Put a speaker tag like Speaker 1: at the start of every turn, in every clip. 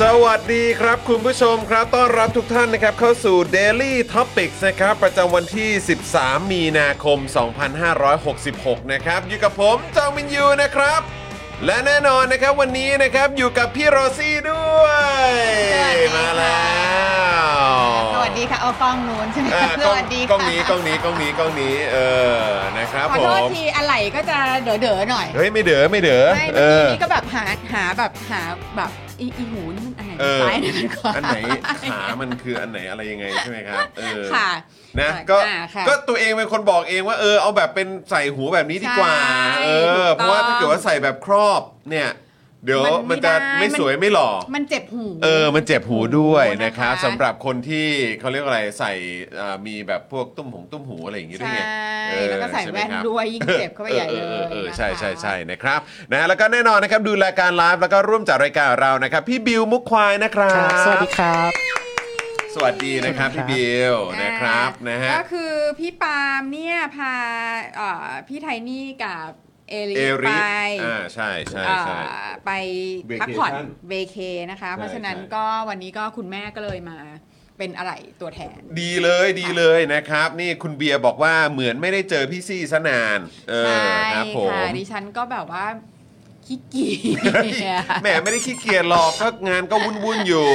Speaker 1: สวัสดีครับคุณผู้ชมครับต้อนรับทุกท่านนะครับเข้าสู่ Daily Topics นะครับประจำวันที่ 13 มีนาคม 2566 นะครับอยู่กับผมจองมินยูนะครับ และแน่นอนนะครับวันนี้นะครับอยู่กับพี่โรซี่ด้วย
Speaker 2: สวัสดีค่ะ
Speaker 1: มาแล้ว
Speaker 2: สวัสดีค่ะ เอากล้องนู้นใช่ไหม
Speaker 1: อ่ะ
Speaker 2: สวัสดี
Speaker 1: กล้
Speaker 2: ค่ะ
Speaker 1: องนี้กล้องนี้กล้องนี้กล้องนี้เออนะครับ
Speaker 2: ขอ
Speaker 1: ผ
Speaker 2: โทษ
Speaker 1: ม
Speaker 2: ทีอะไรก็จะเด๋อเดอๆหน่อย
Speaker 1: เฮ้ยไม่เด๋อไม่เด๋อ
Speaker 2: ไม่
Speaker 1: เอ
Speaker 2: เมื่อกี้
Speaker 1: อ
Speaker 2: นี้ก็แบบหาหาแบบหาแบบอีอีหูนี่มันอันไหน
Speaker 1: เออ
Speaker 2: ซ้ายอันไหนมันขวา
Speaker 1: อันไหนขามันคืออันไหนอะไรยังไงใช่ไหมครับเออ
Speaker 2: ค่ะ
Speaker 1: นะ
Speaker 2: อ่า
Speaker 1: ก็
Speaker 2: ค่ะค่ะ
Speaker 1: ก็ตัวเองเป็นคนบอกเองว่าเออเอาแบบเป็นใส่หูแบบนี้ดีกว่า
Speaker 2: ใช่
Speaker 1: เอ
Speaker 2: ถู
Speaker 1: อ
Speaker 2: กต้อง
Speaker 1: เพราะว่าถ้าเกิดว่าใส่แบบครอบเนี่ย เดี๋ยว
Speaker 2: มันไม่
Speaker 1: มันจะ
Speaker 2: ได้
Speaker 1: ไม่
Speaker 2: มัน
Speaker 1: สวยไม่หล่อ
Speaker 2: มันเจ็บหู
Speaker 1: เออมันเจ็บหูด้วยนะครับ
Speaker 2: นะคะ
Speaker 1: สำหรับคนที่เขาเรียกว่าอะไรใส่อ่ามีแบบพวกตุ้มหูตุ้มหูอะไรอย่างงี้ด้วยไง
Speaker 2: ใช่
Speaker 1: เออ
Speaker 2: แล้วก็ใส่
Speaker 1: ช่ไหม
Speaker 2: แว่น
Speaker 1: ครับ
Speaker 2: ด้วยยิ่งเจ็บเข้าไปใหญ่
Speaker 1: อออออออออ
Speaker 2: เลยนะคะ
Speaker 1: ใช่ใช่ใช่นะครับนะแล้วก็แน่นอนนะครับดูรายการไลฟ์แล้วก็ร่วมจัดรายการเรานะครับพี่บิวมุกควายนะครับ
Speaker 3: สวัสดีครับ
Speaker 1: สวัสดีนะครับพี่บิวนะครับนะฮะ
Speaker 2: ก็คือพี่ปาล์มเนี่ยพาเอ่อพี่ไทนี่กับเอริ
Speaker 1: เอริ
Speaker 2: ไป
Speaker 1: อ่าใช่ใช่ใช่
Speaker 2: เอ่อไป
Speaker 1: Vacation
Speaker 2: พักผ่อนเวเคนะคะ
Speaker 1: ใช่
Speaker 2: เพราะฉะนั้น
Speaker 1: ใช่
Speaker 2: ก็วันนี้ก็คุณแม่ก็เลยมาเป็นอะไรตัวแทน
Speaker 1: ดีเลยดีเลยนะครับ นี่คุณเบียร์บอกว่าเหมือนไม่ได้เจอพี่ซี่ซะนาน เออ
Speaker 2: ใช่
Speaker 1: ครับผม
Speaker 2: ค่ะ ดิฉันก็แบบว่าขี้เกียจ
Speaker 1: แหมไม่ได้ขี้เกียจหรอกก็งานก็วุ่นๆอยู่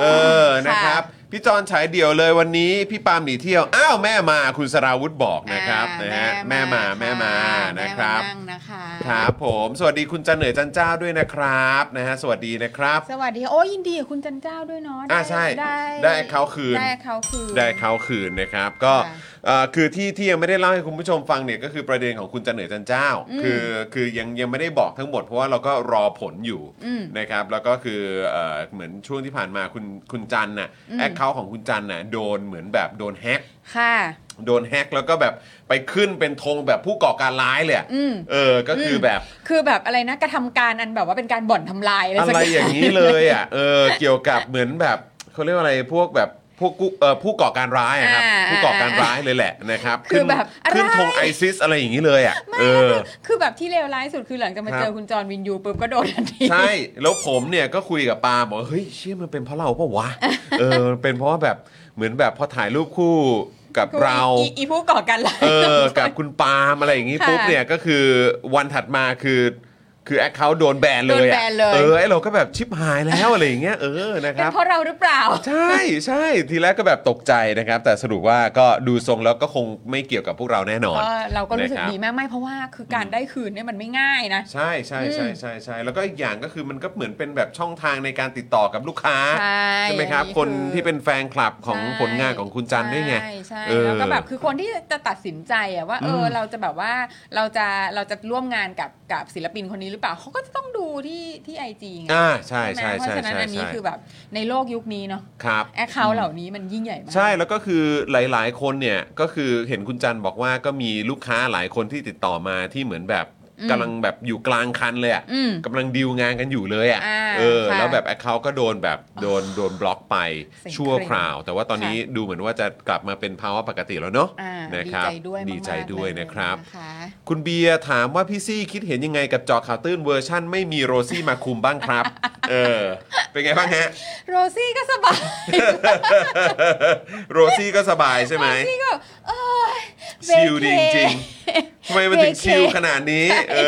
Speaker 1: เออนะครับ พี่จอนฉายเดี่ยวเลยวันนี้ พี่ปาล์มหนีเที่ยว อ้าวแม่มาคุณสราวุธบอกนะครับ
Speaker 2: อ่า
Speaker 1: นะฮะ
Speaker 2: แม่
Speaker 1: แม่มา
Speaker 2: มา
Speaker 1: แม่มา
Speaker 2: ค่ะ
Speaker 1: นะครับ
Speaker 2: แม่มานั่งนะคะ
Speaker 1: ครับผม สวัสดีคุณจันเหนือจันเจ้าด้วยนะครับนะฮะสวัสดีนะครับ
Speaker 2: สวัสดีค่ะโอ้ยยินดีกับคุณจันเจ้าด้วยเนาะ
Speaker 1: อ่าใช่
Speaker 2: ได้
Speaker 1: ได้เขาคืน
Speaker 2: ได้เขาคืน
Speaker 1: ได้เขาคืนนะครับก็
Speaker 2: ค่ะ
Speaker 1: เอ่อคือที่ที่ยังไม่ได้เล่าให้คุณผู้ชมฟังเนี่ยก็คือประเด็นของคุณจันเหนือจันเจ้า
Speaker 2: อืม
Speaker 1: คือคือยังยังไม่ได้บอกทั้งหมดเพราะว่าเราก็รอผลอยู่
Speaker 2: อืม
Speaker 1: นะครับแล้วก็คือเอ่อเหมือนช่วงที่ผ่านมาคุณคุณจันน่ะ
Speaker 2: อืม
Speaker 1: แอคเคาท์ของคุณจันน่ะโดนเหมือนแบบโดนแฮก
Speaker 2: ค่ะ
Speaker 1: โดนแฮกแล้วก็แบบไปขึ้นเป็นธงแบบผู้ก่อการร้ายเลยอะ
Speaker 2: อืม
Speaker 1: เออก็คืออ
Speaker 2: ม
Speaker 1: แบบ
Speaker 2: คือแบบอะไรนะกระทำการอันแบบว่าเป็นการบ่อนทำลายอะไร
Speaker 1: อะไร
Speaker 2: สัก
Speaker 1: อย่างนี้เลยอ่ะเออเกี่ยวกับเหมือนแบบเขาเรียกว่าอะไรพวกแบบพวกกูเอ่อผู้ก่อการร้ายอะครับผู้ก่อการร้ายเลยแหละนะครับ
Speaker 2: คือ
Speaker 1: ขึ้น
Speaker 2: แบบอะไร
Speaker 1: ขึ้นธงไอซิสอะไรอย่างนี้เลยอ่ะเออ
Speaker 2: คือแบบที่เลวร้ายสุดคือหลังจากมา
Speaker 1: ครับ
Speaker 2: เจอคุณจอร์นวินยูปุ๊บก็โดนทันที
Speaker 1: ใช่ แล้วผมเนี่ยก็คุยกับปาบอกว่าเฮ้ยเชื่อมันเป็นเพราะเราเปะวะเออมันเป็นเพราะว่าแบบเหมือนแบบพอถ่ายรูปคู่กับเรา
Speaker 2: อีอีผู้ก่อการร้าย
Speaker 1: เออ กับคุณปาล์มอะไรอย่างนี้
Speaker 2: ค่ะ
Speaker 1: ปุ๊บเนี่ยก็คือวันถัดมาคือคือแอคเคาท์โดนแบนเลย
Speaker 2: โดน
Speaker 1: อะ
Speaker 2: แบนเลย
Speaker 1: เออไอเราก็แบบชิปหายแล้วอะไรอย่างเงี้ยเออนะค
Speaker 2: เป็น
Speaker 1: รับ
Speaker 2: เพราะเราหรือเปล่า
Speaker 1: ใช่ใช่ทีแรกก็แบบตกใจนะครับ แต่สรุปว่าก็ดูทรงแล้วก็คงไม่เกี่ยวกับพวกเราแน่นอน
Speaker 2: ก็เราก็รู้สึก
Speaker 1: นะครับ
Speaker 2: ดีมากไม่เพราะว่าคือการได้คืนเนี่ยมันไม่ง่ายนะ
Speaker 1: ใช่ใช่ใช่ใช่ใช่แล้วก็อีกอย่างก็คือมันก็เหมือนเป็นแบบช่องทางในการติดต่อกับลูกค้า
Speaker 2: ใช่
Speaker 1: ไหมครับ
Speaker 2: อันนี้
Speaker 1: คน
Speaker 2: คือ
Speaker 1: ที่เป็นแฟนคลับของผลงานของคุณจันด้วยไง
Speaker 2: ใช่ใช่
Speaker 1: เออ
Speaker 2: แล้วก็แบบคือคนที่จะตัดสินใจอะว่าเออเราจะแบบว่าเราจะเราจะร่วมงานกับกับศิลปินคนนี้หรือเปล่าเขาก็จะต้องดูที่ที่ไอจีไง
Speaker 1: อ่าใช่
Speaker 2: ไหม
Speaker 1: ใช่
Speaker 2: เพ
Speaker 1: ใช่
Speaker 2: ราะฉะนั้น
Speaker 1: ใช่
Speaker 2: อันนี้
Speaker 1: ใช่
Speaker 2: คือแบบในโลกยุคนี้เนาะ
Speaker 1: ครับ
Speaker 2: แอคเคาท์เหล่านี้มันยิ่งใหญ่มาก
Speaker 1: ใช่แล้วก็คือหลาย ๆ คนเนี่ยก็คือเห็นคุณจันบอกว่าก็มีลูกค้าหลายคนที่ติดต่อมาที่เหมือนแบบ
Speaker 2: อืม
Speaker 1: กำลังแบบอยู่กลางคันเลยอะ
Speaker 2: อืม
Speaker 1: กำลังดีลงานกันอยู่เลยอะ
Speaker 2: อ่า
Speaker 1: เออ
Speaker 2: ค่ะ
Speaker 1: แล้วแบบ Account ก็โดนแบบโดนโดนบล็อกไป
Speaker 2: เสียง
Speaker 1: ชั่วคราว แต่ว่าตอนนี้ดูเหมือนว่าจะกลับมาเป็นภาวะปกติแล้วเนาะ
Speaker 2: อ่า
Speaker 1: นะ
Speaker 2: ดี
Speaker 1: ครับ
Speaker 2: ใจด้วย
Speaker 1: ดี
Speaker 2: มากๆ
Speaker 1: ใจด้วย
Speaker 2: เลย
Speaker 1: นะครับ
Speaker 2: นะคะ
Speaker 1: คุณเบียร์ถามว่าพี่ซี่คิดเห็นยังไงกับเจอข่าวตื้นเวอร์ชั่นไม่มีโรซี่มาคุมบ้างครับ เออ เป็นไงบ้างฮะ
Speaker 2: โรซี่ก็สบาย
Speaker 1: โรซี่ก็สบายใช่ไหม
Speaker 2: โรซี่ก็เอ้ย
Speaker 1: ชิล
Speaker 2: เว
Speaker 1: ดี
Speaker 2: เค
Speaker 1: จริงๆทำไมมันถึงชิลขนาดนี้ เอ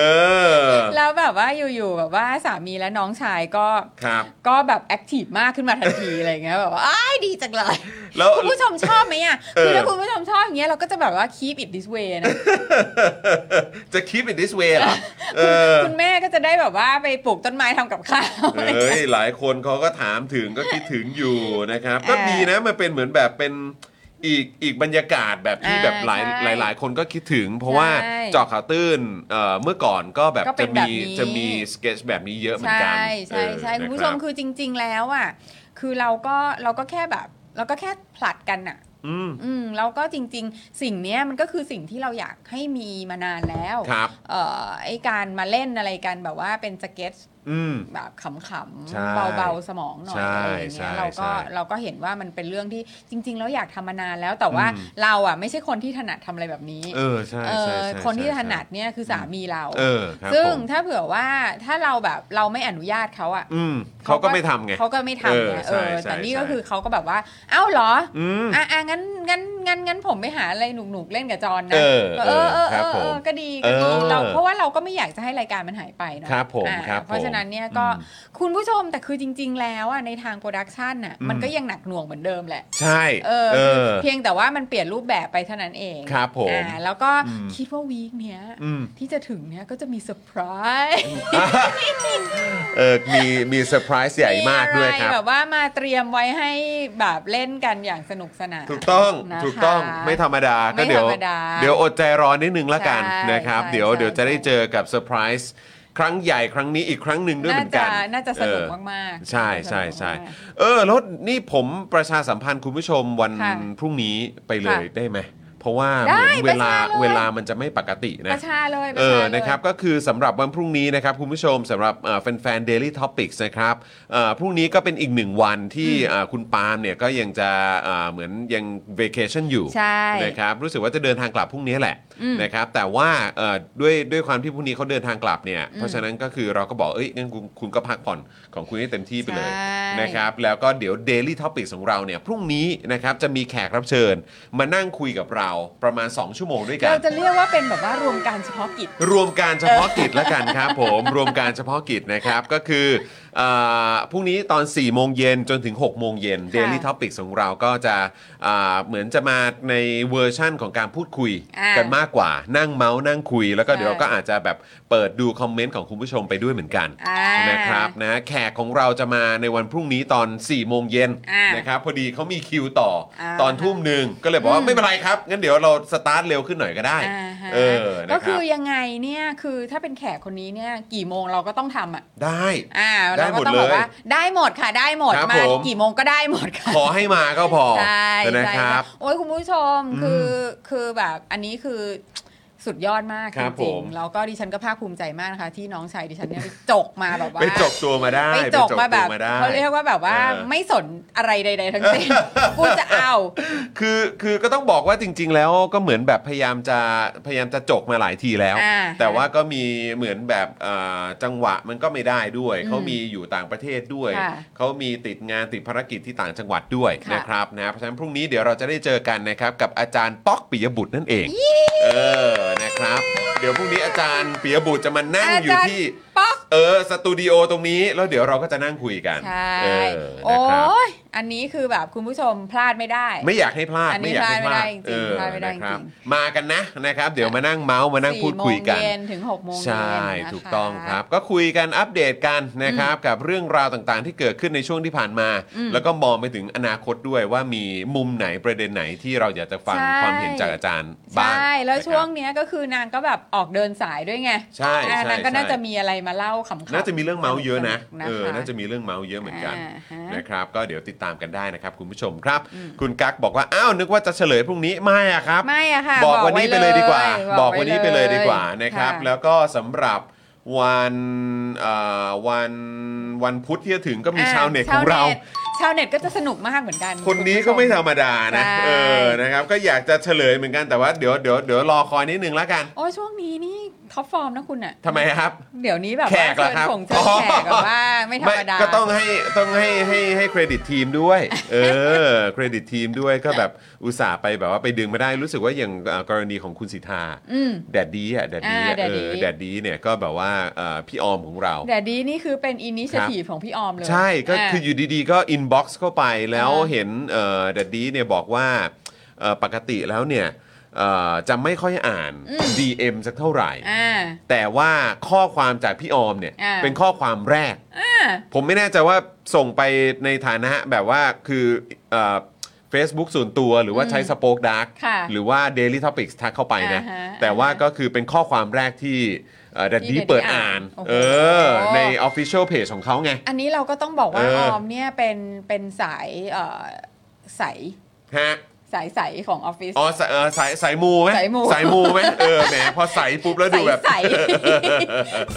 Speaker 1: อ
Speaker 2: แล้วแบบว่าอยู่ๆแบบว่าสามีและน้องชายก็
Speaker 1: ครับ
Speaker 2: ก็แบบแอคทีฟมากขึ้นมาทันที อะไรเงี้ยแบบว่าอ้ายดีจังเลย
Speaker 1: แล้ว
Speaker 2: คุณผู้ชมชอบไหมอ่ะ
Speaker 1: เออ
Speaker 2: คือถ้าคุณผู้ชมชอบอย่างเงี้ยเราก็จะแบบว่า keep it this way นะ
Speaker 1: จะ keep it this way เหรอเออ
Speaker 2: คุณแม่ก็จะได้แบบว่าไปปลูกต้นไม้ทำกับข้าว
Speaker 1: เอ้ยหลายคนเขาก็ถามถึงก็คิดถึงอยู่นะครับ ก็
Speaker 2: เออ
Speaker 1: ดีนะมันเป็นเหมือนแบบเป็นอีกอีกบรรยากาศแบบที่
Speaker 2: อ่า
Speaker 1: แบบหลาย
Speaker 2: ใช่
Speaker 1: หลายหลายคนก็คิดถึง เพราะว่า
Speaker 2: ใช่
Speaker 1: เจอข่าวตื้นเอ่อเมื่อก่อนก็แบบ
Speaker 2: ก็เป็
Speaker 1: จะ
Speaker 2: น
Speaker 1: มี
Speaker 2: แบบนี้
Speaker 1: จะมีสเก t ชแบบนี้เยอะเหมือนกัน
Speaker 2: ใช่ใช่ใช่
Speaker 1: เออ
Speaker 2: คุณผู้
Speaker 1: นะ
Speaker 2: ช
Speaker 1: รับ
Speaker 2: มคือจริง ๆ แล้วอ่ะคือเราก็เราก็แค่แบบเราก็แค่ผลัดกันอ่ะ
Speaker 1: ม
Speaker 2: อืมแล้วก็จริง ๆ สิ่งเนี้ยมันก็คือสิ่งที่เราอยากให้มีมานานแล้ว
Speaker 1: ครับ
Speaker 2: เอ่อไอการมาเล่นอะไรกันแบบว่าเป็นสเก็ต
Speaker 1: อืม
Speaker 2: แบบขำ
Speaker 1: ใช่
Speaker 2: ๆเบาๆ สมองหน่อย
Speaker 1: ใช่
Speaker 2: อะไรอย่าง
Speaker 1: ใช่
Speaker 2: เงี้ยเราก็
Speaker 1: ใช่
Speaker 2: เราก็เห็นว่ามันเป็นเรื่องที่จริง ๆ แล้วอยากทำมานานแล้วแต่ว่า
Speaker 1: อืม
Speaker 2: เราอ่ะไม่ใช่คนที่ถนัดทำอะไรแบบนี้
Speaker 1: เออใช่
Speaker 2: เอ
Speaker 1: ใช่
Speaker 2: อ
Speaker 1: ใช่
Speaker 2: คนที่
Speaker 1: ใช่
Speaker 2: ถนัดเนี่ยคือสามีเรา
Speaker 1: เออครับ
Speaker 2: ซึ่ง
Speaker 1: ผม
Speaker 2: ถ้าเผื่อว่าถ้าเราแบบเราไม่อนุญาตเขาอ่ะ
Speaker 1: อืมเขาก็ไม่ทำไง
Speaker 2: เขาก็ไม่ทำไง
Speaker 1: เอ
Speaker 2: เอ
Speaker 1: อ
Speaker 2: อ
Speaker 1: ใช่
Speaker 2: แต่นี่
Speaker 1: ใช่
Speaker 2: ก็คือเขาก็แบบว่า เอ้าเหรอ
Speaker 1: อืม
Speaker 2: อ่ะอ่ะงั้นงั้นงั้นงั้นผมไปหาอะไรหนุกๆเล่นกับจอน
Speaker 1: เอ
Speaker 2: นะ
Speaker 1: อ
Speaker 2: ก็เออเออ
Speaker 1: ครั
Speaker 2: เอบ อ
Speaker 1: ผม
Speaker 2: เออก็ดีก็ดี
Speaker 1: เออ
Speaker 2: เราเพราะว่าเราก็ไม่อยากจะให้รายการมันหายไปเนาะ
Speaker 1: ครับผม
Speaker 2: อ่า
Speaker 1: ครับ
Speaker 2: เพราะฉะนั้นเนี่ยก็
Speaker 1: ผมอื
Speaker 2: คุณผู้ชมแต่คือจริง ๆ แล้วอ่ะในทางโปรดักชันน่ะ
Speaker 1: อืม
Speaker 2: มันก็ยังหนักหน่วงเหมือนเดิมแหละ
Speaker 1: ใช่
Speaker 2: เออ
Speaker 1: เอ
Speaker 2: คือ
Speaker 1: อ
Speaker 2: เพียงแต่ว่ามันเปลี่ยนรูปแบบไปเท่านั้นเอง
Speaker 1: ครับผม
Speaker 2: อ่าแล้วก็
Speaker 1: อืม
Speaker 2: คิดว่าวีคเนี้ย
Speaker 1: อืม
Speaker 2: ที่จะถึงเนี้ยก็จะมีเซอร์ไพรส์
Speaker 1: เออมีมีเซอร์ไพรส์ใหญ่มากด้วยครั
Speaker 2: มีอะ
Speaker 1: บ
Speaker 2: ไแบบว่ามาเตรียมไว้ให้แบบเล่นกันอย่างสนุกสนาน
Speaker 1: ถูกต้อง
Speaker 2: นะคะ
Speaker 1: ถูกต้องไม่ธรรมดาก็เดี๋ยว
Speaker 2: ไม่ธรรมดา
Speaker 1: เดี๋ยวอดใจรอนิดนึงละกัน
Speaker 2: ใช่
Speaker 1: นะครับ
Speaker 2: ใช่
Speaker 1: เดี๋ยว
Speaker 2: ใช่
Speaker 1: เดี๋ยวจะได้เจอกับเซอร์ไพรส์ครั้งใหญ่ครั้งนี้อีกครั้งหนึ่งด้วยเห
Speaker 2: น่า
Speaker 1: มือน
Speaker 2: จะ
Speaker 1: กัน
Speaker 2: น่าจะสนุก
Speaker 1: เออ
Speaker 2: มากๆ
Speaker 1: ใช่ใช่
Speaker 2: น่าจะส
Speaker 1: ใช่
Speaker 2: นุกมาก
Speaker 1: เออแล้วนี่ผมประชาสัมพันธ์คุณผู้ชมวัน
Speaker 2: ค่ะ
Speaker 1: พรุ่งนี้ไปเลย
Speaker 2: ค่ะ
Speaker 1: ได้ไหม เพราะว่า
Speaker 2: ได้
Speaker 1: เหมือนเว
Speaker 2: ป
Speaker 1: ลา
Speaker 2: ระชาเลย
Speaker 1: เวลามันจะไม่ปกติ
Speaker 2: ป
Speaker 1: นะ
Speaker 2: ระชาเลยป
Speaker 1: เอ
Speaker 2: ระชา
Speaker 1: อ
Speaker 2: เลย
Speaker 1: นะครับ ก็คือสำหรับวันพรุ่งนี้นะครับ คุณผู้ชมสำหรับเอ่อแฟนๆ Daily Topics นะครับเอ่อพรุ่งนี้ก็เป็นอีกหนึ่งวันที่เอ่อคุณปาล์มเนี่ยก็ยังจะเอ่อเหมือนยัง vacation อยู่
Speaker 2: ใช่
Speaker 1: นะครับ รู้สึกว่าจะเดินทางกลับพรุ่งนี้แหละ
Speaker 2: อืม
Speaker 1: นะครับ แต่ว่าเอ่อด้วยด้วยความที่พรุ่งนี้เขาเดินทางกลับเนี่ย
Speaker 2: อืม
Speaker 1: เพราะฉะนั้นก็คือเราก็บอกเอ้ยงั้นคุณคุณก็พักผ่อนของคุณให้เต็มที่ไปเลย
Speaker 2: ใช่
Speaker 1: นะครับ แล้วก็เดี๋ยว Daily Topics ของเราเนี่ยพรุ่งนี้นะครับจะมีแขกรับเชิญ มานั่งคุยกับเราประมาณ 2 ชั่วโมงด้วยกัน
Speaker 2: เราจะเรียกว่าเป็นแบบว่ารวมการเฉพาะกิจ
Speaker 1: รวมการเฉพาะกิจละกันครับผมรวมการเฉพาะกิจนะครับก็คือเอ่อพรุ่งนี้ตอน 4 โมงเย็นจนถึง 6 โมงเย็น Daily Topics ของเราก็จะเอ่อเหมือนจะมาในเวอร์ชั่นของการพูดคุย
Speaker 2: อ่ากั
Speaker 1: กันมากกว่า นั่งเมาส์นั่งคุย แล้วก็
Speaker 2: ใช่
Speaker 1: เดี๋ยวเราก็อาจจะแบบเปิดดูคอมเมนต์ของคุณผู้ชมไปด้วยเหมือนกัน
Speaker 2: อ่า
Speaker 1: นะครับนะแขกของเราจะมาในวันพรุ่งนี้ตอน 4 โมงเย็น
Speaker 2: อ่า
Speaker 1: นะครับพอดีเขามีคิวต่ออา ตอนทุ่มหนึ่งก็เลยบอกว่า
Speaker 2: อืม
Speaker 1: ไม่เป็นไรครับงั้นเดี๋ยวเราสตาร์ทเร็วขึ้นหน่อยก็ได้
Speaker 2: อ่าฮะ
Speaker 1: เออนะ
Speaker 2: ก็
Speaker 1: ค
Speaker 2: คื
Speaker 1: รับ
Speaker 2: อยังไงเนี่ยคือถ้าเป็นแขกคนนี้เนี่ยกี่โมงเราก็ต้องทำอ่ะ
Speaker 1: ได้
Speaker 2: อ่า
Speaker 1: ได้
Speaker 2: เรา
Speaker 1: หม
Speaker 2: ก็
Speaker 1: ด
Speaker 2: ต้องบอก
Speaker 1: เลย
Speaker 2: ว่าได้หมดค่ะได้หมด
Speaker 1: ครับ
Speaker 2: มา
Speaker 1: ผม
Speaker 2: กี่โมงก็ได้หมดค่ะ
Speaker 1: ขอให้มาก็พอ
Speaker 2: ใช่
Speaker 1: นะ
Speaker 2: ใช่
Speaker 1: ครับ
Speaker 2: โอ้ยคุณผู้ชมคือคือแบบอันนี้คือสุดยอดมาก
Speaker 1: ครับ
Speaker 2: จริ
Speaker 1: ผ
Speaker 2: ง
Speaker 1: ม
Speaker 2: ๆแล้วก็ดิฉันก็ภาคภูมิใจมากนะคะ ที่น้องชายดิฉันเนี่ยไปจกมาแบบว่า
Speaker 1: ไปจบตัวมาได้
Speaker 2: ไปจกมาแบบ
Speaker 1: ไปจตัวได้
Speaker 2: เขาเรียกว่าแบบว่า
Speaker 1: เออ
Speaker 2: ไม่สนอะไรใด ๆ ทั้ง สิ้นกูจะเอา
Speaker 1: คือคือก็ต้องบอกว่าจริง ๆ แล้วก็เหมือนแบบพยายามจะพยายามจะจกมาหลายทีแล้ว
Speaker 2: อ่า
Speaker 1: แต่ว่าก็มีเหมือนแบบเอ่อจังหวะมันก็ไม่ได้ด้วย
Speaker 2: อืม
Speaker 1: เขามีอยู่ต่างประเทศด้วย
Speaker 2: ค่ะ
Speaker 1: เขามีติดงานติดภารกิจที่ต่างจังหวัดด้วย
Speaker 2: ค่ะ
Speaker 1: นะครับนะเพราะฉะนั้นพรุ่งนี้เดี๋ยวเราจะได้เจอกันนะครับกับอาจารย์ป๊อกปิยบุตรนั่นเองเออนะครับ เดี๋ยวพรุ่งนี้อาจารย์ปิยบุตรจะมานั่งอยู่
Speaker 2: อาจารย์
Speaker 1: ที่
Speaker 2: ป๊อก
Speaker 1: เออสตูดิโอตรงนี้แล้วเดี๋ยวเราก็จะนั่งคุยกัน
Speaker 2: ใช่
Speaker 1: เออ
Speaker 2: โอ้
Speaker 1: นะครับ
Speaker 2: ยอันนี้คือแบบคุณผู้ชมพลาดไม่ได้
Speaker 1: ไม่อยากให้พลาด
Speaker 2: อันนี้
Speaker 1: ไม่อยากให้พ
Speaker 2: พลา
Speaker 1: ลาด
Speaker 2: ดไม่ได้จริงๆ
Speaker 1: เออ
Speaker 2: พลาดไม่ได้
Speaker 1: นะครับ
Speaker 2: จริง
Speaker 1: มากันนะนะครับ เดี๋ยวมานั่งเมาส์มานั่งพูดคุยกัน
Speaker 2: สี่โมงเย็นถึงหกโมงเย็น
Speaker 1: ใช่
Speaker 2: นะคะ
Speaker 1: ถูกต้องครับก็คุยกันอัปเดตกันนะครับกับเรื่องราวต่างๆ ที่เกิดขึ้นในช่วงที่ผ่านมา
Speaker 2: อืม
Speaker 1: แล้วก็มองไปถึงอนาคตด้วยว่ามีมุมไหนประเด็นไหนที่เราอยากจะฟัง
Speaker 2: ใช่
Speaker 1: ความเห็นจากอาจารย์บ้าง
Speaker 2: ใช่แล้ว
Speaker 1: นะครับ
Speaker 2: ช่วงเนี้ยก็คือนางก็แบบออกเดินสายด้วยไง
Speaker 1: ใช่ใช่
Speaker 2: อ่านางก็
Speaker 1: ใช่
Speaker 2: น่าจะมีอะไรมาเล่าขำๆ
Speaker 1: น่าจะมีเรื่องเมาส์เยอะนะ
Speaker 2: สกๆ
Speaker 1: เออ
Speaker 2: ค
Speaker 1: น่าจะมีเรื่องเมาส์เยอะเหมือนกัน
Speaker 2: อ่าฮะ
Speaker 1: นะครับ ก็เดี๋ยวติด ตามกันได้นะครับคุณผู้ชมครับ คุณกั๊กบอกว่าอ้าวนึกว่าจะเฉลยพรุ่งนี้ไม่อะครับ
Speaker 2: ไม่อะค่ะ
Speaker 1: บอกวันนี้ไปเลยดีกว่า บอก
Speaker 2: ไ
Speaker 1: วันนี้ไปเลยดีกว่านะครับ
Speaker 2: ะ
Speaker 1: แล้วก็สำหรับวันเอ่อวันวันพุธที่จะถึงก็มี
Speaker 2: อ่
Speaker 1: ชาวเน็ตของเรา
Speaker 2: ชาวเน็ตก็จะสนุกมากเหมือนกัน
Speaker 1: คน
Speaker 2: ณ
Speaker 1: นี้
Speaker 2: ผู้ช
Speaker 1: ก็ไม่ธรรมดานะ
Speaker 2: ใช่
Speaker 1: เออนะครับ ก็อยากจะเฉลยเหมือนกันแต่ว่าเดี๋ยวเดี๋ยวเดี๋ยวรอคอยนิดนึงแล้วกัน
Speaker 2: โอ้ยช่วงนี้นี่ท็อปฟอร์มนะคุณอะ
Speaker 1: ทำไมครับ
Speaker 2: เดี๋ยวนี้แบบ
Speaker 1: แข
Speaker 2: ว่าก
Speaker 1: เหรอครับ
Speaker 2: เชิญผงเชิญแขกแบบว่าไม่ธรรมดา
Speaker 1: ก็ต้องให้ต้องให้ให้ให้เครดิตทีมด้วย เออ เครดิตทีมด้วยก็แบบอุตส่าห์ไปแบบว่าไปดึงมาได้รู้สึกว่าอย่างเอ่อกรณีของคุณสิทธา
Speaker 2: อืม
Speaker 1: แดดดีอ่ะแดดดีอะ
Speaker 2: อ่าแดด
Speaker 1: เอ
Speaker 2: ดี
Speaker 1: อแดดดีเนี่ยก็แบบว่าเอ่อพี่ออมของเรา
Speaker 2: แต่ดีนี่คือเป็นอินิชทีฟของพี่ออมเลย
Speaker 1: ใช่ก็
Speaker 2: า
Speaker 1: คืออยู่ดีๆ ก็อินบ็อกซ์เข้าไปแล้ว
Speaker 2: อ่า
Speaker 1: เห็นเอ่อแดดดีเนี่ยบอกว่าเอ่อปกติแล้วเนี่ยเอ่อจะไม่ค่อยอ่าน
Speaker 2: อืม
Speaker 1: DM สักเท่าไหร่
Speaker 2: อ่า
Speaker 1: แต่ว่าข้อความจากพี่ออมเนี่ย
Speaker 2: อ่า
Speaker 1: เป็นข้อความแรก
Speaker 2: อ่า
Speaker 1: ผมไม่แน่ใจว่าส่งไปในฐานะแบบว่าคือเฟซบุ๊กส่วนตัวหรือว่าใช้สป o อ e ดาร์ก
Speaker 2: ค่ะ
Speaker 1: หรือว่า Daily Topics ทักเข้าไปนะ
Speaker 2: อ่าฮะ
Speaker 1: แต่ว่าก็คือเป็นข้อความแรกที่ดัด
Speaker 2: ที่
Speaker 1: ดี้
Speaker 2: Daddy
Speaker 1: เปิด
Speaker 2: อ่า
Speaker 1: อ่าน
Speaker 2: นโอ้โห
Speaker 1: เออ ใน Official Page ของเขาไง
Speaker 2: อันนี้เราก็ต้องบอกว่า
Speaker 1: เอ
Speaker 2: อ
Speaker 1: อ
Speaker 2: อมเนี่ยเป็นเป็นสายเอ่อสาย
Speaker 1: ฮะ
Speaker 2: สายใสของออฟฟิศ
Speaker 1: อ๋อสายเออสายสายมูไหม
Speaker 2: สายมู
Speaker 1: สายมูไหมเออแหมพอใสปุ๊บแล้ว
Speaker 2: ใส
Speaker 1: ดูแบบ
Speaker 2: ใส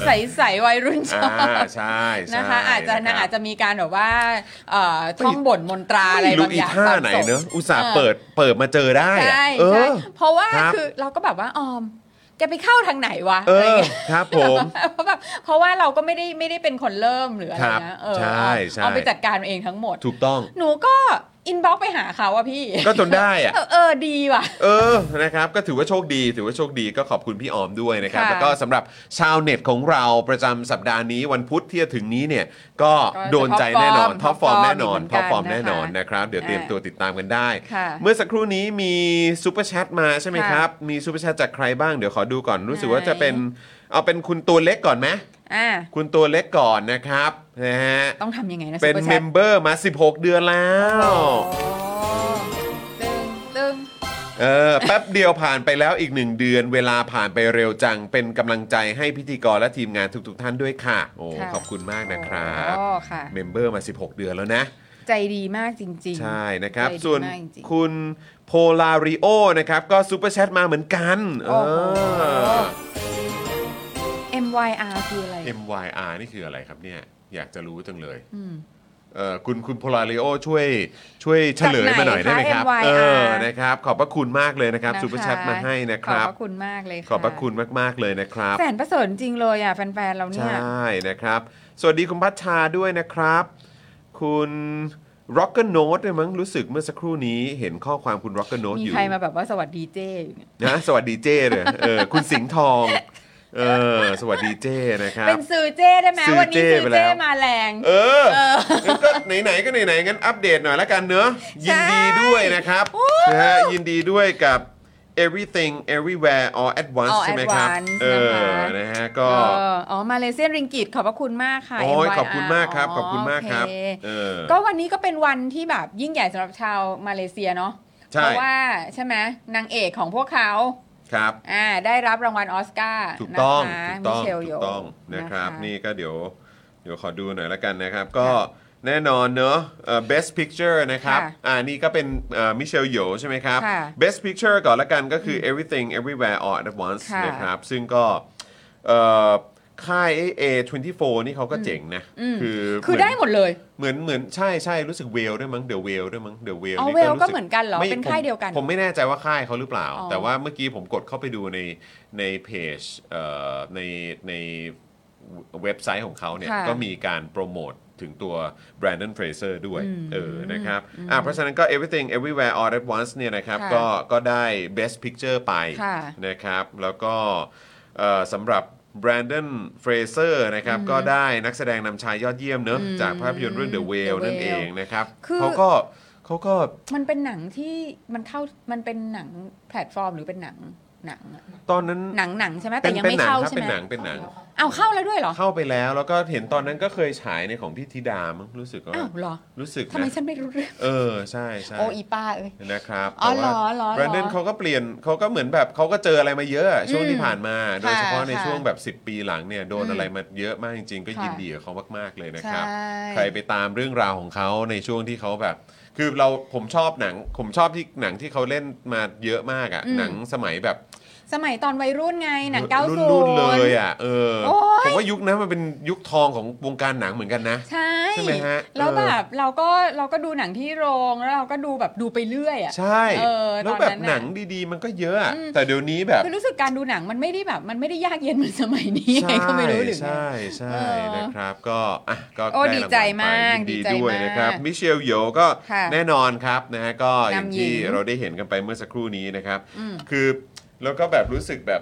Speaker 2: ใส ใสวัยรุ่นช
Speaker 1: อ่า
Speaker 2: อบ
Speaker 1: ใช่ใช่
Speaker 2: นะคะ อาจจะนาง
Speaker 1: ครับ
Speaker 2: อาจจะมีการแบบว่าเอ่อท่องบ่นมนตราอะไร
Speaker 1: ไม่รู้
Speaker 2: บาง
Speaker 1: อี
Speaker 2: อย่างต
Speaker 1: ท่า
Speaker 2: ม
Speaker 1: ไหน
Speaker 2: ส่ง
Speaker 1: เนอะอุตส่าห์
Speaker 2: ออ
Speaker 1: เปิดเปิดมาเจอได้อะ
Speaker 2: ใช่
Speaker 1: เอ
Speaker 2: ใช่
Speaker 1: อ
Speaker 2: เพราะว่า
Speaker 1: ครับ
Speaker 2: คือเราก็แบบว่าออมแกไปเข้าทางไหนวะ
Speaker 1: เอ
Speaker 2: อะไร
Speaker 1: อ
Speaker 2: เงี้ย
Speaker 1: ครับผม
Speaker 2: เพราะแบบเพราะว่าเราก็ไม่ได้ไม่ได้เป็นคนเริ่มหรืออะไร
Speaker 1: ครับ
Speaker 2: นะเออ
Speaker 1: ใช่ใช่
Speaker 2: เอาไปจัดการเองทั้งหมด
Speaker 1: ถูกต้อง
Speaker 2: หนูก็อินบ็อกไปหาเขาอะพี่
Speaker 1: ก็จนได้ อะ
Speaker 2: เออเออดีว่ะ
Speaker 1: เออ นะครับ ก็ถือว่าโชคดี ถือว่าโชคดีก็ขอบคุณพี่ออมด้วยนะครับ
Speaker 2: ค่ะ
Speaker 1: แล้วก็สำหรับชาวเน็ตของเราประจำสัปดาห์นี้วันพุธที่จะถึงนี้เนี่ย ก็โดนใจแน่นอน
Speaker 2: ท็
Speaker 1: ท็อ
Speaker 2: อ
Speaker 1: ป
Speaker 2: ป
Speaker 1: ฟ
Speaker 2: ฟ
Speaker 1: อ
Speaker 2: อร์
Speaker 1: ร์ม
Speaker 2: ม
Speaker 1: แน่นอน
Speaker 2: เหมือนกัน
Speaker 1: ท็อปฟอร์มแน่นอน
Speaker 2: นะคะ
Speaker 1: นะครับ เดี๋ยวเตรียม
Speaker 2: อ่า
Speaker 1: ตัวติดตามกันได้
Speaker 2: ค่ะ
Speaker 1: เมื่อสักครู่นี้มีซูเปอร์แชทมาใช่ไหม
Speaker 2: ค่ะ
Speaker 1: ครับ มีซูเปอร์แชทจากใครบ้าง เดี๋ยวขอดูก่อน รู้สึกว่า
Speaker 2: ไหน
Speaker 1: จะเป็น เอาเป็นคุณตัวเล็กก่อนไหม
Speaker 2: อ่า
Speaker 1: คุณตัวเล็กก่อนนะครับ นะฮะ
Speaker 2: ต้องทำยังไงนะ
Speaker 1: เป็นเมมเบอร์มา 16 เดือนแล้ว
Speaker 2: ตึงตึง
Speaker 1: เออแป๊บเดียวผ่านไปแล้วอีกหนึ่งเดือน เวลาผ่านไปเร็วจัง เป็นกำลังใจให้พิธีกรและทีมงานทุกๆท่านด้วยค่ะ โอ้
Speaker 2: ค่ะ
Speaker 1: ขอบคุณมากนะครับ
Speaker 2: โอ้ค่ะ
Speaker 1: เมมเบอร์มา 16 เดือนแล้วนะ
Speaker 2: ใจดีมากจริง
Speaker 1: ใช่นะครับ
Speaker 2: ใจดีมาก
Speaker 1: ส่วน
Speaker 2: จริงๆ
Speaker 1: คุณโพลาริโอนะครับ ก็ซูเปอร์แชทมาเหมือนกัน เอ
Speaker 2: โอ้โห
Speaker 1: อ
Speaker 2: MYR คืออะไร
Speaker 1: MYR นี่คืออะไรครับเนี่ย อยากจะรู้จังเลย
Speaker 2: อืม
Speaker 1: เออคุณคุณโพลาริโอช่วยช่วยเฉลยมาหน่อยได้ไหมครับ
Speaker 2: จากไหนคะ MYR
Speaker 1: เออนะครับขอบพระคุณมากเลยนะครับซูเปอร์แชทมาให้นะครับ
Speaker 2: ขอบพระคุณมากเลย
Speaker 1: ขอบพระคุณมากๆเลยนะครับ
Speaker 2: แสนประเสริฐจริงเลยอ่ะแฟนๆเรา
Speaker 1: ใช
Speaker 2: เนี่ย
Speaker 1: ่นะครับ สวัสดีคุณพัชชาด้วยนะครับ คุณ Rocker Note ด้วยมั้งรู้สึกเมื่อสักครู่นี้เห็นข้อความคุณ Rocker Note
Speaker 2: มี
Speaker 1: อยู่
Speaker 2: ใครมาแบบว่าสวัสดีเจ้อยู่เนี่ย
Speaker 1: นะสวัสดีเจ้เลยเออคุณสิงห์ทองเออสวัสดีเจ้นะครับ
Speaker 2: เป็นสื่อเจ้ได้ไหม
Speaker 1: สื่อ
Speaker 2: วัน
Speaker 1: เจ้
Speaker 2: นี้สื่
Speaker 1: ไป
Speaker 2: อ
Speaker 1: แล้ว
Speaker 2: เจ้มาแรง
Speaker 1: เอองั้นก็ไหนๆก็ไหนๆงั้นอัปเดตหน่อยละกันเนอะยินดีด้วยนะครับนะฮะยินดีด้วยกับ everything everywhere all at once ใช่ไหมครับ เออนะฮะก็
Speaker 2: เอออ๋อ มาเลเซียนริงกิตขอบพระคุณมากค่ะ
Speaker 1: โอ้ย
Speaker 2: MYR
Speaker 1: ขอบคุณมากครับ ขอบคุณมากครับ
Speaker 2: โอ
Speaker 1: เอ
Speaker 2: เ
Speaker 1: อ
Speaker 2: ก็วันนี้ก็เป็นวันที่แบบยิ่งใหญ่สำหรับชาวมาเลเซียเนาะ
Speaker 1: ใช่
Speaker 2: เพราะว่าใช่ไหมนางเอกของพวกเขา
Speaker 1: ครับ
Speaker 2: อ่าได้รับรางวัลออสการ์
Speaker 1: ถูกต้อง
Speaker 2: นะคะ
Speaker 1: ถูก
Speaker 2: มิ
Speaker 1: ต้อง
Speaker 2: เชลโย
Speaker 1: ถูกต้องนะครับ
Speaker 2: ะะ
Speaker 1: นี่ก็เดี๋ยวเดี๋ยวขอดูหน่อยละกันนะครับ ก็แน่นอนเนอะเอ่อ best picture นะครับ
Speaker 2: ค่ะ
Speaker 1: อ่านี่ก็เป็นมิเชลโยใช่ไหมครับ
Speaker 2: ค่ะ
Speaker 1: best picture ก่อนละกันก็คืออ everything everywhere all at once
Speaker 2: ค่ะ
Speaker 1: นะครับ ซึ่งก็เอ่อค่าย A24 นี่เขาก็เจ๋งนะ
Speaker 2: อืม
Speaker 1: คือ
Speaker 2: คือได้หมดเลย
Speaker 1: เหมือนเหมือนใช่ใช่รู้สึกเวลด้วยมั้งเดอะเวลด้วยมั้งเดอะเวล
Speaker 2: อ๋อ Whale ก็เหมือนกันเหรอเป็นค่ายเดียวกัน
Speaker 1: ผมไม่แน่ใจว่าค่ายเขาหรือเปล่า
Speaker 2: อ๋อ
Speaker 1: แต่ว่าเมื่อกี้ผมกดเข้าไปดูในในเพจเอ่อในในเว็บไซต์ของเขาเนี่ย
Speaker 2: ค่ะ
Speaker 1: ก็มีการโปรโมทถึงตัว Brandon Fraser ด้วย
Speaker 2: อืม
Speaker 1: เออนะครับอ่ะเพราะฉะนั้นก็ everything everywhere all at once เนี่ยนะครับ
Speaker 2: ค่ะ
Speaker 1: ก็ก็ได้ best picture ไป
Speaker 2: ค่ะ
Speaker 1: นะครับ แล้วก็เอ่อสำหรับ Brandon Fraser นะครับก็ได้นักแสดงนำชายยอดเยี่ยมเนอะจากภาพยนตร์เรื่อง The Whale
Speaker 2: The
Speaker 1: นั่นเอง
Speaker 2: Whale
Speaker 1: นะครับ
Speaker 2: คือ
Speaker 1: เขาก็เขาก็
Speaker 2: มันเป็นหนังที่มันเข้ามันเป็นหนังแพลตฟอร์มหรือเป็นหนัง หนังอะ
Speaker 1: ตอนนั้น
Speaker 2: หนังหนังใช่ไหม
Speaker 1: เป็
Speaker 2: แต่
Speaker 1: น
Speaker 2: ยัง
Speaker 1: เป็น
Speaker 2: ไม่
Speaker 1: หนัง
Speaker 2: เข้า
Speaker 1: ครับ
Speaker 2: ใช่
Speaker 1: เป็น
Speaker 2: ไหม
Speaker 1: หนังเป็นหนัง
Speaker 2: เอาเข้าแล้วด้วยเหรอ
Speaker 1: เข้าไปแล้วแล้วก็เห็นตอนนั้นก็เคยฉายในของพี่ธิดามั้งรู้สึกว่า
Speaker 2: อ้าวเหรอ
Speaker 1: รู้สึก
Speaker 2: ทำไม
Speaker 1: นะ
Speaker 2: ฉันไม่รู้เรื่อง
Speaker 1: เออใช่ใช่
Speaker 2: โออีป้าเอ้ย
Speaker 1: นะครับ
Speaker 2: อ๋อ
Speaker 1: แต่ว่า
Speaker 2: เหรอเหรอเหรอ
Speaker 1: แบรนเดนเขาก็เปลี่ยนเขาก็เหมือนแบบเขาก็เจออะไรมาเยอะอะช่วง
Speaker 2: อืม
Speaker 1: ที่ผ่านมา โดยเฉพาะใน
Speaker 2: ค่ะ
Speaker 1: ช่วงแบบ 10 ปีหลังเนี่ยโดน
Speaker 2: อืม
Speaker 1: อะไรมาเยอะมากจริงๆ ก็
Speaker 2: ค่ะ
Speaker 1: ยินดีกับเขามากๆเลยนะครับ
Speaker 2: ใช่
Speaker 1: ใครไปตามเรื่องราวของเขาในช่วงที่เขาแบบ คือเราผมชอบหนัง ผมชอบที่หนังที่เขาเล่นมาเยอะมากอะ่ะหนังสมัยแบบ
Speaker 2: สมัยตอนวัยรุ่นไงหนังเก้า
Speaker 1: รุ่น
Speaker 2: ศู
Speaker 1: รุ่
Speaker 2: น
Speaker 1: นเลย
Speaker 2: ย์
Speaker 1: อะ่ะเออ
Speaker 2: โอ๊ย
Speaker 1: ผมว่ายุคนั้นมันเป็นยุคทองของวงการหนังเหมือนกันนะ
Speaker 2: ใช่
Speaker 1: ใช่ไหมฮะ
Speaker 2: แล้ว
Speaker 1: เออ
Speaker 2: แบบเราก็เราก็ดูหนังที่โรงแล้วเราก็ดูแบบดูไปเรื่อยอ่ะ
Speaker 1: ใช่
Speaker 2: เออตอนนั้น
Speaker 1: แล้วแบบ
Speaker 2: น่ะ
Speaker 1: หนังดีๆ มันก็เยอะอะ
Speaker 2: อืม
Speaker 1: แต่เดี๋ยวนี้แบบ
Speaker 2: คือรู้สึกการดูหนังมันไม่ได้แบบมันไม่ได้ยากเย็นเหมือนสมัยนี้ไงก็ไม่รู้หรือไง
Speaker 1: ใช่ใช่
Speaker 2: เออ
Speaker 1: นะครับ ก็อ่ะก็
Speaker 2: โอ้
Speaker 1: ไรางวัล
Speaker 2: ดีใจมาก
Speaker 1: ไปยินดี
Speaker 2: ดีใจ
Speaker 1: ด้วย
Speaker 2: มาก
Speaker 1: นะครับมิเชลโยก็
Speaker 2: ค่ะ
Speaker 1: แน่นอนครับนะฮะก็อย่าง
Speaker 2: นำหญิง
Speaker 1: ที่เราได้เห็นกันไปเมื่อสักครู่นี้นะครับ
Speaker 2: อืม
Speaker 1: คือแล้วก็แบบรู้สึกแบบ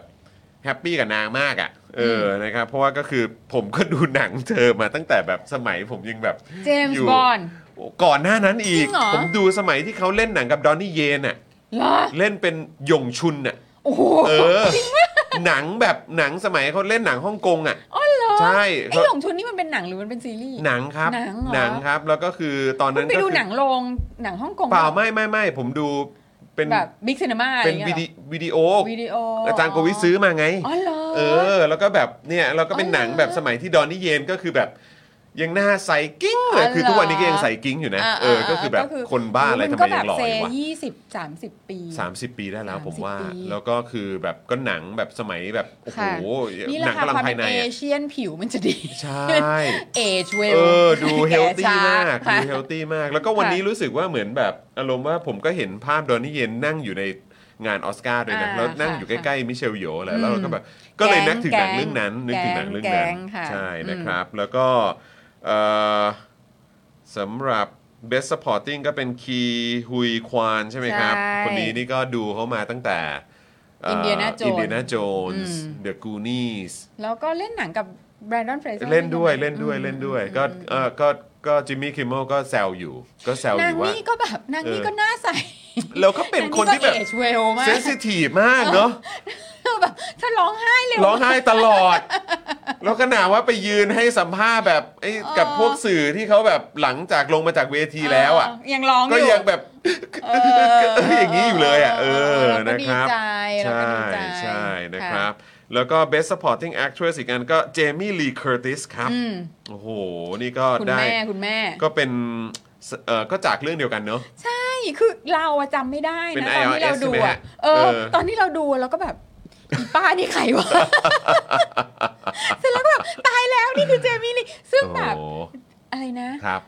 Speaker 1: แฮปปี้กับนางมากอ่ะเอออนะครับ เพราะว่าก็คือผมก็ดูหนังเธอมาตั้งแต่แบบสมัยผมยังแบบ
Speaker 2: James
Speaker 1: ยู่
Speaker 2: Bond
Speaker 1: ก่อนหน้านั้นอี
Speaker 2: จ
Speaker 1: ก
Speaker 2: ริงเหรอ
Speaker 1: ผมดูสมัยที่เขาเล่นหนังกับดอนนี่เยนอ่ะ
Speaker 2: เหรอ
Speaker 1: เล่นเป็นหยงชุนอ่ะ
Speaker 2: โอ้โห
Speaker 1: เออ หนังแบบหนังสมัยเขาเล่นหนังฮ่องกงอ่ะ
Speaker 2: อ๋อเหรอ
Speaker 1: ใช่
Speaker 2: ไอ้หลงชุนนี่มันเป็นหนังหรือมันเป็นซีรีส์
Speaker 1: หนังครับ
Speaker 2: หนังเหรอ
Speaker 1: ครับ แล้วก็คือตอน
Speaker 2: คุ
Speaker 1: นั้
Speaker 2: ณ
Speaker 1: น
Speaker 2: ไป
Speaker 1: ก็
Speaker 2: ดู
Speaker 1: คือ
Speaker 2: หนังโรงหนังฮ่องกง
Speaker 1: เปล่าไม่ไม่ไม่ผมดูเป็น
Speaker 2: แบบบิ๊กซีนีมาอะไร
Speaker 1: เป็น
Speaker 2: อย่าง
Speaker 1: วิ
Speaker 2: เงี้ย
Speaker 1: ดี
Speaker 2: เหร
Speaker 1: วิดีโอ
Speaker 2: อวิดีโอ
Speaker 1: อา
Speaker 2: อา
Speaker 1: จารย์โกวิทซื้อมาไง
Speaker 2: อ๋อเหรอ
Speaker 1: เออ แล้วก็แบบเนี่ยเราก็เป็น
Speaker 2: อ๋อ
Speaker 1: หนังแบบสมัยที่ดอนนี่เยนก็คือแบบ ยังหน้าใสกิ้งเลย
Speaker 2: อ๋อ
Speaker 1: คือทุกวันนี้ก็
Speaker 2: เหรอ
Speaker 1: ยังใสกิ้งอยู่นะ
Speaker 2: อ่า
Speaker 1: เออก็คือแบบคนบ้าอะไรทำไมยังหล่ออ
Speaker 2: มัน
Speaker 1: ยู่
Speaker 2: ก็แบบ
Speaker 1: วะ
Speaker 2: เซยี่สิบสามสิบปี
Speaker 1: 30 ปีได้แล้วผมว่า
Speaker 2: 30ปี
Speaker 1: แล้วก็คือแบบก็หนังแบบสมัยแบบโอ้โห
Speaker 2: ค่ะนี่แห
Speaker 1: ห
Speaker 2: ละ
Speaker 1: นัง
Speaker 2: ค่ะ
Speaker 1: กำลัง
Speaker 2: ความ
Speaker 1: ภา
Speaker 2: เป็
Speaker 1: ย
Speaker 2: น
Speaker 1: ใน
Speaker 2: เอ
Speaker 1: อะ
Speaker 2: เชียนผิวมันจะดี
Speaker 1: ใช่
Speaker 2: เอจเวล
Speaker 1: เออ ดูเฮลตี้มาก
Speaker 2: ค่ะ
Speaker 1: ดูเฮลตี้มาก แล้วก็วัน
Speaker 2: ค่ะ
Speaker 1: นี้รู้สึกว่าเหมือนแบบอารมณ์ว่าผมก็เห็นภาพดอนนี่เย็นนั่งอยู่ในงานออสการ์ด้วยนะ
Speaker 2: อ่า
Speaker 1: แล้วนั่ง
Speaker 2: ค่ะ
Speaker 1: อยู่ใกล้ๆมิเชลโยแหละ
Speaker 2: อืม
Speaker 1: แล้วเราก็แบบ ก็เลย
Speaker 2: แก๊ง
Speaker 1: นึกถึงหนัง
Speaker 2: แก๊ง
Speaker 1: เรื่องนั้นนึกถึงหนังเรื่องนั้น
Speaker 2: แก๊งค่ะ
Speaker 1: ใช่นะ
Speaker 2: อืม
Speaker 1: ครับ แล้วก็เอ่อสำหรับ Best Supporting ก็เป็นคีฮุยควานใช่ไหมครับ
Speaker 2: ใช่
Speaker 1: คนนี้นี่ก็ดูเขามาตั้งแต่เอินเดีย
Speaker 2: Indiana
Speaker 1: นา
Speaker 2: Jones
Speaker 1: โจนส์
Speaker 2: อืม
Speaker 1: เดอะกูนีส
Speaker 2: แล้วก็เล่นหนังกับแบรนดอนเฟรเซอร์
Speaker 1: เล่นด้วยเล่นด้วยเล่นด้วยก็เออก็ก็จิมมี่คิมเมลก็แซวอยู่ ก็แซวอน
Speaker 2: าง
Speaker 1: ยู่ว่า
Speaker 2: นี่ก็แบบนางนี่
Speaker 1: เออ
Speaker 2: ก็หน้าใส
Speaker 1: แล้วก็เป็นคนที่แบบ
Speaker 2: เอจเวลมา
Speaker 1: เซ
Speaker 2: ก
Speaker 1: นซิทีฟมากเนาะ
Speaker 2: แบบถ้าร้องไห้เร็ว
Speaker 1: ร้องไห้ตลอด แล้วก็หนาว่าไปยืนให้สัมภาษณ์แบบไอ้
Speaker 2: เออ
Speaker 1: กับพวกสื่อที่เขาแบบหลังจากลงมาจากเวทีแล้วอ่ะ
Speaker 2: เยังร้องอ
Speaker 1: ก็
Speaker 2: ยู่
Speaker 1: ยังแบบ
Speaker 2: เออ
Speaker 1: อย่างนี้อยู่เลยอ่ะเออ
Speaker 2: เราก็
Speaker 1: นะ
Speaker 2: ดี
Speaker 1: ครับ
Speaker 2: ใจเราก็
Speaker 1: ใช่
Speaker 2: ดีใจ
Speaker 1: ใช่นะครับ แล้วก็ Best Supporting Actress อีกอันก็เจมี่ลีเคอร์ติสครับ
Speaker 2: อืม
Speaker 1: โอ้โห นี่ก็
Speaker 2: คุณ
Speaker 1: ได้
Speaker 2: แม่คุณแม่
Speaker 1: ก็เป็นเอ่อก็จากเรื่องเดียวกันเนอะ
Speaker 2: ใช่คือเราอะจำไม่ได้
Speaker 1: เป็น
Speaker 2: นะตอนที่เรา
Speaker 1: iOS
Speaker 2: ดู
Speaker 1: ใช่ไหม
Speaker 2: อะ
Speaker 1: ฮะ
Speaker 2: เออ
Speaker 1: เออ
Speaker 2: ตอนที่เราดูเราก็แบบอีป้านี่ใคร วะ เสร็จแล้วก็แบบตายแล้วนี่คือเจมี่นี่ซึ่งแบบ
Speaker 1: โอ้โห
Speaker 2: อะไรนะครับ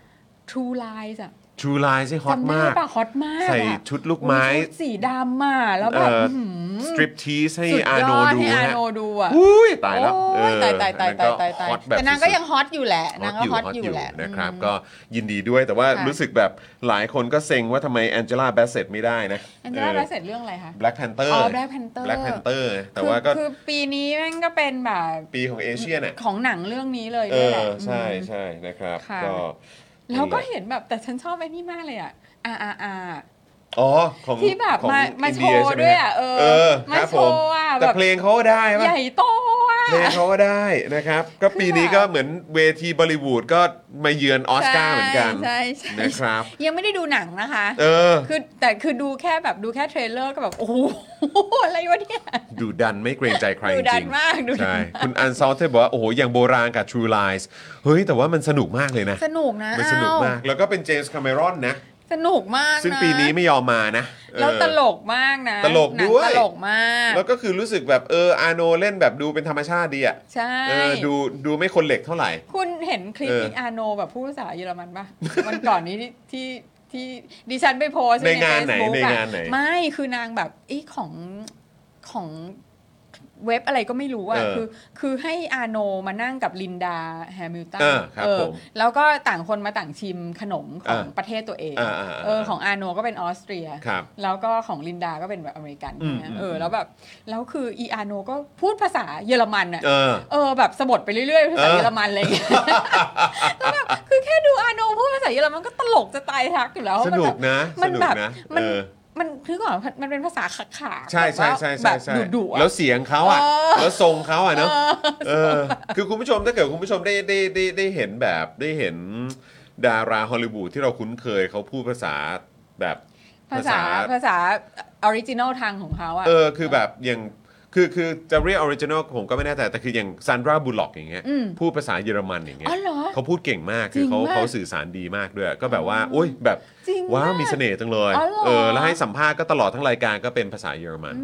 Speaker 2: ทูไลส์อะ
Speaker 1: True Lie ใช่ฮอต
Speaker 2: จำได้
Speaker 1: มาก
Speaker 2: ป่ะฮอตมากอะ
Speaker 1: ใส่ชุดลูกไม้
Speaker 2: โอ้ยชุดสีดำอะแล้วแบบ
Speaker 1: เอ่อ
Speaker 2: หืม
Speaker 1: strip tease ให้
Speaker 2: สุดย
Speaker 1: อาโน
Speaker 2: อด
Speaker 1: ดู
Speaker 2: ให้อา
Speaker 1: ฮะ
Speaker 2: โนดูอะ
Speaker 1: อุ้ยตายแล้ว
Speaker 2: โอ้ย
Speaker 1: เออ
Speaker 2: ตายตายตาย
Speaker 1: อัน
Speaker 2: ตาย
Speaker 1: นั้น
Speaker 2: ตายตาย
Speaker 1: ฮอตแบบ
Speaker 2: แต่นางก็
Speaker 1: สุดๆ
Speaker 2: ยังฮอตอยู่แหละ
Speaker 1: ฮ
Speaker 2: นา
Speaker 1: อง ต
Speaker 2: ก็
Speaker 1: อยู่
Speaker 2: ฮอต
Speaker 1: ฮอ
Speaker 2: อ
Speaker 1: ตอยู่ ยู่
Speaker 2: แหละ
Speaker 1: นะครับ
Speaker 2: อืม
Speaker 1: ก็ยินดีด้วยแต่ว่า
Speaker 2: ค่ะ
Speaker 1: รู้สึกแบบหลายคนก็เซ็งว่าทำไมแองเจล่าแบสเซตไม่ได้นะ
Speaker 2: อันเจล่าแบสเสร็จเรื่องอะไรคะ
Speaker 1: แบล็กแพนเตอร์
Speaker 2: อ๋อ Black Panther
Speaker 1: แบล็กแพนเตอร์แต่
Speaker 2: คือ
Speaker 1: ว่าก็
Speaker 2: คือปีนี้แม่งก็เป็นแบบ
Speaker 1: ปีของเอเชียน่ะ
Speaker 2: ของหนังเรื่องนี้เลย
Speaker 1: เอ
Speaker 2: ด้วย
Speaker 1: อ
Speaker 2: แหละ
Speaker 1: ใช่ใช่นะครับ
Speaker 2: ค่ะ
Speaker 1: ก็
Speaker 2: แล้วก็เห็นแบบแต่ฉันชอบไอ้นี่มากเลยอ่ะ R R R
Speaker 1: อ๋อของ
Speaker 2: ที่แบบ
Speaker 1: ของ
Speaker 2: มามา
Speaker 1: อิน
Speaker 2: โช
Speaker 1: เย
Speaker 2: ว์
Speaker 1: ใไหม
Speaker 2: ด้วยอ่ะเออ
Speaker 1: เออ
Speaker 2: มา
Speaker 1: ครับ
Speaker 2: โช
Speaker 1: ผม
Speaker 2: ว์อ่ะ
Speaker 1: แต่
Speaker 2: แบบ
Speaker 1: เพลงเขาก็ได้
Speaker 2: ให
Speaker 1: ปะ
Speaker 2: ญ่โตอ่ะ
Speaker 1: เพลงเขาก็ได้นะครับ ก็ปีนี้ก็เหมือนเวทีบอลลิวูดก็มาเยือนออสการ์เหมือนกัน
Speaker 2: ใช่ใช่ใช่
Speaker 1: นะครับ
Speaker 2: ยังไม่ได้ดูหนังนะคะ
Speaker 1: เออ
Speaker 2: คือแต่คือดูแค่แบบดูแค่เทรลเลอร์ก็แบบ โอ้โห อะไรวะเนี่ย
Speaker 1: ดูดันไม่เกรงใจใครจ
Speaker 2: ดู
Speaker 1: ริง
Speaker 2: ดันมากดูดัน
Speaker 1: ใช่คุณอันซอลเทบอกว่า โอ้โห อย่างโบราณกับ True Lies เฮ้ย แต่ว่ามันสนุกมากเลยนะ
Speaker 2: สนุกนะ
Speaker 1: มันสนุกมาก
Speaker 2: อ้
Speaker 1: แล้วก็เป็นเจมส์คาเมรอนนะ
Speaker 2: วสนุกมาก
Speaker 1: ซึ่ง
Speaker 2: นะ
Speaker 1: ปีนี้ไม่ยอมมานะเออ
Speaker 2: แล้วตลกมากนะ
Speaker 1: ตลก
Speaker 2: หนัง
Speaker 1: ด้วย
Speaker 2: ตลกมาก
Speaker 1: แล้วก็คือรู้สึกแบบเอออาโนเล่นแบบดูเป็นธรรมชาติดีอ่ะ
Speaker 2: ใช่
Speaker 1: เออดูดูไม่คนเหล็กเท่าไหร่
Speaker 2: คุณเห็นคลิป
Speaker 1: เอออี
Speaker 2: อาโนแบบพูดภาษาเยอรมันปะ วันก่อนนี้ที่ที่ที่ดิฉันไปโพสต์
Speaker 1: ในงานไหน
Speaker 2: Facebook
Speaker 1: ใน
Speaker 2: อะ
Speaker 1: งานไหน
Speaker 2: ไม่คือนางแบบไอ้ของของเว็บอะไรก็ไม่รู้อ่ะ
Speaker 1: เออ
Speaker 2: คือ คือให้อาโนมานั่งกับลินดาแฮมิลตัน
Speaker 1: เออครับผม
Speaker 2: แล้วก็ต่างคนมาต่างชิมขนมของ
Speaker 1: เออ
Speaker 2: ประเทศตัวเอง
Speaker 1: เออเออเออ
Speaker 2: เออของอาโนก็เป็นออสเตรีย
Speaker 1: ครับ
Speaker 2: แล้วก็ของลินดาก็เป็นแบบอเมริกัน
Speaker 1: อืม
Speaker 2: นะ
Speaker 1: อืม
Speaker 2: เออแล้วแบบแล้วคืออีอาโนก็พูดภาษาเยอรมันอ่ะ
Speaker 1: เออ
Speaker 2: เออแบบสะบดไปเรื่อยๆภาษา
Speaker 1: เออ
Speaker 2: เยอรมันอะไรอย่างเงี้ยแล้วแบบคือแค่ดูอาโนพูดภาษาเยอรมันก็ตลกจะตายทักอยู่แล้ว
Speaker 1: สนุก
Speaker 2: มัแบบ
Speaker 1: นะ
Speaker 2: มัน
Speaker 1: สนุก
Speaker 2: แบบ
Speaker 1: นะ
Speaker 2: มัน
Speaker 1: เออ
Speaker 2: มันคือก่อนมันเป็นภาษาขาขา
Speaker 1: ใช่ใช่ใช่
Speaker 2: แบ
Speaker 1: ใช่
Speaker 2: บ
Speaker 1: ใช่
Speaker 2: ดุดุๆอะ
Speaker 1: แล้วเสียงเขาอ่ะ
Speaker 2: เออ
Speaker 1: แล้วทรงเขาอ่ะเนาะ
Speaker 2: เอ
Speaker 1: เอ
Speaker 2: อ
Speaker 1: อคือคุณผู้ชมถ้าเกิดคุณผู้ชมได้ได้ได้ได้เห็นแบบได้เห็นดาราฮอลลีวูดที่เราคุ้นเคยเขาพูดภาษาแบบ
Speaker 2: ภาษาภาษาออริจินอลทางของเขาอะ
Speaker 1: เออคือแบบอย่างคือคือจะเรียกออริจินอลผมก็ไม่แน่ใจแต่คืออย่างซานดราบูล็อกอย่างเงี้ย
Speaker 2: อืม
Speaker 1: พูดภาษาเยอรมันอย่างเงี้ย
Speaker 2: อ๋อเหรอ
Speaker 1: เขาพูดเก่งมากคือเขา
Speaker 2: จริงมาก
Speaker 1: เขาสื่อสารดีมากด้วย ก็แบบว่าอุ้ยแบบ
Speaker 2: จริง
Speaker 1: ว้าว
Speaker 2: มาก
Speaker 1: มีเสน่ห์จังเลย
Speaker 2: อ๋อเหรอ
Speaker 1: เออแล้วให้สัมภาษณ์ก็ตลอดทั้งรายการก็เป็นภาษาเยอรมัน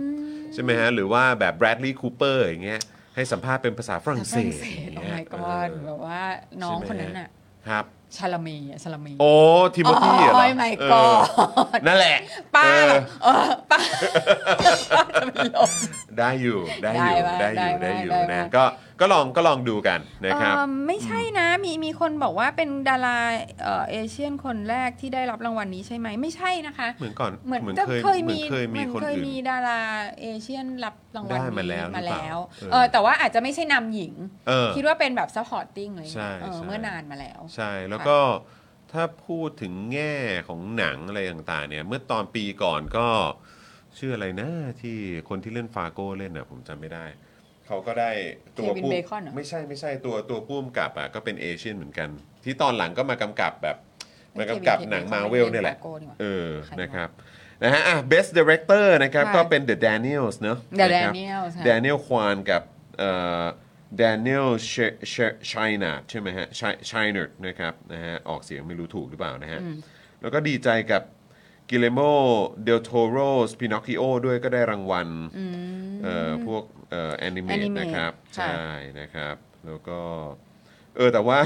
Speaker 1: ใช่ไหมฮะ หรือว่าแบบแบรดลีย์คูเปอร์อย่างเงี้ยให้สัมภาษณ์เป็นภาษาฝรั่ง
Speaker 2: ฝ
Speaker 1: เศ
Speaker 2: รั่ง
Speaker 1: ส
Speaker 2: เศส
Speaker 1: อย่าง
Speaker 2: โอ้
Speaker 1: เงี้ย
Speaker 2: my god
Speaker 1: เอ
Speaker 2: แบ
Speaker 1: อบ
Speaker 2: ว่าน้องคนนั้นอะ
Speaker 1: ครับ
Speaker 2: ชาลามีอะชาลามี
Speaker 1: โอ้ทิโมธีเหรอ
Speaker 2: โอ้ย my
Speaker 1: เออ
Speaker 2: god
Speaker 1: นั่นแหละ
Speaker 2: ป้า
Speaker 1: เออ
Speaker 2: แบบเออป้า ป้าจะเป็นลม
Speaker 1: ได้อยู่ ได้อยู่
Speaker 2: ได้
Speaker 1: ได้อยู่
Speaker 2: ได้
Speaker 1: ได้อยู่
Speaker 2: ได้ได้
Speaker 1: นะก็ก็ลองก็ลองดูกันนะครับ
Speaker 2: เอิ่มไม่ใช่นะ มีมีคนบอกว่าเป็นดาราเอ่อเอเชียนคนแรกที่ได้รับรางวัลนี้ใช่ไหมไม่ใช่นะคะ
Speaker 1: เหมือนก่อน
Speaker 2: เหมือน
Speaker 1: เหมือน
Speaker 2: จะ
Speaker 1: เคย
Speaker 2: เคยมี
Speaker 1: เหมือนเคยมี
Speaker 2: หมือน
Speaker 1: คน
Speaker 2: เคย
Speaker 1: อื่น
Speaker 2: มีดาราเอเชียนรับรางวัล
Speaker 1: ได้มาแล้ว
Speaker 2: นี้มา
Speaker 1: หรือเปล่า
Speaker 2: แล้ว
Speaker 1: เออ
Speaker 2: เออแต่ว่าอาจจะไม่ใช่นำหญิง
Speaker 1: เออ
Speaker 2: คิดว่าเป็นแบบ supporting อะไรอย่าง
Speaker 1: ใช่
Speaker 2: เงี้ยเออ
Speaker 1: ใช่
Speaker 2: เมื่อนานมาแล้ว
Speaker 1: ใช่แล้วก็ถ้าพูดถึงแง่ของหนังอะไรต่างๆเนี่ย เมื่อตอนปีก่อนก็ชื่ออะไรนะที่คนที่เล่นฟาโก้เล่นอ่ะผมจำไม่ได้ เขาก็ได้ตัว
Speaker 2: เควิน
Speaker 1: ผู้
Speaker 2: เบคอนเหรอ
Speaker 1: ไม่ใช่ไม่ใช่ตัวตัวผู้กำกับอ่ะก็เป็นเอเชียนเหมือนกัน ที่ตอนหลังก็มากำกับแบบมากำกับหนังมาเวลเนี่ยแหละ
Speaker 2: โกดีกว่า
Speaker 1: เออ
Speaker 2: ใครวะ
Speaker 1: นะครับ นะฮะ อ่ะ best director นะครับ
Speaker 2: ใช่
Speaker 1: ก็เป็น The Daniels เนอะ
Speaker 2: The
Speaker 1: นะครับ
Speaker 2: Daniels ค่ะ
Speaker 1: Daniel Kwan กับเอ่อ Daniel Sh- Sh- Shinard ใช่ไหมฮะ Shi- Shinard นะครับ นะฮะ ออกเสียงไม่รู้ถูกหรือเปล่านะฮะ แล้วก็ดีใจกับกิเลโมเดลโทโรสปินอคคิโอด้วยก็ได้รางวัล เอ่อ พวกเอ่อแอนิเมต
Speaker 2: Animate
Speaker 1: นะครับ
Speaker 2: ค่ะ
Speaker 1: ใช่ นะครับ แล้วก็ เออ แต่ว่า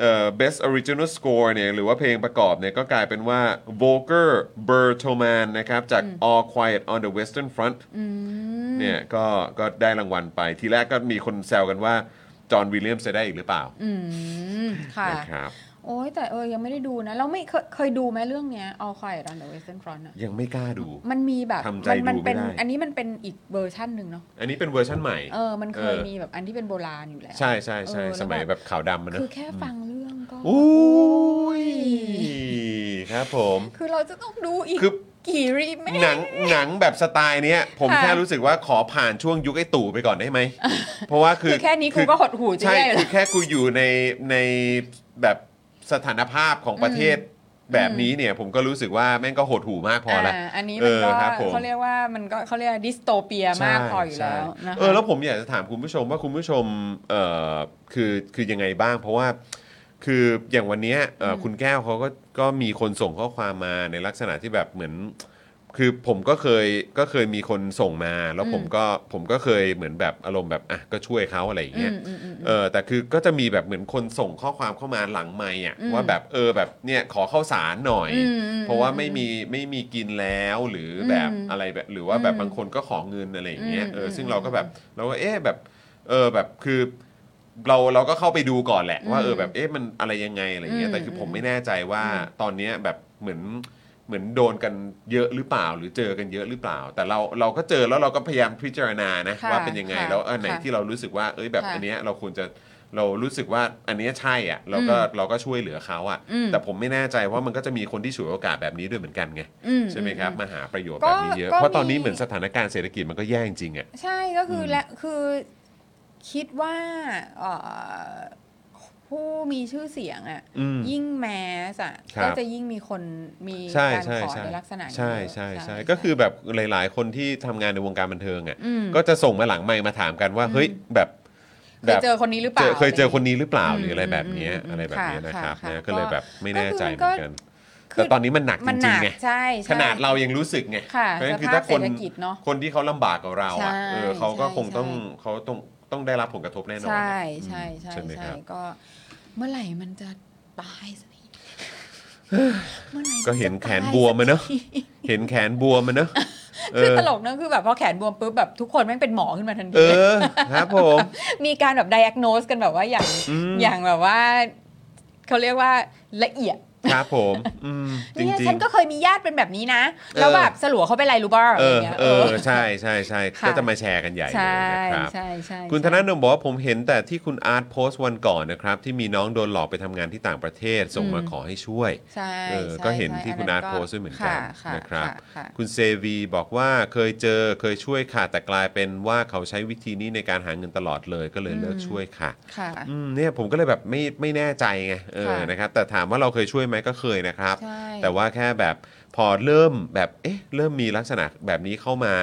Speaker 1: เอ่อ best original score เนี่ยหรือว่าเพลงประกอบเนี่ยก็กลายเป็นว่า Volker b e r t o m a n นะครับ จาก All Quiet on the Western Front เนี่ยก็ก็ได้รางวัลไปทีแรกก็มีคนแซวกันว่า จอห์นวิลเลียมจะได้อีกหรือเปล่า
Speaker 2: อืมค่ะ
Speaker 1: นะครับ
Speaker 2: โอ้ยแต่เออยังไม่ได้ดูนะเราไม่เคยเคยดูไหมเรื่องเนี้ย All Quiet on the Western Front อะ
Speaker 1: ยังไม่กล้าดู
Speaker 2: มันมีแบบ
Speaker 1: ทำใจ
Speaker 2: มัมั
Speaker 1: ดูไม่
Speaker 2: เป็น
Speaker 1: ได้
Speaker 2: อันนี้มันเป็นอีกเวอร์ชั่นหนึ่งเนาะ
Speaker 1: อันนี้เป็นเวอร์ชั่นใหม่
Speaker 2: เออมันเคย
Speaker 1: เออ
Speaker 2: มีแบบอันที่เป็นโบราณอยู่แล้ว
Speaker 1: ใช่ใช่ใช่
Speaker 2: เออแล้ว
Speaker 1: สมัยแบบขาวดำมันนะ
Speaker 2: คือแค่ฟังเรื่องก็
Speaker 1: อุ้ยครับผม
Speaker 2: คือเราจะต้องดูอีก
Speaker 1: คือ
Speaker 2: กี่รีเมค
Speaker 1: หนังหนังแบบสไตล์เนี้ย ผม
Speaker 2: ค่ะ
Speaker 1: แค่รู้สึกว่าขอผ่านช่วงยุคไอ้ตู่ไปก่อนได้ ไหม เพราะว่าคือ
Speaker 2: คือแค่นี้กูก็หดหู่จะ
Speaker 1: ใช่
Speaker 2: แย่อยู่แล้ว
Speaker 1: คือแค่กูอยู่ในในแบบสถานภาพของประเทศแบบนี้เนี่ย ผมก็รู้สึกว่าแม่งก็หดหู่มากพอละ
Speaker 2: าอันนี้
Speaker 1: เอ
Speaker 2: มัน
Speaker 1: อ
Speaker 2: ก็
Speaker 1: ครับผม
Speaker 2: เขาเรียกว่ามันก็เขาเรียกว่าดิสโทเปียมากพออยู่แล้ว
Speaker 1: ใช่
Speaker 2: นะคะ
Speaker 1: เออแล้วผมอยากจะถามคุณผู้ชมว่าคุณผู้ชมเอ่อคือคือยังไงบ้าง เพราะว่าคืออย่างวันเนี้ยเอ่ออคุณแก้วเขาก็ก็มีคนส่งข้อความมาในลักษณะที่แบบเหมือน คือผมก็เคยก็เคยมีคนส่งมา แล้วผมก็ผมก็เคยเหมือนแบบอารมณ์แบบอ่ะก็ช่วยเขาอะไรอย่างเงี้ย
Speaker 2: อืมอืมอืม
Speaker 1: เออแต่คือก็จะมีแบบเหมือนคนส่งข้อความเข้ามาหลังไม่อ่ะ
Speaker 2: อืม
Speaker 1: ว่าแบบเออแบบเนี่ยขอข้าวสารหน่อย
Speaker 2: อืมอืม
Speaker 1: เพราะว่าไม่มีไม่มีกินแล้วหรืออ
Speaker 2: ม
Speaker 1: แบบอะไรแบบหรือว่าแบบ
Speaker 2: อืม
Speaker 1: บางคนก็ขอเงินอะไรอย่างเงี้ย
Speaker 2: อืม
Speaker 1: เอออ
Speaker 2: ม
Speaker 1: ซึ่งเราก็แบบเราก็เอ๊ะแบบเออแบบคือ เราเราก็เข้าไปดูก่อนแหละ ว่าเออแบบเอ๊ะมันอะไรยังไงอะไรอย่างเงี้ย
Speaker 2: อืม
Speaker 1: แต่คือผมไม่แน่ใจว่าตอนเนี้ยแบบเหมือนเหมือนโดนกันเยอะหรือเปล่า หรือเจอกันเยอะหรือเปล่า แต่เราเราก็เจอแล้วเราก็พยายามพิจารณานะ
Speaker 2: ค่ะ
Speaker 1: ว่าเป็นยังไง
Speaker 2: ค่ะ
Speaker 1: แล้วอันไหน
Speaker 2: ค่ะ
Speaker 1: ที่เรารู้สึกว่าเอ้ยแบบ
Speaker 2: ค่ะ
Speaker 1: อันเนี้ยเราควรจะเรารู้สึกว่าอันเนี้ยใช่อ่ะเราก็เราก็ช่วยเหลือเขาอ่ะ
Speaker 2: อืม
Speaker 1: แต่ผมไม่แน่ใจว่ามันก็จะมีคนที่ฉวยโอกาสแบบนี้ด้วยเหมือนกันไง
Speaker 2: อื
Speaker 1: ใช่ไหมครับมาหาประโยชน์
Speaker 2: ก็
Speaker 1: แบบนี้เยอะ
Speaker 2: ก็
Speaker 1: เพราะตอน
Speaker 2: มี
Speaker 1: นี้เหมือนสถานการณ์เศรษฐกิจมันก็แย่จริงๆอ่ะ
Speaker 2: ใช่ก็คืออ
Speaker 1: ม
Speaker 2: และคือคิดว่าเอ่อผู้มีชื่อเสียงอ่ะ
Speaker 1: อืม
Speaker 2: ยิ่งแมสอ่ะ
Speaker 1: ครับ
Speaker 2: ก็จะยิ่งมีคนมี
Speaker 1: ใช่
Speaker 2: การ
Speaker 1: ใช่
Speaker 2: ขอ
Speaker 1: ใช่
Speaker 2: ในลักษณะนี้
Speaker 1: ใช่
Speaker 2: เยอะ
Speaker 1: ใช่ใช่ก็คือแบบหลาย ๆ คนที่ทำงานในวงการบันเทิงอ่ะ
Speaker 2: ม
Speaker 1: ก็จะส่งมาหลังไมค์มาถามกันว่าเฮ้ยแบบ
Speaker 2: เคยเจอคนนี้หรือเปล่า
Speaker 1: จเคยเจอคนนี้หรือเปล่า
Speaker 2: อืม
Speaker 1: หรืออะไรแบบเนี้ย
Speaker 2: อืม
Speaker 1: อะไรแบบเนี้ย
Speaker 2: ค่ะ
Speaker 1: นะครับ
Speaker 2: ค่ะ
Speaker 1: นะ
Speaker 2: ก็
Speaker 1: ก็เลยแบบไม่แน่ใจเห
Speaker 2: ก็
Speaker 1: มือน
Speaker 2: คือมันก็
Speaker 1: กัน แต่ตอนนี้มันหนักจ
Speaker 2: มันห
Speaker 1: ริ
Speaker 2: นั
Speaker 1: ง
Speaker 2: ก
Speaker 1: ๆไง
Speaker 2: ใช่ใช่
Speaker 1: ขนาดเรายังรู้สึกไง
Speaker 2: ค่ะ
Speaker 1: เพราะฉะนั้น
Speaker 2: สภาพ
Speaker 1: คือถ้าคน
Speaker 2: เศรษฐกิจเนอะ
Speaker 1: คนที่เขาลำบากกับเราอ่ะ
Speaker 2: ใช่
Speaker 1: เออเขาก็คงต้อง
Speaker 2: ใช่
Speaker 1: เขาต้องต้องได้รับผลกระทบแน่นอน
Speaker 2: ใช่
Speaker 1: อืม
Speaker 2: ใช่ใช่
Speaker 1: ไหม
Speaker 2: ใช่
Speaker 1: ครับ
Speaker 2: ก็เมื่อไหร่มันจะตายสักทีเมื่อไหร่มัจะ
Speaker 1: ก็เห็นแขนบวมมาเนอะ
Speaker 2: ตยสักที
Speaker 1: เห็นแขนบวมมันเนอะเอ
Speaker 2: คือ
Speaker 1: อ
Speaker 2: ตลกเนอะคือแบบพอแขนบวมปุ๊บแบบทุกคนแม่งเป็นหมอขึ้นมาทันที
Speaker 1: เออครับผม
Speaker 2: มีการแบบ diagnose กันแบบว่าอย่าง
Speaker 1: อืม
Speaker 2: อย่างแบบว่าเขาเรียกว่าละเอียด
Speaker 1: ครับผมอืมจริง
Speaker 2: เนี่ย
Speaker 1: จริ
Speaker 2: ฉั
Speaker 1: ง
Speaker 2: นก็เคยมีญาติเป็นแบบนี้นะ แล้ว
Speaker 1: เออ
Speaker 2: แบบสลัวเขาเป็นไรรู้บ้าอะ
Speaker 1: เอ
Speaker 2: ไร
Speaker 1: อ
Speaker 2: เงี้ย
Speaker 1: เออ
Speaker 2: เออ
Speaker 1: ใช่ใช่ใช่
Speaker 2: ค่ะ
Speaker 1: ก็จะมาแชร์กันใหญ่เล
Speaker 2: ใช่
Speaker 1: ยนะครับ
Speaker 2: ใช่ใช่
Speaker 1: คุณธ
Speaker 2: ใช่
Speaker 1: นาโนมบอกว่าผมเห็นแต่ที่คุณอาร์ตโพสต์วันก่อนนะครับ ที่มีน้องโดนหลอกไปทำงานที่ต่างประเทศส่งมา
Speaker 2: อืม
Speaker 1: ขอให้ช่วย
Speaker 2: ใช่
Speaker 1: เออ
Speaker 2: ใช่
Speaker 1: ก็เห็น
Speaker 2: ใช่
Speaker 1: ที่คุณอาร์ตโพสต์ด้วยเหมือนกันนะครับ
Speaker 2: ค่ะ
Speaker 1: คุณเซวีบอกว่าเคยเจอเคยช่วยค่ะแต่กลายเป็นว่าเขาใช้วิธีนี้ในการหาเงินตลอดเลยก็เลยเลิก
Speaker 2: อืม
Speaker 1: ช่วยค่ะ
Speaker 2: ค่ะ
Speaker 1: อืมเนี่ยผมก็เลยแบบไม่ไม่แน่ใจไงเออ
Speaker 2: ค่ะ
Speaker 1: นะครับ แต่ถามว่าเราเคยช่วยไหมก็เคยนะครับ
Speaker 2: ใช่
Speaker 1: แต่ว่าแค่แบบพอเริ่มแบบเอ๊ะเริ่มมีลักษณะแบบนี้เข้ามา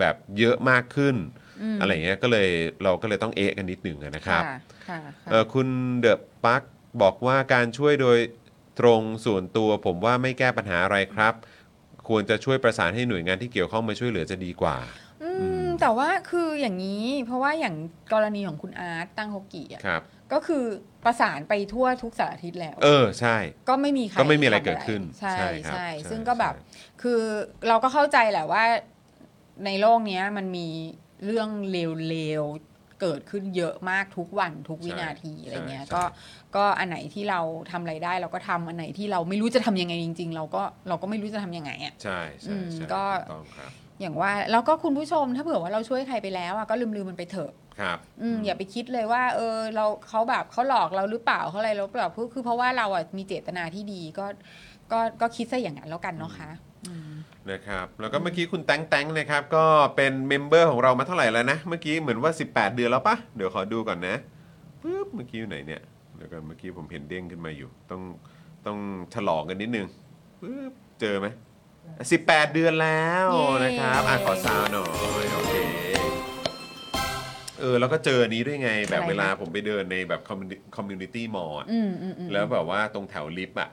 Speaker 1: แบบเยอะมากขึ้น
Speaker 2: อืม
Speaker 1: อะไรเงี้ยก็เลยเราก็เลยต้องเอะกันนิดหนึ่งอะนะครับ
Speaker 2: ค่ะค่ะค่ะ
Speaker 1: เอ่อคุณเดอะปักบอกว่าการช่วยโดยตรงส่วนตัวผมว่าไม่แก้ปัญหาอะไรครับ ควรจะช่วยประสานให้หน่วยงานที่เกี่ยวข้องมาช่วยเหลือจะดีกว่า
Speaker 2: อื
Speaker 1: อืม
Speaker 2: มแต่ว่าคืออย่างนี้ เพราะว่าอย่างกรณีของคุณอาร์ตตั้งฮกกี้อ่ะ
Speaker 1: ครับ
Speaker 2: ก็คือประสานไปทั่วทุกสารทิศแล้ว
Speaker 1: เออใช่
Speaker 2: ก็ไม่มีใคร
Speaker 1: ก็ไม่มีอะไร
Speaker 2: ทำ
Speaker 1: เกิดขึ้น
Speaker 2: ใช่
Speaker 1: ใช่ครั
Speaker 2: ใช่
Speaker 1: บใช่
Speaker 2: ซึ่งก็แบบ
Speaker 1: ใช่
Speaker 2: คือเราก็เข้าใจแหละว่า ในโลกเนี้ยมันมีเรื่องเลวๆเกิดขึ้นเยอะมากทุกวันทุกวินาทีอะไรเงี้ย
Speaker 1: ใช่
Speaker 2: ก็ก็อันไหนที่เราทำอะไรได้เราก็ทำอันไหนที่เราไม่รู้จะทำยังไงจริง ๆ เราก็เราก็ไม่รู้จะทำยังไงอ่ะ
Speaker 1: ใช่ใช่
Speaker 2: อืม
Speaker 1: ใช่
Speaker 2: ก็
Speaker 1: ถูต้องครับ
Speaker 2: อย่างว่าแล้วก็คุณผู้ชมถ้าเผื่อว่าเราช่วยใครไปแล้วอะก็ลืมๆมันไปเถอะ
Speaker 1: ครับ
Speaker 2: อืมอย่าไปคิดเลยว่า เออ เราเขาแบบเขาหลอกเราหรือเปล่าเขาอะไรเราเปล่าคือคือเพราะว่าเราอ่ะมีเจตนาที่ดีก็ ก็ก็คิดซะอย่างนั้นแล้วกันเนาะคะอืม
Speaker 1: นะครับแล้วก็เมื่อกี้คุณแตงแตงนะครับ ก็เป็นเมมเบอร์ของเรามาเท่าไหร่แล้วนะ เมื่อกี้เหมือนว่า 18 เดือนแล้วปะเดี๋ยวขอดูก่อนนะปึ๊บเมื่อกี้อยู่ไหนเนี่ยเดี๋ยวกันเมื่อกี้ผมเห็นเด้งขึ้นมาอยู่ ต้องต้องฉลองกันนิดนึงปึ๊บเจอไหม18 เดือนแล้ว
Speaker 2: เย้
Speaker 1: นะครับอ่ะขอซาวหน่อยโอเคเออแล้วก็เจออันนี้ด้วยไงแบบเวลาผมไปเดินในแบบคอมมูนิตี้มอลล์
Speaker 2: อืมอืมอืม
Speaker 1: แล้วแบบว่าตรงแถวลิฟต์อ่ะ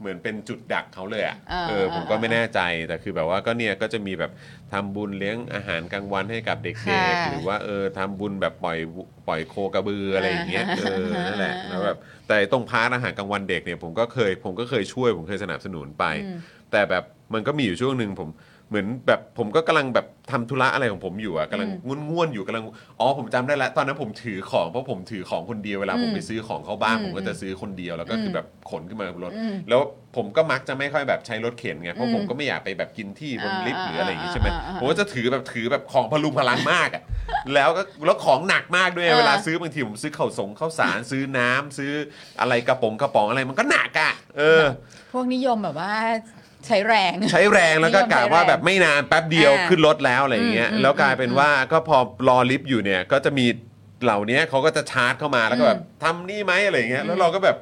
Speaker 1: เหมือนเป็นจุดดักเขาเลยอ่ะ
Speaker 2: อ่า
Speaker 1: เออผมก็
Speaker 2: อ่า
Speaker 1: ไม่แน่ใจแต่คือแบบว่าก็เนี่ยก็จะมีแบบทำบุญเลี้ยงอาหารกลางวันให้กับเด็ก
Speaker 2: ค่ะ
Speaker 1: ๆหรือว่าเออทำบุญแบบปล่อยปล่อยโคกระบืออะไรอย่างเงี้ย
Speaker 2: อ่า
Speaker 1: เออนั่นแหละ
Speaker 2: อ่า
Speaker 1: แล้วแบบแต่ตรงพาร์ทอาหารกลางวันเด็กเนี่ยผมก็เคยผมก็เคยช่วยผมเคยสนับสนุนไป
Speaker 2: อืม
Speaker 1: แต่แบบมันก็มีอยู่ช่วงหนึ่งผมเหมือนแบบผมก็กำลังแบบทำธุระอะไรของผมอยู่อะกำลังง่วนๆอยู่กำลังอ๋อผมจำได้ละตอนนั้นผมถือของเพราะผมถือของคนเดียวเวลา
Speaker 2: อืม
Speaker 1: ผมไปซื้อของเข้าบ้าน
Speaker 2: อืม
Speaker 1: ผมก็จะซื้อคนเดียวแล้วก็
Speaker 2: อืม
Speaker 1: คือแบบขนขึ้นมาบนรถ
Speaker 2: อืม
Speaker 1: แล้วผมก็มักจะไม่ค่อยแบบใช้รถเข็นไงเพราะ
Speaker 2: อืม
Speaker 1: ผมก็ไม่อยากไปแบบกินที่บน
Speaker 2: อ่า
Speaker 1: ลิฟต์หรืออะไรอย่างงี้ใช่ไหม
Speaker 2: อ่าอ่าอ่า
Speaker 1: ผมก็จะถือแบบถือแบบของพลุงพลังมากอะแล้วก็แล้วของหนักมากด้วย
Speaker 2: เออ
Speaker 1: เวลาซื้อบางทีผมซื้อข้าวสงข้าวสารซื้อน้ำซื้ออะไรกระป๋องกระป๋องอะไรมันก็หนักอะเออ
Speaker 2: พวกนิยมแบบว่าใช้แรง
Speaker 1: ใช้แรงแล้วก็กะว่าแบบไม่นานแป๊บเดียว
Speaker 2: อ่า
Speaker 1: ขึ้นรถแล้วอะไรอย่างเงี้ย
Speaker 2: อืม
Speaker 1: แล้วกลายเป็นว่าก็พอรอลิฟต์อยู่เนี่ยก็จะมีเหล่านี้เขาก็จะชาร์จเข้ามาแล้วก็แบบทำนี่ไหมอะไรอย่างเงี้ย
Speaker 2: อืม
Speaker 1: แล้วเราก็แบบ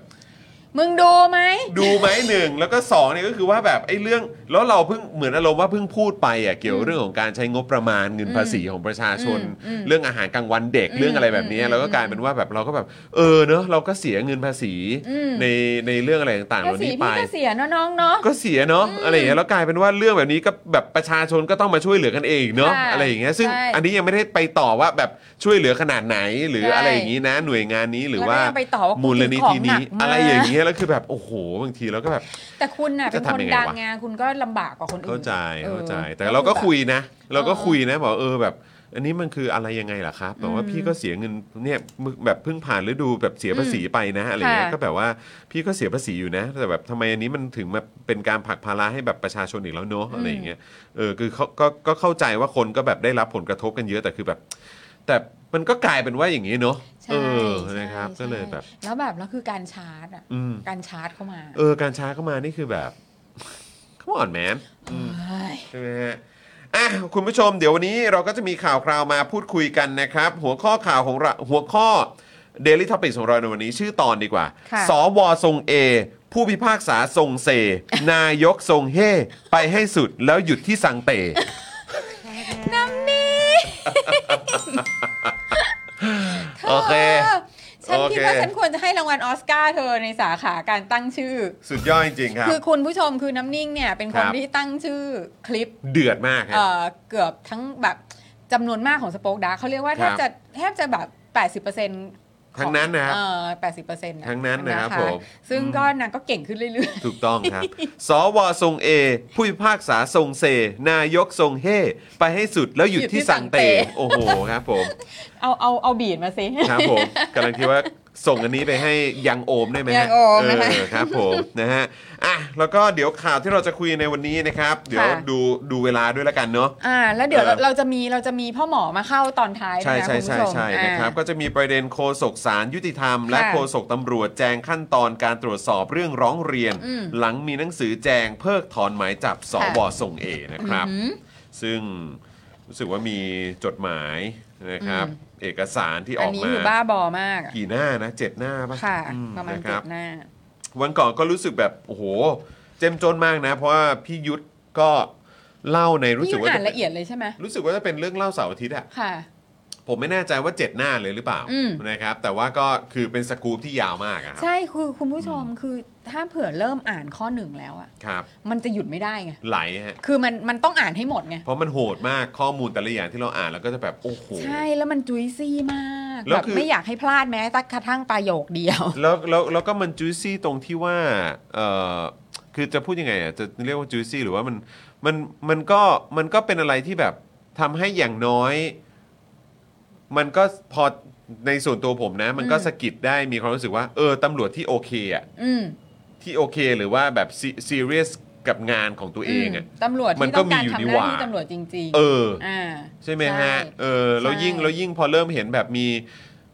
Speaker 2: มึงดูไหม
Speaker 1: ดูไหมหนึ่งแล้วก็สองเนี่ยก็คือว่าแบบไอ้เรื่องแล้วเราเพิ่งเหมือนอารมณ์ว่าเพิ่งพูดไปอ่ะเกี่ยวเรื่องของการใช้งบประมาณเงินภาษีของประชาชน
Speaker 2: อืมอืม
Speaker 1: เรื่องอาหารกลางวันเด็ก
Speaker 2: อืม
Speaker 1: เรื่องอะไรแบบเนี้ย
Speaker 2: อืม
Speaker 1: แล้วก็กลายเป็นว่าแบบเราก็แบบเออเนอะเราก็เสียเงินภาษี
Speaker 2: อืม
Speaker 1: ในในเรื่องอะไรต่างๆเห
Speaker 2: ก็
Speaker 1: ล่า
Speaker 2: สี
Speaker 1: นี้ไป
Speaker 2: พี่ก็เสียเนอะน้องเนาะ
Speaker 1: ก็เสียเนาะอะไรอย่างเงี้ยแล้วกลายเป็นว่าเรื่องแบบนี้ก็แบบประชาชนก็ต้องมาช่วยเหลือกันเองเนาะ
Speaker 2: ค่ะ
Speaker 1: อะไรอย่างเงี้ยซึ่ง
Speaker 2: ใช่
Speaker 1: อันนี้ยังไม่ได้ไปต่อว่าแบบช่วยเหลือขนาดไหนหรือ
Speaker 2: ใช่
Speaker 1: อะไรอย่างงี้นะ หน่วยงานนี้หรือ
Speaker 2: แล้วก็
Speaker 1: ว่า
Speaker 2: ยังไปต่อว่ากู
Speaker 1: มูลนิธิ
Speaker 2: กินของหนั
Speaker 1: นี้
Speaker 2: กมาก
Speaker 1: อะไรอย่างเงี้ยแล้วคือแบบโอ้โหบางทีเราก็แบบ
Speaker 2: แต่คุณน่ะเป็
Speaker 1: จะ
Speaker 2: นค
Speaker 1: ทำ
Speaker 2: น
Speaker 1: ยังไง
Speaker 2: ดัง
Speaker 1: วะ
Speaker 2: ไงคุณก็ลำบากกว่าคนอื่น
Speaker 1: เข้าใจ
Speaker 2: ออ
Speaker 1: เข้าใจ แต่เราก็คุยนะ เราก็คุยนะบอกเออแบบ อันนี้มันคืออะไรยังไงล่ะครับบอกว่า
Speaker 2: อืม
Speaker 1: พี่ก็เสียเงินเนี่ยมึงแบบเพิ่งผ่านฤดูแบบเสียภาษีไปนะอะไรเงี้ย
Speaker 2: ค่ะ
Speaker 1: ก็แบบว่าพี่ก็เสียภาษีอยู่นะ แต่แบบทำไมอันนี้มันถึงมาเป็นการผลักภาระให้แบบประชาชนอีกแล้วเนอะอะไรอย่างเงี้ยเออคือเขาก็ก็เข้าใจว่าคนก็แบบได้รับผลกระทบกันเยอะแต่คือแบบ แต่มันก็กลายเป็นว่าอย่างนี้เนอะ
Speaker 2: ใช่
Speaker 1: เออ
Speaker 2: ใช่
Speaker 1: นะครับ
Speaker 2: ใช่
Speaker 1: ก็เลยแบบ
Speaker 2: แล้วแบบแล้วคือการชาร์จอ่ะ
Speaker 1: อืม
Speaker 2: การชาร์จเข้ามา
Speaker 1: เออการช้าเข้ามานี่คือแบบ come on man อืม
Speaker 2: เฮ้ย
Speaker 1: ใช่ไหมฮะอ่ะคุณผู้ชมเดี๋ยววันนี้เราก็จะมีข่าวคราวมาพูดคุยกันนะครับ หัวข้อข่าวของเราหัวข้อ Daily t o p i c ของเราในวันนี้ชื่อตอนดีกว่า
Speaker 2: ค่ะ
Speaker 1: สวทรงเอ ผู้พิพากษาทรงเซ นายกทรงเฮ ไปให้สุดแล้วหยุดที่สังเต
Speaker 2: น้ำนิ่ง
Speaker 1: โอเค
Speaker 2: ฉันคิดว่า
Speaker 1: โอเค
Speaker 2: ฉันควรจะให้รางวัลออสการ์เธอในสาขาการตั้งชื่อ
Speaker 1: สุดยอดจริงๆครับ
Speaker 2: คือคุณผู้ชมคือน้ำนิ่งเนี่ย เป็นค
Speaker 1: ครั
Speaker 2: น
Speaker 1: บ
Speaker 2: ที่ตั้งชื่อคลิป
Speaker 1: เดือดมากฮะ
Speaker 2: เอ่อเกือบทั้งแบบจำนวนมากของสป o อ e ดาร์เขาเรียกว่า
Speaker 1: ค
Speaker 2: แท
Speaker 1: รั
Speaker 2: บบ จะแทบจะแบบ 80%
Speaker 1: ทั้งนั้นนะครับ
Speaker 2: เออ80เปอร์เซ็นต์
Speaker 1: ทั้งนั้นนะครับผม
Speaker 2: ซึ่งก็นางก็เก่งขึ้นเรื่อย
Speaker 1: ถูกต้องครับ สวทรงเอ ผู้พิพากษาทรงเซ นายกทรงเฮ ไปให้สุดแล้วหยุดที่สังเต
Speaker 2: หยุดที่สังเต
Speaker 1: โอ้โหครับผม
Speaker 2: ๆ เอาเอาเอาบีดมาสิ
Speaker 1: ครับผมกำลังคิดว่า ส่งอันนี้ไปให้ยังโอมได้ไหมฮะ
Speaker 2: ยังโอมนะคะ
Speaker 1: เออครับผมนะฮะอ่ะแล้วก็เดี๋ยวข่าวที่เราจะคุยในวันนี้นะครับ เดี๋ยวดูดูเวลาด้วยละกันเนาะ
Speaker 2: อ่า แล้วเดี๋ยวเรา
Speaker 1: เออ
Speaker 2: เราจะมีเราจะมีพ่อหมอมาเข้าตอนท้ายด้ว
Speaker 1: ใช่
Speaker 2: ยนะ
Speaker 1: ใช่
Speaker 2: คุณ
Speaker 1: ใช่
Speaker 2: ผู้ชม
Speaker 1: ใช่
Speaker 2: อ่า
Speaker 1: นะครับก็จะมีประเด็นโคศกสารยุติธรรม และ
Speaker 2: ค่ะ
Speaker 1: โคศกตำรวจแจงขั้นตอนการตรวจสอบเรื่องร้องเรียน
Speaker 2: อืม
Speaker 1: หลังมีหนังสือแจงเพิกถอนหมายจับส
Speaker 2: ค่ะ
Speaker 1: วส่งเอนะครับ ซึ่งรู้สึกว่ามีจดหมายนะครับ เอกสารที่อ
Speaker 2: อัน
Speaker 1: อก
Speaker 2: นี้
Speaker 1: มา
Speaker 2: คือบ้าบอมากอะ
Speaker 1: กี่หน้านะเจ็ดหน้าป่ะ
Speaker 2: ค่ะ
Speaker 1: อืม
Speaker 2: ประมาณ
Speaker 1: นค
Speaker 2: เจ็
Speaker 1: รับ
Speaker 2: ดหน้า
Speaker 1: วันก่อนก็รู้สึกแบบ โอ้โห เจ้มจนมากนะ เพราะว่าพี่ยุทธก็เล่าในรู้
Speaker 2: นี่
Speaker 1: สึกว่า
Speaker 2: อ่านละเอียดเลยใช่ไหม
Speaker 1: รู้สึกว่าจะเป็นเรื่องเล่าเสาร์อาทิตย์อะ
Speaker 2: ค่ะ
Speaker 1: ผมไม่แน่ใจว่าเจ็ดหน้าเลยหรือเปล่า
Speaker 2: อืม
Speaker 1: นะครับ แต่ว่าก็คือเป็นสกู๊ปที่ยาวมากอะครับ
Speaker 2: ใช่คือคุณผู้ชมคือถ้าเผื่อเริ่มอ่านข้อหนึ่งแล้วอะ
Speaker 1: ครับ
Speaker 2: มันจะหยุดไม่ได้ไง
Speaker 1: ไหลฮะ
Speaker 2: คือมันมันต้องอ่านให้หมดไง
Speaker 1: เพราะมันโหดมากข้อมูลแต่ละอย่างที่เราอ่านแล้วก็จะแบบโอ้โห
Speaker 2: ใช่แล้วมันจุยซี่มาก
Speaker 1: แล้ว
Speaker 2: แบบ
Speaker 1: คือ
Speaker 2: ไม่อยากให้พลาดแม้แต่กระทั่งประโยคเดี ยว
Speaker 1: แล้วแล้วแล้วก็มันจูซี่ตรงที่ว่าเออคือจะพูดยังไงอ่ะจะเรียกว่าจูซี่หรือว่ามันมันมันก็มันก็เป็นอะไรที่แบบทำให้อย่างน้อย มันก็พอในส่วนตัวผมนะ มันก็
Speaker 2: อืม
Speaker 1: สะกิดได้มีความรู้สึกว่า เออตำรวจที่โอเคอ่ะ
Speaker 2: อืม
Speaker 1: ที่โอเค หรือว่าแบบซีเรียสกับงานของตัวเองอ่ะ
Speaker 2: มตำรวจ
Speaker 1: มัน
Speaker 2: ที่
Speaker 1: ก็
Speaker 2: ต้องการ
Speaker 1: มีอยู่
Speaker 2: ทำ
Speaker 1: นี่
Speaker 2: ห
Speaker 1: ห
Speaker 2: น้า
Speaker 1: ว่า
Speaker 2: ที่ตำรวจจริง
Speaker 1: เออ
Speaker 2: ๆอ่า
Speaker 1: ใช่ไหมฮะ
Speaker 2: ใช่
Speaker 1: เออ แล้วยิ่ง
Speaker 2: ใช่
Speaker 1: แล้วยิ่งพอเริ่มเห็นแบบมี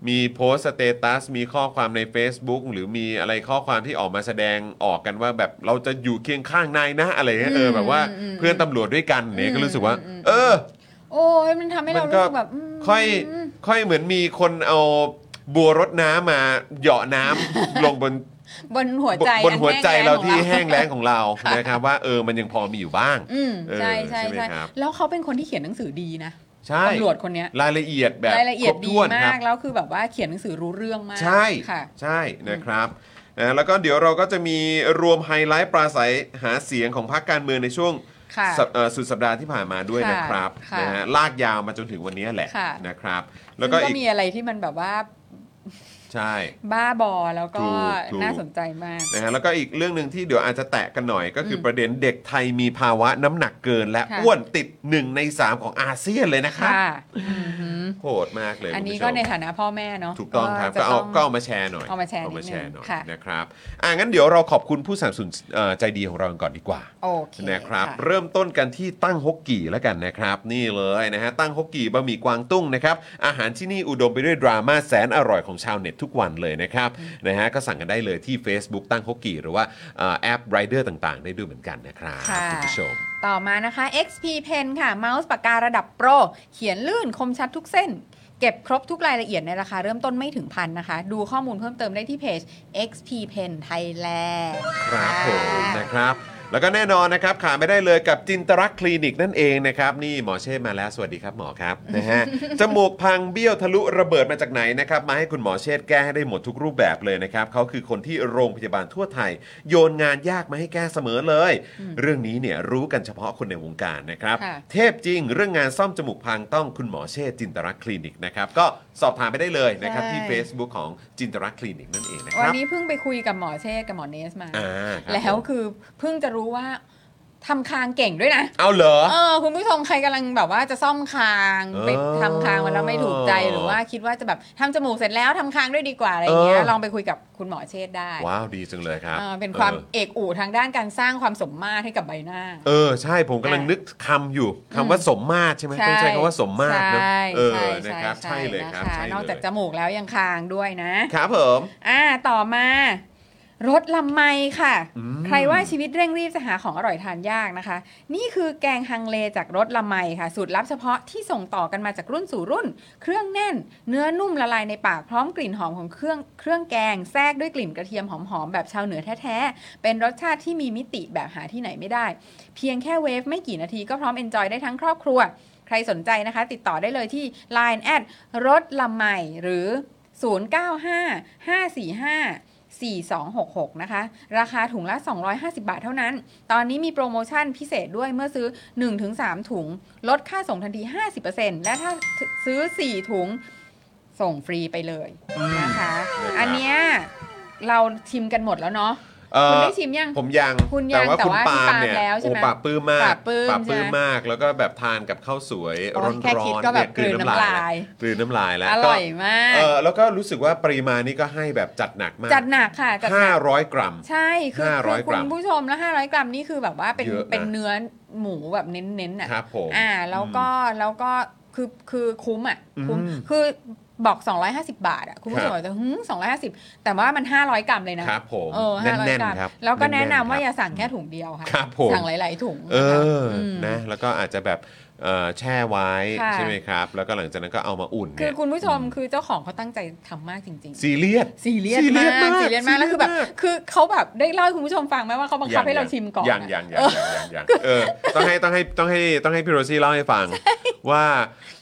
Speaker 1: มีโพสต์สเตตัส มีข้อความใน Facebook หรือมีอะไรข้อความที่ออกมาแสดงออกกันว่าแบบเราจะอยู่เคียงข้างนายนะ อะไรเงี้ย เออ แบบว่าเพื่อนตำรวจด้วยกันเนี่ยก็รู้สึกว่า เออ
Speaker 2: โอ้ยมันทำให้เรารู้สึกแบบม
Speaker 1: ค่อยค่อยเหมือนมีคนเอาบัวรดน้ำมาเหยาะน้ำ ลงบน
Speaker 2: บน หัวใจ
Speaker 1: บนหัวใจเราที่
Speaker 2: อัน
Speaker 1: แห้งแล้งของเรา นะครับว่าเออมันยังพอมีอยู่บ้าง
Speaker 2: อืมใช่
Speaker 1: เออ
Speaker 2: ใช่
Speaker 1: ใช่ไหม
Speaker 2: ใช่
Speaker 1: ครับ
Speaker 2: แล้วเขาเป็นคนที่เขียนหนังสือดีนะ
Speaker 1: ใช่
Speaker 2: ตำรวจคนเนี้ย
Speaker 1: รายละเอียดแบบ
Speaker 2: รายละเอียด
Speaker 1: ครบ
Speaker 2: ดี
Speaker 1: ถ้วนค
Speaker 2: มา
Speaker 1: รับ
Speaker 2: กแล้วคือแบบว่าเขียนหนังสือรู้เรื่องมาก
Speaker 1: ใช่
Speaker 2: ค่ะ
Speaker 1: ใช่นะครับนะแล้วก็เดี๋ยวเราก็จะมีรวมไฮไลท์ปราศัยหาเสียงของพรรคการเมืองในช่วง
Speaker 2: ค่ะ
Speaker 1: สัปเอ่อสุดสัปดาห์ที่ผ่านมาด้วยนะครับ
Speaker 2: ค่ะ
Speaker 1: นะฮะลากยาวมาจนถึงวันนี้แหละ
Speaker 2: ค่ะ
Speaker 1: นะครับ แล้
Speaker 2: ซึ่
Speaker 1: ว
Speaker 2: ง
Speaker 1: ก็
Speaker 2: ก็
Speaker 1: อีก
Speaker 2: มีอะไรที่มันแบบว่า
Speaker 1: ใช่
Speaker 2: บ้าบอแล้วก็
Speaker 1: ถูกถูก
Speaker 2: น่าสนใจมาก
Speaker 1: นะฮะแล้วก็อีกเรื่องหนึ่งที่เดี๋ยวอาจจะแตะกันหน่อย ก็คืออ
Speaker 2: ม
Speaker 1: ประเด็นเด็กไทยมีภาวะน้ำหนักเกิน และ
Speaker 2: ค่ะ
Speaker 1: อ้วนติด 1 ใน 3 ของอาเซียนเลยนะครับ
Speaker 2: ค่ะอือหือ
Speaker 1: โหดมากเลย
Speaker 2: อันนี้
Speaker 1: คุณผู้ช
Speaker 2: ก็
Speaker 1: ม
Speaker 2: ในฐานะพ่อแม่เนาะ
Speaker 1: ถูกต้องครับ
Speaker 2: จะ
Speaker 1: ก็เอา
Speaker 2: ง
Speaker 1: ก็เอามาแชร์หน่อย
Speaker 2: เอามาแชร์นิดนึง
Speaker 1: หน่อย
Speaker 2: ค่ะ
Speaker 1: นะครับอ่ะงั้นเดี๋ยวเราขอบคุณผู้สนับสนุนเอ่อใจดีของเรากันก่อนดีกว่า
Speaker 2: โอเค
Speaker 1: นะครับ
Speaker 2: ะ
Speaker 1: เริ่มต้นกันที่ตั้งฮกกี่แล้วกันนะครับ นี่เลยนะฮะตั้งฮกกี่บะหมี่กวางตุ้งนะครับอาหารที่นี่อุดมไปด้วยดราม่าแสนอร่อยของชาวเน็ตทุกวันเลยนะครับนะฮะก็สั่งกันได้เลยที่ Facebook ตั้งฮกกี่หรือว่าเอ่อแอปไรเดอร์ต่างๆ ได้ด้วยเหมือนกันนะครับ
Speaker 2: ค่ะ
Speaker 1: คุณผู้ชม
Speaker 2: ต่อมานะคะ XP Pen ค่ะ เมาส์ปากการะดับโปร เขียนลื่นคมชัดทุกเส้น เก็บครบทุกรายละเอียดในราคาเริ่มต้นไม่ถึงพันนะคะ ดูข้อมูลเพิ่มเติมได้ที่เพจ XP Pen Thailand
Speaker 1: ครับผม
Speaker 2: ค่ะ
Speaker 1: นะครับ แล้วก็แน่นอนนะครับขาดไม่ได้เลยกับจินตรักษณ์คลินิกนั่นเองนะครับ นี่หมอเชษมาแล้วสวัสดีครับหมอ ครับ นะฮะจมูกพังเบี้ยวทะลุระเบิดมาจากไหนนะครับ มาให้คุณหมอเชษแก้ให้ได้หมดทุกรูปแบบเลยนะครับเขาคือคนที่โรงพยาบาลทั่วไทย โยนงานยากมาให้แก้เสมอเลย เรื่องนี้เนี่ยรู้กันเฉพาะคนในวงการนะครับ
Speaker 2: ค่ะ
Speaker 1: เทพจริง เรื่องงานซ่อมจมูกพังต้องคุณหมอเชษจินตรักษณ์คลินิกนะครับก็สอบถามไปได้เลยนะครับที่ Facebook ของจินตรักษณ์คลินิกนั่นเองนะค
Speaker 2: วัน
Speaker 1: รับ
Speaker 2: นี้เพิ่งไปคุยกับหมอเชษกับหมอเนสมา
Speaker 1: อ่าครับ
Speaker 2: แล้ว
Speaker 1: ผม
Speaker 2: คือเพิ่งจะรู้ว่าทำคางเก่งด้วยนะ
Speaker 1: เอาเหรอ
Speaker 2: เออคุณผู้ชมใครกำลังแบบว่าจะซ่อมคาง
Speaker 1: เออ
Speaker 2: ไปทำคางมันแล้วไม่ถูกใจหรือว่าคิดว่าจะแบบทำจมูกเสร็จแล้วทำคางด้วยดีกว่าอะไรอย่างเงี้ย
Speaker 1: เออ
Speaker 2: ลองไปคุยกับคุณหมอเชษได้
Speaker 1: ว้าว ดีจังเลยครับ
Speaker 2: เอ่อเป็นความ
Speaker 1: ออ
Speaker 2: เอกอู่ทางด้านการสร้างความสมมาตรให้กับใบหน้า
Speaker 1: เออ ใช่ผมกำลังนึกคำอยู่คำว่าสมมาตรใช่ไหม
Speaker 2: ใช่
Speaker 1: ต้องใช้คำว่าสมมาตรเนอะ
Speaker 2: ใช่
Speaker 1: เออ
Speaker 2: ใช่
Speaker 1: นะครับใช่เลยครับ
Speaker 2: นะคะ
Speaker 1: ใช่เลย
Speaker 2: นอกจากจมูกแล้วยังคางด้วยนะครับ
Speaker 1: ผม
Speaker 2: อ่าต่อมา รถลำไมค่ะ ใครว่าชีวิตเร่งรีบจะหาของอร่อยทานยากนะคะ นี่คือแกงฮังเลจากรถละไมค่ะ สูตรลับเฉพาะที่ส่งต่อกันมาจากรุ่นสู่รุ่น เครื่องแน่น เนื้อนุ่มละลายในปากพร้อมกลิ่นหอมของเครื่องเครื่องแกงแทรกด้วยกลิ่นกระเทียมหอมๆแบบชาวเหนือแท้ๆเป็นรสชาติที่มีมิติแบบหาที่ไหนไม่ได้ เพียงแค่เวฟไม่กี่นาทีก็พร้อมเอนจอยได้ทั้งครอบครัว ใครสนใจนะคะ ติดต่อได้เลยที่ Line แอดรถละไมหรือ 095 545 4266 นะคะ ราคาถุงละ 250 บาทเท่านั้น ตอนนี้มีโปรโมชั่นพิเศษด้วยเมื่อซื้อ 1-3 ถุง ลดค่าส่งทันที 50%และถ้าซื้อ 4 ถุงส่งฟรีไปเลยนะคะ อันเนี้ยเราชิมกันหมดแล้วเนาะ
Speaker 1: เอ่
Speaker 2: คุณ
Speaker 1: อ
Speaker 2: ได้ชิมยัง
Speaker 1: ผมยัง
Speaker 2: คุณยั
Speaker 1: แต่
Speaker 2: ง
Speaker 1: ว่า
Speaker 2: แต่
Speaker 1: คุณ
Speaker 2: ว่า
Speaker 1: ปาล์ม
Speaker 2: คุณปาล์ม
Speaker 1: เนี่ย
Speaker 2: แล้วใช่
Speaker 1: โอ้
Speaker 2: ไหม
Speaker 1: ปลาบปลื้มมาก
Speaker 2: ปลาบปลื้ม
Speaker 1: ปลาบปลื้ม
Speaker 2: ใช่ไหม
Speaker 1: มากแล้วก็แบบทานกับข้าวสวย
Speaker 2: โอ้
Speaker 1: ร้
Speaker 2: ยแค่คิด
Speaker 1: อนๆ
Speaker 2: ก็แบบ
Speaker 1: เนี่ยกลืนน้ำลาย
Speaker 2: กลืนน้ำลาย
Speaker 1: กลืนน้ำลายแล้ว
Speaker 2: อร่อยมาก
Speaker 1: เออแล้วก็รู้สึกว่าปริมาณนี้ก็ให้แบบจัดหนักมาก
Speaker 2: จัดหนักค่ะจัดหนัก
Speaker 1: 500 กรัม
Speaker 2: ใช่คือ
Speaker 1: 500
Speaker 2: คือก คุ
Speaker 1: รั
Speaker 2: ณ
Speaker 1: ม
Speaker 2: ผู้ชมแล้ว500 กรัมนี่คือแบบว่าเป็น
Speaker 1: เยอะนะ
Speaker 2: เป็นเนื้อหมูแบบเน้นๆอ่ะ
Speaker 1: ครับผม
Speaker 2: อ่าแล้วก็แล้วก็คือคือคุ้มอ่ะคุ้ม
Speaker 1: อืม
Speaker 2: คือบอก 250 บาทอ่ะคุณผู้ชม
Speaker 1: ครับ
Speaker 2: อาจจะหึสองร้อยห้าสิบแต่ว่ามัน 500 กรัมเลยนะครับ
Speaker 1: ผม
Speaker 2: เออ
Speaker 1: แ
Speaker 2: ห้าร้อย
Speaker 1: น่น
Speaker 2: กรัม
Speaker 1: ๆครับ
Speaker 2: แล้วก็แนะนำว่าอ
Speaker 1: ๆครับ
Speaker 2: ย่าสั่งแค่ถุงเดียวค่ะ
Speaker 1: ครับผม
Speaker 2: สั่งหลาย ๆ ถุง
Speaker 1: เออ
Speaker 2: นะคะม
Speaker 1: นะแล้วก็อาจจะแบบเอ่อแช่ไว้
Speaker 2: ค่ะ
Speaker 1: ใช่ไหมครับ แล้วก็หลังจากนั้นก็เอามาอุ่น
Speaker 2: คื
Speaker 1: เนี่
Speaker 2: อย คุณผู้ชมคือเจ้าของเขาตั้งใจทำมากจริง ๆ
Speaker 1: ซีเรียส
Speaker 2: ซีเรียส
Speaker 1: ซีเรี
Speaker 2: มายก
Speaker 1: สมาก
Speaker 2: ซีเรียสมากแล้วคือแบบ
Speaker 1: ซีเรียสมาก
Speaker 2: คือเขาแบบได้เล่าให้คุณผู้ชมฟังไหมว่าเขาบังคับให้เราชิมก่อน
Speaker 1: อย่าง
Speaker 2: อะ
Speaker 1: อย่างอย่างอย่างอย่างเออต้องให้ต้องให้ต้องให้ต้องให้พี่โรซี่เล่าให้ฟังว่า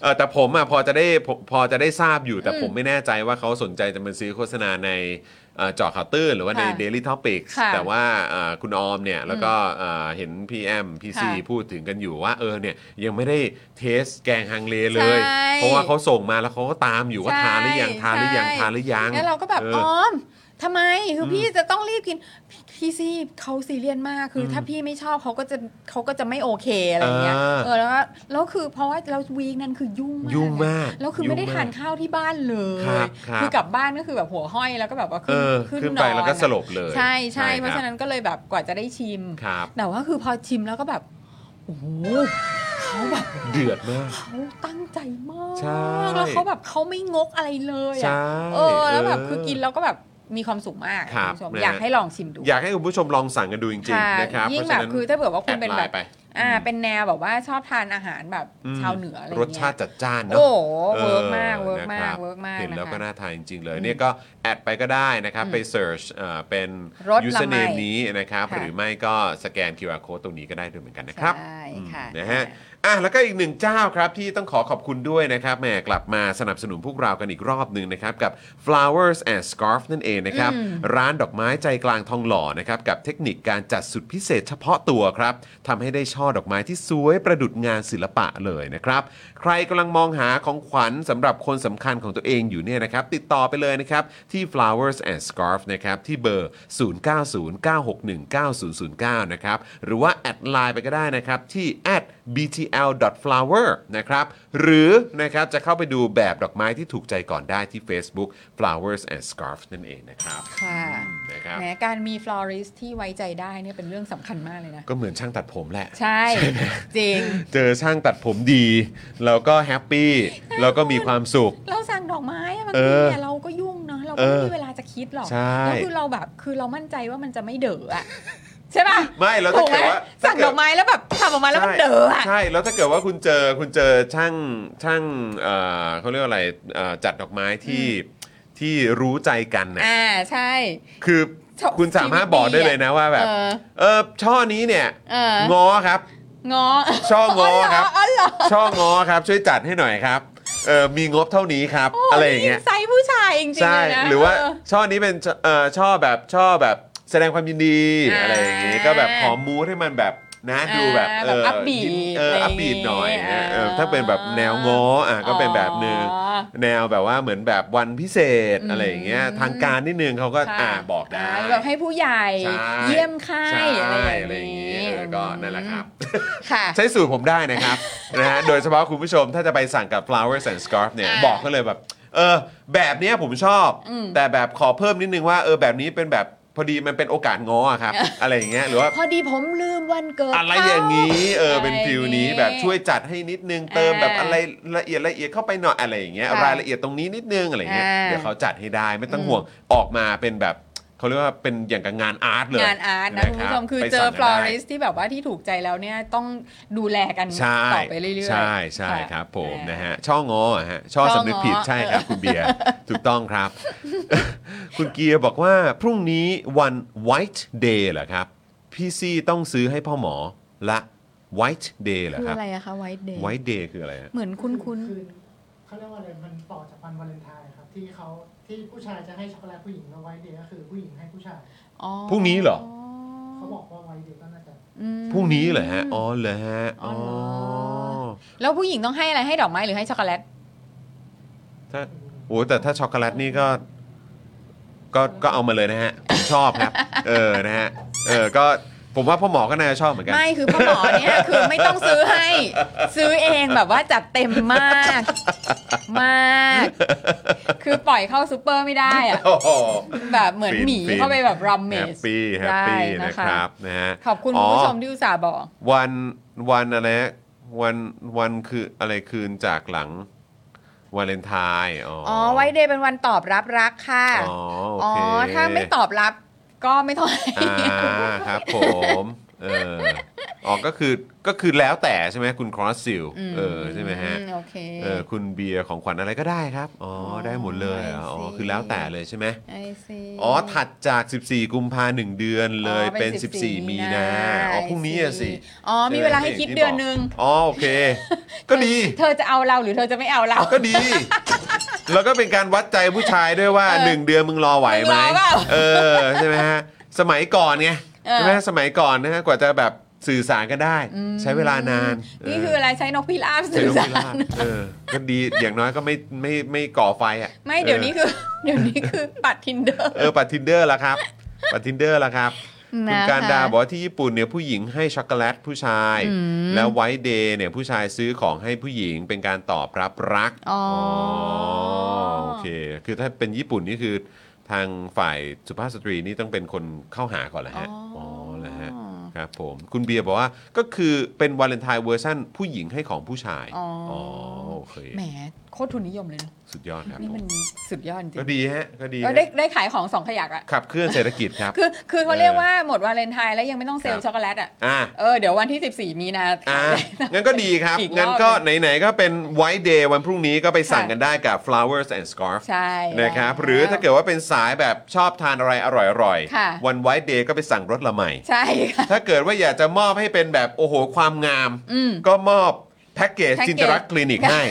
Speaker 1: เออแต่ผมอ่ะพอจะได้ผมพอจะได้ทราบอยู่แต่
Speaker 2: อืม
Speaker 1: ผมไม่แน่ใจว่าเขาสนใจจะมาซื้อโฆษณาในเอ่อเจอข่าวตื้นหรือว่าใน
Speaker 2: ค่ะ
Speaker 1: Daily Topics
Speaker 2: ค่ะ
Speaker 1: แต่ว่าเอ่อคุณออมเนี่ยแล้วก็เอ่อเห็นพี่แอมพี่ซี
Speaker 2: ค่ะ
Speaker 1: พูดถึงกันอยู่ว่าเออเนี่ยยังไม่ได้เทสแกงฮังเลเลย
Speaker 2: ใช่
Speaker 1: เพราะว่าเขาส่งมาแล้วเขาก็ตามอยู่ว่าทานหรือยังทานหรือยัง
Speaker 2: ใช่
Speaker 1: ทานหรือยัง
Speaker 2: แล้วเราก็แบบ
Speaker 1: เ
Speaker 2: ออมทำไมคืออพี่จะต้องรีบกิน พี่ซี่เขาซีเรียสมากคืออ
Speaker 1: ม
Speaker 2: ถ้าพี่ไม่ชอบเขาก็จะเขาก็จะไม่โอเคอะไรอย่างเงี้ย
Speaker 1: อ่า
Speaker 2: เออแล้วก็แล้วคือเพราะว่าเราวีคนั้นคือยุ่งมาก
Speaker 1: ยุ่งมาก
Speaker 2: แล้วคือไม่ได้
Speaker 1: ยุ่ง
Speaker 2: ทาน
Speaker 1: ก
Speaker 2: ข้าวที่บ้านเลย
Speaker 1: ครับครับ
Speaker 2: อกลับบ้านก็คือแบบหัวห้อยแล้วก็แบบว่า
Speaker 1: เอ
Speaker 2: ขึ้น
Speaker 1: อ
Speaker 2: ขึ้
Speaker 1: ขึ้น
Speaker 2: นน
Speaker 1: ไป
Speaker 2: อน
Speaker 1: แล้วก็
Speaker 2: อะ
Speaker 1: สลบเลย
Speaker 2: ใช่ใช่เพราะ
Speaker 1: คบ
Speaker 2: ฉะนั้นก็เลยแบบกว่าจะได้ชิม
Speaker 1: ครับ
Speaker 2: แต่ว่าคือพอชิมแล้วก็แบบโอ้โหเขาแบบ
Speaker 1: เดือดมาก
Speaker 2: เขาตั้งใจมาก
Speaker 1: ใช่
Speaker 2: แล้วเขาแบบเขาไม่งกอะไรเลย
Speaker 1: ใช่
Speaker 2: อ่ะ เออ แล้วแบบคือกิน
Speaker 1: เ
Speaker 2: แล้วก็แบบมีความสุขมาก
Speaker 1: ครั
Speaker 2: คุ
Speaker 1: บ
Speaker 2: ณผู้ชม
Speaker 1: นะฮะ
Speaker 2: อยากให้ลองชิมดู
Speaker 1: อยากให้คุณผู้ชมลองสั่งกันดูจริง
Speaker 2: ค่ะ
Speaker 1: ๆนะครับ
Speaker 2: ยิ่ง
Speaker 1: เพราะ
Speaker 2: แบ
Speaker 1: ฉะ
Speaker 2: บ
Speaker 1: นั้น
Speaker 2: คือถ้าเผื่อว่าคุณ
Speaker 1: แอด
Speaker 2: เป็น
Speaker 1: ไล
Speaker 2: แบบ
Speaker 1: น์ไป
Speaker 2: อ่าเป็นแนวแบบว่าชอบทานอาหารแบบ
Speaker 1: อืม
Speaker 2: ชาวเหนืออะไร
Speaker 1: ร
Speaker 2: เงี้ย
Speaker 1: สชาติจัดจ้านเนอะ
Speaker 2: โอ้โหเวิร์กมาก
Speaker 1: ออ
Speaker 2: เวิร์ก
Speaker 1: นะค
Speaker 2: มาก
Speaker 1: บ
Speaker 2: เวิร์กมาก
Speaker 1: เห็นแล้วก็
Speaker 2: ะคะ
Speaker 1: น่าทานจริงๆเลยเนี่ยก็แอดไปก็ได้นะครับ ไปเ e ิร์ชเป็น
Speaker 2: รสละไม
Speaker 1: username นี้นะครับ
Speaker 2: ค่ะ
Speaker 1: หรือไม่ก็สแกน QR code ตรงนี้ก็ได้ด้วยเหมือนกันนะครับ
Speaker 2: ใช่ค่ะ
Speaker 1: นะฮะ อ่ะ แล้วก็อีกหนึ่งเจ้าครับ ที่ต้องขอขอบคุณด้วยนะครับแหมกลับมาสนับสนุนพวกเรากันอีกรอบหนึ่งนะครับ กับ flowers and scarf นั่นเองนะครับ
Speaker 2: อืม
Speaker 1: ร้านดอกไม้ใจกลางทองหล่อนะครับ กับเทคนิคการจัดสุดพิเศษเฉพาะตัวครับทำให้ได้ช่อดอกไม้ที่สวยประดุจงานศิลปะเลยนะครับ ใครกำลังมองหาของขวัญสำหรับคนสำคัญของตัวเองอยู่เนี่ยนะครับ ติดต่อไปเลยนะครับ ที่ flowers and scarf นะครับ ที่เบอร์ 0909619009 นะครับ หรือว่าแอดไลน์ไปก็ได้นะครับ ที่ at btl.flower นะครับ หรือนะครับ จะเข้าไปดูแบบดอกไม้ที่ถูกใจก่อนได้ที่ Facebook flowers and scarf นั่นเองนะครับ
Speaker 2: ค่ะ
Speaker 1: นะครับ
Speaker 2: แหมการมีฟลอริสที่ไว้ใจได้เนี่ยเป็นเรื่องสำคัญมากเลยนะ
Speaker 1: ก็เหมือนช่างตัดผมแหละ
Speaker 2: ใช่ จริง
Speaker 1: เจอช่างตัดผมดีเราก็แฮปปี้เราก็มีความสุข
Speaker 2: เราสั่งดอกไม้อะบาง
Speaker 1: เอ
Speaker 2: ที
Speaker 1: อ
Speaker 2: เนี่ยเราก็ยุ่งเนาะเราก็ไม่
Speaker 1: เอ
Speaker 2: มี
Speaker 1: อ
Speaker 2: เวลาจะคิดหรอก
Speaker 1: ใช่
Speaker 2: แล้วคือเราแบบคือเรามั่นใจว่ามันจะไม่เด๋ออะใช่ป่ะ
Speaker 1: ไม่แล้ว
Speaker 2: ถู
Speaker 1: ถ้าก
Speaker 2: ไหม
Speaker 1: เกิดว่า
Speaker 2: สั่งดอกไม้แล้วแบบทำออกมาแล้วมันเด๋ออะ
Speaker 1: ใช่ใช่แล้วถ้าเกิดว่าคุณเจอคุณเจอช่างช่างเอ่อเขาเรียกว่าอะไรเอ่อจัดดอกไม้ที่ที่รู้ใจกันนะ
Speaker 2: อ่าใช่
Speaker 1: คือ
Speaker 2: ชอบ
Speaker 1: คุณสามารถบอกได้เลยนะว่าแบบ
Speaker 2: เออ
Speaker 1: เออช่อนี้เนี่ย
Speaker 2: เออ
Speaker 1: งอครับ
Speaker 2: งอ
Speaker 1: ชอบงอครับ
Speaker 2: อ๋อเหรอ
Speaker 1: ช่องอครับช่วยจัดให้หน่อยครับเออมีงบเท่านี้ครับ
Speaker 2: อ๋อเหรอ
Speaker 1: อะไรอย่างเงี้ย
Speaker 2: นี่ไซส์ผู้ชายจริงๆ
Speaker 1: ใช่
Speaker 2: เลยนะ
Speaker 1: หรือว่า
Speaker 2: เ
Speaker 1: ช่อนี้เป็นชเอ่อช่อแบบช่อแบบแสดงความยินดี
Speaker 2: อ่า
Speaker 1: อะไรอย่างงี้ก็แบบขอมูทให้มันแบบนะ
Speaker 2: อ่า
Speaker 1: ดูแบบ
Speaker 2: แบบ upbeat
Speaker 1: ยิ้มเอออัพบีดหน่อย
Speaker 2: อะไรอย่างงี้
Speaker 1: เออถ้าเป็นแบบแนวง้ออ่ะก็เป็นแบบหนึง
Speaker 2: อ๋อ
Speaker 1: แนวแบบว่าเหมือนแบบวันพิเศษ
Speaker 2: อืม
Speaker 1: อะไรอย่างเงี้ยทางการนิดนึงเขาก็
Speaker 2: ค่ะ
Speaker 1: อ่าบอกได้
Speaker 2: าแบบให้ผู้ใหญ่
Speaker 1: ใช่
Speaker 2: เยี่ยมค่า
Speaker 1: ใช่
Speaker 2: ยอะ
Speaker 1: อะไร ไรอย่
Speaker 2: อา
Speaker 1: ย่างง
Speaker 2: งี้
Speaker 1: งี้เออก็นั่นแหละครับ
Speaker 2: ค่ะ
Speaker 1: ใช้สูตรผมได้นะครับ นะฮะโดยเฉพาะคุณผู้ชมถ้าจะไปสั่งกับ flowers and scarf เนี่ย
Speaker 2: อ่า
Speaker 1: บอกเขาเลยแบบ เออ แบบเนี้ยผมชอบ
Speaker 2: อืม
Speaker 1: แต่แบบขอเพิ่มนิดนึงว่าเออแบบนี้เป็นแบบพอดีมันเป็นโอกาสง้ออะครับ อะไรอย่างเงี้ยหรือว่า
Speaker 2: พอดีผมลืมวันเกิด
Speaker 1: อะไร
Speaker 2: เข
Speaker 1: อย่างนี้เออเป็น
Speaker 2: อะไรอย่างงี้
Speaker 1: ฟิลนี้แบบช่วยจัดให้นิดนึงเติม
Speaker 2: อ่า
Speaker 1: แบบอะไรละเอียดละเอียดเข้าไปหน่อยอะไรอย่างเงี้ย
Speaker 2: ค่ะ
Speaker 1: รายละเอียดตรงนี้นิดนึงอะไรเงี้ย
Speaker 2: อ่า
Speaker 1: เดี๋ยวเขาจัดให้ได้ไม่ต้อง
Speaker 2: อืม
Speaker 1: ห่วงออกมาเป็นแบบเขาเรียกว่าเป็นอย่างกับงานอาร์ตเลย
Speaker 2: งานอาร์ตนะคุณผู้ช
Speaker 1: รับ
Speaker 2: มคือ
Speaker 1: ไป
Speaker 2: เจ
Speaker 1: สั่
Speaker 2: องฟล
Speaker 1: กัน
Speaker 2: อ
Speaker 1: ได้
Speaker 2: ริสที่แบบว่าที่ถูกใจแล้วเนี่ยต้องดูแลกัน
Speaker 1: ใช่
Speaker 2: ต่อไปเรื่อยๆ
Speaker 1: ใช่ใช่คะ รับผมนะฮะช่องออะฮะช่อ
Speaker 2: ช่อง
Speaker 1: สำนึกผิด
Speaker 2: ง้อ
Speaker 1: ใช่ครับ คุณเบียร์ ถูกต้องครับ คุณเกียร์บอกว่าพรุ่งนี้วัน White Day เหรอครับ พี่ซี่ต้องซื้อให้พ่อหมอละ White Day เหรอ
Speaker 2: คือ
Speaker 1: ครับ
Speaker 2: อะไรอะคะไวท์เดย์
Speaker 1: White Day คืออะไรฮะ
Speaker 2: เหมือนคุ้นคุ้น
Speaker 3: คือเขาเรียกว่าอะไร มันต่อจากวันวาเลนไทน์ครับ ที่เขาที่ผู้ชายจะให้ช็อกโกแลตผู้หญิงแล้วไว้เดย์ก็คือผู้หญิงให้ผู้ชาย
Speaker 2: ๆอ๋อ
Speaker 1: พรุ่งนี้เหรอ
Speaker 3: เขาบอกว่าไว้เดย์ก็น่าจะ
Speaker 2: อืม
Speaker 1: พรุ่งนี้เหรอฮะอ๋อเหรอฮะ
Speaker 2: อ๋
Speaker 1: อ๋
Speaker 2: อ
Speaker 1: อ
Speaker 2: เหรอ แล้วผู้หญิงต้องให้อะไรให้ดอกไม้หรือให้ช็อกโกแลต
Speaker 1: ถ้าโอ้แต่ถ้าช็อกโกแลตนี่ก็ ก็ก็เอามาเลยนะฮะคุณ ผมชอบครับ เออนะฮะเออก็ผมว่าพ่อหมอก็น่าจะชอบเหมือนกัน
Speaker 2: ไม่คือพ่อหมอเนี่ยคือไม่ต้องซื้อให้ ซื้อเองแบบว่าจัดเต็มมาก มาก คือปล่อยเข้าซูเปอร์ไม่ได้อะ
Speaker 1: โอ้โห
Speaker 2: แบบเหมือน
Speaker 1: ฟิน
Speaker 2: หมี
Speaker 1: ฟิน
Speaker 2: เข้าไปแบบรัมเม
Speaker 1: แฮ
Speaker 2: จ
Speaker 1: ปปี้แฮปปี้นะครับนะฮะ
Speaker 2: ขอบคุณ
Speaker 1: อ๋
Speaker 2: คุ
Speaker 1: อ
Speaker 2: ณผู้ชมที่อุตส่าห์บอก
Speaker 1: วันวันอะไรฮะวันวันคืออะไรคืนจากหลังวาเลนไทน์อ๋อ
Speaker 2: อ๋อไว้เดย์เป็นวันตอบรับรักค่ะ
Speaker 1: อ๋อ
Speaker 2: อ๋อ
Speaker 1: โอเค
Speaker 2: ถ้าไม่ตอบรับก็ไม่ต้องให้
Speaker 1: อ่าครับผมเอออ๋อก็คือก็คือแล้วแต่ใช่ไหมคุณครอสซิล
Speaker 2: ม
Speaker 1: เออใช่ไหมฮะ
Speaker 2: อืโอเค
Speaker 1: เออคุณเบียร์ของขวัญอะไรก็ได้ครับ อ๋อ
Speaker 2: อ๋อ
Speaker 1: ได้หมดเลยเหรอ
Speaker 2: I see
Speaker 1: อ๋อ คือแล้วแต่เลยใช่ไหม
Speaker 2: ไอซี
Speaker 1: อ๋อ ถัดจาก 14 กุมภาหนึ่งเดือนเลย
Speaker 2: อ๋อเป็
Speaker 1: เป็น
Speaker 2: น
Speaker 1: 14
Speaker 2: 14
Speaker 1: มีนา
Speaker 2: มีนา
Speaker 1: อ๋อ พรุ่งนี้อะสิ
Speaker 2: อ๋อมีเวลาให้คิดเดือนหนึ่ง
Speaker 1: อ๋อ โอเค ก็ดี
Speaker 2: เธอจะเอาเราหรือเธอจะไม่เอาเรา
Speaker 1: ก็ดี แล้วก็เป็นการวัดใจผู้ชายด้วยว่า
Speaker 2: เออ
Speaker 1: 1 เดือนมึงรอไหวไหม
Speaker 2: มึงรอเปล่า
Speaker 1: เออ ใช่ไหมฮะ สมัยก่อนไง
Speaker 2: เออ
Speaker 1: ใช่ไหมสมัยก่อนนะฮะ กว่าจะแบบสื่อสารกันได้ ใช้เวลานาน
Speaker 2: นี่
Speaker 1: เ
Speaker 2: คืออะไรใช้นกพิราบ
Speaker 1: ใช้
Speaker 2: สื่อน
Speaker 1: กพิ
Speaker 2: สาร
Speaker 1: ารบเออ ก็ดี อย่างน้อยก็ไม่ไม่ไม่ก่อไฟอ่ะ
Speaker 2: ไม่เดี๋ยวนี้
Speaker 1: ออ
Speaker 2: คือ เดี๋ยวนี้คือปัดทินเดอร์
Speaker 1: เออปัดทินเดอร์ละครับ ปัดทินเดอร์ละครับ คุณ
Speaker 2: นะคะ
Speaker 1: การดาบอกว่าที่ญี่ปุ่นเนี่ยผู้หญิงให้ช็อกโกแลตผู้ชาย
Speaker 2: อืม
Speaker 1: แล้วไว้เดย์เนี่ยผู้ชายซื้อของให้ผู้หญิงเป็นการตอบรับรัก
Speaker 2: อ๋อ
Speaker 1: โอเค คือถ้าเป็นญี่ปุ่นนี่คือทางฝ่ายสุภาพสตรีนี่ต้องเป็นคนเข้าหาก่อนแหละฮะอ๋อแล้วฮะครับผมคุณเบียร์บอกว่าก็คือเป็นวาเลนไทน์เวอร์ชั่นผู้หญิงให้ของผู้ชาย
Speaker 2: อ๋ออ
Speaker 1: โอเค
Speaker 2: แหมโคตรทุนนิยมเลยเนอะ
Speaker 1: สุดยอดครับ
Speaker 2: นี่
Speaker 1: ผ
Speaker 2: มั
Speaker 1: ม
Speaker 2: นสุดยอดจริง
Speaker 1: ก็ดีฮะก็ดี
Speaker 2: ก็
Speaker 1: ฮะ
Speaker 2: ได้ได้ขายของสองขยักอะ
Speaker 1: ขับเคลื่อนเศรษฐกิจครับ
Speaker 2: คือคือเขา
Speaker 1: เออ
Speaker 2: เรียกว่าหมดวาเลนไทน์แล้วยังไม่ต้องเซล
Speaker 1: ครั
Speaker 2: ล์
Speaker 1: บ
Speaker 2: ช็อกโกแลตอ่ะ
Speaker 1: อ่า
Speaker 2: เออ เดี๋ยววันที่ 14 มีนา
Speaker 1: อ่ะงั้นก็ดีครับ
Speaker 2: อีกรอบ
Speaker 1: งั้นก็ไหน ๆ ก็เป็น White Day วันพรุ่งนี้ก็ไปสั่งกันได้กับ flowers and scarf
Speaker 2: ใช่
Speaker 1: นะครับ
Speaker 2: แล้ว
Speaker 1: หรือถ้าเกิดว่าเป็นสายแบบชอบทานอะไรอร่อย
Speaker 2: ค่ะ
Speaker 1: ๆ วัน White Day ก็ไปสั่งรสละไหม
Speaker 2: ใช่ค่ะ
Speaker 1: ถ้าเกิดว่าอยากจะมอบให้เป็นแบบ โอ้โห ความงาม
Speaker 2: อืม
Speaker 1: ก็มอบแพ็กเกจ
Speaker 2: แพ็กเกจ
Speaker 1: จินตรักษณ์คลินิกให้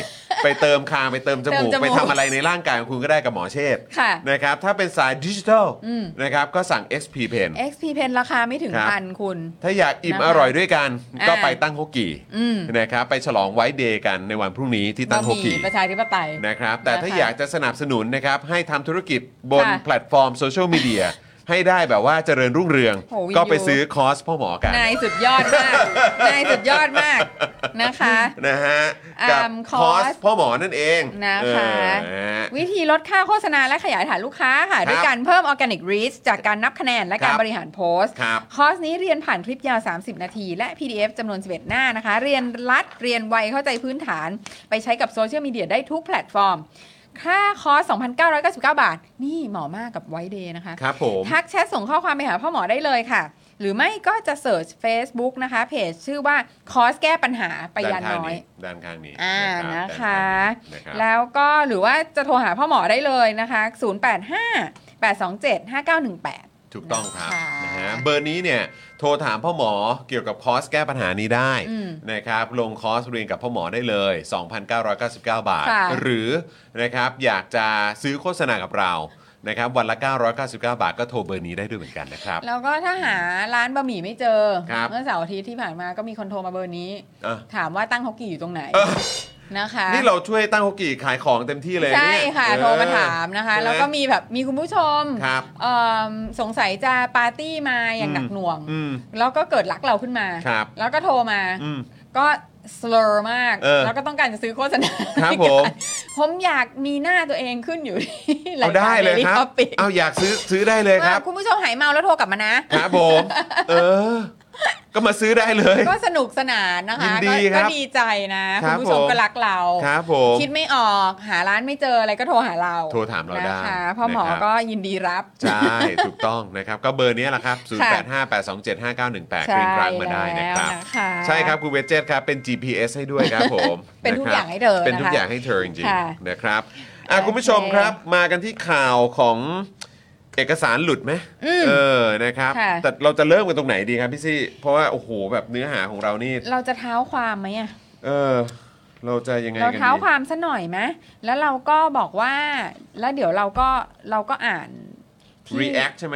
Speaker 1: ไปเติมคาง ไปเติมจมูก
Speaker 2: เติมจมูก
Speaker 1: ไปทำอะไรในร่างกายของคุณก็ได้กับหมอเชษฐ์
Speaker 2: ค่ะ
Speaker 1: นะครับ ถ้าเป็นสายดิจิทัล
Speaker 2: อืม
Speaker 1: นะครับ ก็สั่ง XP Pen
Speaker 2: XP Pen ราคาไม่ถึง
Speaker 1: ครับ
Speaker 2: พันคุณ
Speaker 1: ถ้าอยากอิ่ม
Speaker 2: นะคะ
Speaker 1: อร่อยด้วยกัน
Speaker 2: อ่า
Speaker 1: ก็ไปตั้งฮกกี
Speaker 2: อืม
Speaker 1: นะครับไปฉลองไว้เดย์กันในวันพรุ่งนี้ที่ตั้งโฮ
Speaker 2: บะห
Speaker 1: กิ
Speaker 2: มี่ประชาธิปไตย
Speaker 1: นะครับแต่ถ้า
Speaker 2: นะคะ
Speaker 1: อยากจะสนับสนุนนะครับให้ทำธุรกิจบน
Speaker 2: ค่ะ
Speaker 1: แพลตฟอร์มโซเชียลมีเดียให้ได้แบบว่าเจริญรุ่งเรือง
Speaker 2: โหวินยู
Speaker 1: ก็ไปซื้อคอร์สพ่อหมอกัน
Speaker 2: นายสุดยอด มาก นายสุดยอดมากนะคะ
Speaker 1: นะฮะ
Speaker 2: อ่า
Speaker 1: กับค
Speaker 2: คอร์ส
Speaker 1: อร์สพ่อหมอนั่นเอง
Speaker 2: นะคะ
Speaker 1: เออนะฮะ
Speaker 2: วิธีลดค่าโฆษณาและขยายฐานลูกค้าค่ะ
Speaker 1: ครับ
Speaker 2: ด้วยการเพิ่มออร์แกนิกรีชจากการนับคะแนนและการ
Speaker 1: ครับบ
Speaker 2: ริหารโพสต์
Speaker 1: ครับ
Speaker 2: คอร์สนี้เรียนผ่านคลิปยาว 30 นาที และ PDF จำนวน 11 หน้านะคะ เรียนรัดเรียนไวเข้าใจพื้นฐาน ไปใช้กับโซเชียลมีเดียได้ทุกแพลตฟอร์ม ค่าคอร์ส 2,999 บาท นี่เหมาะมากกับไวเดย์นะคะ
Speaker 1: ครับผม
Speaker 2: ทักแชทส่งข้อความไปหาพ่อหมอได้เลยค่ะ หรือไม่ก็จะเสิร์ช Facebook นะคะ เพจชื่อว่าคอร์สแก้ปัญหาไปยา
Speaker 1: ด้ข้ง
Speaker 2: น้อย
Speaker 1: ด้านข้างนี้
Speaker 2: อ่า
Speaker 1: รับ
Speaker 2: นะคะ
Speaker 1: ด้านข้างนี้นะครับ
Speaker 2: แล้วก็หรือว่าจะโทรหาพ่อหมอได้เลยนะคะ 085 827 5918
Speaker 1: ถูกต้องครับ
Speaker 2: ค่ะ
Speaker 1: นะฮะเบอร์นี้เนี่ยโทรถามพ่อหมอเกี่ยวกับคอร์สแก้ปัญหานี้ได้
Speaker 2: อืม
Speaker 1: นะครับลงคอร์สเรียนกับพ่อหมอได้เลย 2,999 บาท
Speaker 2: ค่ะ
Speaker 1: หรือนะครับอยากจะซื้อโฆษณากับเรานะครับวันละ 999 บาทก็โทรเบอร์นี้ได้ด้วยเหมือนกันนะครับ
Speaker 2: แล้วก็ถ้าหาร้านบะหมี่ไม่เจอ
Speaker 1: ครับ
Speaker 2: เมื่อเสาร์อาทิตย์ที่ผ่านมาก็มีคนโทรมาเบอร์นี้
Speaker 1: อ่ะ
Speaker 2: ถามว่าตั้งฮอกกี้อยู่ตรงไหน
Speaker 1: เออ
Speaker 2: นะคะ
Speaker 1: นี่เราช่วยตั้งฮกกี้ขายของเต็มที่เลย
Speaker 2: ใช่
Speaker 1: เนี่ย
Speaker 2: ค่ะ
Speaker 1: เออ
Speaker 2: โทรมาถามนะคะ
Speaker 1: ใช่ไห
Speaker 2: แล้วก็มีแบบมีคุณผู้ชม
Speaker 1: ครับ
Speaker 2: เอิ่มสงสัยจะปาร์ตี้มาอย่างหนัก
Speaker 1: อืม
Speaker 2: หน่วง
Speaker 1: อืม
Speaker 2: แล้วก็เกิดรักเราขึ้นมา
Speaker 1: ครับ
Speaker 2: แล้วก็โทรมา
Speaker 1: อืม
Speaker 2: ก็สลอร์มาก
Speaker 1: เออ
Speaker 2: แล้วก็ต้องการจะซื้อโฆษณา
Speaker 1: ครับผม
Speaker 2: ผมอยากมีหน้าตัวเองขึ้นอยู่ที่
Speaker 1: เอาได้เลยครับ
Speaker 2: ท็อปิก
Speaker 1: เอาอยากซื้อซื้อได้เลยครับ
Speaker 2: คุณผู้ชมหายเมาแล้วโทรกลับมานะ
Speaker 1: ครับผม เออ ก็มาซื้อได้เลย
Speaker 2: ก็สนุกสนานนะคะ
Speaker 1: ยินดี
Speaker 2: ก็
Speaker 1: ครั
Speaker 2: ก็
Speaker 1: บ
Speaker 2: ดีใจนะ
Speaker 1: ครั
Speaker 2: คุณ
Speaker 1: บ
Speaker 2: ผู้ชม
Speaker 1: ผม
Speaker 2: ก็รักเรา
Speaker 1: ครับผม
Speaker 2: คิดไม่ออกหาร้านไม่เจออะไรก็โทรหาเรา
Speaker 1: โทรถามเราได้
Speaker 2: นะคะพ่อหมอ
Speaker 1: นะครับ
Speaker 2: ก็ยินดีรับ
Speaker 1: ใช่ ถูกต้องนะครับ ก็เบอร์นี้แหละครับ 0858275918คลิกรังมาได้นะครับ
Speaker 2: ใช่แล้วนะคะ
Speaker 1: ใช่ครับ คุณเวจเจตครับ เป็น GPS ให้ด้วยครับผม
Speaker 2: เป็นทุก
Speaker 1: ะครับ
Speaker 2: อย่างให้เธอนะคะ
Speaker 1: เป็นทุกอย่างให้เธอจริง
Speaker 2: ค่ะ
Speaker 1: ๆนะครับอ่ะ
Speaker 2: โอเค
Speaker 1: คุณผู้ชมครับมากันที่ข่าวของเอกสารหลุดไหม
Speaker 2: อืม
Speaker 1: เออนะครับ
Speaker 2: ค่ะ
Speaker 1: แต่เราจะเริ่มกันตรงไหนดีครับพี่ซี่ เพราะว่า โอ้โห แบบเนื้อหาของเรานี่
Speaker 2: เราจะเท้าความไหมอะ
Speaker 1: เออ เราจะยังไง
Speaker 2: เรา
Speaker 1: กัน
Speaker 2: เท้า
Speaker 1: ดี
Speaker 2: ความซะหน่อยไหมแล้วเราก็บอกว่าแล้วเดี๋ยวเราก็เราก็อ่านที่
Speaker 1: react ใช่ไหม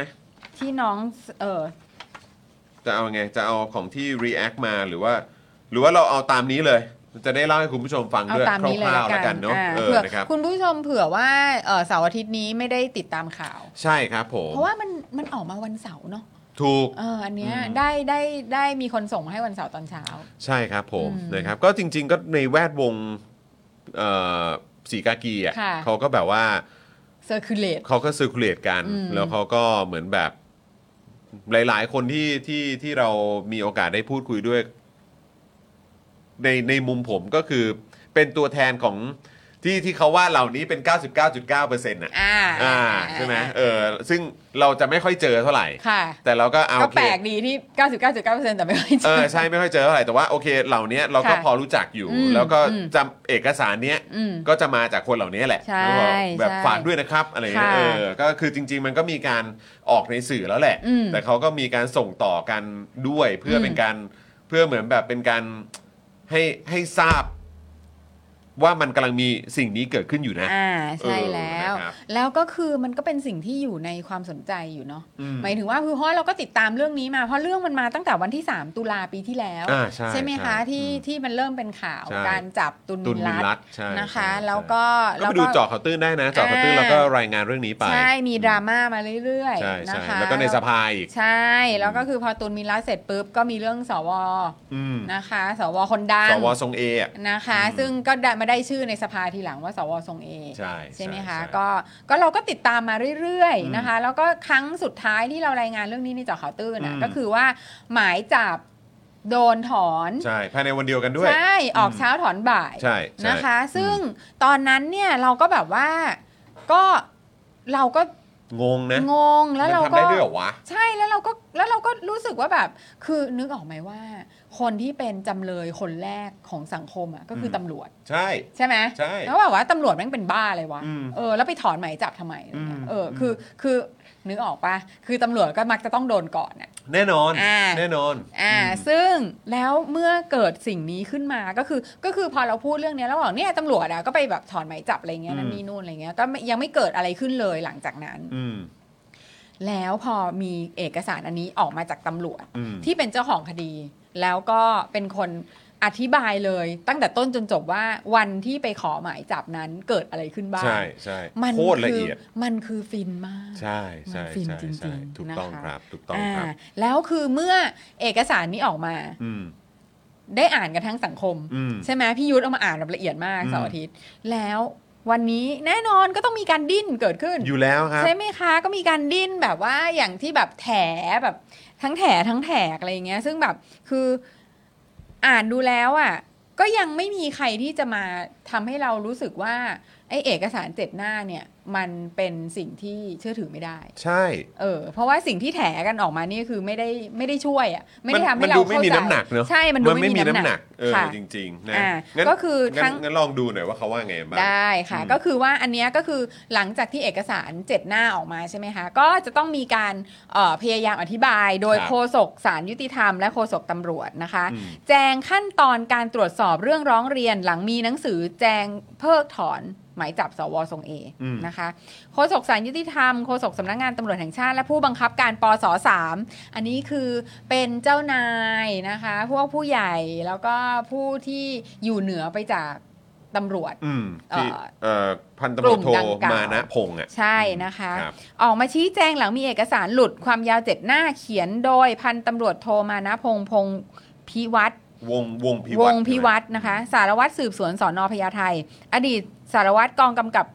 Speaker 2: ที่น้องเออ
Speaker 1: จะเอาไง จะเอาของที่ react มาหรือว่า หรือว่าเราเอาตามนี้เลย จะได้เล่าให้คุณผู้ชมฟัง
Speaker 2: เอา
Speaker 1: ด้วย
Speaker 2: ตามนี้
Speaker 1: ค
Speaker 2: เลย
Speaker 1: ร่า
Speaker 2: ละ
Speaker 1: วๆแล้ว
Speaker 2: กั
Speaker 1: กัน
Speaker 2: น
Speaker 1: เนาะ
Speaker 2: อ่า
Speaker 1: เออ
Speaker 2: เผื่อ
Speaker 1: นะครับ
Speaker 2: คุณผู้ชมเผื่อว่าเอ่อเสาร์อาทิตย์นี้ไม่ได้ติดตามข่าว
Speaker 1: ใช่ครับผม
Speaker 2: เพราะว่ามันมันออกมาวันเสาร์เนาะ
Speaker 1: ถูก
Speaker 2: เอออันเนี้ย
Speaker 1: อืม
Speaker 2: ได้ได้ได้มีคนส่งมาให้วันเสาร์ตอนเช้า
Speaker 1: ใช่ครับผม
Speaker 2: อืม
Speaker 1: นะครับก็จริง ๆ ก็ในแวดวงเอ่อสีกากีอ่ะ
Speaker 2: ค่ะ
Speaker 1: เขาก็แบบว่า
Speaker 2: เซอร์คูลเลต
Speaker 1: เขาก็ซ i r c u l เล e กัน
Speaker 2: อืม
Speaker 1: แล้วเขาก็เหมือนแบบหลาย ๆ คนที่ที่ที่เรามีโอกาสได้พูดคุยด้วย ในในมุมผมก็คือเป็นตัวแทนของที่ที่เขาว่าเหล่านี้เป็น 99.9%น่ะ
Speaker 2: อ่า
Speaker 1: อ่าใช่ไหมเออซึ่งเราจะไม่ค่อยเจอเท่าไหร่
Speaker 2: ค่ะ
Speaker 1: แต่เราก็เอา
Speaker 2: ก็
Speaker 1: โอเค
Speaker 2: แปลกดีที่ 99.9%แต่ไม่ค่อย
Speaker 1: เอ
Speaker 2: เจอ
Speaker 1: อใช่ไม่ค่อยเจอเท่าไหร่แต่ว่าโอเคเหล่านี้เราก็
Speaker 2: ค่ะ
Speaker 1: พอรู้จักอยู่
Speaker 2: อืม
Speaker 1: แล้วก็
Speaker 2: อืม
Speaker 1: จำเอกสารเนี้ย
Speaker 2: อืม
Speaker 1: ก็จะมาจากคนเหล่านี้แหละ
Speaker 2: ใช่
Speaker 1: แล้วก็แบบ
Speaker 2: ใช่
Speaker 1: ฝากด้วยนะครับอะไรอย่างเงี้ย
Speaker 2: ค่ะ
Speaker 1: เออก็คือจริง ๆ มันก็มีการออกในสื่อแล้วแหละ
Speaker 2: อืม
Speaker 1: แต่เขาก็มีการส่งต่อกันด้วยเพื่ออ
Speaker 2: ม
Speaker 1: เป็นการเพื่อเหมือนแบบเป็นการให้ให้ทราบ ว่ามันกำลังมีสิ่งนี้เกิดขึ้นอยู่นะ
Speaker 2: อ่าใช่แล้ว
Speaker 1: เออนะครับ
Speaker 2: แล้วก็คือมันก็เป็นสิ่งที่อยู่ในความสนใจอยู่เนาะ
Speaker 1: อืม
Speaker 2: หมายถึงว่าคือเพราะเราก็ติดตามเรื่องนี้มาเพราะเรื่องมันมาตั้งแต่วันที่ 3 ตุลาปีที่แล้ว
Speaker 1: อ่าใช่
Speaker 2: ใช่ไหมคะ
Speaker 1: ใช่
Speaker 2: ที่ที่มันเริ่มเป็นข่าว
Speaker 1: ใช่
Speaker 2: การจับตุน
Speaker 1: ตุน
Speaker 2: มิ
Speaker 1: มิน
Speaker 2: น
Speaker 1: รั
Speaker 2: รั
Speaker 1: ต
Speaker 2: ต
Speaker 1: ใช่
Speaker 2: นะคะ
Speaker 1: ใช่
Speaker 2: แล้วก็
Speaker 1: ก็ไปดูเจาะข่าวตื้นได้นะเจาะข่าวตื้นแล้วก็รายงานเรื่องนี้ไป
Speaker 2: ใช่มีดราม่ามาเรื่อย
Speaker 1: ใช่
Speaker 2: ๆนะ
Speaker 1: ใช่
Speaker 2: คะ
Speaker 1: แล้วก็ในสภาอีก
Speaker 2: ใช่แล้วก็คือพอตุนมินรัตเสร็จปุ๊บก็มีเรื่องสว
Speaker 1: อืม
Speaker 2: นะคะ สวคนดัง
Speaker 1: สวทรงเออะ
Speaker 2: นะคะ
Speaker 1: อืม
Speaker 2: ซึ่งก็ได้มาได้ชื่อในสภาทีหลังว่า สวทรงเอ
Speaker 1: ใช่
Speaker 2: ใช่ไหมคะ
Speaker 1: ใช่
Speaker 2: ก็ก็เราก็ติดตามมาเรื่อย
Speaker 1: อืม
Speaker 2: ๆนะคะ แล้วก็ครั้งสุดท้ายที่เรารายงานเรื่องนี้ในเจอข่าวตื้นนะ
Speaker 1: อืม
Speaker 2: ก็คือว่าหมายจับโดนถอน
Speaker 1: ใช่ภายในวันเดียวกันด้วย
Speaker 2: ใช่ออก
Speaker 1: อืม
Speaker 2: เช้าถอนบ่าย
Speaker 1: ใช่ใช่
Speaker 2: นะคะ ซึ่งตอนนั้นเนี่ยเราก็แบบว่าก็เราก็
Speaker 1: งงนะ
Speaker 2: งงแล้วเรา
Speaker 1: มันทำ
Speaker 2: ก็
Speaker 1: ได้ด้วยเหรอวะ
Speaker 2: ใช่แล้วเราก็แล้วเราก็รู้สึกว่าแบบ คือนึกออกไหมว่า คนที่เป็นจำเลยคนแรกของสังคมอ่ะก็คืออ
Speaker 1: ม
Speaker 2: ตำรวจ
Speaker 1: ใช่
Speaker 2: ใช่ไหม
Speaker 1: ใช่
Speaker 2: แล้วแบบว่าตำรวจแม่งเป็นบ้าเลยวะ
Speaker 1: อืม
Speaker 2: เออ แล้วไปถอนหมายจับทำไมอะไรเงี้ย
Speaker 1: อืม
Speaker 2: เอออ
Speaker 1: ม
Speaker 2: คือ คือ นึกออกปะคือตำรวจก็มักจะต้องโดนก่อนน่ะ
Speaker 1: แน่นอน
Speaker 2: อ่า
Speaker 1: แน่นอน
Speaker 2: อ่า
Speaker 1: อืม
Speaker 2: ซึ่งแล้วเมื่อเกิดสิ่งนี้ขึ้นมา ก็คือ ก็คือพอเราพูดเรื่องเนี้ยแล้วบอกเนี่ยตำรวจอะก็ไปแบบถอนหมายจับอะไรเงี้ยนั่
Speaker 1: อื
Speaker 2: น
Speaker 1: ม
Speaker 2: นี่นู่นอะไรเงี้ย ก็ไม่ยังไม่เกิดอะไรขึ้นเลยหลังจากนั้น
Speaker 1: อืม
Speaker 2: แล้วพอมีเอกสารอันนี้ออกมาจากตำรวจ
Speaker 1: อืม
Speaker 2: ที่เป็นเจ้าของคดี แล้วก็เป็นคนอธิบายเลย ตั้งแต่ต้นจนจบว่าวันที่ไปขอหมายจับนั้นเกิดอะไรขึ้นบ้าง
Speaker 1: ใช่ใช่
Speaker 2: มัน
Speaker 1: โคตรละเอียด
Speaker 2: คืมันคือฟินมาก
Speaker 1: ใช่ใช่
Speaker 2: มันฟินจ
Speaker 1: ใช่
Speaker 2: ริงๆ
Speaker 1: ใช่ถูกต้อง
Speaker 2: นะคะ
Speaker 1: ครับ ถูกต้องครับ
Speaker 2: อ่าแล้วคือเมื่อเอกสารนี้ออกมา
Speaker 1: อืม
Speaker 2: ได้อ่านกันทั้งสังคม
Speaker 1: อืม
Speaker 2: ใช่ไหมพี่ยุทธเอามาอ่านแบบละเอียดมาก
Speaker 1: อืม
Speaker 2: เสาร์อาทิตย์ แล้ววันนี้แน่นอนก็ต้องมีการดิ้นเกิดขึ้น
Speaker 1: อยู่แล้วครับ
Speaker 2: ใช่ไหมคะ ก็มีการดิ้นแบบว่าอย่างที่แบบแถแบบทั้งแถทั้งแถกอะไรอย่างเงี้ย ซึ่งแบบคืออ่านดูแล้วอะ่ะ ก็ยังไม่มีใครที่จะมาทำให้เรารู้สึกว่าไอเอกสารเจ็ดหน้าเนี่ย มันเป็นสิ่งที่เชื่อถือไม่ได้
Speaker 1: ใช่
Speaker 2: เออ เพราะว่าสิ่งที่แถกันออกมานี่คือไม่ได้ไม่ได้ช่วยอะ่ะไม่ได้ทำ
Speaker 1: มั
Speaker 2: ให้
Speaker 1: น
Speaker 2: เรา
Speaker 1: ดูไม่
Speaker 2: เข้า
Speaker 1: มี
Speaker 2: ใจ
Speaker 1: น้ำหนักเนอะ
Speaker 2: ใช่มันดูไม่มีน้ำหนัก
Speaker 1: เออ
Speaker 2: ค่ะ
Speaker 1: จริง ๆ นะ
Speaker 2: อ่างั้
Speaker 1: งั้น
Speaker 2: ก็คือ
Speaker 1: งั้น
Speaker 2: ทั้ง
Speaker 1: งั้นลองดูหน่อยว่าเขาว่าไงบ้าง
Speaker 2: ได้ค่ะ
Speaker 1: อืม
Speaker 2: ก็คือว่าอันเนี้ยก็คือหลังจากที่เอกสารเจ็ดหน้าออกมาใช่ไหมคะ ก็จะต้องมีการเอ่อพยายามอธิบายโดย
Speaker 1: ครับ
Speaker 2: โฆษกสารยุติธรรมและโฆษกตำรวจนะคะ
Speaker 1: อืม
Speaker 2: แจงขั้นตอนการตรวจสอบเรื่องร้องเรียนหลังมีหนังสือแจงเพิกถอนหมายจับสวทรงเอนะคะโฆษกสารยุติธรรมโฆษกสำนักงานตำรวจแห่งชาติ และผู้บังคับการปสสามอันนี้คือเป็นเจ้านายนะคะพวกผู้ใหญ่แล้วก็ผู้ที่อยู่เหนือไปจากตำรวจ
Speaker 1: อืมที่
Speaker 2: เอ่อ
Speaker 1: เอ่อพันตำรวจโท
Speaker 2: กลุ่มดังกล่าว
Speaker 1: มานะพงษ์อ่ะ
Speaker 2: ใช่นะคะ
Speaker 1: ครับ
Speaker 2: ออกมาชี้แจงหลังมีเอกสารหลุดความยาวเจ็ดหน้าเขียนโดยพันตำรวจโทมานะพงษ์พงษ์พิวัตร
Speaker 1: วงวงพิ
Speaker 2: ว
Speaker 1: วัต
Speaker 2: ง
Speaker 1: ร
Speaker 2: พิวัตรนะคะ สารวัตรสืบสวนสอนอพญาไทอดีตสารวัตรกองกำกับ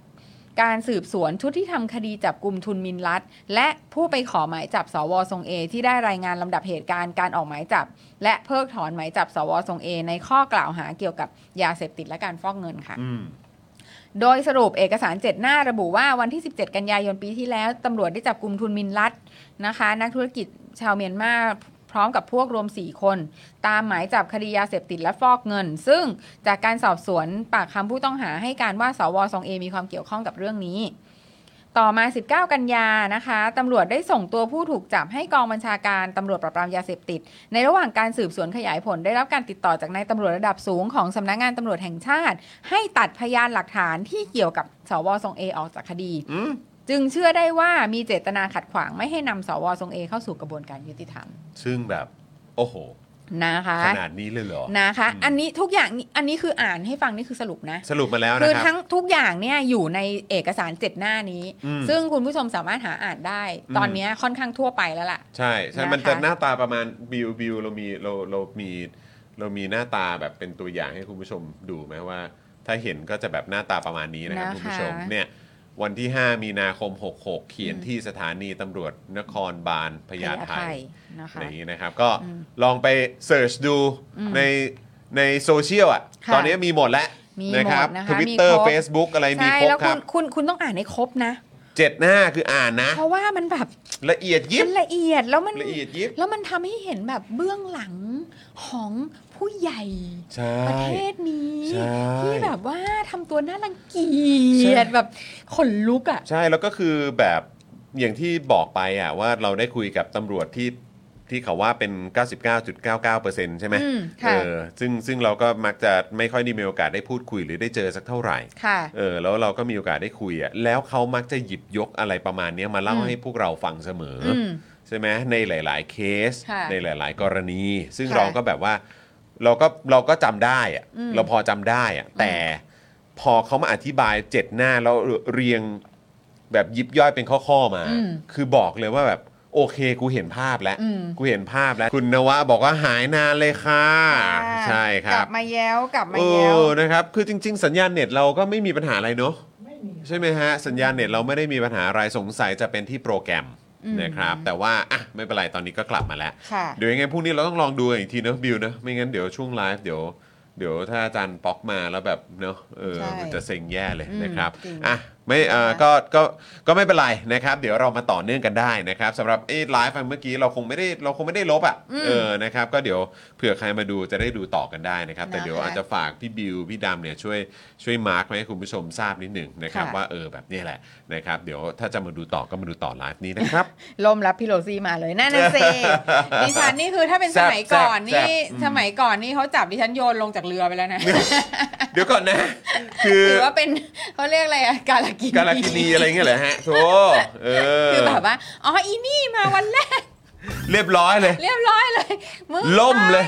Speaker 2: การสืบสวนชุดที่ทำคดีจับกลุ่มทุนมินลัดและผู้ไปขอหมายจับสวทรงเอ ที่ได้รายงานลำดับเหตุการณ์การออกหมายจับ และเพิกถอนหมายจับสวทรงเอ ในข้อกล่าวหาเกี่ยวกับยาเสพติดและการฟอกเงินค่ะ
Speaker 1: อืม
Speaker 2: โดยสรุปเอกสารเจ็ดหน้าระบุว่าวันที่ 17 กันยายนปีที่แล้ว ตำรวจได้จับกลุ่มทุนมินลัดนะคะ นักธุรกิจชาวเมียนมาพร้อมกับพวกรวม 4 คน ตามหมายจับคดียาเสพติดและฟอกเงิน ซึ่งจากการสอบสวนปากคำผู้ต้องหาให้การว่าสวสองเอมีความเกี่ยวข้องกับเรื่องนี้ ต่อมา 19 กันยานะคะตำรวจได้ส่งตัวผู้ถูกจับให้กองบัญชาการตำรวจปราบปรามยาเสพติด ในระหว่างการสืบสวนขยายผลได้รับการติดต่อจากนายตำรวจระดับสูงของสำนักงานตำรวจแห่งชาติ ให้ตัดพยานหลักฐานที่เกี่ยวกับสวทรงเอออกจากคดี
Speaker 1: อืม
Speaker 2: จึงเชื่อได้ว่ามีเจตนาขัดขวางไม่ให้นำสวทรงเอเข้าสู่กระบวนการยุติธรรม
Speaker 1: ซึ่งแบบ โอ้โห
Speaker 2: นะคะ
Speaker 1: ขนาดนี้เลยเหรอ
Speaker 2: นะคะ
Speaker 1: อืม
Speaker 2: อันนี้ทุกอย่างนี่อันนี้คืออ่านให้ฟังนี่คือสรุปนะ
Speaker 1: สรุปมาแล้วนะ
Speaker 2: คือ
Speaker 1: ครับ
Speaker 2: ทั้งทุกอย่างเนี่ยอยู่ในเอกสารเจ็ดหน้านี้
Speaker 1: อืม
Speaker 2: ซึ่งคุณผู้ชมสามารถหาอ่านได้ ตอน
Speaker 1: อืม
Speaker 2: เนี้ยค่อนข้างทั่วไปแล้วล่ะ
Speaker 1: ใช่ใช่
Speaker 2: นะคะ
Speaker 1: มันจะหน้าตาประมาณบิวบิวเรามีเราเรามีเรามีหน้าตาแบบเป็นตัวอย่างให้คุณผู้ชมดูไหมว่า ถ้าเห็นก็จะแบบหน้าตาประมาณนี้นะครับ
Speaker 2: นะคะ
Speaker 1: คุณผู้ชมเนี่ยวันที่ 5 มีนาคม 66 เขียน
Speaker 2: อืม
Speaker 1: ที่สถานีตำรวจนครบาลพญาไท
Speaker 2: นะ
Speaker 1: อะ
Speaker 2: คะ
Speaker 1: ไรอย่างนี้นะครับ ก็
Speaker 2: อืม
Speaker 1: ลองไปเสิร์ชดู
Speaker 2: อืม
Speaker 1: ในในโซเชียลอ่ะ
Speaker 2: ค่ะ
Speaker 1: ตอนนี้มีหมดแล้ว
Speaker 2: มีหมด
Speaker 1: ครับ
Speaker 2: นะคะ
Speaker 1: ทวิต
Speaker 2: มี
Speaker 1: เตอ
Speaker 2: ค
Speaker 1: ร์
Speaker 2: รบ
Speaker 1: เฟซบุ๊กอะไรมี
Speaker 2: ใช่
Speaker 1: ครบ
Speaker 2: แล้ว
Speaker 1: ค
Speaker 2: คุ
Speaker 1: รับ
Speaker 2: ณคุณคุณต้องอ่านให้ครบนะ
Speaker 1: เจ็ดหน้าคืออ่านนะ
Speaker 2: เพราะว่ามันแบบ
Speaker 1: ละเอียดยิ
Speaker 2: มั
Speaker 1: บ
Speaker 2: นละเอียดแล้วมัน
Speaker 1: ละเอียดยิบ
Speaker 2: แล้วมันทำให้เห็นแบบเบื้องหลังของผู้ใหญ่
Speaker 1: ใช่
Speaker 2: ประเทศนี้
Speaker 1: ใช่
Speaker 2: ที่แบบว่าทำตัวน่ารังเกียจ
Speaker 1: ใช่
Speaker 2: แบบขนลุกอ่ะ
Speaker 1: ใช่แล้วก็คือแบบอย่างที่บอกไปอ่ะว่าเราได้คุยกับตำรวจที่ที่เขาว่าเป็น 99.99%ใช่ไหม
Speaker 2: อืม
Speaker 1: เอ
Speaker 2: ค่ะ
Speaker 1: อซึ่งซึ่งเราก็มักจะไม่ค่อยได้มีโอกาสได้พูดคุยหรือได้เจอสักเท่าไหร่
Speaker 2: ค่ะ
Speaker 1: เออแล้วเราก็มีโอกาสได้คุยอ่ะแล้วเขามักจะหยิบยกอะไรประมาณเนี้ยมาเล่า
Speaker 2: อืม
Speaker 1: ให้พวกเราฟังเสมออ
Speaker 2: อืม
Speaker 1: ใช่ไหมในหลาย ๆ เคส
Speaker 2: ค่ะ
Speaker 1: ในหลาย ๆ กรณี ซึ่ง
Speaker 2: ค่ะ
Speaker 1: เราก็แบบว่าเราก็เราก็จำได้อะ
Speaker 2: อืม
Speaker 1: เราพอจำได้อะแต่พอเขามาอธิบายเจ็ดหน้าแล้วเรียงแบบยิบย่อยเป็นข้อ ๆ มา
Speaker 2: อืม
Speaker 1: คือบอกเลยว่าแบบโอเคกูเห็นภาพแล้ว
Speaker 2: อืม
Speaker 1: กูเห็นภาพแล้ว คุณนวะบอกว่าหายนานเลยค่ะ ใช่
Speaker 2: ก
Speaker 1: ครั
Speaker 2: ลั
Speaker 1: บบ
Speaker 2: มาแย้วกลับมา
Speaker 1: เอ
Speaker 2: แย้ว
Speaker 1: อนะครับ คือจริง ๆ สัญญาณเน็ตเราก็ไม่มีปัญหาอะไรเนอะ
Speaker 3: ไม่มี
Speaker 1: ใช่ไหมฮะ สัญญาณเน็ตเราไม่ได้มีปัญหาอะไรสงสัยจะเป็นที่โปรแกรม
Speaker 2: อืม
Speaker 1: นะครับ แต่ว่าอ่ะไม่เป็นไรตอนนี้ก็กลับมาแล้ว
Speaker 2: ค่ะ
Speaker 1: เดี๋ยวยังไงพรุ่งนี้เราต้องลองดูอีกทีเนอะบิวเนอะไม่งั้นเดี๋ยวช่วงไลฟ์เดี๋ยวเดี๋ยวถ้าอาจารย์ป๊อกมาแล้วแบบเนอะเออ
Speaker 2: ใช่
Speaker 1: มันจะเซ็งแย่เลยนะครับ
Speaker 2: อืมจริง
Speaker 1: อ่ะไม่เออ
Speaker 2: นะคะ
Speaker 1: ก็ก็ก็ไม่เป็นไรนะครับ เดี๋ยวเรามาต่อเนื่องกันได้นะครับสำหรับไอ้ไลฟ์อันเมื่อกี้เราคงไม่ได้เราคงไม่ได้ลบอ่ะ
Speaker 2: อืม
Speaker 1: เออนะครับ ก็เดี๋ยวเผื่อใครมาดูจะได้ดูต่อกันได้นะครับ แต่
Speaker 2: นะคะ
Speaker 1: เดี๋ยวอาจจะฝากพี่บิวพี่ดำเนี่ยช่วยช่วยมาร์คไว้ให้คุณผู้ชมทราบนิดหนึ่งนะครับ
Speaker 2: ค่ะ
Speaker 1: ว่าเออแบบเนี้ยแหละนะครับเดี๋ยวถ้าจะมาดูต่อก็มาดูต่อไลฟ์นี้นะครับ
Speaker 2: ลมรับพี่โรซี่มาเลยนั่นน่ะ สิ ดิฉันนี่คือถ้าเป็น
Speaker 1: แซ่
Speaker 2: ส
Speaker 1: บ
Speaker 2: มัยก่อน
Speaker 1: แซ่บ
Speaker 2: นี่
Speaker 1: แซ่บอืม
Speaker 2: สมัยก่อนนี่เขาจับดิฉันโยนลงจากเรือไปแล้วนะ
Speaker 1: เดี๋ยวก่ อนนะคือ
Speaker 2: ถือว่าเป็น เขาเรียกอะไรอะการากินี
Speaker 1: กาลากินีอะไรเงี้ยเหรอฮะโธ่เออ
Speaker 2: คือแบบว่าอ๋ออีนี่มาวันแรก
Speaker 1: เรียบร้อยเลย
Speaker 2: เรียบร้อยเลยมือ
Speaker 1: ล่มเลย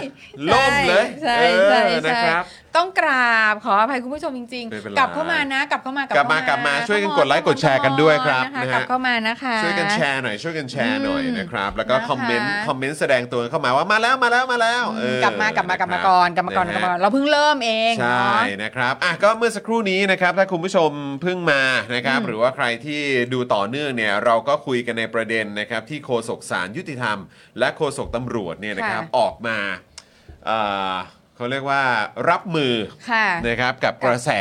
Speaker 2: ไป
Speaker 1: ล่มเลย
Speaker 2: ใช่
Speaker 1: เออ
Speaker 2: ใช่ใช่
Speaker 1: นะครับ
Speaker 2: ต้องกราบขออภัยคุณผู้ชมจริง
Speaker 1: ไม่เป็นไร
Speaker 2: ๆ กลับเข้ามานะ กลับเข้ามาก
Speaker 1: ลับมากลับมาช่วยกันกดไลค์กดแชร์กันด้วยครับ
Speaker 2: นะคะ
Speaker 1: นะฮะ
Speaker 2: กลับเข้ามานะคะ
Speaker 1: ช่วยกันแชร์หน่อยช่วยกันแชร์หน่อย
Speaker 2: อืม
Speaker 1: นะครับ แล้วก็
Speaker 2: นะคะ
Speaker 1: คอมเมนต์คอมเมนต์แสดงตัวเข้ามาว่ามาแล้วมาแล้วมาแล้วเออก
Speaker 2: ลับมากลับมากลับมาก่อนกลับมาก่อนกลับมาก่อนเราเพิ่งเริ่มเอง
Speaker 1: ใช่
Speaker 2: เนาะ
Speaker 1: นะครับอ่ะก็เมื่อสักครู่นี้นะครับ ถ้าคุณผู้ชมเพิ่งมานะครับ
Speaker 2: อืม
Speaker 1: หรือว่าใครที่ดูต่อเนื่องเนี่ยเราก็คุยกันในประเด็นนะครับ ที่โฆษกศาลยุติธรรม และโฆษกตำรวจเนี่ยนะครับออกมาเอ่อเขาเรียกว่ารับมือ
Speaker 2: ค่ะ
Speaker 1: นะครับกับกระแส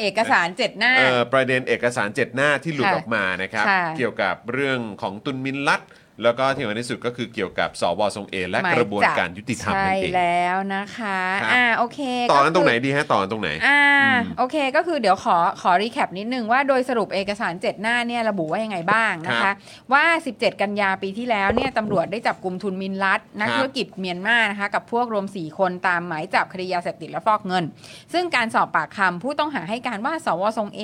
Speaker 2: เอกสารเจ็ดหน้า
Speaker 1: เอ่อประเด็นเอกสารเจ็ดหน้าที่หลุด
Speaker 2: ค่ะ
Speaker 1: ออกมานะครับ
Speaker 2: ค่ะ
Speaker 1: เกี่ยวกับเรื่องของตุนมินลัดแล้วก็ที่สำคัญที่สุดก็คือเกี่ยวกับสวทรงเอและ
Speaker 2: หมายจั
Speaker 1: ก
Speaker 2: บ
Speaker 1: ระบวนการยุติธรรม
Speaker 2: ใช่
Speaker 1: นั่นเอง
Speaker 2: แล้วนะคะ
Speaker 1: ครับ
Speaker 2: อ่าโอเค
Speaker 1: ต่อกั
Speaker 2: ก็
Speaker 1: น
Speaker 2: คือ
Speaker 1: ตรงไหนดีฮะต่อกันตรงไหน
Speaker 2: อ่า
Speaker 1: อืม
Speaker 2: โอเคก็คือเดี๋ยวขอขอรีแคปนิดนึงว่าโดยสรุปเอกสารเจ็ดหน้าเนี่ยระบุว่ายังไงบ้างนะ
Speaker 1: ครั
Speaker 2: คะ
Speaker 1: บ
Speaker 2: ว่า 17 กันยาปีที่แล้วเนี่ยตำรวจได้จับกลุ่มทุนมินลัดนัก
Speaker 1: ครับ
Speaker 2: ธุรกิจเมียนมานะคะกับพวกรวม 4 คนตามหมายจับคดียาเสพติดและฟอกเงิน ซึ่งการสอบปากคำผู้ต้องหาให้การว่าสวทรงเอ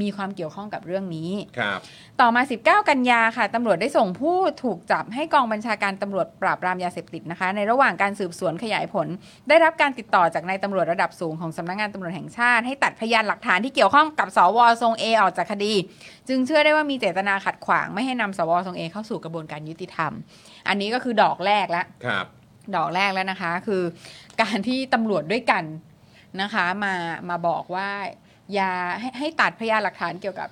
Speaker 2: มีความเกี่ยวข้องกับเรื่องนี้
Speaker 1: ครับ
Speaker 2: ต่อมา 19 กันยาค่ะ ตำรวจได้ส่งผู้ถูกจับให้กองบัญชาการตำรวจปราบปรามยาเสพติดนะคะ ในระหว่างการสืบสวนขยายผล ได้รับการติดต่อจากนายตำรวจระดับสูงของสำนักงานตำรวจแห่งชาติ ให้ตัดพยานหลักฐานที่เกี่ยวข้องกับสวทรงเอออกจากคดี จึงเชื่อได้ว่ามีเจตนาขัดขวางไม่ให้นำสวทรงเอเข้าสู่กระบวนการยุติธรรม อันนี้ก็คือดอกแรกละ
Speaker 1: ครับ
Speaker 2: ดอกแรกแล้วนะคะคือการที่ตำรวจด้วยกันนะคะมามาบอกว่าอย่าให้ให้ตัดพยานหลักฐานเกี่ยวกับ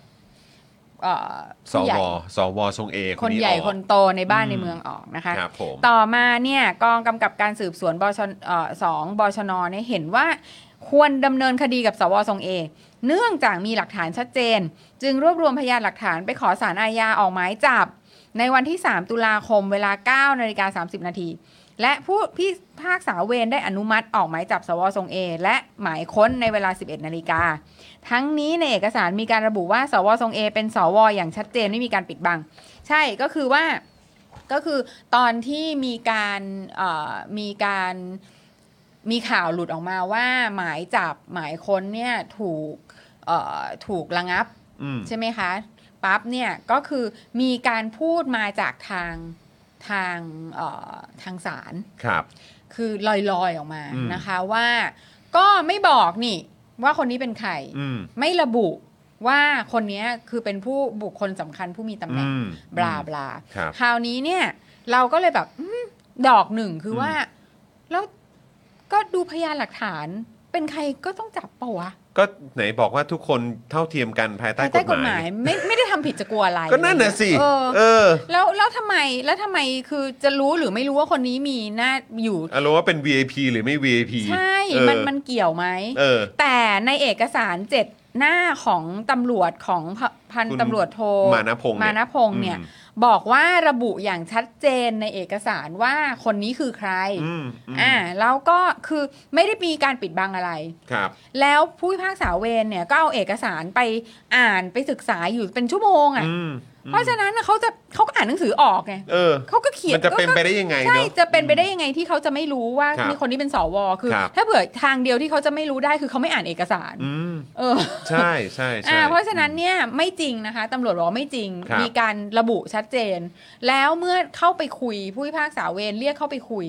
Speaker 2: เอ่อ
Speaker 1: ส
Speaker 2: ผู้
Speaker 1: ว
Speaker 2: ญ่
Speaker 1: สวทรงเอค
Speaker 2: คน น
Speaker 1: นี้
Speaker 2: ใหญ่
Speaker 1: ออก
Speaker 2: คนโตในบ้านในเมืองออกนะคะ
Speaker 1: ครับผม
Speaker 2: ต่อมาเนี่ยกองกำกับการสืบสวนบชเอ่อสองบชนเนี่ยเห็นว่าควรดำเนินคดีกับสวทรงเอ เนื่องจากมีหลักฐานชัดเจน จึงรวบรวมพยานหลักฐานไปขอสารอาญาออกหมายจับ ในวันที่ 3 ตุลาคมเวลา 9นาฬิกา30 นาที และผู้พิพากษาเวรได้อนุมัติออกหมายจับสวทรงเอ และหมายค้นในเวลา 11 นาฬิกา ทั้งนี้ในเอกสารมีการระบุว่าสวทรงเอเป็นสวอย่างชัดเจนไม่มีการปิดบัง ใช่ก็คือว่าก็คือตอนที่มีการเอ่อมีการมีข่าวหลุดออกมาว่าหมายจับหมายค้นเนี่ยถูกเอ่อถูกระงับ
Speaker 1: อืม
Speaker 2: ใช่ไหมคะปั๊บเนี่ยก็คือมีการพูดมาจากทาง ทางเอ่อทางศาล
Speaker 1: ครับ
Speaker 2: คือลอยๆออกมา
Speaker 1: อืม
Speaker 2: นะคะว่าก็ไม่บอกนี่ว่าคนนี้เป็นใคร
Speaker 1: อืม
Speaker 2: ไม่ระบุว่าคนเนี้ยคือเป็นผู้บุคคลสำคัญผู้มีตำแหน่ง
Speaker 1: อืม
Speaker 2: บลาบลา
Speaker 1: ครับ
Speaker 2: คราวนี้เนี่ย เราก็เลยแบบอืมดอกหนึ่งคืออ
Speaker 1: ม
Speaker 2: ว่า แล้วก็ดูพยานหลักฐาน เป็นใครก็ต้องจับปะวะ
Speaker 1: ก็ไหนบอกว่าทุกคนเท่าเทียมกันภายใต้
Speaker 2: ภายใต้
Speaker 1: ก
Speaker 2: ก
Speaker 1: ฎ
Speaker 2: ฎ
Speaker 1: หมาม
Speaker 2: หาย ยไม่ไม่ได้ทำผิดจะกลัวอะไร
Speaker 1: ก็นั่นน่ะสิ
Speaker 2: เออ
Speaker 1: เออ
Speaker 2: แล้วแล้วทำไมแล้วทำไมคือจะรู้หรือไม่รู้ว่าคนนี้มีหน้าอยู่
Speaker 1: อารมณ์ว่าเป็น VIP หรือไม่ VIP
Speaker 2: ใช่
Speaker 1: เออ
Speaker 2: มันมันเกี่ยวไหม
Speaker 1: เออ
Speaker 2: แต่ในเอกสารเจ็ดหน้าของตำรวจของพพัน
Speaker 1: คุณ
Speaker 2: ตำรวจโท
Speaker 1: มานพงษ์เนี่ย
Speaker 2: มานพงษ์เนี่ย
Speaker 1: อืม
Speaker 2: บอกว่าระบุอย่างชัดเจนในเอกสารว่าคนนี้คือใคร
Speaker 1: อืมม
Speaker 2: อ่าแล้วก็คือไม่ได้มีการปิดบังอะไร
Speaker 1: ครับ
Speaker 2: แล้วผู้พิพากษาเวรเนี่ยก็เอาเอกสารไปอ่านไปศึกษาอยู่เป็นชั่วโมงอ่ะ
Speaker 1: อืม
Speaker 2: เพราะฉะนั้นน่ะเขาจะเขาก็อ่านหนังสือออกไง
Speaker 1: เออ
Speaker 2: เขาก็เขียน
Speaker 1: มันจะเป็น
Speaker 2: ก็
Speaker 1: ไปได้ยังไง
Speaker 2: ใช่
Speaker 1: เนาะ
Speaker 2: จะเป็นไปได้ยังไงที่เขาจะไม่รู้ว่า
Speaker 1: ครับ
Speaker 2: มีคนที่เป็นสวคือ
Speaker 1: ครับ
Speaker 2: ถ้าเผื่อทางเดียวที่เขาจะไม่รู้ได้คือเขาไม่อ่านเอกสาร
Speaker 1: อืม
Speaker 2: เออ
Speaker 1: ใช่ใช่ใช่
Speaker 2: อ่าเพราะฉะนั้นเนี่ยไม่จริงนะคะตำรวจบอกว่าไม่จริง
Speaker 1: ครับ
Speaker 2: มีการระบุชัดเจน แล้วเมื่อเข้าไปคุยผู้พิพากษาเวรเรียกเข้าไปคุย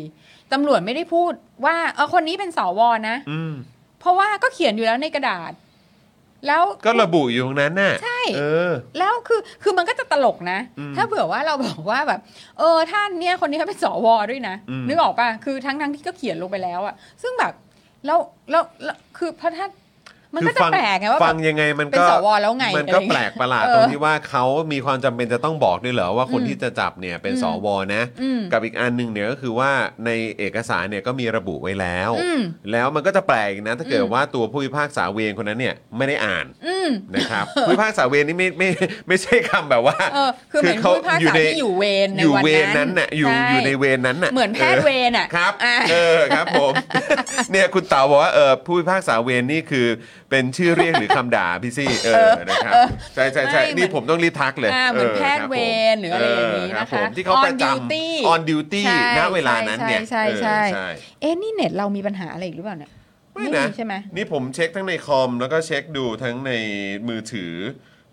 Speaker 2: ตำรวจไม่ได้พูดว่าเออคนนี้เป็นสวนะ
Speaker 1: อืม
Speaker 2: เพราะว่าก็เขียนอยู่แล้วในกระดาษ แล้ว
Speaker 1: ก็ระบุอยู่ตรงนั้นน่ะ
Speaker 2: ใช่
Speaker 1: เออ
Speaker 2: แล้วคือคือมันก็จะตลกนะ
Speaker 1: อืม
Speaker 2: ถ้าเผื่อว่าเราบอกว่าแบบ เออท่านเนี่ยคนนี้เขาเป็นสวด้วยนะ
Speaker 1: อืม
Speaker 2: นึกออกป่ะ คือทั้งทั้งที่ก็เขียนลงไปแล้วอะซึ่งแบบแล้วแล้วแล้วคือเพราะท่านมัน
Speaker 1: คือ
Speaker 2: ก็จะ
Speaker 1: ฟัง
Speaker 2: แปลกไงว่า
Speaker 1: ฟั
Speaker 2: แบบ
Speaker 1: งยังไงมันก็
Speaker 2: เป็นสวแล้วไง
Speaker 1: มันก็
Speaker 2: อะไรเงี้ย
Speaker 1: แปลกประหลาด
Speaker 2: เออ
Speaker 1: ตรงที่ว่าเขามีความจำเป็นจะต้องบอกด้วยเหรอว่าคน
Speaker 2: อืม
Speaker 1: ที่จะจับเนี่ยเป็น
Speaker 2: อืม
Speaker 1: สวนะ
Speaker 2: อืม
Speaker 1: กับอีกอันหนึ่งเนี่ยก็คือว่าในเอกสารเนี่ยก็มีระบุไว้แล้ว
Speaker 2: อืม
Speaker 1: แล้วมันก็จะแปลกอีกนะถ้าเกิดว่าตัวผู้พิพากษาเวรคนนั้นเนี่ยไม่ได้อ่าน
Speaker 2: อืม
Speaker 1: นะครับผู้พิพากษาเวรนี่ไม่ไม่ไม่ใช่คำแบบว่า
Speaker 2: เออคือเหมือน
Speaker 1: คือเขา
Speaker 2: ผู้พิพาก
Speaker 1: อยู่
Speaker 2: ษา
Speaker 1: ใน
Speaker 2: ที่อยู่เวรใน
Speaker 1: อยู่
Speaker 2: วัน
Speaker 1: เวร
Speaker 2: นั้
Speaker 1: นั้นน่ะอยู่
Speaker 2: ใช่
Speaker 1: อยู่ในเวรนั้นน่ะ
Speaker 2: เหมือนแพทย์เวรอ่ะ
Speaker 1: ครับ
Speaker 2: อ่ะ
Speaker 1: เออครับผม เนี่ยคุณเต๋าบอกว่าเออผู้พิพากษาเวรนี่คือเป็นชื่อเรียกหรือคำด่าพี่ซี่เออนะครับใช่ใช่ใช่
Speaker 2: ไม่เหมือน
Speaker 1: นี่ผมต้องรีบทักเลย
Speaker 2: อ่าเหมือนแพทย์เวรหรืออะไรอย่างนี้
Speaker 1: เออรับ
Speaker 2: นะ
Speaker 1: ผ
Speaker 2: คะ
Speaker 1: มที่เขาประ
Speaker 2: On
Speaker 1: จ
Speaker 2: duty
Speaker 1: ำ on duty
Speaker 2: ใช่
Speaker 1: ณเวลานั้นเนี่ย
Speaker 2: ใช่
Speaker 1: เออ
Speaker 2: ใช่
Speaker 1: ใช่
Speaker 2: เอ๊ะนี่เน็ตเรามีปัญหาอะไรอีกหรือเปล่าเนี่ย
Speaker 1: ไม่นะ
Speaker 2: ใช่ไหม
Speaker 1: นี่ผมเช็คทั้งในคอม แล้วก็เช็คดูทั้งในมือถือ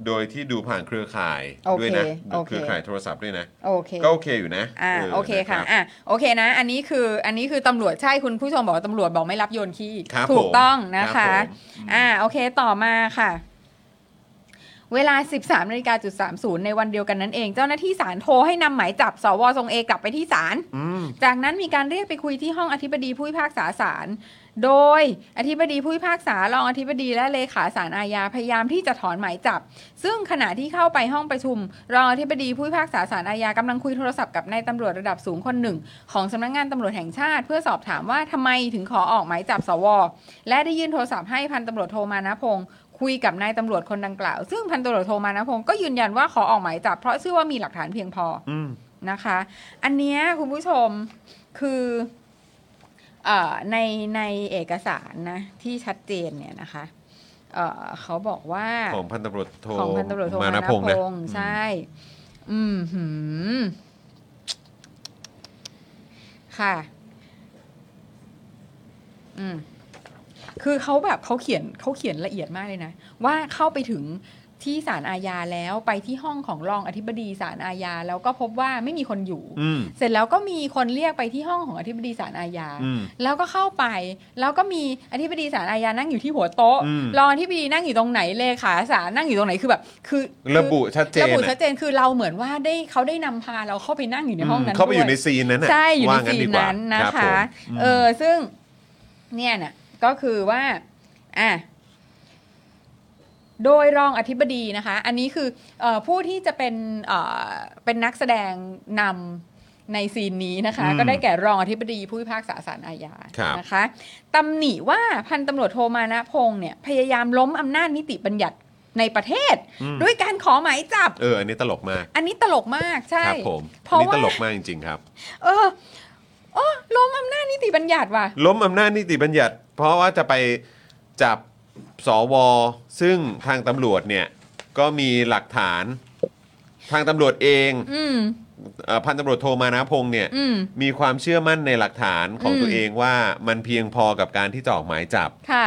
Speaker 1: โดยที่ดูผ่านเครือข่าย
Speaker 2: โอเค
Speaker 1: ด้วยนะ
Speaker 2: โอเค
Speaker 1: เครือข่ายโทรศัพท์ด้วยนะ
Speaker 2: โอเค
Speaker 1: ก็โอเคอยู่นะ
Speaker 2: อ่าโอเคค่ะ
Speaker 1: นรับ
Speaker 2: อ่ะโอเคนะ อันนี้คืออันนี้คือตำรวจใช่คุณผู้ชมบอกว่าตำรวจบอกไม่รับโยนขี้
Speaker 1: ครับ
Speaker 2: ถูกต้องนะ
Speaker 1: ค
Speaker 2: คะ
Speaker 1: รับผม
Speaker 2: อ่าโอเคต่อมาค่ะ เวลา 13นาฬิกาจุด30 ในวันเดียวกันนั้นเอง เจ้าหน้าที่ศาลโทรให้นำหมายจับสวทรงเอกลับไปที่ศาล
Speaker 1: อืม
Speaker 2: จากนั้นมีการเรียกไปคุยที่ห้องอธิบดีผู้พิพากษาศาลโดยอธิบดีผู้พิพากษารองอธิบดีและเลขาศาลอาญาพยายามที่จะถอนหมายจับ ซึ่งขณะที่เข้าไปห้องประชุม รองอธิบดีผู้พิพากษาศาลอาญากำลังคุยโทรศัพท์กับนายตำรวจระดับสูงคนหนึ่ง ของสำนักงานตำรวจแห่งชาติ เพื่อสอบถามว่าทำไมถึงขอออกหมายจับสว และได้ยื่นโทรศัพท์ให้พันตำรวจโทมานะพงศ์คุยกับนายตำรวจคนดังกล่าว ซึ่งพันตำรวจโทมานะพงศ์ก็ยืนยันว่าขอออกหมายจับเพราะเชื่อว่ามีหลักฐานเพียงพออ
Speaker 1: ม
Speaker 2: นะคะ อันเนี้ยคุณผู้ชมคือเอ่อในในเอกสารนะที่ชัดเจนเนี่ยนะคะเอ่อเขาบอกว่า
Speaker 1: ของพันตำรวจโท
Speaker 2: ของพันตำรวจโท
Speaker 1: มา
Speaker 2: มา
Speaker 1: นะ
Speaker 2: นะ
Speaker 1: พ
Speaker 2: พ
Speaker 1: ง
Speaker 2: ง
Speaker 1: ษ์นะ
Speaker 2: ษ์ใช่ อืมหือ ค่ะ อืม คือเขาแบบเขาเขียนเขาเขียนละเอียดมากเลยนะ ว่าเข้าไปถึงที่ศาลอาญาแล้วไปที่ห้องของรองอธิบดีศาลอาญา แล้วก็พบว่าไม่มีคนอยู่
Speaker 1: อืม
Speaker 2: เสร็จแล้วก็มีคนเรียกไปที่ห้องของอธิบดีศาลอาญา
Speaker 1: อืม
Speaker 2: แล้วก็เข้าไป แล้วก็มีอธิบดีศาลอาญานั่งอยู่ที่หัวโต๊ะ
Speaker 1: อืม
Speaker 2: รองอธิบดีนั่งอยู่ตรงไหนเลขาศาลนั่งอยู่ตรงไหนคือแบบคือ
Speaker 1: ระบุชัดเจน
Speaker 2: ระบุ
Speaker 1: อะ
Speaker 2: ชัดเจนคือเราเหมือนว่าได้เขาได้นำพาเราเข้าไปนั่งอยู่ในห้องนั้น
Speaker 1: เข้าไปอยู่ใน
Speaker 2: ด้ว
Speaker 1: ซีนนั้นน่ะ
Speaker 2: ใช่อยู่ใน
Speaker 1: ว่างั้
Speaker 2: ซี
Speaker 1: ดี
Speaker 2: น
Speaker 1: กว่า
Speaker 2: นั้นนะ
Speaker 1: รับผ
Speaker 2: คะ
Speaker 1: ม
Speaker 2: เออซึ่งเนี่ยน่ะก็คือว่าอ่ะโดยรองอธิบดีนะคะ อันนี้คือเออผู้ที่จะเป็นเออเป็นนักแสดงนำในซีนนี้นะคะ ก็ได้แก่รองอธิบดีผู้พิพากษาศาลอาญา นะคะตำหนิว่าพันตำรวจโทมานะพงษ์เนี่ยพยายามล้มอำนาจนิติบัญญัติในประเทศ ด้วยการขอหมายจับ
Speaker 1: เอออันนี้ตลกมาก
Speaker 2: อันนี้ตลกมากใช่
Speaker 1: ครับผม
Speaker 2: เพ
Speaker 1: อัน
Speaker 2: ราะ
Speaker 1: นี้
Speaker 2: ว่า
Speaker 1: ตลกมากจริงๆครับ
Speaker 2: เออเออล้มอำนาจนิติบัญญัติว่ะ
Speaker 1: ล้มอำนาจนิติบัญญัติ เพราะว่าจะไปจับสว ซึ่งทางตำรวจเนี่ย ก็มีหลักฐาน ทางตำรวจเอง
Speaker 2: อืม
Speaker 1: เอ่อพันตำรวจโทมานะพงษ์เนี่ย
Speaker 2: อืม
Speaker 1: มีความเชื่อมั่นในหลักฐานของ
Speaker 2: อืม
Speaker 1: ตัวเองว่ามันเพียงพอกับการที่จะออกหมายจับ
Speaker 2: ค่ะ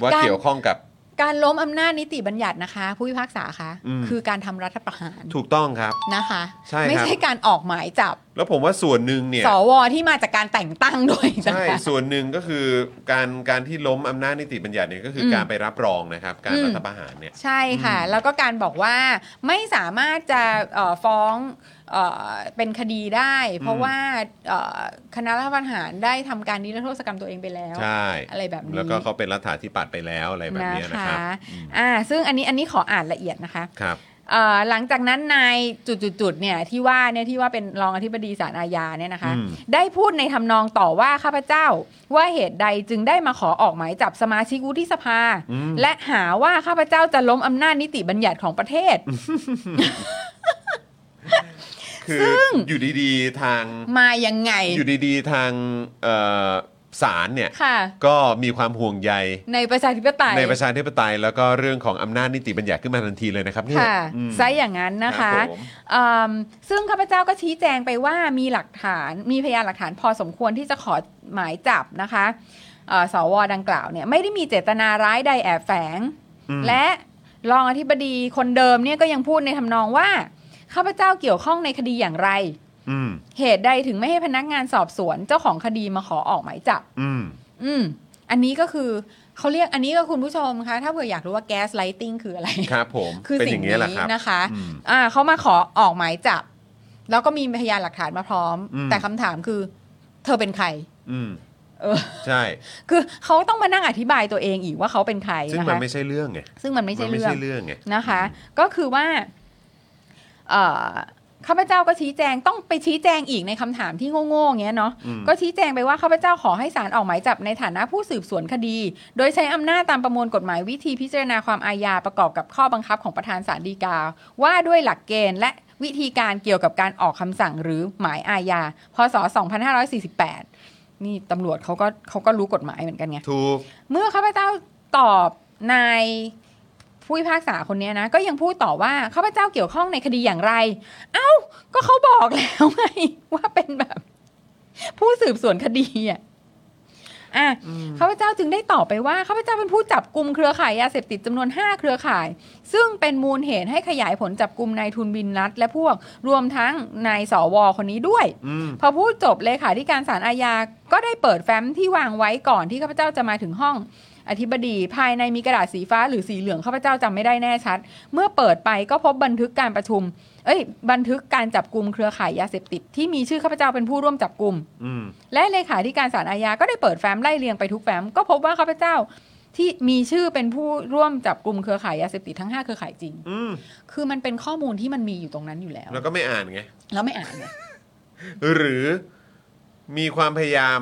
Speaker 1: ว่า
Speaker 2: การ
Speaker 1: เกี่ยวข้องกับ
Speaker 2: การล้มอำนาจนิติบัญญัตินะคะ ผู้พิพากษาคะ
Speaker 1: อืม
Speaker 2: คือการทำรัฐประหาร
Speaker 1: ถูกต้องครับ
Speaker 2: นะคะ
Speaker 1: ใช่ครับ
Speaker 2: ไม่ใช่การออกหมายจับ
Speaker 1: แล้วผมว่าส่วนหนึ่งเนี่ย
Speaker 2: สวที่มาจากการแต่งตั้งด้วยนะ
Speaker 1: ใช่
Speaker 2: คะ
Speaker 1: ส่วนหนึ่งก็คือการการที่ล้มอำนาจนิติบัญญัติเนี่ยก็คืออ
Speaker 2: ม
Speaker 1: การไปรับรองนะครับ การ
Speaker 2: อืม
Speaker 1: รัฐประหารเนี่ย
Speaker 2: ใช่ค่ะ
Speaker 1: อืม
Speaker 2: แล้วก็การบอกว่าไม่สามารถจะเอ่อฟ้องเอ่อเป็นคดีได้ เพราะ
Speaker 1: อืม
Speaker 2: ว่าเอ่อคณะรัฐประหารได้ทำการนิรโทษกรรมตัวเองไปแล้ว
Speaker 1: ใช่
Speaker 2: อะไรแบบนี้
Speaker 1: แล้วก็เขาเป็นรัฐาธิปัตย์ไปแล้วอะไรแบบเนี้ยนะครับ
Speaker 2: นะคะ
Speaker 1: อืม
Speaker 2: อ่าซึ่งอันนี้อันนี้ขออ่านละเอียดนะคะ
Speaker 1: ครับ
Speaker 2: เอ่อหลังจากนั้นนายจุดๆๆเนี่ยที่ว่าเนี่ยที่ว่าเป็นรองอธิบดีศาลอาญาเนี่ยนะคะ
Speaker 1: อืม
Speaker 2: ได้พูดในทำนองต่อว่าข้าพเจ้า ว่าเหตุใดจึงได้มาขอออกหมายจับสมาชิกวุฒิสภา
Speaker 1: อืม
Speaker 2: และหาว่าข้าพเจ้าจะล้มอำนาจนิติบัญญัติของประเทศ
Speaker 1: คืออยู่ดีๆทาง
Speaker 2: มายังไง
Speaker 1: อยู่ดีๆทางเอ่อศาลเนี่ย
Speaker 2: ค่ะ
Speaker 1: ก็มีความห่วงใย
Speaker 2: ในประชาธิปไตย
Speaker 1: ในประชาธิปไตย แล้วก็เรื่องของอำนาจนิติบัญญัติขึ้นมาทันทีเลยนะครับเนี่ย
Speaker 2: ค่ะ
Speaker 1: อืม
Speaker 2: ไซะอย่างนั้นนะคะ
Speaker 1: รับผม
Speaker 2: อืมซึ่งข้าพเจ้าก็ชี้แจงไปว่ามีหลักฐานมีพยานหลักฐานพอสมควรที่จะขอหมายจับนะคะเอ่อสวดังกล่าวเนี่ยไม่ได้มีเจตนาร้ายใดแอบแฝง
Speaker 1: อืม
Speaker 2: และรองอธิบดีคนเดิมเนี่ยก็ยังพูดในทำนองว่าข้าพเจ้าเกี่ยวข้องในคดีอย่างไร
Speaker 1: อืม
Speaker 2: เหตุใดถึงไม่ให้พนักงานสอบสวนเจ้าของคดีมาขอออกหมายจับ
Speaker 1: อืม
Speaker 2: อืมอันนี้ก็คือเขาเรียกอันนี้ก็คุณผู้ชมคะถ้าเผื่ออยากรู้ว่าแก๊สไลติงคืออะไร
Speaker 1: ครับผม
Speaker 2: คือ
Speaker 1: เป็นอ
Speaker 2: สิ่
Speaker 1: ย่าง ง
Speaker 2: นี้
Speaker 1: เงี้ยแหละครับ
Speaker 2: นะคะ
Speaker 1: อืม
Speaker 2: อ่าเขามาขอออกหมายจับ แล้วก็มีพยานหลักฐานมาพร้อม
Speaker 1: อืม
Speaker 2: แต่คำถามคือ เธอเป็นใคร
Speaker 1: อืม
Speaker 2: เออ
Speaker 1: ใช่
Speaker 2: คือเขาต้องมานั่งอธิบายตัวเองอีกว่าเขาเป็นใคร
Speaker 1: ซึ่ง
Speaker 2: นะ
Speaker 1: มัน
Speaker 2: คะ
Speaker 1: ไม่ใช่เรื่องไง
Speaker 2: ซึ่งมันไม่
Speaker 1: มั
Speaker 2: ใช่
Speaker 1: ไม่
Speaker 2: เรื่อง
Speaker 1: ใช่เรื่องไง
Speaker 2: นะคะ ก็คือว่าเอ่อข้าพเจ้าก็ชี้แจงต้องไปชี้แจงอีกในคำถามที่โง่ๆอย่างเงี้ยเนาะ
Speaker 1: อืม
Speaker 2: ก็ชี้แจงไปว่าข้าพเจ้าขอให้ศาลออกหมายจับในฐานะผู้สืบสวนคดี โดยใช้อำนาจตามประมวลกฎหมายวิธีพิจารณาความอาญาประกอบกับข้อบังคับของประธานศาลฎีกา ว่าด้วยหลักเกณฑ์และวิธีการเกี่ยวกับการออกคำสั่งหรือหมายอาญาพศ 2548 นี่ตำรวจเขาก็เขาก็รู้กฎหมายเหมือนกันไง
Speaker 1: ถูก
Speaker 2: เมื่อข้าพเจ้าตอบนายผู้พิพากษาคนเนี้ยนะ ก็ยังพูดต่อว่าข้าพเจ้าเกี่ยวข้องในคดีอย่างไร เอ้า ก็เขาบอกแล้วไง ว่าเป็นแบบ ผู้สืบสวนคดีอ่ะอ่ะข้าพเจ้าจึงได้ตอบไปว่าข้าพเจ้าเป็นผู้จับกลุ่มเครือข่ายยาเสพติดจำนวน 5 เครือข่าย ซึ่งเป็นมูลเหตุให้ขยายผลจับกลุ่มนายทุนบินรัฐ และพวกรวมทั้งนายสวคนนี้ด้วย
Speaker 1: อืม
Speaker 2: พอพูดจบเลขาธิการศาลอาญาก็ได้เปิดแฟ้มที่วางไว้ก่อนที่ข้าพเจ้าจะมาถึงห้อง อธิบดีภายในมีกระดาษสีฟ้าหรือสีเหลืองข้าพเจ้าจำไม่ได้แน่ชัด เมื่อเปิดไปก็พบบันทึกการประชุม เอ้ย บันทึกการจับกลุ่มเครือข่ายยาเสพติดที่มีชื่อข้าพเจ้าเป็นผู้ร่วมจับกลุ่ม
Speaker 1: อืม
Speaker 2: และเลขาธิการศาลอาญาก็ได้เปิดแฟ้มไล่เรียงไปทุกแฟ้มก็พบว่าข้าพเจ้าที่มีชื่อเป็นผู้ร่วมจับกลุ่มเครือข่ายยาเสพติดทั้งห้าเครือข่ายจริง
Speaker 1: อืม
Speaker 2: คือมันเป็นข้อมูลที่มันมีอยู่ตรงนั้นอยู่แล้ว
Speaker 1: แล้วก็ไม่อ่านไง
Speaker 2: แล้วไม่อ่านเนี่ย
Speaker 1: หรือมีความพยายาม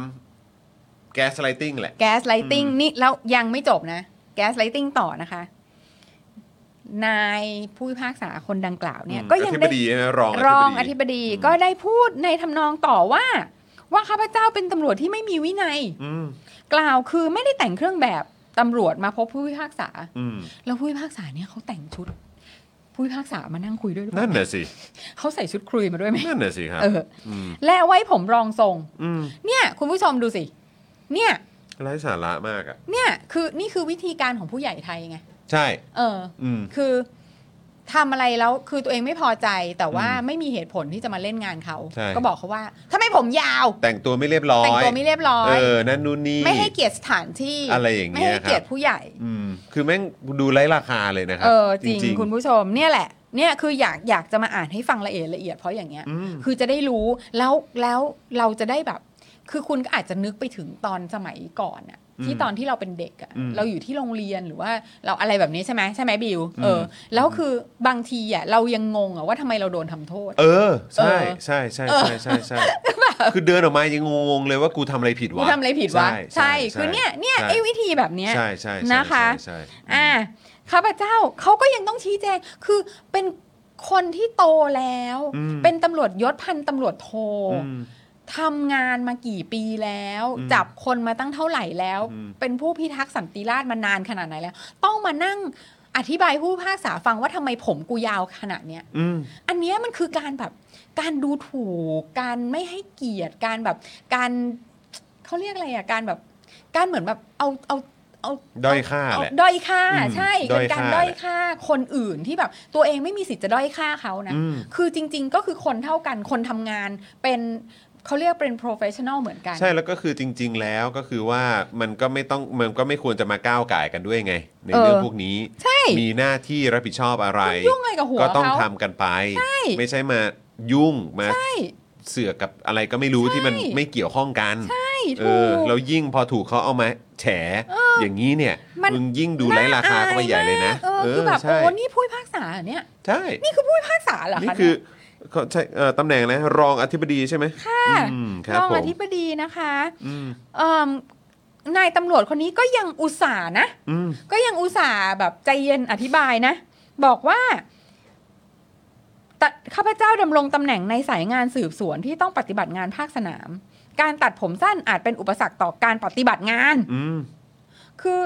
Speaker 1: แก๊สไลติงแหละ
Speaker 2: แก๊สไลติงนี่แล้วยังไม่จบนะ แก๊สไลติงต่อนะคะ นายผู้พิพากษาคนดังกล่าวเนี่ย ก็ยัง
Speaker 1: อธิบ
Speaker 2: ได้
Speaker 1: ดีใช่ไหมรอง
Speaker 2: รองอธิ
Speaker 1: บดี
Speaker 2: บดี
Speaker 1: อืม
Speaker 2: ก็ได้พูดในทำนองต่อว่า ว่าข้าพเจ้าเป็นตำรวจที่ไม่มีวินัย
Speaker 1: อืม
Speaker 2: กล่าวคือไม่ได้แต่งเครื่องแบบตำรวจมาพบผู้พิพากษา
Speaker 1: อืม
Speaker 2: แล้วผู้พิพากษาเนี่ยเขาแต่งชุด ผู้พิพากษามานั่งคุยด้วยหรือเป
Speaker 1: นั่
Speaker 2: ล่าน
Speaker 1: น่ะสิ
Speaker 2: เขาใส่ชุดคุยมาด้วยไหม
Speaker 1: นั่นน่ะสิครับ
Speaker 2: เออ
Speaker 1: ม
Speaker 2: และไว้ผมรองทรง
Speaker 1: อืม
Speaker 2: เนี่ย คุณผู้ชมดูสิ เนี่ย
Speaker 1: ไร้สาระมากอ่ะ
Speaker 2: เนี่ย คือนี่คือวิธีการของผู้ใหญ่ไทยไง
Speaker 1: ใช่
Speaker 2: เออ
Speaker 1: อืม
Speaker 2: คือทำอะไรแล้วคือตัวเองไม่พอใจ แต่ว่า
Speaker 1: อืม
Speaker 2: ไม่มีเหตุผลที่จะมาเล่นงานเขา
Speaker 1: ใช่
Speaker 2: ก็บอกเขาว่าทำไมผมยาว
Speaker 1: แต่งตัวไม่เรียบร้อย
Speaker 2: แต่งตัวไม่เรียบร้อย
Speaker 1: เออ นั่นนู่นนี่
Speaker 2: ไม่ให้เกียรติสถานที่
Speaker 1: อะไรอย่างเงี้ย
Speaker 2: ไม่ให้เกียร
Speaker 1: ค
Speaker 2: ติ
Speaker 1: รับ
Speaker 2: ผู้ใหญ่
Speaker 1: อืม คือแม่งดูไร้ราคาเลยนะครั
Speaker 2: เออจริง
Speaker 1: ๆ
Speaker 2: คุณผู้ชมเนี่ยแหละ เนี่ยคืออยากอยากจะมาอ่านให้ฟังละเอียดละเอียดเพราะอย่างเงี้ย
Speaker 1: อืม
Speaker 2: คือจะได้รู้แล้วแล้วเราจะได้แบบ คือคุณก็อาจจะนึกไปถึงตอนสมัยก่อนอะ
Speaker 1: อืม
Speaker 2: ที่ตอนที่เราเป็นเด็กอะ
Speaker 1: อืม
Speaker 2: เราอยู่ที่โรงเรียนหรือว่าเราอะไรแบบนี้ใช่ไหมใช่ไหมบิวเอออ
Speaker 1: ม
Speaker 2: แล้วคือบางทีอะเรายังงงอะว่าทำไมเราโดนทำโทษ
Speaker 1: เออ ใช่
Speaker 2: เออ
Speaker 1: ใช่ใช่ใช่ใช่ใช่คือเดินออกมายังงงๆเลยว่ากูทำอะไรผิด
Speaker 2: กู
Speaker 1: วะ
Speaker 2: ทำอะไรผิดวะ
Speaker 1: ใช่ใช่
Speaker 2: คือเนี่ยเนี่ย
Speaker 1: ใช่
Speaker 2: ไอ้วิธีแบบเนี้ย
Speaker 1: ใช่ใช่ใช่
Speaker 2: นะคะ
Speaker 1: ใช่ใช่
Speaker 2: อ่าข้าพเจ้าเขาก็ยังต้องชี้แจงคือเป็นคนที่โตแล้ว
Speaker 1: อืม
Speaker 2: เป็นตำรวจยศพันตำรวจโท
Speaker 1: อืม
Speaker 2: ทำงานมากี่ปีแล้ว
Speaker 1: อืม
Speaker 2: จับคนมาตั้งเท่าไหร่แล้ว
Speaker 1: อืม
Speaker 2: เป็นผู้พิทักษ์สันติราษฎร์มานานขนาดไหนแล้ว ต้องมานั่งอธิบายผู้พิพากษาฟังว่าทำไมผมกูยาวขนาดเนี้ย
Speaker 1: อืม
Speaker 2: อันเนี้ยมันคือการแบบการดูถูก การไม่ให้เกียรติการแบบการเขาเรียกอะไรอ่ะการแบบการเหมือนแบบเอาเอา เอา
Speaker 1: ด้อยค่า
Speaker 2: เอา
Speaker 1: แหละ
Speaker 2: ด้อยค่า
Speaker 1: อืม
Speaker 2: ใช่
Speaker 1: ด้
Speaker 2: เป็
Speaker 1: อย
Speaker 2: นการ
Speaker 1: ค่า
Speaker 2: ด้อยค่าคนอื่นที่แบบตัวเองไม่มีสิทธิ์จะด้อยค่าเขานะ
Speaker 1: อืม
Speaker 2: คือจริง ๆ ก็คือคนเท่ากันคนทำงานเป็นเขาเรียกเป็น professional เหมือนกัน
Speaker 1: ใช่แล้วก็คือจริง ๆ แล้วก็คือว่ามันก็ไม่ต้องมันก็ไม่ควรจะมาก้าวก่ายกันด้วยไง ในเรื่อง
Speaker 2: เออ
Speaker 1: พวกนี้
Speaker 2: ใช่
Speaker 1: มีหน้าที่รับผิดชอบอะไร
Speaker 2: มันยุ่งอะไรกับหัว
Speaker 1: ก็ต้อง
Speaker 2: เขา
Speaker 1: ทำกันไป
Speaker 2: ใช่
Speaker 1: ไม่ใช่มายุ่งมา
Speaker 2: ใช่
Speaker 1: เสือกกับอะไรก็ไม่รู้ที่มัน
Speaker 2: ใช่
Speaker 1: ไม่เกี่ยวข้องกัน
Speaker 2: ใช่
Speaker 1: เอ
Speaker 2: ถู
Speaker 1: อก แล้วยิ่งพอถูกเขาเอามาแฉอย่างนี้เนี่ย
Speaker 2: มัน
Speaker 1: งยิ่งดูไร้ราคาก็ไปใหญ่เลยนะ
Speaker 2: เออคือแบบ
Speaker 1: ใช่
Speaker 2: โอ้นี่ผู้พิพากษาเหรอเนี่ย
Speaker 1: ใช่
Speaker 2: นี่คือผู้พิพากษาเหรอคะ
Speaker 1: นี่คือเขาใช่เอ่อตำแหน่งนะรองอธิบดีใช่ไหม
Speaker 2: ค่ะ
Speaker 1: อืมครับ
Speaker 2: รอง
Speaker 1: ผ
Speaker 2: อ
Speaker 1: ม
Speaker 2: ธิบดีนะคะ
Speaker 1: อืม
Speaker 2: เอิ่มนายตำรวจคนนี้ก็ยังอุตส่าห์นะ
Speaker 1: อืม
Speaker 2: ก็ยังอุตส่าห์แบบใจเย็นอธิบายนะ บอกว่าตะข้าพเจ้าดำรงตำแหน่งในสายงานสืบสวนที่ต้องปฏิบัติงานภาคสนาม การตัดผมสั้นอาจเป็นอุปสรรคต่อการปฏิบัติงาน
Speaker 1: อืม
Speaker 2: คือ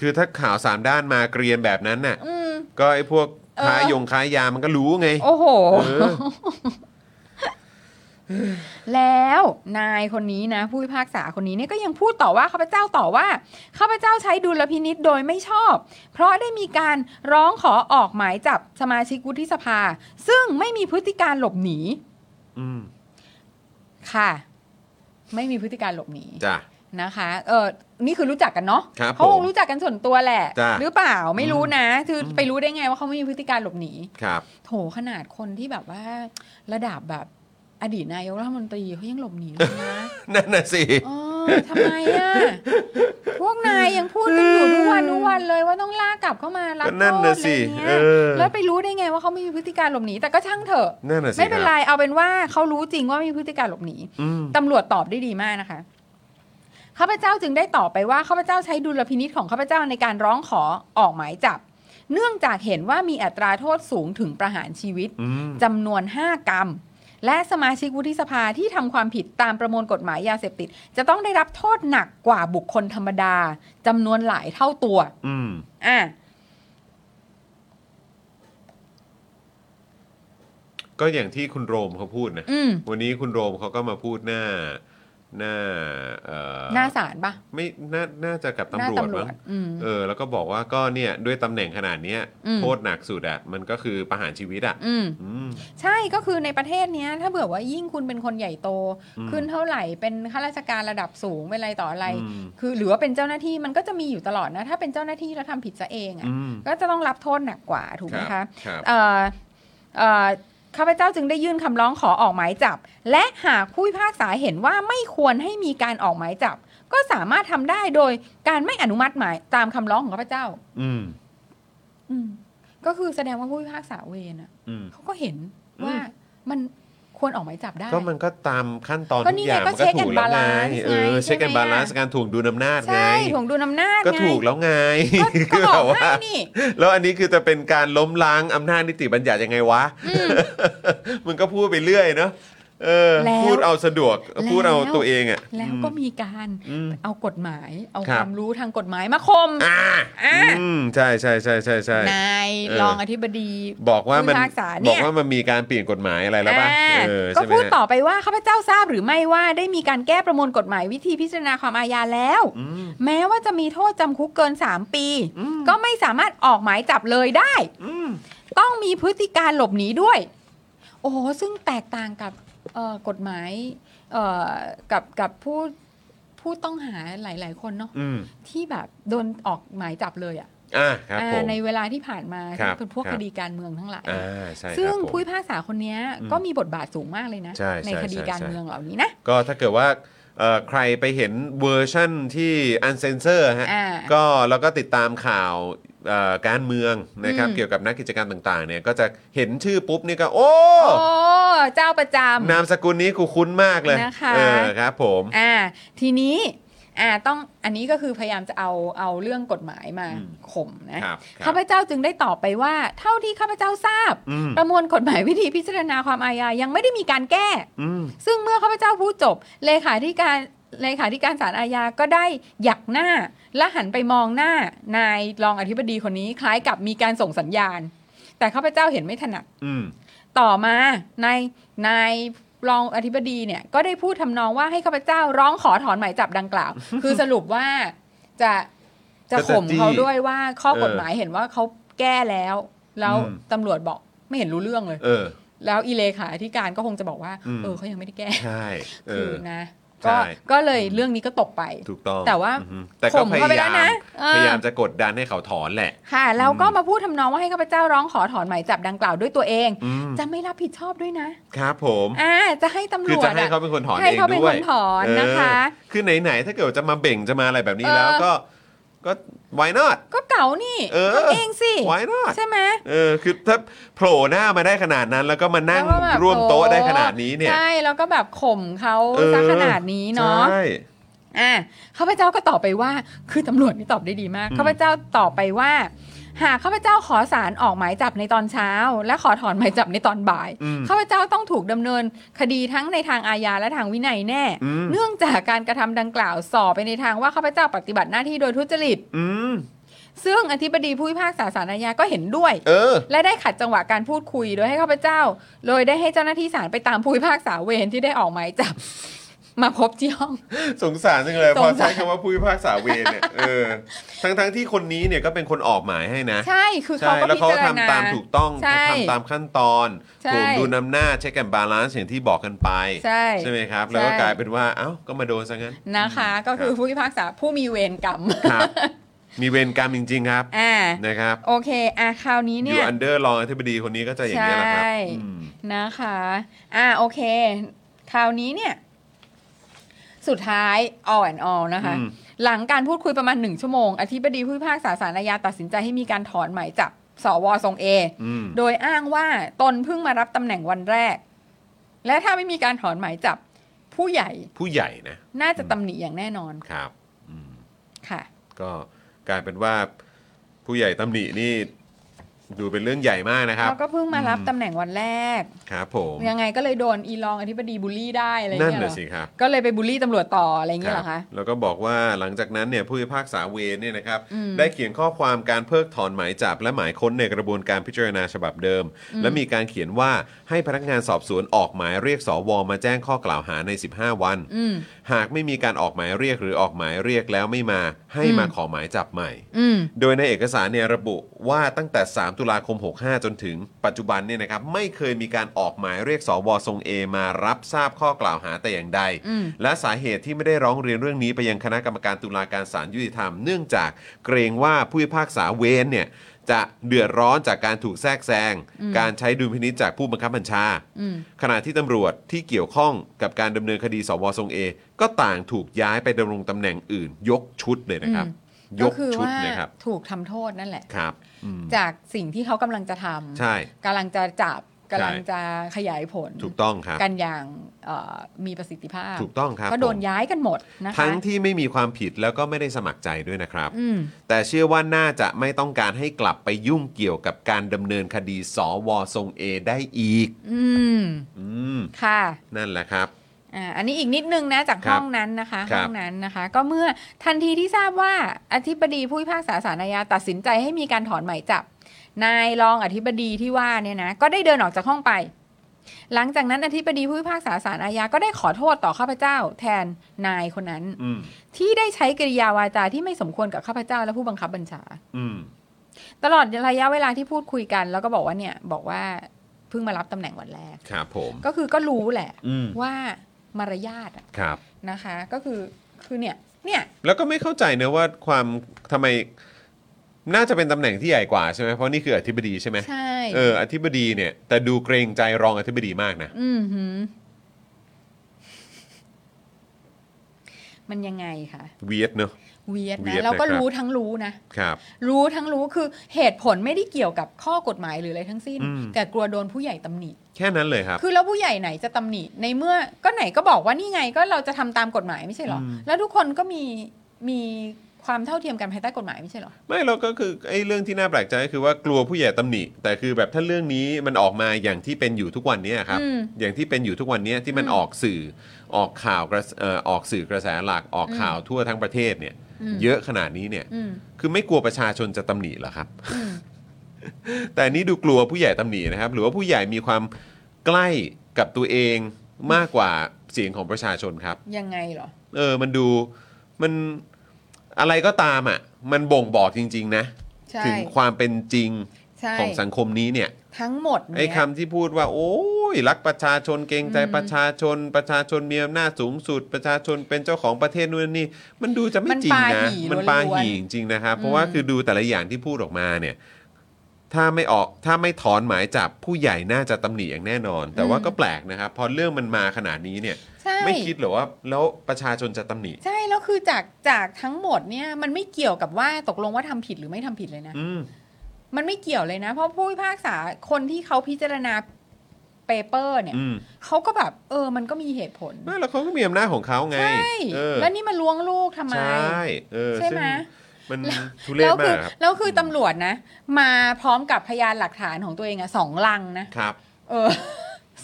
Speaker 1: คือถ้าข่าวสามด้านมาเกรียนแบบนั้นน่ะ
Speaker 2: อืม
Speaker 1: ก็ไอ้พวก
Speaker 2: เออ
Speaker 1: ค้ายงค้ายามันก็รู้ไง
Speaker 2: โอ้โห
Speaker 1: เออ
Speaker 2: แล้วนายคนนี้นะ ผู้พิพากษาคนนี้เนี่ยก็ยังพูดต่อว่าข้าพเจ้าต่อว่าข้าพเจ้าใช้ดุลพินิษโดยไม่ชอบ เพราะได้มีการร้องขอออกหมายจับสมาชิกวุฒิสภา ซึ่งไม่มีพฤติการหลบหนี
Speaker 1: อืม
Speaker 2: ค่ะ ไม่มีพฤติการหลบหนี
Speaker 1: จ้ะ
Speaker 2: นะคะเออนี่คือรู้จักกันเนาะ
Speaker 1: ครับ
Speaker 2: เขาค
Speaker 1: ผม
Speaker 2: งรู้จักกันส่วนตัวแหละ
Speaker 1: จ้ะ
Speaker 2: หรือเปล่าไม่รู้นะ คืออ
Speaker 1: ม
Speaker 2: ไปรู้ได้ไงว่าเขาไม่มีพฤติการหลบหนี
Speaker 1: ครับ
Speaker 2: โถขนาดคนที่แบบว่า ระดับแบบอดีตนายกรัฐมนตรีเขายังหลบหนีเลย นะ
Speaker 1: นั่นน่ะสิ
Speaker 2: เออทำไมอ่ะ พวกนายยังพูดกันอยู่ทุกวันทุกวันเลยว่าต้องลากกลับเข้ามารับ
Speaker 1: ก็
Speaker 2: โทษ
Speaker 1: นั่น
Speaker 2: อะไร
Speaker 1: น่ะสิ
Speaker 2: เงี้
Speaker 1: เอย อ
Speaker 2: แล้วไปรู้ได้ไงว่าเขาไม่มีพฤติการหลบหนีแต่ก็ช่างเถอะ
Speaker 1: นั่นน่ะสิ
Speaker 2: ไม่เป็นไร
Speaker 1: คบ
Speaker 2: เอาเป็นว่าเขารู้จริงว่าไม่มีพฤติการหลบหนี
Speaker 1: อืม
Speaker 2: ตำรวจตอบได้ดีมากนะคะ ข้าพเจ้าจึงได้ตอบไปว่าข้าพเจ้าใช้ดุลพินิษของข้าพเจ้าในการร้องขอออกหมายจับ เนื่องจากเห็นว่ามีอัตราโทษสูงถึงประหารชีวิต
Speaker 1: อืม
Speaker 2: จำนวน 5 กรรม และสมาชิกวุฒิสภาที่ทำความผิดตามประมวลกฎหมายยาเสพติด จะต้องได้รับโทษหนักกว่าบุคคลธรรมดาจำนวนหลายเท่าตัว
Speaker 1: อืม
Speaker 2: อ่ะ
Speaker 1: ก็อย่างที่คุณโรมเขาพูดนะ
Speaker 2: อืม
Speaker 1: วันนี้คุณโรมเขาก็มาพูดหน้า หน้าเอ่อ
Speaker 2: หน้าศาลปะ
Speaker 1: ไม่น่าน่าจะกับ
Speaker 2: หน้า
Speaker 1: ตำรวจมั้ง
Speaker 2: อืม
Speaker 1: เออ แล้วก็บอกว่าก็เนี่ยด้วยตำแหน่งขนาดเนี้ย
Speaker 2: อืม
Speaker 1: โทษหนักสุดอ่ะ มันก็คือประหารชีวิตอ่ะ
Speaker 2: อืม
Speaker 1: อืม
Speaker 2: ใช่ก็คือในประเทศเนี้ยถ้าเบื่อว่ายิ่งคุณเป็นคนใหญ่โต
Speaker 1: อืม
Speaker 2: ขึ้นเท่าไหร่เป็นข้าราชการระดับสูงเป็นอะไรต่ออะไร
Speaker 1: อืม
Speaker 2: คือหรือว่าเป็นเจ้าหน้าที่มันก็จะมีอยู่ตลอดนะ ถ้าเป็นเจ้าหน้าที่แล้วทำผิดซะเองอะ
Speaker 1: อืม
Speaker 2: ก็จะต้องรับโทษหนักกว่าถูกไหม
Speaker 1: รั
Speaker 2: คะ
Speaker 1: บครับ
Speaker 2: เอ่อเอ่อข้าพเจ้าจึงได้ยื่นคำร้องขอออกหมายจับ และหากผู้พิพากษาเห็นว่าไม่ควรให้มีการออกหมายจับ ก็สามารถทำได้โดยการไม่อนุมัติหมายตามคำร้องของข้าพเจ้า
Speaker 1: อืม
Speaker 2: อืมก็คือแสดงว่าผู้พิพากษาเวรอะ
Speaker 1: อืม
Speaker 2: เขาก็เห็นว่ามันควรออกหมายจับได้
Speaker 1: ก็มันก็ตามขั้นตอน
Speaker 2: ก็
Speaker 1: ทุ
Speaker 2: นี่
Speaker 1: ก
Speaker 2: ไง
Speaker 1: อย่าง
Speaker 2: ก็
Speaker 1: มันก็
Speaker 2: เช็ค
Speaker 1: ถูกแล้ว
Speaker 2: แอนด์
Speaker 1: ไง
Speaker 2: บาลานซ์ไง
Speaker 1: เออเช็คแอนด์
Speaker 2: ใช่
Speaker 1: บา
Speaker 2: ไหมอะ
Speaker 1: ลานซ์การถ่วงดุลอำนาจไง
Speaker 2: ใช่ถ่วงดูน้ำหน้าจ
Speaker 1: ก็
Speaker 2: ไง
Speaker 1: ถูกแล้วไง
Speaker 2: ก็ก็
Speaker 1: คือ
Speaker 2: บอก
Speaker 1: แบบว่า
Speaker 2: ให้นี่
Speaker 1: แล้วอันนี้คือจะเป็นการล้มล้างอำนาจนิติบัญญัติยังไงวะ
Speaker 2: อืม
Speaker 1: มึงก็พูดไปเรื่อยเนาะเออ
Speaker 2: แล้ว
Speaker 1: พูดเอาสะดวก
Speaker 2: แล้ว
Speaker 1: พูดเอาตัวเองอ่ะ
Speaker 2: แล้ว
Speaker 1: อืม
Speaker 2: ก็มีการ
Speaker 1: อืม
Speaker 2: เอากฎหมาย เอา
Speaker 1: ค
Speaker 2: ครับ วามรู้ทางกฎหมายมาคม
Speaker 1: อ่า
Speaker 2: อ่ะ
Speaker 1: อืมใช่ใช่ใช่ใช่ใช่
Speaker 2: นาย
Speaker 1: เออ
Speaker 2: รองอธิบดี
Speaker 1: บอกว่ามัน
Speaker 2: ผู้พิพากษาเนี่
Speaker 1: บ
Speaker 2: ย
Speaker 1: อกว่ามันมีการเปลี่ยนกฎหมายอะไรแล้วป่ะ
Speaker 2: อ่า
Speaker 1: เออ
Speaker 2: ก็
Speaker 1: ใช่ไหม
Speaker 2: พูด
Speaker 1: ฮะ
Speaker 2: ต่อไปว่าข้าพเจ้าทราบหรือไม่ว่าได้มีการแก้ประมวลกฎหมายวิธีพิจารณาความอาญาแล้ว
Speaker 1: อืม
Speaker 2: แม้ว่าจะมีโทษจำคุกเกิน 3 ปี ก็ไม่สามารถออกหมายจับเลยได้ ต้องมีพฤติการหลบหนีด้วย โอ้โห ซึ่งแตกต่างกับเอ่อกฎหมายเอ่อกับกับผู้ผู้ต้องหาหลาย ๆ คนเนาะ
Speaker 1: อืม
Speaker 2: ที่แบบโดนออกหมายจับเลยอะ
Speaker 1: อ่าครับผม
Speaker 2: อ่าในเวลาที่ผ่านมา
Speaker 1: ครับ
Speaker 2: ที่เป็นพวก
Speaker 1: ครับ
Speaker 2: คดีการเมืองทั้งหลาย
Speaker 1: อ่าใช่ครับ
Speaker 2: ซึ่ง
Speaker 1: ผม
Speaker 2: ผู้พิพากษาคนเนี้ย
Speaker 1: อืม
Speaker 2: ก็มีบทบาทสูงมากเลยนะ
Speaker 1: ใช่ใช่
Speaker 2: คดี
Speaker 1: ใช่
Speaker 2: การ
Speaker 1: ใช่
Speaker 2: เมืองเหล่านี้นะ
Speaker 1: ก็ถ้าเกิดว่าเอ่อใครไปเห็นเวอร์ชั่นที่อันเซนเซอร์ฮะ
Speaker 2: อ่า
Speaker 1: ก็แล้วก็ติดตามข่าวเอ่อการเมืองนะครับ
Speaker 2: อืม
Speaker 1: เกี่ยวกับนักกิจกรรมต่างๆเนี่ยก็จะเห็นชื่อปุ๊บนี่ก็โอ้
Speaker 2: โอ้เจ้าประจำ
Speaker 1: นามสกุลนี้กูคุ้นมากเลย
Speaker 2: นะคะ
Speaker 1: เออครับผม
Speaker 2: อ่าทีนี้อ่าต้องอันนี้ก็คือพยายามจะเอาเอาเรื่องกฎหมายมา
Speaker 1: อืม
Speaker 2: ข่มนะครับ
Speaker 1: ครับ
Speaker 2: ข้าพเจ้าจึงได้ตอบไปว่า เท่าที่ข้าพเจ้าทราบ
Speaker 1: อืม
Speaker 2: ประมวลกฎหมายวิธีพิจารณาความอาญายังไม่ได้มีการแก้
Speaker 1: อืม
Speaker 2: ซึ่งเมื่อข้าพเจ้าพูดจบ เลขาธิการเลขาธิการศาลอาญาก็ได้หยักหน้า และหันไปมองหน้านายรองอธิบดีคนนี้คล้ายกับมีการส่งสัญญาณ แต่ข้าพเจ้าเห็นไม่ถนัด
Speaker 1: อืม
Speaker 2: ต่อมานายนายรองอธิบดีเนี่ยก็ได้พู ดทำนองว่าให้ข้าพเจ้าร้องขอถอนหมายจับดังกล่าว คือสรุปว่าจะ จะ
Speaker 1: ก็จะ
Speaker 2: ข่ม
Speaker 1: จี้
Speaker 2: เขาด้วยว่าข้อ
Speaker 1: เออก
Speaker 2: ฎหมายเห็นว่าเขาแก้แล้ว แล้ว
Speaker 1: อืม
Speaker 2: ตำรวจบอกไม่เห็นรู้เรื่องเลย
Speaker 1: เออ
Speaker 2: แล้วอีเลขาธิการก็คงจะบอกว่า
Speaker 1: อืม
Speaker 2: เออเขายังไม่ได้แก้
Speaker 1: ใช่เอ
Speaker 2: คือ
Speaker 1: อ
Speaker 2: นะ
Speaker 1: ใช่
Speaker 2: ก็ก็เลยเรื่องนี้ก็ตกไป
Speaker 1: ถูกต้อง
Speaker 2: แต่ว่า
Speaker 1: อือฮึแต่ก็
Speaker 2: ข่ม
Speaker 1: พ
Speaker 2: เข้าไป
Speaker 1: ยา
Speaker 2: แล้
Speaker 1: ยา
Speaker 2: นะ
Speaker 1: ว ม
Speaker 2: เออ
Speaker 1: พยายามจะกดดันให้เขาถอนแหละ
Speaker 2: ค่ะแล้วก็มาพูดทำนองว่าให้ข้าพเจ้าร้องขอถอนหมายจับดังกล่าวด้วยตัวเอง
Speaker 1: อืม
Speaker 2: จะไม่รับผิดชอบด้วยนะครับ
Speaker 1: ผม
Speaker 2: อ่าจะให้ตำร
Speaker 1: คือ
Speaker 2: วจ
Speaker 1: จะให้
Speaker 2: อะ
Speaker 1: เขาเป็นคนถอน
Speaker 2: ให้
Speaker 1: เอง
Speaker 2: เขาเป็น
Speaker 1: ด้วย
Speaker 2: คนถอน
Speaker 1: เ
Speaker 2: นะคะ
Speaker 1: คือไหนๆถ้าเกิดจะมาเบ่งจะมาอะไรแบบนี้แล้วก็ ก็ why not
Speaker 2: ก็เก่านี่
Speaker 1: เออ
Speaker 2: ทำเองสิ
Speaker 1: why not
Speaker 2: ใช่ไหม
Speaker 1: เออคือถ้าโผล่หน้ามาได้ขนาดนั้น แล้วก็มานั่ง
Speaker 2: แล้วก็แบบ
Speaker 1: ร่วมโต๊ะ
Speaker 2: อ้
Speaker 1: ได้ขนาดนี้เนี่ย
Speaker 2: ใช่แล้วก็แบบข่มเขา
Speaker 1: เออ
Speaker 2: ซะขนาดนี้เนาะ
Speaker 1: ใช่
Speaker 2: อ่าข้าพเจ้าก็ตอบไปว่า คือตำรวจนี่ตอบได้ดีมาก
Speaker 1: อืม
Speaker 2: ข้าพเจ้าตอบไปว่า หากข้าพเจ้าขอสารออกหมายจับในตอนเช้า และขอถอนหมายจับในตอนบ่าย
Speaker 1: อืม
Speaker 2: ข้าพเจ้าต้องถูกดำเนินคดีทั้งในทางอาญาและทางวินัยแน่
Speaker 1: อืม
Speaker 2: เนื่องจากการกระทำดังกล่าวส่อไปในทางว่าข้าพเจ้าปฏิบัติหน้าที่โดยทุจริต
Speaker 1: อืม
Speaker 2: ซึ่งอธิบดีผู้พิพากษาศาลอาญาก็เห็นด้วย
Speaker 1: เออ
Speaker 2: และได้ขัดจังหวะการพูดคุยโดยให้ข้าพเจ้า โดยได้ให้เจ้าหน้าที่ศาลไปตามผู้พิพากษาเวรที่ได้ออกหมายจับ มาพบที่ห้อง
Speaker 1: สงสารจังเลยพ
Speaker 2: ส
Speaker 1: อง
Speaker 2: สาร
Speaker 1: ใช้คำว่าผู้พิพากษาเวรเนี่ยเออทั้งทั้งๆที่คนนี้เนี่ยก็เป็นคนออกหมายให้นะ
Speaker 2: ใช่คือเขา
Speaker 1: ใช่
Speaker 2: ก็
Speaker 1: แล้ว
Speaker 2: พิ
Speaker 1: เขา
Speaker 2: จารณา
Speaker 1: ทำตามถูกต้อง
Speaker 2: ใช่
Speaker 1: ทำตามขั้นตอน
Speaker 2: ใช่
Speaker 1: ถูกดูน้ำหน้าเช็คแอนบาลานซ์อย่างที่บอกกันไป
Speaker 2: ใช่
Speaker 1: ใช่ไหมครับ
Speaker 2: ใช่
Speaker 1: แล้วก็กลายเป็นว่า เอ้า ก็มาโดนซะงั้น
Speaker 2: นะคะ ก็คือผู้พิพากษาผู้มีเวรกรรม
Speaker 1: ครับ มีเวรกรรมจริง ๆครับ
Speaker 2: อ่า
Speaker 1: นะครับ
Speaker 2: โอเคอ่ะคราวนี้
Speaker 1: อ
Speaker 2: เนี่
Speaker 1: ยู่
Speaker 2: ย
Speaker 1: อันเดอร์รองอธิบดีคนนี้ก็จะอย่างนี้ยแหละครับ
Speaker 2: ใช่
Speaker 1: อืม
Speaker 2: นะคะ อ่าโอเค คราวนี้เนี่ย สุดท้าย all and all นะคะ
Speaker 1: อืม
Speaker 2: หลังการพูดคุยประมาณหนึ่งชั่วโมง อธิบดีผู้พิพากษาสารอาญาตัดสินใจให้มีการถอนหมายจับ สวทรงเอ
Speaker 1: อืม
Speaker 2: โดยอ้างว่าตนเพิ่งมารับตำแหน่งวันแรก และถ้าไม่มีการถอนหมายจับ ผู้ใหญ่
Speaker 1: ผู้ใหญ่นะ
Speaker 2: น่าจะตำหนิอย่างแน่นอน
Speaker 1: ครับ อืม
Speaker 2: ค่ะ
Speaker 1: ก็กลายเป็นว่า ผู้ใหญ่ตำหนินี่ ดูเป็นเรื่องใหญ่มากนะครับ
Speaker 2: แล้วก็เพิ่งมารับตำแหน่งวันแรก
Speaker 1: ครับผม
Speaker 2: ยังไงก็เลยโดนอีลองอธิบดีบูลลี่ได้อะไร
Speaker 1: นั่น
Speaker 2: เงี้ยเหร
Speaker 1: น่ะ
Speaker 2: อ
Speaker 1: สิครับ
Speaker 2: ก็เลยไปบูลลี่ตำรวจต่ออะไรเงี้ยเหรอ
Speaker 1: ครั
Speaker 2: คะ
Speaker 1: บแล้วก็บอกว่าหลังจากนั้นเนี่ยผู้พิพากษาเวรเนี่ยนะครับ
Speaker 2: อืม
Speaker 1: ได้เขียนข้อความการเพิกถอนหมายจับ และหมายค้นในกระบวนการพิจารณาฉบับเดิม และมีการเขียนว่าให้พนักงานสอบสวนออกหมายเรียกสวมาแจ้งข้อกล่าวหาใน 15 วัน
Speaker 2: อืม
Speaker 1: หากไม่มีการออกหมายเรียกหรือออกหมายเรียกแล้วไม่มาให้มาขอหมายจับใหม่
Speaker 2: อืม
Speaker 1: โดยในเอกสารเนี่ยระบุว่าตั้งแต่ 3 ตุลาคม 65 จนถึงปัจจุบันเนี่ยนะครับไม่เคยมีการออกหมายเรียกสวทรงเอมารับทราบข้อกล่าวหาแต่อย่างใด
Speaker 2: อืม
Speaker 1: และสาเหตุที่ไม่ได้ร้องเรียนเรื่องนี้ไปยังคณะกรรมการตุลาการศาลยุติธรรม เนื่องจากเกรงว่าผู้พิพากษาเวนเนี่ยจะเดือดร้อนจากการถูกแทรกแซง การใช้ดุลพินิจจากผู้บังคับบัญชา
Speaker 2: อืม
Speaker 1: ขณะที่ตำรวจที่เกี่ยวข้องกับการดำเนินคดีสวทรงเอ ก็ต่างถูกย้ายไปดำรงตำแหน่งอื่น ยกชุดเลยนะครับ
Speaker 2: อืม
Speaker 1: ย
Speaker 2: ก็
Speaker 1: ก
Speaker 2: คือ
Speaker 1: ชุด
Speaker 2: ว่า
Speaker 1: นะครับ
Speaker 2: ถูกทำโทษนั่นแหละ
Speaker 1: ครับอืม
Speaker 2: จากสิ่งที่เขากำลังจะทำ
Speaker 1: ใช่
Speaker 2: กำลังจะจับ
Speaker 1: ใช่
Speaker 2: กำลังจะขยายผล
Speaker 1: ถูกต้องครับ
Speaker 2: กันอย่างเอ่อมีประสิทธิภาพ
Speaker 1: ถูกต้องครับ
Speaker 2: ก็โดน
Speaker 1: ผม
Speaker 2: ย้ายกันหมดนะคะ
Speaker 1: ทั้งที่ไม่มีความผิดแล้วก็ไม่ได้สมัครใจด้วยนะครับ
Speaker 2: อืม
Speaker 1: แต่เชื่อว่าน่าจะไม่ต้องการให้กลับไปยุ่งเกี่ยวกับการดำเนินคดีสวทรงเอได้อีก
Speaker 2: อืม
Speaker 1: อืม
Speaker 2: ค่ะ
Speaker 1: นั่นแหละครับ
Speaker 2: อ่าอันนี้อีกนิดนึงนะจาก
Speaker 1: ครับ
Speaker 2: ห้องนั้นนะคะ
Speaker 1: ครับ
Speaker 2: ห้องนั้นนะคะ ก็เมื่อทันทีที่ทราบว่าอธิบดีผู้พิพากษาสารอาญาตัดสินใจให้มีการถอนหมายจับ นายรองอธิบดีที่ว่าเนี่ยนะก็ได้เดินออกจากห้องไป หลังจากนั้นอธิบดีผู้พิพากษาสารอาญาก็ได้ขอโทษต่อข้าพเจ้า แทนนายคนนั้น
Speaker 1: อืม
Speaker 2: ที่ได้ใช้กริยาวาจาที่ไม่สมควรกับข้าพเจ้าและผู้บังคับบัญชา
Speaker 1: อืม
Speaker 2: ตลอดระยะเวลาที่พูดคุยกัน แล้วก็บอกว่าเนี่ยบอกว่าเพิ่งมารับตำแหน่งวันแรก
Speaker 1: ครับผม
Speaker 2: ก็คือก็รู้แหละ
Speaker 1: อืม
Speaker 2: ว่ามารยาทอะ
Speaker 1: ครับ
Speaker 2: นะคะ ก็คือคือเนี่ยเนี่ย
Speaker 1: แล้วก็ไม่เข้าใจเนะว่าความทำไม น่าจะเป็นตำแหน่งที่ใหญ่กว่าใช่ไหมเพราะนี่คืออธิบดีใช่ไหม
Speaker 2: ใช่
Speaker 1: เออ อธิบดีเนี่ย แต่ดูเกรงใจรองอธิบดีมากนะ
Speaker 2: อือหือ มันยังไงคะ
Speaker 1: เวียดเนอะ
Speaker 2: เวียด
Speaker 1: เวีย
Speaker 2: นะ
Speaker 1: ด
Speaker 2: แล้วก็
Speaker 1: นะครับ
Speaker 2: รู้ทั้งรู้นะ
Speaker 1: ครับ
Speaker 2: รู้ทั้งรู้คือเหตุผลไม่ได้เกี่ยวกับข้อกฎหมายหรืออะไรทั้งสิ้น
Speaker 1: อืม
Speaker 2: แต่กลัวโดนผู้ใหญ่ตำหนิ
Speaker 1: แค่นั้นเลยครับ
Speaker 2: คือแล้วผู้ใหญ่ไหนจะตำหนิในเมื่อก็ไหนก็บอกว่านี่ไงก็เราจะทำตามกฎหมายไม่ใช่เหรอ
Speaker 1: อืม
Speaker 2: แล้วทุกคนก็มีมีความเท่าเทียมกันภายใต้กฎหมายไม่ใช่เหรอ
Speaker 1: ไม่เราก็คือไอ้เรื่องที่น่าแปลกใจก็คือว่ากลัวผู้ใหญ่ตำหนิ แต่คือแบบถ้าเรื่องนี้มันออกมาอย่างที่เป็นอยู่ทุกวันเนี้ยครับ
Speaker 2: อืม
Speaker 1: อย่างที่เป็นอยู่ทุกวันเนี้ยที่มัน
Speaker 2: อืม
Speaker 1: ออกสื่อออกข่าวกระแสเอ่อออกสื่อกระแสหลักออกข่าวทั่วทั้งประเทศเนี่ย
Speaker 2: อืม
Speaker 1: เยอะขนาดนี้เนี่ย
Speaker 2: อืม
Speaker 1: คือไม่กลัวประชาชนจะตำหนิเหรอครับ
Speaker 2: อืม
Speaker 1: แต่อันนี้ดูกลัวผู้ใหญ่ตำหนินะครับ หรือว่าผู้ใหญ่มีความใกล้กับตัวเองมากกว่าเสียงของประชาชนครับ
Speaker 2: ยังไงเหรอ
Speaker 1: เออ มันดู มัน อะไรก็ตามอ่ะ มันบ่งบอกจริง ๆ นะ
Speaker 2: ใช่
Speaker 1: ถึงความเป็นจริง
Speaker 2: ใช่
Speaker 1: ของสังคมนี้เนี่ย
Speaker 2: ทั้งหมดเนี่ย
Speaker 1: ไอ้คำที่พูดว่า โอ้ยรักประชาชนเกรงใจ
Speaker 2: อืม
Speaker 1: ประชาชน ประชาชนมีอำนาจสูงสุด ประชาชนเป็นเจ้าของประเทศนู่นนี่ มันดูจะไม่
Speaker 2: มัน
Speaker 1: จริง
Speaker 2: ปา
Speaker 1: นะ
Speaker 2: หี่
Speaker 1: มั
Speaker 2: ล้วนๆ
Speaker 1: ปาหี่จริงๆนะครับ เพราะว่า
Speaker 2: อืม
Speaker 1: คือดูแต่ละอย่างที่พูดออกมาเนี่ย ถ้าไม่ออกถ้าไม่ถอนหมายจับผู้ใหญ่น่าจะตำหนิอย่างแน่นอน แต่ว่าก็แปลกนะครับ พอเรื่องมันมาขนาดนี้เนี่ย
Speaker 2: ใช่
Speaker 1: ไม่คิดเหรอว่า แล้วประชาชนจะตำหนิ
Speaker 2: ใช่แล้วคือจากจากทั้งหมดเนี่ยมันไม่เกี่ยวกับว่าตกลงว่าทำผิดหรือไม่ทำผิดเลยนะ
Speaker 1: อืม
Speaker 2: มันไม่เกี่ยวเลยนะ เพราะผู้พิพากษาคนที่เขาพิจารณาเปเปอร์เนี่ย
Speaker 1: อืม
Speaker 2: เขาก็แบบเออมันก็มีเหตุผล
Speaker 1: ไม่แล้วเขาก็มีอำนาจของเขาไง
Speaker 2: ใช่
Speaker 1: เออ
Speaker 2: แล้วนี่มาล้วงลูกทำไม
Speaker 1: ใช่เออ
Speaker 2: ใช่ไหม
Speaker 1: ซึ่งมันทุเรศ
Speaker 2: แล้วคือ
Speaker 1: มา
Speaker 2: ก
Speaker 1: ครับ
Speaker 2: แล้วคือตำรวจนะ มาพร้อมกับพยานหลักฐานของตัวเองอะสองลังนะ
Speaker 1: ครับ
Speaker 2: เออ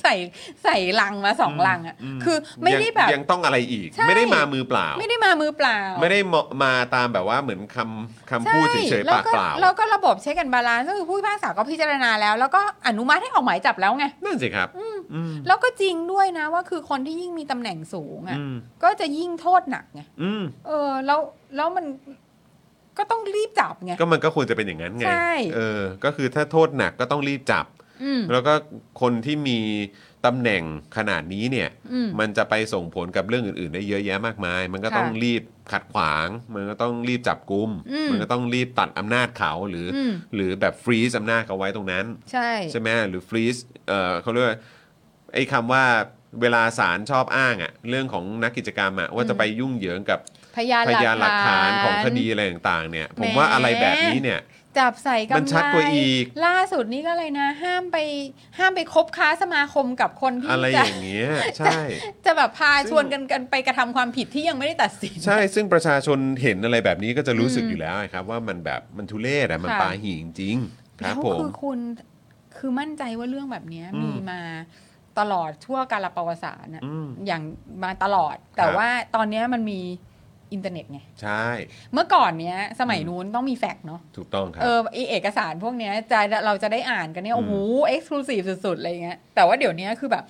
Speaker 2: ใส่ใส่ลังมาสองลังอะ
Speaker 1: ม
Speaker 2: คือไม่ได้แบบ
Speaker 1: ยังยังต้องอะไรอีก
Speaker 2: ใช่
Speaker 1: ไม่ได้มามือเปล่า
Speaker 2: ไม่ได้มามือเปล่า
Speaker 1: ไม่ได้มามาตามแบบว่าเหมือนคำคำ
Speaker 2: ใช่
Speaker 1: พูดเฉยๆ
Speaker 2: แล้
Speaker 1: ปาว ก
Speaker 2: ก็
Speaker 1: เปล่า
Speaker 2: แล้วก็ระบบเช็คกันบาลานซ์ก็คือผู้พิพากษาก็พิจารณาแล้ว แล้วก็อนุมัติให้ออกหมายจับแล้วไง
Speaker 1: นั่นสิครับอืม
Speaker 2: แล้วก็จริงด้วยนะว่าคือคนที่ยิ่งมีตำแหน่งสูงอ่ะ
Speaker 1: อืม
Speaker 2: ก็จะยิ่งโทษหนักไง
Speaker 1: อืม
Speaker 2: เออแล้วแล้วมันก็ต้องรีบจับไง
Speaker 1: ก็มันก็ควรจะเป็นอย่างนั้นไง
Speaker 2: ใช่
Speaker 1: เออ ก็คือถ้าโทษหนักก็ต้องรีบจับ
Speaker 2: อืม
Speaker 1: แล้วก็คนที่มีตำแหน่งขนาดนี้เนี่ย
Speaker 2: อืม
Speaker 1: มันจะไปส่งผลกับเรื่องอื่นๆ ได้เยอะแยะมากมาย มันก็
Speaker 2: ค่ะ
Speaker 1: ต้องรีบขัดขวาง มันก็ต้องรีบจับกุม
Speaker 2: อืม
Speaker 1: มันก็ต้องรีบตัดอำนาจเขาหรืออ
Speaker 2: ม
Speaker 1: หรือแบบฟรีซอำนาจเขาไว้ตรงนั้น
Speaker 2: ใช่
Speaker 1: ใช่ไหมหรือฟรีซเอ่อเขาเรียกว่าไอ้คำว่าเวลาศาลชอบอ้างอะเรื่องของนักกิจกรรมอะว่าจะไปยุ่งเหยิงกับ
Speaker 2: พยาน
Speaker 1: พ
Speaker 2: หลัก
Speaker 1: ยานหลักฐานของคดี
Speaker 2: ฐ
Speaker 1: อะไรต่างๆเนี่ย
Speaker 2: แหม
Speaker 1: ผมว่าอะไรแบบนี้เนี่ย
Speaker 2: จับใส่กำไร
Speaker 1: มันชัดกว่าอีก
Speaker 2: ล่าสุดนี้ก็เลยนะ ห้ามไปห้ามไปคบค้าสมาคมกับคนที่
Speaker 1: อะไรอ
Speaker 2: จะ
Speaker 1: ย่างเงี้ยใช่
Speaker 2: จะแบบพา
Speaker 1: ซึ่ง
Speaker 2: ชวนกันกันไปกระทำความผิดที่ยังไม่ได้ตัดสิน
Speaker 1: ใช่ซึ่งประชาชนเห็นอะไรแบบนี้ก็จะรู้สึก
Speaker 2: อืม
Speaker 1: อยู่แล้วครับ ว่ามันแบบมันทุเรศอะมัน
Speaker 2: ค่ะ
Speaker 1: ปาหี่จริงๆครับ
Speaker 2: แล้ว
Speaker 1: ผม
Speaker 2: คือคุณคือมั่นใจว่าเรื่องแบบเนี้ย
Speaker 1: อืม
Speaker 2: มีมาตลอดทั่วกาลประวัติศาสตร์น่ะ
Speaker 1: อืม
Speaker 2: อย่างมาตลอด แต่
Speaker 1: ครับ
Speaker 2: ว่าตอนเนี้ยมันมีอินเทอร์เน็ตไง
Speaker 1: ใช่
Speaker 2: เมื่อก่อนเนี้ย สมัย
Speaker 1: อืม
Speaker 2: นู้นต้องมีแฟกซ์เนาะ
Speaker 1: ถูกต้องครับ
Speaker 2: เออไอเอกสารพวกเนี้ยจะเราจะได้อ่านกันเนี่ย โอ้โหเอ็กซ์คลูซีฟสุด ๆ อะไรเงี้ยแต่ว่าเดี๋ยวเนี้ยคือแบบ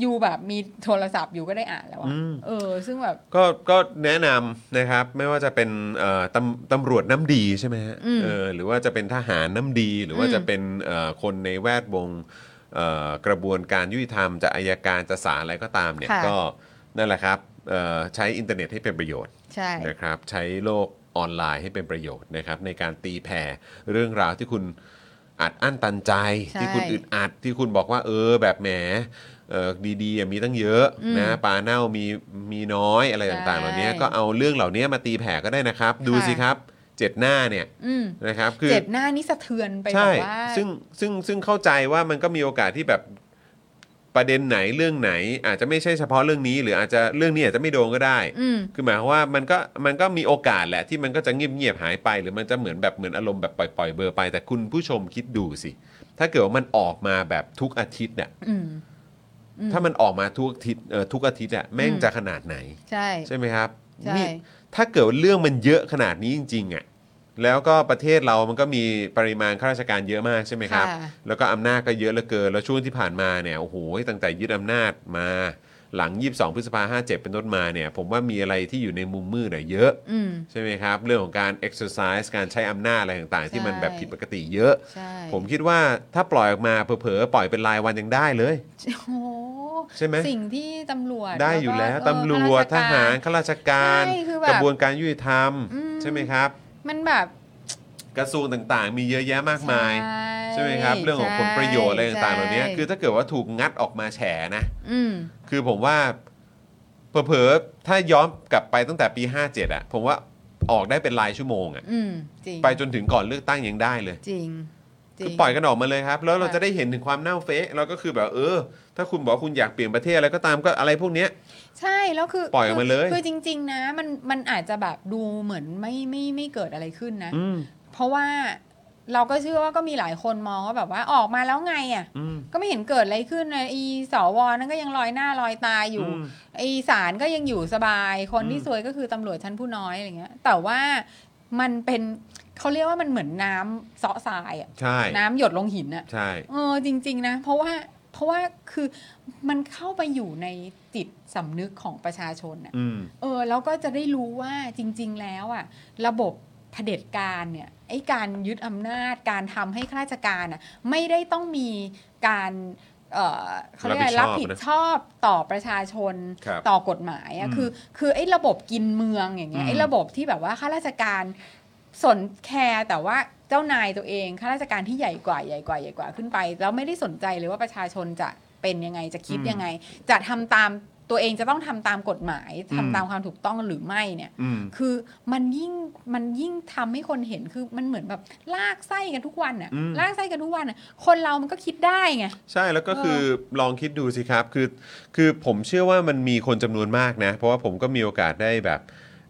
Speaker 2: อยู่แบบมีโทรศัพท์อยู่ก็ได้อ่านแล้วอะ
Speaker 1: อืม
Speaker 2: เออ ซึ่งแบบ
Speaker 1: ก็ก็แนะนำนะครับไม่ว่าจะเป็นเอ่อตำตำรวจน้ำดีใช่ไหมฮะ
Speaker 2: อืม
Speaker 1: เออหรือว่าจะเป็นทหารน้ำดี หรือว่า
Speaker 2: อืม
Speaker 1: จะเป็นเอ่อคนในแวดวงเอ่อกระบวนการยุติธรรมจะอายการจะศาลอะไรก็ตามเนี่ย
Speaker 2: ค่ะ
Speaker 1: ก็นั่นแหละครับเอ่อใช้อินเทอร์เน็ตให้เป็นประโยชน์
Speaker 2: ใช่
Speaker 1: นะครับใช้โลกออนไลน์ให้เป็นประโยชน์นะครับในการตีแผ่เรื่องราวที่คุณอัดอั้นตันใจ
Speaker 2: ใช่
Speaker 1: ที่คุณอึดอัดที่คุณบอกว่าเออแบบแหมเออดีๆอ่ะมีตั้งเยอะ
Speaker 2: อืม
Speaker 1: นะ ปลาเน่ามีมีน้อยอะไรต่างๆ เหล่านี้
Speaker 2: ใช่
Speaker 1: ก็เอาเรื่องเหล่านี้มาตีแผ่ก็ได้นะครับ ดู
Speaker 2: ค่ะ
Speaker 1: สิครับเจ็ดหน้าเนี่ย
Speaker 2: อืม
Speaker 1: นะครับคือ
Speaker 2: เจ็บหน้านี่สะเทือนไปแบ
Speaker 1: ใช่
Speaker 2: บว่า
Speaker 1: ซึ่งซึ่งซึ่งเข้าใจว่ามันก็มีโอกาสที่แบบประเด็นไหนเรื่องไหน อาจจะไม่ใช่เฉพาะเรื่องนี้ หรืออาจจะเรื่องนี้อาจจะไม่โดนก็ได้
Speaker 2: อืม
Speaker 1: คือหมายความว่ามันก็มันก็มีโอกาสแหละที่มันก็จะเงียบเงียบๆหายไป หรือมันจะเหมือนแบบเหมือนอารมณ์แบบปล่อยปล่อยๆเบอร์ไป แต่คุณผู้ชมคิดดูสิ ถ้าเกิดว่ามันออกมาแบบทุกอาทิตย์เนี่ย
Speaker 2: อืม อืม
Speaker 1: ถ้ามันออกมาทุกอาทิตย์เอ่อทุกอาทิตย์อะแม่งจะขนาดไหน
Speaker 2: ใช่
Speaker 1: ใช่ไหมครับ
Speaker 2: ใช่
Speaker 1: นี่ถ้าเกิดว่าเรื่องมันเยอะขนาดนี้จริงๆอะ่ะแล้วก็ประเทศเรามันก็มีปริมาณข้าราชการเยอะมากใช่ไหมครับ
Speaker 2: ค่ะ
Speaker 1: แล้วก็อำนาจก็เยอะเหลือเกิน แล้วช่วงที่ผ่านมาเนี่ยโอ้โหตั้งแต่ยึดอำนาจมาหลัง 22 พฤษภา57 เป็นต้นมาเนี่ย ผมว่ามีอะไรที่อยู่ในมุมมืดเนี่ยเยอะ
Speaker 2: อืม
Speaker 1: ใช่ไหมครับ เรื่องของการ exercise การใช้อำนาจอะไรต่างๆ ที่มันแบบผิดปกติเยอะ
Speaker 2: ใช่
Speaker 1: ผมคิดว่าถ้าปล่อยออกมาเผลอๆปล่อยเป็นรายวันยังได้เลย
Speaker 2: โอ้โห
Speaker 1: ใช่ไหม
Speaker 2: สิ่งที่ตำรวจ
Speaker 1: ได้อยู่แล้ว
Speaker 2: ก็เ
Speaker 1: ตำรวจท
Speaker 2: ข้ชก
Speaker 1: หารข้าราชการ
Speaker 2: ใช่คือแบบ
Speaker 1: กระบวนการยุติธรรม
Speaker 2: อืม
Speaker 1: ใช่ไหมครับ
Speaker 2: มันแบบ
Speaker 1: กระทรวงต่างๆ มีเยอะแยะมากมาย ใช่ไหมครับ เรื่องของผลประโยชน์อะไรต่างๆเหล่านี้คือถ้าเกิดว่าถูกงัดออกมาแฉนะ
Speaker 2: อืม
Speaker 1: คือผมว่าเผลอๆถ้าย้อนกลับไปตั้งแต่ปี 57อะผมว่าออกได้เป็นรายชั่วโมงอะ
Speaker 2: อืม จริง
Speaker 1: ไปจนถึงก่อนเลือกตั้งยังได้เลย
Speaker 2: จริงจริ
Speaker 1: คือง ปล่อยกันออกมาเลยครับ แล้วเรา
Speaker 2: ค่ะ
Speaker 1: จะได้เห็นถึงความเน่าเฟะเราก็คือแบบเออ ถ้าคุณบอกว่าคุณอยากเปลี่ยนประเทศอะไรก็ตามก็อะไรพวกเนี้ย
Speaker 2: ใช่แล้วคือ
Speaker 1: ปล่อยออกมาเลย
Speaker 2: คือจริง ๆ นะ มันมันอาจจะแบบดูเหมือนไม่ไม่ไม่เกิดอะไรขึ้นนะ
Speaker 1: อืม
Speaker 2: เพราะว่าเราก็เชื่อว่าก็มีหลายคนมองว่าแบบว่าออกมาแล้วไงอ่ะ
Speaker 1: อืม
Speaker 2: ก็ไม่เห็นเกิดอะไรขึ้นเลยอีสวนั่นก็ยังลอยหน้าลอยตาอยู่
Speaker 1: อืม
Speaker 2: ไอสารก็ยังอยู่สบาย คน
Speaker 1: อืม
Speaker 2: ที่ซวยก็คือตำรวจชั้นผู้น้อยอะไรเงี้ย แต่ว่ามันเป็นเขาเรียกว่ามันเหมือนน้ำเซาะทรายอะ
Speaker 1: ใช่
Speaker 2: น้ำหยดลงหินอะ
Speaker 1: ใช่
Speaker 2: เออจริง ๆ นะ เพราะว่า เพราะว่าคือมันเข้าไปอยู่ในจิตสำนึกของประชาชนน่ะ
Speaker 1: อืม
Speaker 2: เออแล้วก็จะได้รู้ว่าจริง ๆ แล้วอ่ะระบบเผด็จการเนี่ยไอ้การยึดอำนาจการทำให้ข้าราชการอ่ะไม่ได้ต้องมีการเอ่อเขาเรียกอะไร
Speaker 1: รั
Speaker 2: รั
Speaker 1: บบ ผิ
Speaker 2: ผิ
Speaker 1: ด
Speaker 2: ด
Speaker 1: ชอบนะ
Speaker 2: ชอบต่อประชาชน
Speaker 1: ครับ
Speaker 2: ต่อกฎหมายอ่ะ
Speaker 1: อืม
Speaker 2: คือคือไอ้ระบบกินเมืองอย่างเงี้
Speaker 1: อื
Speaker 2: ย
Speaker 1: ม
Speaker 2: ไอ้ระบบที่แบบว่าข้าราชการสนแคร์แต่ว่าเจ้านายตัวเองข้าราชการที่ใหญ่กว่าใหญ่กว่าใหญ่กว่าขึ้นไป แล้วไม่ได้สนใจเลยว่าประชาชนจะเป็นยังไงจะคิดยังไง จะทำตามตัวเองจะต้องทำตามกฎหมาย
Speaker 1: อื
Speaker 2: ทำ
Speaker 1: ม
Speaker 2: ตามความถูกต้องหรือไม่เนี่ย
Speaker 1: อืม
Speaker 2: คือมันยิ่งมันยิ่งทำให้คนเห็นคือมันเหมือนแบบลากไส้กันทุกวันน่ะ
Speaker 1: อืม
Speaker 2: ลากไส้กันทุกวันน่ะคนเรามันก็คิดได้ไง
Speaker 1: ใช่แล้วก็คือลองคิดดูสิครับคือคือผมเชื่อว่ามันมีคนจำนวนมากนะ เพราะว่าผมก็มีโอกาสได้แบบ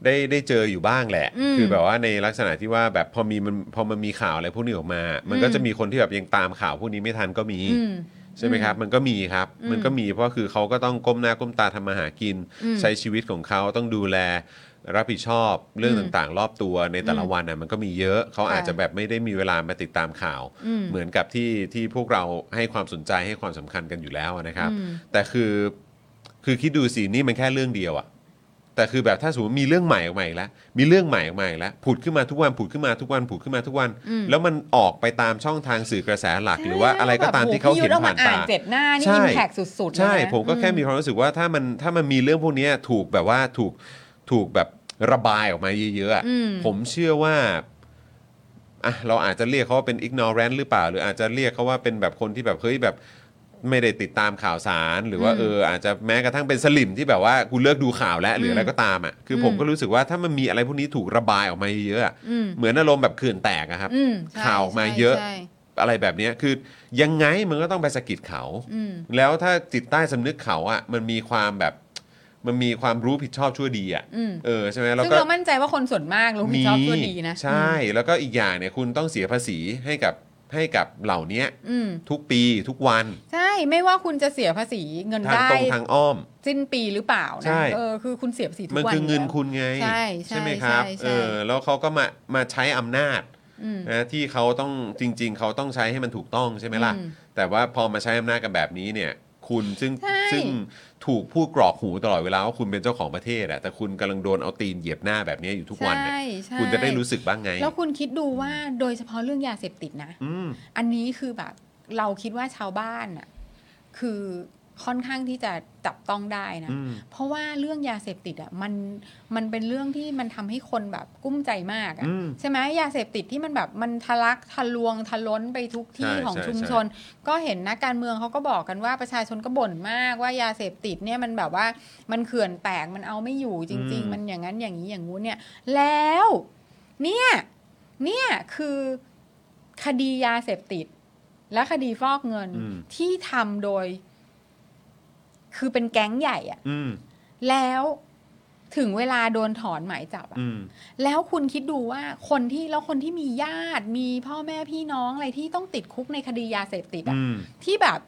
Speaker 1: ได้ได้เจออยู่บ้างแหละ
Speaker 2: อืม
Speaker 1: คือแบบว่าในลักษณะที่ว่าแบบพอมีมันพอมันมีข่าวอะไรพวกนี้ออกมา มันก็
Speaker 2: อืม
Speaker 1: จะมีคนที่แบบยังตามข่าวพวกนี้ไม่ทันก็มี
Speaker 2: อืม
Speaker 1: ใช่ไหมครับ มันก็มีครับ
Speaker 2: อืม
Speaker 1: มันก็มีเพราะคือเขาก็ต้องก้มหน้าก้มตาทำมาหากิน
Speaker 2: อืม
Speaker 1: ใช้ชีวิตของเขาต้องดูแลรับผิดชอบเรื่อง
Speaker 2: อืม
Speaker 1: ต่างๆ รอบตัวในแต่ละ
Speaker 2: อืม
Speaker 1: วันน่ะมันก็มีเยอะเขา
Speaker 2: ค่ะ
Speaker 1: อาจจะแบบไม่ได้มีเวลามาติดตามข่าว
Speaker 2: อืม
Speaker 1: เหมือนกับที่ที่พวกเราให้ความสนใจให้ความสำคัญกันอยู่แล้วนะครับ
Speaker 2: อืม
Speaker 1: แต่คือคือคิดดูสินี่มันแค่เรื่องเดียวอะแต่คือแบบถ้าสมมติมีเรื่องใหม่ออกมาอีกแล้วมีเรื่องใหม่ออกมาอีกแล้วผุดขึ้นมาทุกวันผุดขึ้นมาทุกวันผุดขึ้นมาทุกวัน แล้วมันออกไปตามช่องทางสื่อกระแสหลัก หรือว่าอะไรก็ตามที่เขาเห็นผ่าน
Speaker 2: ใช่แบบโอ้โพี่ยุทธ์
Speaker 1: ตา
Speaker 2: เอมอ่านเจ็ดหน้านี่
Speaker 1: ใช่
Speaker 2: อิมแพกสุดๆเลยนะ
Speaker 1: ใช่ผมก็แค่มีความรู้สึกว่าถ้ามันถ้ามันมีเรื่องพวกเนี้ยถูกแบบว่าถูกถูกแบบระบายออกมาเยอะๆอะ
Speaker 2: อืม
Speaker 1: ผมเชื่อว่าอ่ะเราอาจจะเรียกเขาว่าเป็น ignorant หรือเปล่า หรืออาจจะเรียกเขาว่าเป็นแบบคนที่แบบเฮ้ยแบบไม่ได้ติดตามข่าวสาร หรือว่า
Speaker 2: อืม
Speaker 1: เอออาจจะแม้กระทั่งเป็นสลิมที่แบบว่ากูเลิกดูข่าวแล้วหรืออะไรก็ตามอ่ะคืออ
Speaker 2: ม
Speaker 1: ผมก็รู้สึกว่าถ้ามันมีอะไรพวกนี้ถูกระบายออกมาเยอะๆอะ
Speaker 2: อืม
Speaker 1: เหมือนอารมณ์แบบเขื่อนแตกอะครับ
Speaker 2: อืมใช่
Speaker 1: ข่าวออกมา
Speaker 2: ใช่
Speaker 1: เยอะ
Speaker 2: ใช่
Speaker 1: อะไรแบบเนี้ยคือยังไงมันก็ต้องไปสะกิดเขา
Speaker 2: อืม
Speaker 1: แล้วถ้าจิตใต้สำนึกเขาอะ่ะมันมีความแบบมันมีความรู้ผิดชอบชั่วดีอะ่ะ
Speaker 2: อืม
Speaker 1: เออใช่ไหมแล้ว
Speaker 2: ซึ่ง
Speaker 1: ก็
Speaker 2: เรามั่นใจว่าคนส่วนมากรู้ผิดชอบตัวดีนะ
Speaker 1: ใช่แล้วก็อีกอย่างเนี่ยคุณต้องเสียภาษีให้กับให้กับเหล่าเนี้ย
Speaker 2: อืม
Speaker 1: ทุกปีทุกวัน
Speaker 2: ใช่ไม่ว่าคุณจะเสียภาษีเงิน
Speaker 1: ทาง
Speaker 2: ได้
Speaker 1: ตรงทางอ้อม
Speaker 2: สิ้นปีหรือเปล่า
Speaker 1: ใช่
Speaker 2: นะเออคือคุณเสียภาษีทุก
Speaker 1: มัน
Speaker 2: วัน
Speaker 1: คือเงิน
Speaker 2: ยู่แล้ว
Speaker 1: คุณไง
Speaker 2: ใช่ใช่
Speaker 1: ไหมครับ
Speaker 2: ใช่ใช่
Speaker 1: เออแล้วเขาก็มามาใช้อำนาจ
Speaker 2: อืม
Speaker 1: นะที่เขาต้องจริง ๆ เขาต้องใช้ให้มันถูกต้องใช่ไหมล่ะ
Speaker 2: อืม
Speaker 1: แต่ว่าพอมาใช้อำนาจกันแบบนี้เนี่ย คุณซึ่ง
Speaker 2: ใช่
Speaker 1: ซึ่งถูกพูดกรอกหูตลอดเวลาว่าคุณเป็นเจ้าของประเทศอะแต่คุณกำลังโดนเอาตีนเหยียบหน้าแบบนี้อยู่ทุกวันเนี่ย
Speaker 2: ใช่ใช่
Speaker 1: คุณจะได้รู้สึกบ้างไง
Speaker 2: แล้วคุณคิดดูว่าโดยเฉพาะเรื่องยาเสพติดนะ
Speaker 1: อืม
Speaker 2: อันนี้คือแบบเราคิดว่าชาวบ้านน่ะคือค่อนข้างที่จะจับต้องได้นะ
Speaker 1: อืม
Speaker 2: เพราะว่าเรื่องยาเสพติดอ่ะมันมันเป็นเรื่องที่มันทำให้คนแบบกุ้มใจมากอ่ะ
Speaker 1: อืม
Speaker 2: ใช่ไหมยาเสพติดที่มันแบบมันทะลักทะลวงทะล้นไปทุกที่
Speaker 1: ใช่
Speaker 2: ของ
Speaker 1: ใช่
Speaker 2: ชุม
Speaker 1: ใช่
Speaker 2: ชน ก็เห็นนักการเมืองเขาก็บอกกันว่าประชาชนก็บ่นมากว่ายาเสพติดเนี่ยมันแบบว่ามันเขื่อนแตกมันเอาไม่อยู่จริง
Speaker 1: อืม
Speaker 2: ๆ มันอย่างนั้นอย่างนี้อย่างงู้นเนี่ย แล้วเนี่ยเนี่ยคือคดียาเสพติด และคดีฟอกเงิน
Speaker 1: อืม
Speaker 2: ที่ทำโดย คือเป็นแก๊งใหญ่อะ
Speaker 1: อืม
Speaker 2: แล้วถึงเวลาโดนถอนหมายจับอะ
Speaker 1: อืม
Speaker 2: แล้วคุณคิดดูว่าคนที่แล้วคนที่มีญาติมีพ่อแม่พี่น้องอะไรที่ต้องติดคุกในคดียาเสพติดอะ
Speaker 1: อืม
Speaker 2: ที่แบบ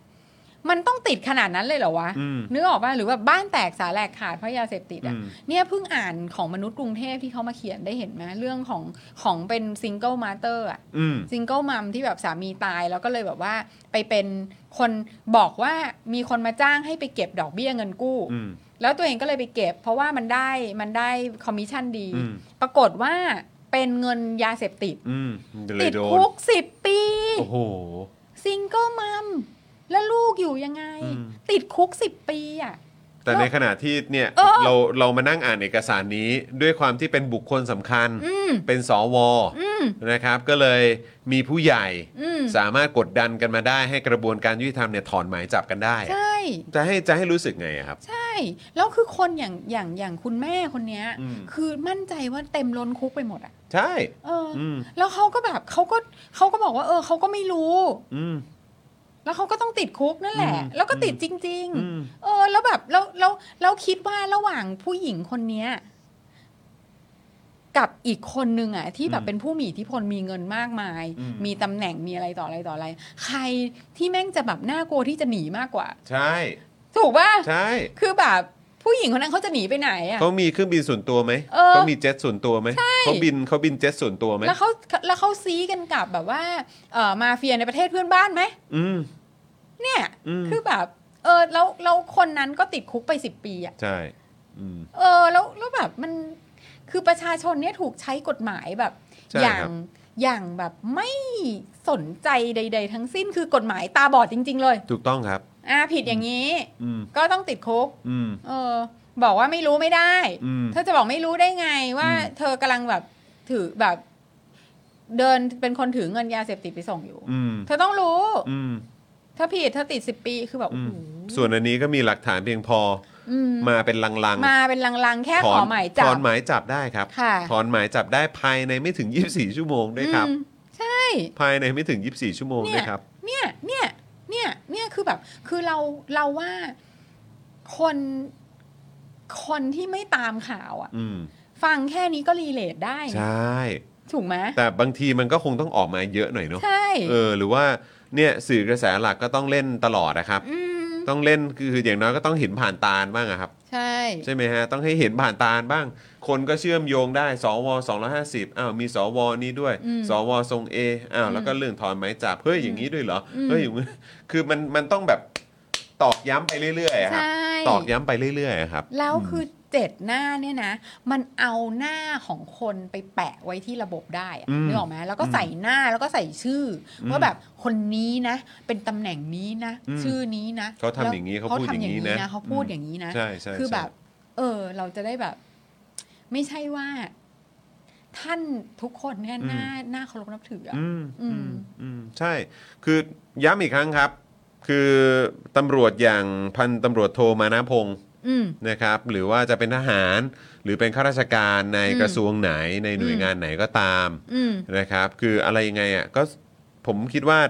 Speaker 2: มันต้องติดขนาดนั้นเลยเหรอวะ
Speaker 1: อืม
Speaker 2: นึกออกป่ะหรือว่าบ้านแตกสาแหลกขาดเพราะยาเสพติด
Speaker 1: อื
Speaker 2: อะ
Speaker 1: ม
Speaker 2: เนี่ยเพิ่งอ่านของมนุษย์กรุงเทพที่เขามาเขียนได้เห็นไหมเรื่องของของเป็นซิงเกิลมาเตอร์อะ
Speaker 1: อืม
Speaker 2: ซิงเกิลมัมที่แบบสามีตายแล้วก็เลยแบบว่า ไปเป็นคนบอกว่ามีคนมาจ้างให้ไปเก็บดอกเบี้ยเงินกู้
Speaker 1: อืม
Speaker 2: แล้วตัวเองก็เลยไปเก็บ เพราะว่ามันได้มันได้คอมมิชชั่นดี
Speaker 1: อืม
Speaker 2: ปรากฏว่าเป็นเงินยาเสพติด
Speaker 1: อืมเล
Speaker 2: ติ
Speaker 1: ย
Speaker 2: ด
Speaker 1: โดน
Speaker 2: คุกสิบปี
Speaker 1: โอ้โห
Speaker 2: ซิงเกิลมัมแล้วลูกอยู่ยังไง
Speaker 1: อืม
Speaker 2: ติดคุกสิบปีอ่ะ
Speaker 1: แต่ในขณะที่เนี่ย
Speaker 2: เออ
Speaker 1: เราเรามานั่งอ่านเอกสารนี้ด้วยความที่เป็นบุคคลสำคัญ
Speaker 2: อืม
Speaker 1: เป็นสว
Speaker 2: อืม
Speaker 1: นะครับ ก็เลยมีผู้ใหญ่
Speaker 2: อืม
Speaker 1: สามารถกดดันกันมาได้ให้กระบวนการยุติธรรมเนี่ยถอนหมายจับกันได้อะ
Speaker 2: ใช่
Speaker 1: จะให้จะให้รู้สึกไงอะครับ
Speaker 2: ใช่ แล้วคือคนอย่างอย่างอย่างคุณแม่คนเนี้ย
Speaker 1: อืม
Speaker 2: คือมั่นใจว่าเต็มล้นคุกไปหมดอ่ะ
Speaker 1: ใช่
Speaker 2: เอออ
Speaker 1: อืม
Speaker 2: แล้วเขาก็แบบเขาก็เขาก็บอกว่า เออเขาก็ไม่รู้
Speaker 1: อืม
Speaker 2: แล้วเขาก็ต้องติดคุกนั่นแหละ
Speaker 1: อืม
Speaker 2: แล้วก็ติดจริง
Speaker 1: อืม
Speaker 2: ๆ เออ แล้วแบบแล้วแล้วแล้วคิดว่าระหว่างผู้หญิงคนเนี้ย กับอีกคนนึงอ่ะ ที่แบ
Speaker 1: อื
Speaker 2: บ
Speaker 1: ม
Speaker 2: เป็นผู้มีอิทธิพลมีเงินมากมาย
Speaker 1: อืม
Speaker 2: มีตำแหน่งมีอะไรต่ออะไรต่ออะไร ใครที่แม่งจะแบบน่ากลัวที่จะหนีมากกว่า
Speaker 1: ใช่
Speaker 2: ถูกป่ะ
Speaker 1: ใช่
Speaker 2: คือแบบผู้หญิงคนนั้นเขาจะหนีไปไหนอ่ะ
Speaker 1: เขามีเครื่องบินส่วนตัวไหม
Speaker 2: เออ
Speaker 1: เขามีเจ็ตส่วนตัวไหม
Speaker 2: ใช่
Speaker 1: เขาบินเขาบินเจ็ตส่วนตัวไหม
Speaker 2: แล้วเขาแล้วเขาซีกันกับแบบว่าเออมาเฟียในประเทศเพื่อนบ้านไหม
Speaker 1: อืม
Speaker 2: เนี่ย
Speaker 1: อืม
Speaker 2: คือแบบ เออแล้วแล้วคนนั้นก็ติดคุกไปสิบปีอะ
Speaker 1: ใช่อืม
Speaker 2: เออแล้วแล้วแบบมันคือประชาชนเนี่ยถูกใช้กฎหมายแบบ
Speaker 1: ใช่
Speaker 2: อย่าง
Speaker 1: ครับ
Speaker 2: อย่างแบบไม่สนใจใด ๆ ทั้งสิ้นคือกฎหมายตาบอดจริง ๆ เลย
Speaker 1: ถูกต้องครับ
Speaker 2: อ่าผิดอย่างนี้
Speaker 1: อืม
Speaker 2: ก็ต้องติดคุก
Speaker 1: อืม
Speaker 2: เออ บอกว่าไม่รู้ไม่ได้
Speaker 1: อืม
Speaker 2: เธอจะบอกไม่รู้ได้ไงว่า
Speaker 1: อืม
Speaker 2: เธอกำลังแบบถือแบบ เดินเป็นคนถือเงินยาเสพติดไปส่งอยู่
Speaker 1: อืม
Speaker 2: เธอต้องรู้
Speaker 1: อืม
Speaker 2: ถ้าผิดเธอติดสิบปีคือแบบ
Speaker 1: อื
Speaker 2: โอ้
Speaker 1: ม
Speaker 2: โห
Speaker 1: ส่วนอันนี้ก็มีหลักฐานเพียงพอ
Speaker 2: อืม
Speaker 1: มาเป็นลังๆ
Speaker 2: มาเป็นลังๆแค่
Speaker 1: ถ
Speaker 2: ข
Speaker 1: อ
Speaker 2: อ
Speaker 1: น
Speaker 2: หมายจั
Speaker 1: ถ
Speaker 2: บ
Speaker 1: อนหมายจับได้ครับ
Speaker 2: ค่ะ
Speaker 1: ถอนหมายจับได้ภายในไม่ถึง 24 ชั่วโมงด้วยครับ
Speaker 2: อืมใช่
Speaker 1: ภายในไม่ถึง 24 ชั่วโมง
Speaker 2: เนี่
Speaker 1: ด้วย ยครับ
Speaker 2: เนี่ย เนี่ย เนี่ย เนี่ยคือแบบ คือเรา เราว่าคน คนที่ไม่ตามข่าวอะ
Speaker 1: อืม
Speaker 2: ฟังแค่นี้ก็รีเลทได้
Speaker 1: ใช
Speaker 2: นะ
Speaker 1: ่
Speaker 2: ถูกไหม
Speaker 1: แต่บางทีมันก็คงต้องออกมาเยอะหน่อยเนาะ
Speaker 2: ใช่
Speaker 1: เออ หรือว่าเนี่ยสื่อกระแสหลักก็ต้องเล่นตลอดนะครับ
Speaker 2: อืม
Speaker 1: ต้องเล่นคืออย่างน้อยก็ต้องเห็นผ่านตาบ้างอะครับ
Speaker 2: ใช่
Speaker 1: ใช่ไหมฮะ ต้องให้เห็นผ่านตาบ้าง คนก็เชื่อมโยงได้สว250อ้าวมีสวนี้ด้วย สวทรงเออ้าวแล้วก็เรื่องถอนหมายจับเฮ้ยอย่างนี้ด้วยเหรอเฮ้ย อย่างนี้คือมันมันต้องแบบตอกย้ำไปเรื่อยๆอะครับ
Speaker 2: ใช่
Speaker 1: ตอกย้ำไปเรื่อยๆอะครับ
Speaker 2: แล้วคือเจ็ดหน้าเนี่ยนะ มันเอาหน้าของคนไปแปะไว้ที่ระบบได้อะ
Speaker 1: อืม
Speaker 2: นึกออกไหมแล้วก็ใส่หน้าแล้วก็ใส่ชื่ออ
Speaker 1: ม
Speaker 2: ว่าแบบคนนี้นะ เป็นตำแหน่งนี้นะ
Speaker 1: อืม
Speaker 2: ชื่อนี้นะ
Speaker 1: เขาทำอย่างนี้เขาพูดอย่างนี้นะ
Speaker 2: เขาพูดอย่างนี้นะ
Speaker 1: ใช่ใช่
Speaker 2: คือแบบ
Speaker 1: ใช่
Speaker 2: เออ เราจะได้แบบ ไม่ใช่ว่า ท่านทุกคนเนี่ยน่าน่าเคารพนับถืออะ
Speaker 1: อืมอืม
Speaker 2: อืม
Speaker 1: อืมใช่ คือย้ำอีกครั้งครับ คือตำรวจอย่างพันตำรวจโทมานะพงษ์
Speaker 2: อืม
Speaker 1: นะครับ หรือว่าจะเป็นทหาร หรือเป็นข้าราชการใน
Speaker 2: อืม
Speaker 1: กระทรวงไหนในหน่วยงานไหนก็ตาม
Speaker 2: อืม
Speaker 1: นะครับคืออะไรยังไงอ่ะก็ผมคิดว่า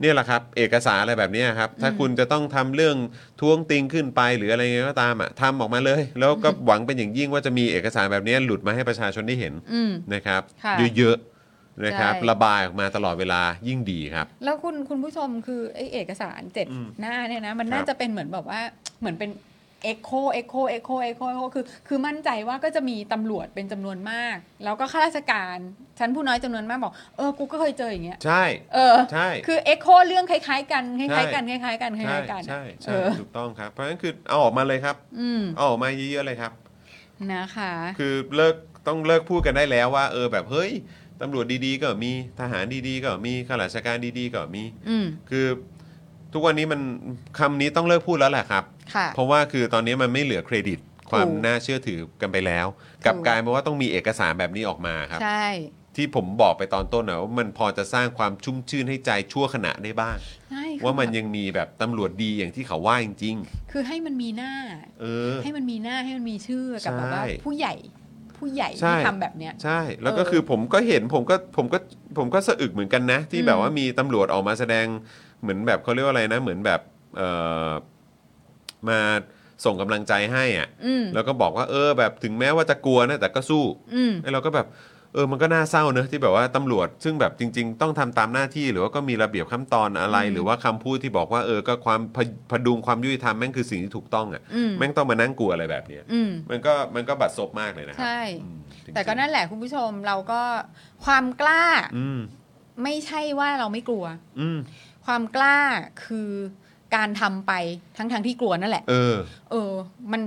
Speaker 1: เนี่ยแหละครับ เอกสารอะไรแบบเนี้ยครับ ถ้า
Speaker 2: อืม
Speaker 1: คุณจะต้องทำเรื่องท้วงติงขึ้นไปหรืออะไรยังไงก็ตามอ่ะทำออกมาเลย แล้วก็หวังเป็นอย่างยิ่งว่าจะมีเอกสารแบบเนี้ยหลุดมาให้ประชาชนได้เห็น
Speaker 2: อืม
Speaker 1: นะครับ
Speaker 2: ค่ะ
Speaker 1: เยอะๆนะครับ
Speaker 2: ใช่
Speaker 1: ระบายออกมาตลอดเวลายิ่งดีครับ
Speaker 2: แล้วคุณคุณผู้ชมคือไอเอกสารเจ็ด
Speaker 1: อืม
Speaker 2: หน้าเนี่ยนะ มัน
Speaker 1: ครับ
Speaker 2: น่าจะเป็นเหมือนแบบว่า เหมือนเป็นเอ็กโคเอ็กโคเอ็กโคเอ็กโคคือ คือมั่นใจว่าก็จะมีตำรวจเป็นจำนวนมาก แล้วก็ข้าราชการชั้นผู้น้อยจำนวนมากบอก เออ กูก็เคยเจออย่างเงี้ย
Speaker 1: ใช่
Speaker 2: เออ
Speaker 1: ใช่
Speaker 2: คือเอ็กโคเรื่องคล้ายๆ กันคล้ายๆกันคล้ายๆกันค
Speaker 1: ใช่
Speaker 2: ล้ายๆกัน
Speaker 1: ใช่
Speaker 2: เอ
Speaker 1: ใช่
Speaker 2: อ
Speaker 1: ถูกต้องครับ เพราะฉะนั้นคือเอาออกมาเลยครับ
Speaker 2: อืม
Speaker 1: เอาออกมาเยอะๆเลยครับ
Speaker 2: นะคะ
Speaker 1: คือเลิกต้องเลิกพูดกันได้แล้วว่าเออแบบเฮ้ยตำรวจดีๆ ก็มีทหารดีๆ ก็มีข้าราชการดีๆ ก็มี
Speaker 2: อืม
Speaker 1: คือทุกวันนี้มันคำนี้ต้องเลิกพูดแล้วแหละครับ
Speaker 2: ค่ะ
Speaker 1: เพราะว่าคือตอนนี้มันไม่เหลือเครดิตความน่าเชื่อถือกันไปแล้ว กลับกลายมาว่าต้องมีเอกสารแบบนี้ออกมาครับ
Speaker 2: ใช่
Speaker 1: ที่ผมบอกไปตอนต้นนะว่ามันพอจะสร้างความชุ่มชื่นให้ใจชั่วขณะได้บ้าง
Speaker 2: ใช่คือ
Speaker 1: ว่ามัน
Speaker 2: แบบ
Speaker 1: ยังมีแบบตำรวจดีอย่างที่เขาว่าจริง
Speaker 2: คือให้มันมีหน้า
Speaker 1: ๆเออ
Speaker 2: ให้มันมีหน้าให้มันมีชื่อกับแบบว่า
Speaker 1: ใช่
Speaker 2: ผู้ใหญ่ ผู้ใหญ่
Speaker 1: ใช่
Speaker 2: ที่ทำแบบเนี้ย
Speaker 1: ใช่แล้วก็
Speaker 2: เออ
Speaker 1: คือผมก็เห็นผมก็ผมก็ผมก็สะอึกเหมือนกันนะ ที่
Speaker 2: อืม
Speaker 1: แบบว่ามีตำรวจออกมาแสดงเหมือนแบบเขาเรียกว่าอะไรนะ เหมือนแบบเอ่อมาส่งกำลังใจให้อ่ะ
Speaker 2: อืม
Speaker 1: แล้วก็บอกว่าเออแบบถึงแม้ว่าจะกลัวนะแต่ก็สู้
Speaker 2: อืม
Speaker 1: ไอ้เราก็แบบเออมันก็น่าเศร้าเนอะที่แบบว่าตำรวจ ซึ่งแบบจริง ๆ ต้องทำตามหน้าที่หรือว่าก็มีระเบียบขั้นตอนอะไร
Speaker 2: อืม
Speaker 1: หรือว่าคำพูดที่บอกว่าเออก็ความพะพดุงความยุติธรรมแม่งคือสิ่งที่ถูกต้องอ่ะ
Speaker 2: อืม
Speaker 1: แม่งต้องมานั่งกลัวอะไรแบบเนี้ย
Speaker 2: อืม
Speaker 1: มันก็มันก็บัดซบมากเลยนะครั
Speaker 2: ใช่
Speaker 1: อืมจริงๆ
Speaker 2: แต่ก็นั่นแหละคุณผู้ชมเราก็ความกล้า
Speaker 1: อืม
Speaker 2: ไม่ใช่ว่าเราไม่กลัว
Speaker 1: อืม
Speaker 2: ความกล้าคือการทำไปทั้งทงๆที่กลัวนั่นแหละ
Speaker 1: เออ
Speaker 2: เออ มัน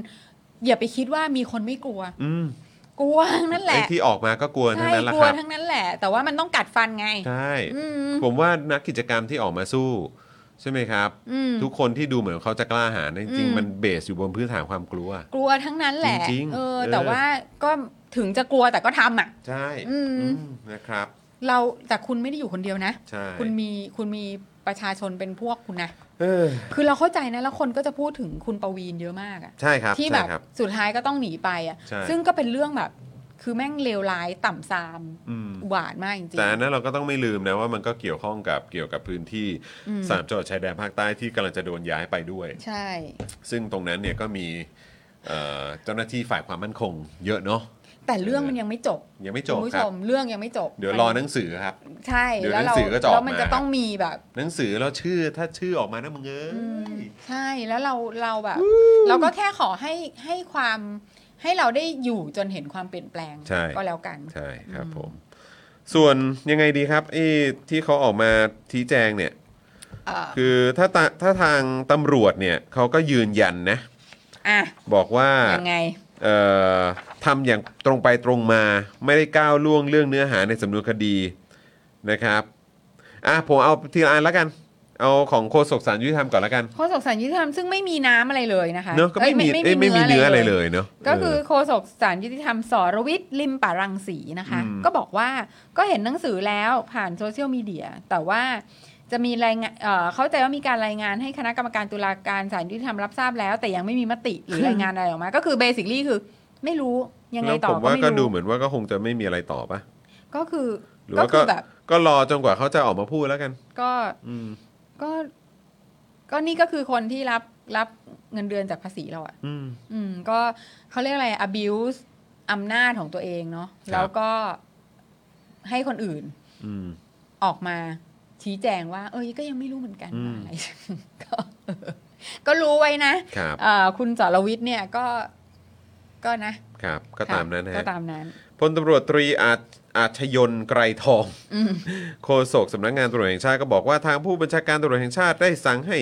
Speaker 2: อย่าไปคิดว่ามีคนไม่กลัว
Speaker 1: อืม
Speaker 2: กลัวนั่นแห
Speaker 1: ไอ้
Speaker 2: ละ
Speaker 1: ที่ออกมาก็กลัวทั้
Speaker 2: ใช่
Speaker 1: งนั้นแหละ
Speaker 2: กลั
Speaker 1: คว รับ
Speaker 2: ทั้งนั้นแหละ แต่ว่ามันต้องกัดฟันไง
Speaker 1: ใช่
Speaker 2: อืม
Speaker 1: ผมว่านักกิจกรรมที่ออกมาสู้ ใช่ไหมครับ
Speaker 2: อืม
Speaker 1: ทุกคนที่ดูเหมือนเขาจะกล้าหาญนะจริง
Speaker 2: อืม
Speaker 1: ๆ มันเบสอยู่บนพื้นฐานความกลัว
Speaker 2: กลัวทั้งนั้นแหละ
Speaker 1: จริงๆ
Speaker 2: เออ
Speaker 1: เออ
Speaker 2: แต่ว่าก็ถึงจะกลัวแต่ก็ทำอ่ะ
Speaker 1: ใช่
Speaker 2: อืม
Speaker 1: อืมนะครับ
Speaker 2: เราแต่คุณไม่ได้อยู่คนเดียวนะ
Speaker 1: ใช่
Speaker 2: คุณมีคุณมีประชาชนเป็นพวกคุณนะ
Speaker 1: เออ
Speaker 2: คือเราเข้าใจนะ แล้วคนก็จะพูดถึงคุณประวีนเยอะมากอะ
Speaker 1: ใช่ครับ
Speaker 2: ที่แบ
Speaker 1: ใช่
Speaker 2: บ
Speaker 1: ครับ
Speaker 2: สุดท้ายก็ต้องหนีไปอะ
Speaker 1: ใช่
Speaker 2: ซึ่งก็เป็นเรื่องแบบ คือแม่งเลวร้ายต่ำซาม
Speaker 1: อืม
Speaker 2: อุบาทมากจริงๆ
Speaker 1: แต่อันนั้นเราก็ต้องไม่ลืมนะว่ามันก็เกี่ยวข้องกับเกี่ยวกับพื้นที่
Speaker 2: อืม
Speaker 1: สามจังหวัดชายแดนภาคใต้ที่กำลังจะโดนย้ายไปด้วย
Speaker 2: ใช่
Speaker 1: ซึ่งตรงนั้นเนี่ยก็มีเอ่อเจ้าหน้าที่ฝ่ายความมั่นคง เยอะเนาะ
Speaker 2: แต่เรื่องมันยังไม่จบ
Speaker 1: ยังไม่จบ
Speaker 2: คุณผู้
Speaker 1: ค
Speaker 2: ช
Speaker 1: รับ
Speaker 2: มเรื่องยังไม่จบ
Speaker 1: เดี๋ยวรอหนังสือครับ
Speaker 2: ใช่
Speaker 1: เดี๋ยว
Speaker 2: แล้วเรา
Speaker 1: หนังสือก็จะออก
Speaker 2: แล้วมัน
Speaker 1: มา
Speaker 2: จะต้องมีแบบ
Speaker 1: หนังสือแล้วชื่อถ้าชื่อออกมานะมึงเอ้ย
Speaker 2: ใช่แล้วเราเราแบบ เราก็แค่ขอให้ให้ความให้เราได้อยู่จนเห็นความเปลี่ยนแปลง
Speaker 1: ใช่
Speaker 2: ก็แล้วกัน
Speaker 1: ใช่ครับผม ส่วนยังไงดีครับไอ้ที่เขาออกมาชี้แจงเนี่ย
Speaker 2: เอ่อ
Speaker 1: คือถ้าตาถ้าทางตำรวจเนี่ยเขาก็ยืนยันนะ
Speaker 2: อ่ะ
Speaker 1: บอกว่า
Speaker 2: ยังไง
Speaker 1: เอ่อทำอย่างตรงไปตรงมาไม่ได้ก้าวล่วงเรื่องเนื้อหาในสำนวนคดีนะครับอ่ะผมเอาทีละอันละกัน เอาของโฆษกสารยุติธรรมก่อนละกัน
Speaker 2: โฆษกสารยุติธรรมซึ่งไม่มีน้ำอะไรเลยนะคะ
Speaker 1: เนอะก็ไม่มี
Speaker 2: เอ้ย
Speaker 1: เอ้ยไม่มีเนื้ออะไรเลยเนอะ
Speaker 2: ก็คือ
Speaker 1: เ
Speaker 2: โฆษกสารยุติธรรมสรวิทย์ลิมปารังสีนะคะ
Speaker 1: อืม
Speaker 2: ก็บอกว่าก็เห็นหนังสือแล้วผ่านโซเชียลมีเดียแต่ว่าจะมีรายงานเอ่อเข้าใจว่ามีการรายงานให้คณะกรรมการตุลาการสารยุติธรรมรับทราบแล้ว แต่ยังไม่มีมติหรือรายงานอะไรออกมา ก็คือเบสิคลี่คือไม่รู้ยังไง
Speaker 1: แล้ว
Speaker 2: ต่
Speaker 1: ผ
Speaker 2: อ
Speaker 1: ม
Speaker 2: ก็
Speaker 1: ว่าก็
Speaker 2: ไม่
Speaker 1: ดู
Speaker 2: รู้
Speaker 1: เหมือนว่าก็คงจะไม่มีอะไรต่อปะ
Speaker 2: ก็คือ
Speaker 1: หรือ
Speaker 2: ก็
Speaker 1: ว่า
Speaker 2: คื
Speaker 1: ก็
Speaker 2: อแบบ
Speaker 1: ก็รอจนกว่าเขาจะออกมาพูดแล้วกัน
Speaker 2: ก็
Speaker 1: อืม
Speaker 2: ก็ก็นี่ก็คือคนที่รับรับเงินเดือนจากภาษีเราอะ่ะ
Speaker 1: อืม
Speaker 2: อืม ก็เขาเรียกอะไร abuse อำนาจของตัวเองเนาะ
Speaker 1: ครับ
Speaker 2: แล้วก็ให้คนอื่น
Speaker 1: อืม
Speaker 2: ออกมาชี้แจงว่า เอ้ยก็ยังไม่รู้เหมือนกัน
Speaker 1: อืม
Speaker 2: ว่าอะไร ก็เออ ก็รู้ไว้นะครับ เอ่อคุณสรวิทย์เนี่ยก็ก็นะครับ
Speaker 1: ก็
Speaker 2: ค่ะ
Speaker 1: ตามนั้นนะ
Speaker 2: ก็
Speaker 1: ฮะ
Speaker 2: ตามนั้น
Speaker 1: พลตำรวจตรีอาจอาชยนต์ไกรทอง
Speaker 2: อืม
Speaker 1: โฆษกสำนักงานตำรวจแห่งชาติก็บอกว่าทางผู้บัญชาการตำรวจแห่งชาติได้สั่งให้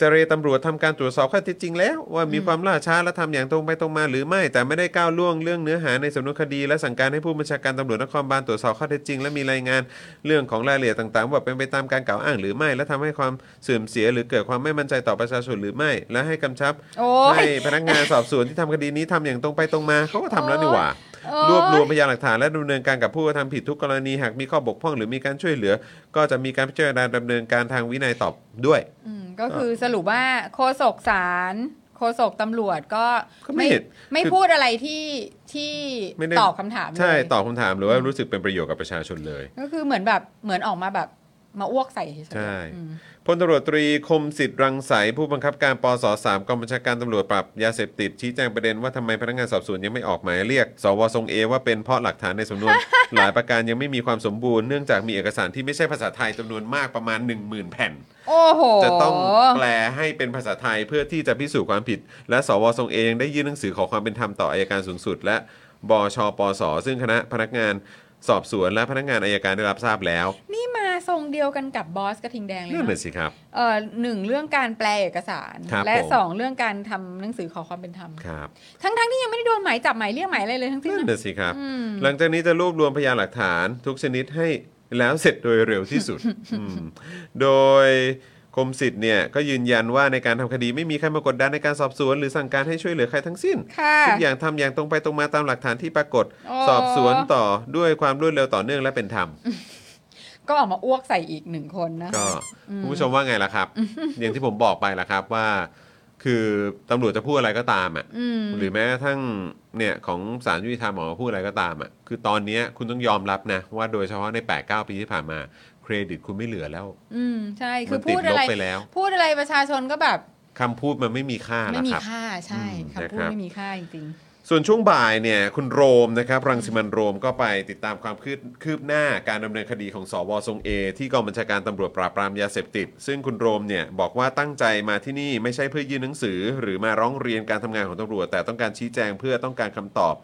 Speaker 1: เจรตำรวจทำการตรวจสอบข้อเท็จจริงแล้ว ว่ามี
Speaker 2: อืม
Speaker 1: ความล่าช้าและทำอย่างตรงไปตรงมาหรือไม่ แต่ไม่ได้ก้าวล่วงเรื่องเนื้อหาในสำนวนคดี และสั่งการให้ผู้บัญชาการตำรวจนครบาลตรวจสอบข้อเท็จจริง และมีรายงานเรื่องของรายละเอียดต่างๆ ว่าเป็นไปตามการกล่าวอ้างหรือไม่ และทำให้ความเสื่อมเสีย หรือเกิดความไม่มั่นใจต่อประชาชนหรือไม่ และให้กำชับ
Speaker 2: โอ้ย
Speaker 1: ให้พนักงานสอบสวนที่ทำคดีนี้ทำอย่างตรงไปตรงมาเขาก็ทำแล้วนี่หว่า
Speaker 2: โอ้ย
Speaker 1: รวบรวมพยานหลักฐานและดำเนินการกับผู้กระทำผิดทุกกรณีหากมีข้อบกพร่องหรือมีการช่วยเหลือ ก็จะมีการพิจารณาดำเนินการทางวินัยต่อด้วย
Speaker 2: อืมก็คือสรุปว่าโฆษกศาลโฆษกตำรวจก็
Speaker 1: ก็ไม่เห็น
Speaker 2: ไม่
Speaker 1: คือ
Speaker 2: พูดอะไรที่ที่
Speaker 1: ไม่ได้
Speaker 2: ตอบคำถามเลย
Speaker 1: ใช่ตอบคำถามหรือว่ารู้สึกเป็นประโยชน์กับประชาชนเลย
Speaker 2: ก็คือเหมือนแบบเหมือนออกมาแบบมาอ้วกใส่เฉยๆ
Speaker 1: ใช่
Speaker 2: อืม
Speaker 1: พลตำรวจตรีคมสิทธิ์รังสรรค์ผู้บังคับการปสสามกองบัญชาการตำรวจปราบยาเสพติดชี้แจงประเด็นว่าทำไมพนักงานสอบสวนยังไม่ออกหมายเรียก สวทรงเอว่าเป็นเพราะหลักฐานในสำนวน หลายประการยังไม่มีความสมบูรณ์เนื่องจากมีเอกสารที่ไม่ใช่ภาษาไทยจำนวนมากประมาณ 10,000 แผ่น
Speaker 2: โอ้โห
Speaker 1: จะต้องแปลให้เป็นภาษาไทยเพื่อที่จะพิสูจน์ความผิด และสวทรงเองได้ยื่นหนังสือขอความเป็นธรรมต่ออายการสูงสุด และบชปส ซึ่งคณะพนักงานสอบสวนและพนักงานอายการได้รับทราบแล้ว
Speaker 2: นี่มาทรงเดียวกันกับบอสกระทิงแดงเลย
Speaker 1: นั่นแหละ
Speaker 2: นะ
Speaker 1: สิครับ
Speaker 2: เอ่อหนึ่งเรื่องการแปลเอกสาร
Speaker 1: ครับ
Speaker 2: และ
Speaker 1: ผม
Speaker 2: สองเรื่องการทำหนังสือขอความเป็นธรรม
Speaker 1: ครับ
Speaker 2: ทั้งๆที่ยังไม่ได้โดนหมายจับหมายเรียกหมายอะไรเลยทั้งสิ้น
Speaker 1: นั่นแหละสิครับ
Speaker 2: อืม
Speaker 1: หลังจากนี้จะรวบรวมพยานหลักฐานทุกชนิดให้แล้วเสร็จโดยเร็วที่ สุด อืมโดยกรมสิทธิ์เนี่ยก็ยืนยันว่าในการทำคดีไม่มีใครมากดดันในการสอบสวน หรือสั่งการให้ช่วยเหลือใครทั้งสิ้น
Speaker 2: ค่ะ
Speaker 1: ทุกอย่างทำอย่างตรงไปตรงมาตามหลักฐานที่ปรากฏ
Speaker 2: โอ้
Speaker 1: สอบสวนต่อด้วยความรวดเร็วต่อเนื่องและเป็นธรรม
Speaker 2: ก็ออกมาอ้วกใส่อีกหนึ่งคนนะ
Speaker 1: ก็
Speaker 2: คะ อืม
Speaker 1: คุณผู้ชมว่าไงล่ะครับ อย่างที่ผมบอกไปล่ะครับว่า คือตำรวจจะพูดอะไรก็ตามอ่ะ
Speaker 2: อืม
Speaker 1: หรือแม้กระทั่งเนี่ยของสารยุติธรรมออกมาพูดอะไรก็ตามอ่ะคือตอนเนี้ยคุณต้องยอมรับนะ ว่าโดยเฉพาะใน 8-9 ปีที่ผ่านมาเครดิตคุณไม่เหลือแล้ว
Speaker 2: อืมใช่คือ
Speaker 1: มั
Speaker 2: น
Speaker 1: ติ
Speaker 2: พู
Speaker 1: ด
Speaker 2: ด
Speaker 1: ล
Speaker 2: อะ
Speaker 1: บ
Speaker 2: ไร
Speaker 1: ไปแล้ว
Speaker 2: พูดอะไรประชาชนก็แบบ
Speaker 1: คำพูดมันไม่มีค่า
Speaker 2: ไม่
Speaker 1: ละ
Speaker 2: มี
Speaker 1: ครับ
Speaker 2: ค่าใช่
Speaker 1: อืม
Speaker 2: คำพูด
Speaker 1: นะครับ
Speaker 2: ไม่มีค่าจริง
Speaker 1: ส่วนช่วงบ่ายเนี่ยคุณโรมนะครับรังสิมันต์โรมก็ไปติดตามความคืบคืบหน้าการดำเนินคดีของสวทรงเอที่กองบัญชาการตำรวจปราบปรามยาเสพติด ซึ่งคุณโรมเนี่ยบอกว่าตั้งใจมาที่นี่ไม่ใช่เพื่อยื่นหนังสือ หรือมาร้องเรียนการทำงานของตำรวจ แต่ต้องการชี้แจงเพื่อต้องการคำตอบ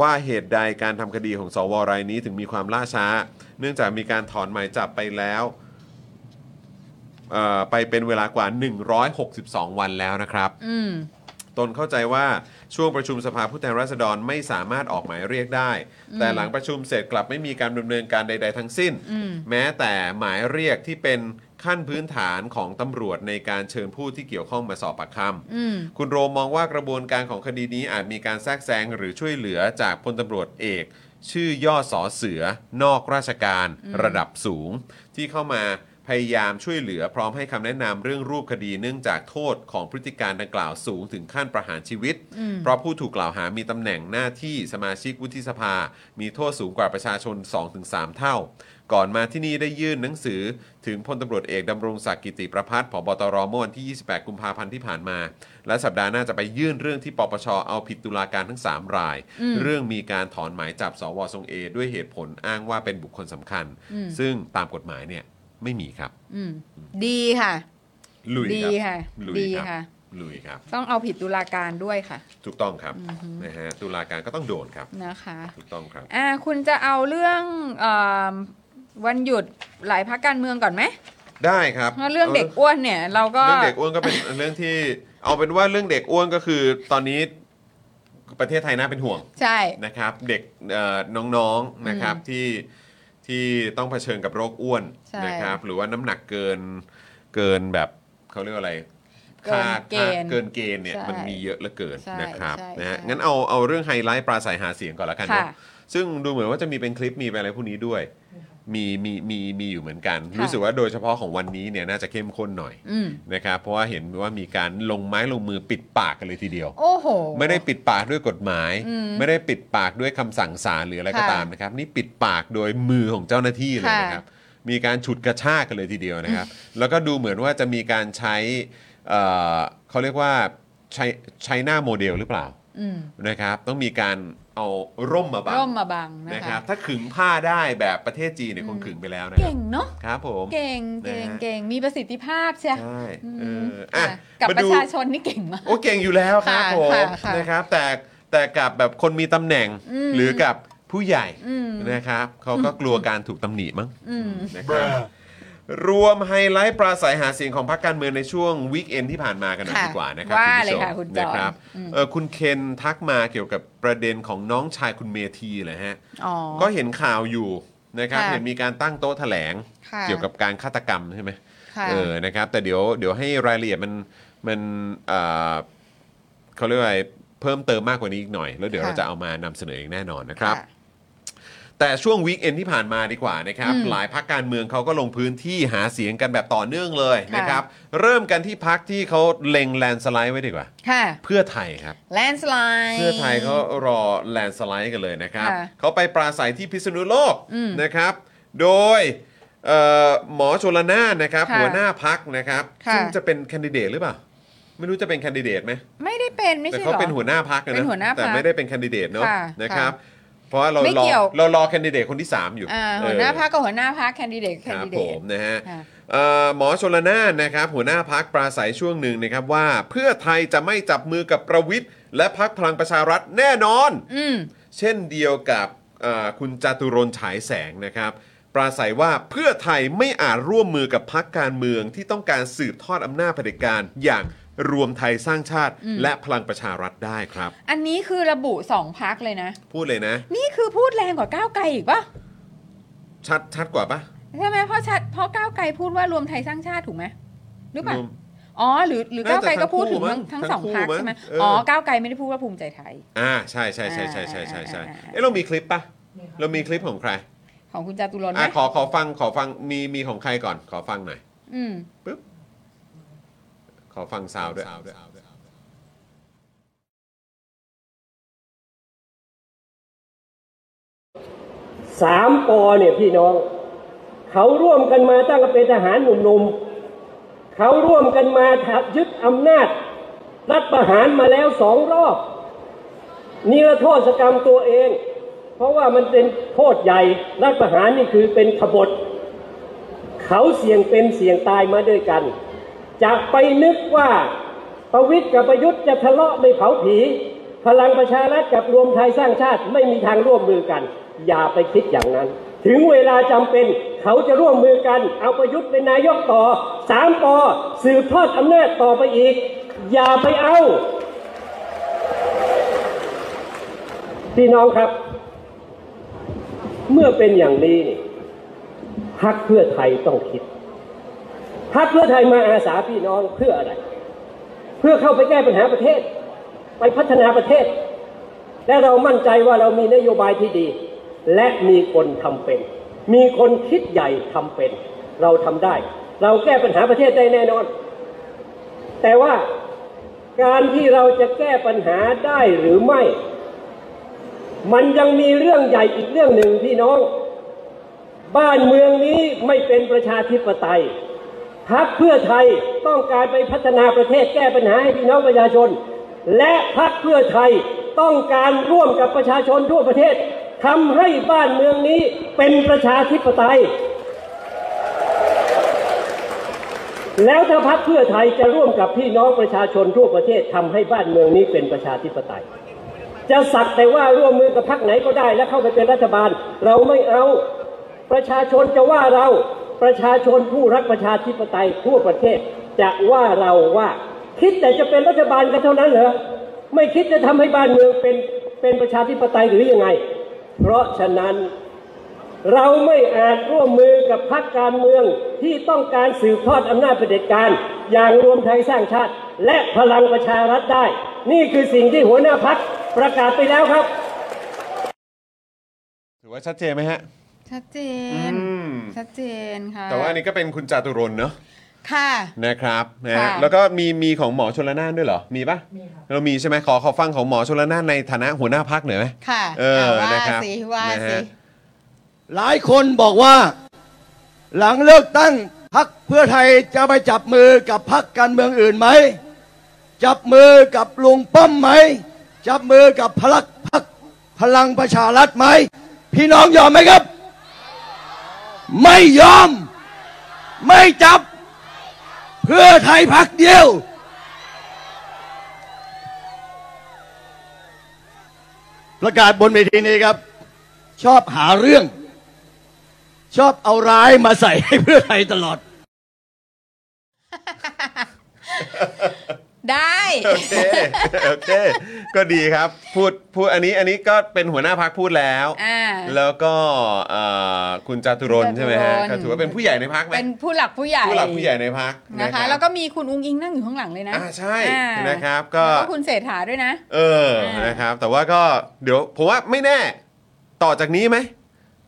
Speaker 1: ว่าเหตุใดการทำคดีของสวรายนี้ถึงมีความล่าช้า เนื่องจากมีการถอนหมายจับไปแล้วเอ่อไปเป็นเวลากว่า 162 วันแล้วนะครับ
Speaker 2: ๆ อืม
Speaker 1: ตนเข้าใจว่าช่วงประชุมสภาผู้แทนราษฎรไม่สามารถออกหมายเรียกได้ แต่หลังประชุมเสร็จกลับไม่มีการดำเนินการใด ๆ ทั้งสิ้น
Speaker 2: อืม
Speaker 1: แม้แต่หมายเรียกที่เป็นขั้นพื้นฐานของตำรวจในการเชิญผู้ที่เกี่ยวข้องมาสอบปากคำ
Speaker 2: อืม
Speaker 1: คุณโรมมองว่ากระบวนการของคดีนี้อาจมีการแทรกแซงหรือช่วยเหลือจากพลตำรวจเอก ชื่อย่อสอเสือนอกราชการระดับสูง ที่เข้ามาพยายามช่วยเหลือพร้อมให้คำแนะนำเรื่องรูปคดีเนื่องจากโทษของพฤติการดังกล่าวสูงถึงขั้นประหารชีวิต
Speaker 2: อืม
Speaker 1: เพราะผู้ถูกกล่าวหามีตำแหน่งหน้าที่สมาชิกวุฒิสภา มีโทษสูงกว่าประชาชน 2-3 เท่า ก่อนมาที่นี่ได้ยื่นหนังสือถึงพลตำรวจเอกดำรงศักดิ์กิติประพัฒน์ผบตรเมื่อวันที่ 28 กุมภาพันธ์ที่ผ่านมา และสัปดาห์หน้าจะไปยื่นเรื่องที่ปปชเอาผิดตุลาการทั้ง 3 ราย เรื่องมีการถอนหมายจับสวทรงเอด้วยเหตุผลอ้างว่าเป็นบุคคลสำคัญ
Speaker 2: อืม
Speaker 1: ซึ่งตามกฎหมายเนี่ยไม่มีครับ
Speaker 2: อืม ดีค่ะ
Speaker 1: ลุย
Speaker 2: ดี
Speaker 1: ครับ
Speaker 2: ค่ะ
Speaker 1: ลุย
Speaker 2: ดี
Speaker 1: ครั
Speaker 2: ค่ะ
Speaker 1: บลุยครับ
Speaker 2: ต้องเอาผิดตุลาการด้วยค่ะ
Speaker 1: ถูกต้องครับ
Speaker 2: อือฮึ
Speaker 1: นะฮะตุลาการก็ต้องโดนครับ
Speaker 2: นะคะ
Speaker 1: ถูกต้องครับ
Speaker 2: อ่า คุณจะเอาเรื่องเอมวันหยุดหลายพักการเมืองก่อนไหม
Speaker 1: ได้ครับ
Speaker 2: เพราะเรื่องเด็กอ้วนเนี่ย เราก็
Speaker 1: เรื่องเด็กอ้วนก็เป็น เรื่องที่เอาเป็นว่าเรื่องเด็กอ้วนก็คือ ตอนนี้ประเทศไทยน่าเป็นห่วง
Speaker 2: ใช่
Speaker 1: นะครับเด็กเอ่อน้องๆนะครับที่ที่ต้องเผชิญกับโรคอ้วน
Speaker 2: ใช่
Speaker 1: นะครับหรือว่าน้ำหนักเกินเกินแบบเขาเรียกว่าอะไร
Speaker 2: เกินเกณฑ์
Speaker 1: ค่าค่าเกินเกณฑ์เนี่ย
Speaker 2: ใช่
Speaker 1: มันมีเยอะเหลือเกิน
Speaker 2: ใช่
Speaker 1: นะครับ
Speaker 2: ใช่
Speaker 1: นะฮะ
Speaker 2: ใช่
Speaker 1: งั้นเอาเอาเรื่องไฮไลท์ปราศัยหาเสียงก่อนละกันเนอะ
Speaker 2: ค่ะ
Speaker 1: ซึ่งดูเหมือนว่าจะมีเป็นคลิปมีเป็นอะไรพวกนี้ด้วย มีมีมีมีอยู่เหมือนกัน
Speaker 2: ค่ะ
Speaker 1: รู้สึกว่าโดยเฉพาะของวันนี้เนี่ยน่าจะเข้มข้นหน่อย
Speaker 2: อืม
Speaker 1: นะครับเพราะว่าเห็นว่ามีการลงไม้ลงมือปิดปากกันเลยทีเดียว
Speaker 2: โอ้โห
Speaker 1: ไม่ได้ปิดปากด้วยกฎหมาย
Speaker 2: อืม
Speaker 1: ไม่ได้ปิดปากด้วยคำสั่งศาลหรืออะไรก็
Speaker 2: ค่ะ
Speaker 1: ตามนะครับ นี่ปิดปากโดยมือของเจ้าหน้าที่เลย
Speaker 2: ค่ะ
Speaker 1: นะครับ มีการฉุดกระชากกันเลยทีเดียวนะครับ แล้วก็ดูเหมือนว่าจะมีการใช้เอ่อเขาเรียกว่าใช้ใช้หน้าโมเดลหรือเปล่า
Speaker 2: อืม
Speaker 1: นะครับ ต้องมีการเอาร่มมาบัง
Speaker 2: ร่มมาบังนะ
Speaker 1: นะครับ
Speaker 2: คะ
Speaker 1: ถ้าขึงผ้าได้แบบประเทศจีนเนี่ยคงขึงไปแล้วนะครั
Speaker 2: เก่
Speaker 1: บ
Speaker 2: งเนาะ
Speaker 1: ครับผม
Speaker 2: เก่งเก่ง
Speaker 1: นะฮะ
Speaker 2: เก่งมีประสิทธิภาพใช่ไหม
Speaker 1: ใช่
Speaker 2: อื
Speaker 1: เอ
Speaker 2: ม
Speaker 1: ออ่ะ
Speaker 2: ค่ะกับ
Speaker 1: ม
Speaker 2: ป
Speaker 1: ดู
Speaker 2: ระชาชนนี่เก่งมาก
Speaker 1: โอ้เก่งอยู่แล้วครับ
Speaker 2: ค่ะ
Speaker 1: ผม
Speaker 2: ค่ะค่ะ
Speaker 1: นะครับแต่แต่กับแบบคนมีตำแหน่ง
Speaker 2: อืม
Speaker 1: หรือกับผู้ใหญ่
Speaker 2: อืม
Speaker 1: นะครับเขาก็กลัวการถูกตำหนิมั้ง
Speaker 2: อืม
Speaker 1: นะครับรวมไฮไลท์ปราศัยหาเสียงของพรรคการเมืองในช่วงวีคเอนที่ผ่านมากันหน่อย
Speaker 2: ค่ะ
Speaker 1: ดีกว่านะครับ
Speaker 2: ว่า
Speaker 1: คุณ
Speaker 2: เลย
Speaker 1: ผู้ชม
Speaker 2: ค่ะคุณจอห์น
Speaker 1: นะครับ
Speaker 2: อืม
Speaker 1: เอ่อคุณเคนทักมาเกี่ยวกับประเด็นของน้องชายคุณเมธีเลยฮะ
Speaker 2: อ๋อ
Speaker 1: ก็เห็นข่าวอยู่นะครับ
Speaker 2: ค่ะ
Speaker 1: เห็นมีการตั้งโต๊ะแถลง
Speaker 2: ค่ะ
Speaker 1: เกี่ยวกับการฆาตกรรมใช่ไหม
Speaker 2: ค่ะ
Speaker 1: เออ นะครับ แต่เดี๋ยว เดี๋ยวให้รายละเอียดมัน มันเอ่อเขาเรียกว่าอะไรเพิ่มเติมมากกว่านี้อีกหน่อย แล้วเดี๋ยว
Speaker 2: ค่ะ
Speaker 1: เราจะเอามานำเสนออย่างแน่นอนนะครับ
Speaker 2: ค่ะ
Speaker 1: แต่ช่วงวีคเอนที่ผ่านมาดีกว่านะครับ
Speaker 2: อืม
Speaker 1: หลายพักการเมืองเขาก็ลงพื้นที่หาเสียงกันแบบต่อเนื่องเลย
Speaker 2: ค่ะ
Speaker 1: นะครับ เริ่มกันที่พักที่เขาเล็งแลนสไลด์ไว้ดีกว่า
Speaker 2: ค่ะ
Speaker 1: เพื่อไทยครับ
Speaker 2: landslide
Speaker 1: เพื่อไทยเขารอแลนสไลด์กันเลยนะครับ
Speaker 2: ค่ะ
Speaker 1: เขาไปปราศัยที่พิษณุโลก
Speaker 2: อืม
Speaker 1: นะครับ โดยเอ่อหมอชลนานนะครับ
Speaker 2: ค่ะ
Speaker 1: หัวหน้าพักนะครับ
Speaker 2: ค่ะ
Speaker 1: ซึ่งจะเป็นแคนดิเดตหรือเปล่า ไม่รู้จะเป็นแคนดิเดตไหม
Speaker 2: ไม่ได้เป็นไม่
Speaker 1: แต่
Speaker 2: ใช่หรอ
Speaker 1: เขาเป็นหัวหน้าพักนะ
Speaker 2: เป็นหัวหน้าพรรค
Speaker 1: แต่ไม่ได้เป็นแคนดิเดตเนาะ
Speaker 2: ค่ะ
Speaker 1: นะครับ
Speaker 2: ค่
Speaker 1: เพราะว่าเรา
Speaker 2: ไม่
Speaker 1: รอ
Speaker 2: เกี่ยว
Speaker 1: เรารอแคนดิเดตคนที่ 3 อยู่
Speaker 2: อ่า
Speaker 1: เออ
Speaker 2: หัวหน้าพักกับหัวหน้าพักแคนดิเดตแค
Speaker 1: คน รับ
Speaker 2: ดิเด
Speaker 1: ผ
Speaker 2: ต
Speaker 1: มนะฮะ
Speaker 2: ค่ะ
Speaker 1: เอ่อหมอชลนานนะครับหัวหน้าพักปราศัยช่วงหนึ่งนะครับว่าเพื่อไทยจะไม่จับมือกับประวิทย์และพักพลังประชารัฐแน่นอน
Speaker 2: อืม
Speaker 1: เช่นเดียวกับเอ่อคุณจตุรนต์ฉายแสงนะครับ ปราศัยว่าเพื่อไทยไม่อาจร่วมมือกับพักการเมืองที่ต้องการสืบทอดอำนาจเผด็จการอย่างรวมไทยสร้างชาติ และพลังประชารัฐได้ครับ
Speaker 2: อันนี้คือระบุสองพักเลยนะ
Speaker 1: พูดเลยนะ
Speaker 2: นี่คือพูดแรงกว่าก้าวไกลอีกปะ
Speaker 1: ชัดชัดกว่าปะ
Speaker 2: ใช่ไหมเพราะชัดเพราะก้าวไกลพูดว่ารวมไทยสร้างชาติถูกไหมหรือเปล่าร
Speaker 1: วม
Speaker 2: อ๋อหรือหรือก้าวไกลก็พูดถึงทั้งทั้ง
Speaker 1: น่าจะทั้
Speaker 2: สอ
Speaker 1: ง
Speaker 2: ง
Speaker 1: คู่
Speaker 2: พัก
Speaker 1: มั้ง
Speaker 2: ใช่ไหม
Speaker 1: เอออ๋
Speaker 2: อ๋อก้าวไกลไม่ได้พูดว่าภูมิใจไทย
Speaker 1: อ่าใช่ใช่ใช่ใช่ใช่ใช่ใช่
Speaker 2: อ่าอ่าอ่า
Speaker 1: เอ้เรามีคลิปปะ
Speaker 3: นี่คบ
Speaker 1: เรามีคลิปของใคร
Speaker 2: ของคุณจาตุรนต์ไหม
Speaker 1: อ่ะขอขอฟังขอฟังมีมีของใครก่อนขอฟังหน่อย
Speaker 2: อืม
Speaker 1: ขอฟังซาวด์ด้วย
Speaker 4: สามปอเนี่ยพี่น้อง เขาร่วมกันมาตั้งแต่เป็นทหารหนุ่มๆเขาร่วมกันมาถับยึดอำนาจ รัฐประหารมาแล้วสองรอบนิรโทษกรรมตัวเอง เพราะว่ามันเป็นโทษใหญ่ รัฐประหารนี่คือเป็นขบฏ เขาเสี่ยงเป็นเสี่ยงตายมาด้วยกัน จะไปนึกว่าประวิทย์กับประยุทธ์จะทะเลาะไม่เผาผี พลังประชารัฐกับรวมไทยสร้างชาติไม่มีทางร่วมมือกัน อย่าไปคิดอย่างนั้น ถึงเวลาจำเป็นเขาจะร่วมมือกัน เอาประยุทธ์เป็นนายกต่อสามปอสืบทอดอำนาจต่อไปอีก อย่าไปเอา พี่น้องครับ เมื่อเป็นอย่างนี้นี่ พักเพื่อไทยต้องคิด พักเพื่อไทยมาอาสาพี่น้องเพื่ออะไร เพื่อเข้าไปแก้ปัญหาประเทศ ไปพัฒนาประเทศ และเรามั่นใจว่าเรามีนโยบายที่ดี และมีคนทำเป็น มีคนคิดใหญ่ทำเป็น เราทำได้ เราแก้ปัญหาประเทศได้แน่นอน แต่ว่าการที่เราจะแก้ปัญหาได้หรือไม่ มันยังมีเรื่องใหญ่อีกเรื่องหนึ่งพี่น้อง บ้านเมืองนี้ไม่เป็นประชาธิปไตยพักเพื่อไทยต้องการไปพัฒนาประเทศแก้ปัญหาให้พี่น้องประชาชน และพักเพื่อไทยต้องการร่วมกับประชาชนทั่วประเทศทำให้บ้านเมืองนี้เป็นประชาธิปไตย แล้วถ้าพักเพื่อไทยจะร่วมกับพี่น้องประชาชนทั่วประเทศทำให้บ้านเมืองนี้เป็นประชาธิปไตย จะสักแต่ว่าร่วมมือกับพรรคไหนก็ได้ แล้วเข้าไปเป็นรัฐบาล เราไม่เอา ประชาชนจะว่าเรา ประชาชนผู้รักประชาธิปไตยทั่วประเทศ จะว่าเราว่า คิดแต่จะเป็นรัฐบาลกันเท่านั้นเหรอไม่คิดจะทำให้บ้านเมืองเป็นเป็นประชาธิปไตยหรือยังไง เพราะฉะนั้น เราไม่อาจร่วมมือกับพรรคการเมืองที่ต้องการสืบทอดอำนาจเผด็จการ อย่างรวมไทยสร้างชาติ และพลังประชารัฐได้ นี่คือสิ่งที่หัวหน้าพรรคประกาศไปแล้วครับ
Speaker 1: ถือว่าชัดเจนไหมฮะ
Speaker 2: ชัดเจน
Speaker 1: อืม
Speaker 2: ชัดเจนค่ะ
Speaker 1: แต่ว่าอันนี้ก็เป็นคุณจาตุรนต์เนอะ
Speaker 2: ค่ะ
Speaker 1: นะครับนะฮะ
Speaker 2: ค่ะ
Speaker 1: แล้วก็มีมีของหมอชลนานด้วยเหรอ มีปะ
Speaker 3: มีครับ
Speaker 1: เรามีใช่ไหมขอขอฟังของหมอชลนานในฐานะหัวหน้าพักหน่อยไหม
Speaker 2: ค่ะ
Speaker 1: เออ
Speaker 2: เอาว่า
Speaker 1: นะครับ
Speaker 2: สิว่า
Speaker 1: นะฮะ
Speaker 2: สิ
Speaker 5: หลายคนบอกว่า หลังเลือกตั้งพักเพื่อไทยจะไปจับมือกับพักการเมืองอื่นไหม จับมือกับลุงป้อมไหม จับมือกับพลักพักพลังประชารัฐไหม พี่น้องยอมไหมครับ ไม่ยอม ไม่จับ เพื่อไทยพักเดียว ประกาศบนเวทีนี้ครับ ชอบหาเรื่อง ชอบเอาร้ายมาใส่ให้เพื่อไทยตลอด
Speaker 2: ได้
Speaker 1: โอเค โอเค ก็ดีครับ พูด พูด อันนี้ อันนี้ก็เป็นหัวหน้าพักพูดแล้ว
Speaker 2: อ่า
Speaker 1: แล้วก็เอ่อคุณจาตุรนต์ใช่ไหมฮะ
Speaker 2: จาตุรนต์
Speaker 1: ก็ถือว่าเป็นผู้ใหญ่ในพักไหม
Speaker 2: เป็นผู้หลักผู้ใหญ่
Speaker 1: ผู้หลักผู้ใหญ่ในพัก
Speaker 2: นะคะ แล้วก็มีคุณอุ้งอิงนั่งอยู่ข้างหลังเลยนะ
Speaker 1: อ่าใช่
Speaker 2: อ่า
Speaker 1: นะครับ ก็
Speaker 2: แล้วก็คุณเศรษฐาด้วยนะ
Speaker 1: เออ
Speaker 2: อ่าน
Speaker 1: นะครับ แต่ว่าก็ เดี๋ยว ผมว่าไม่แน่ ต่อจากนี้ไหม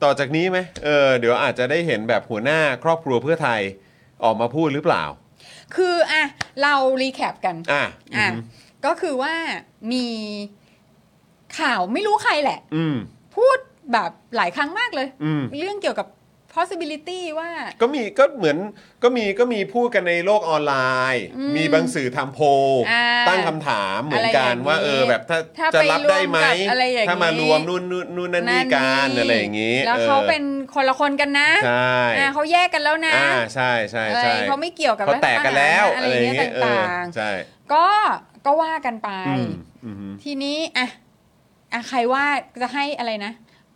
Speaker 1: ต่อจากนี้ไหมเออ เดี๋ยวอาจจะได้เห็นแบบหัวหน้าครอบครัวเพื่อไทยออกมาพูดหรือเปล่า
Speaker 2: คืออ่ะเรารีแคปกัน
Speaker 1: อ่ะ
Speaker 2: อ่ะ ก็คือว่ามีข่าวไม่รู้ใครแหละ
Speaker 1: อืม
Speaker 2: พูดแบบหลายครั้งมากเลย
Speaker 1: อืม
Speaker 2: เรื่องเกี่ยวกับ possibility ว่า
Speaker 1: ก็มีก็เหมือนก็มีก็มีพูดกันในโลกออนไลน์
Speaker 2: อืม
Speaker 1: มีบางสื่อทำโพล
Speaker 2: อ่า
Speaker 1: ตั้งคำถามเหมือนกัน
Speaker 2: อะไรอย่างนี้
Speaker 1: ว่าเออแบบถ้า
Speaker 2: ถ้า
Speaker 1: จะรับได้ไหม
Speaker 2: ไปรวมกับอะไรอย่างนี้
Speaker 1: ถ้ามารวมนู่นนู่นนู่นนั่นนี่กันอะไรอย่างนี้
Speaker 2: นี้ แล้วเขา
Speaker 1: ออ
Speaker 2: เป็นคนละคนกันนะ
Speaker 1: ใช่
Speaker 2: อ่าเขาแยกกันแล้วนะ
Speaker 1: อ่าใช่ใช่
Speaker 2: อะไร
Speaker 1: ใช่
Speaker 2: เขาไม่เกี่ยวกับ
Speaker 1: เขาแตกกันแล้ว
Speaker 2: รัฐประหารนะอะอา
Speaker 1: อะไร ไรอย่ย่างง
Speaker 2: เงี้ย
Speaker 1: นี้เออ
Speaker 2: ต่าง
Speaker 1: ใช่
Speaker 2: ๆ ก็ก็ว่ากันไป
Speaker 1: อืมอืม
Speaker 2: ทีนี้อ่ะอ่ะใครว่าจะให้อะไรนะ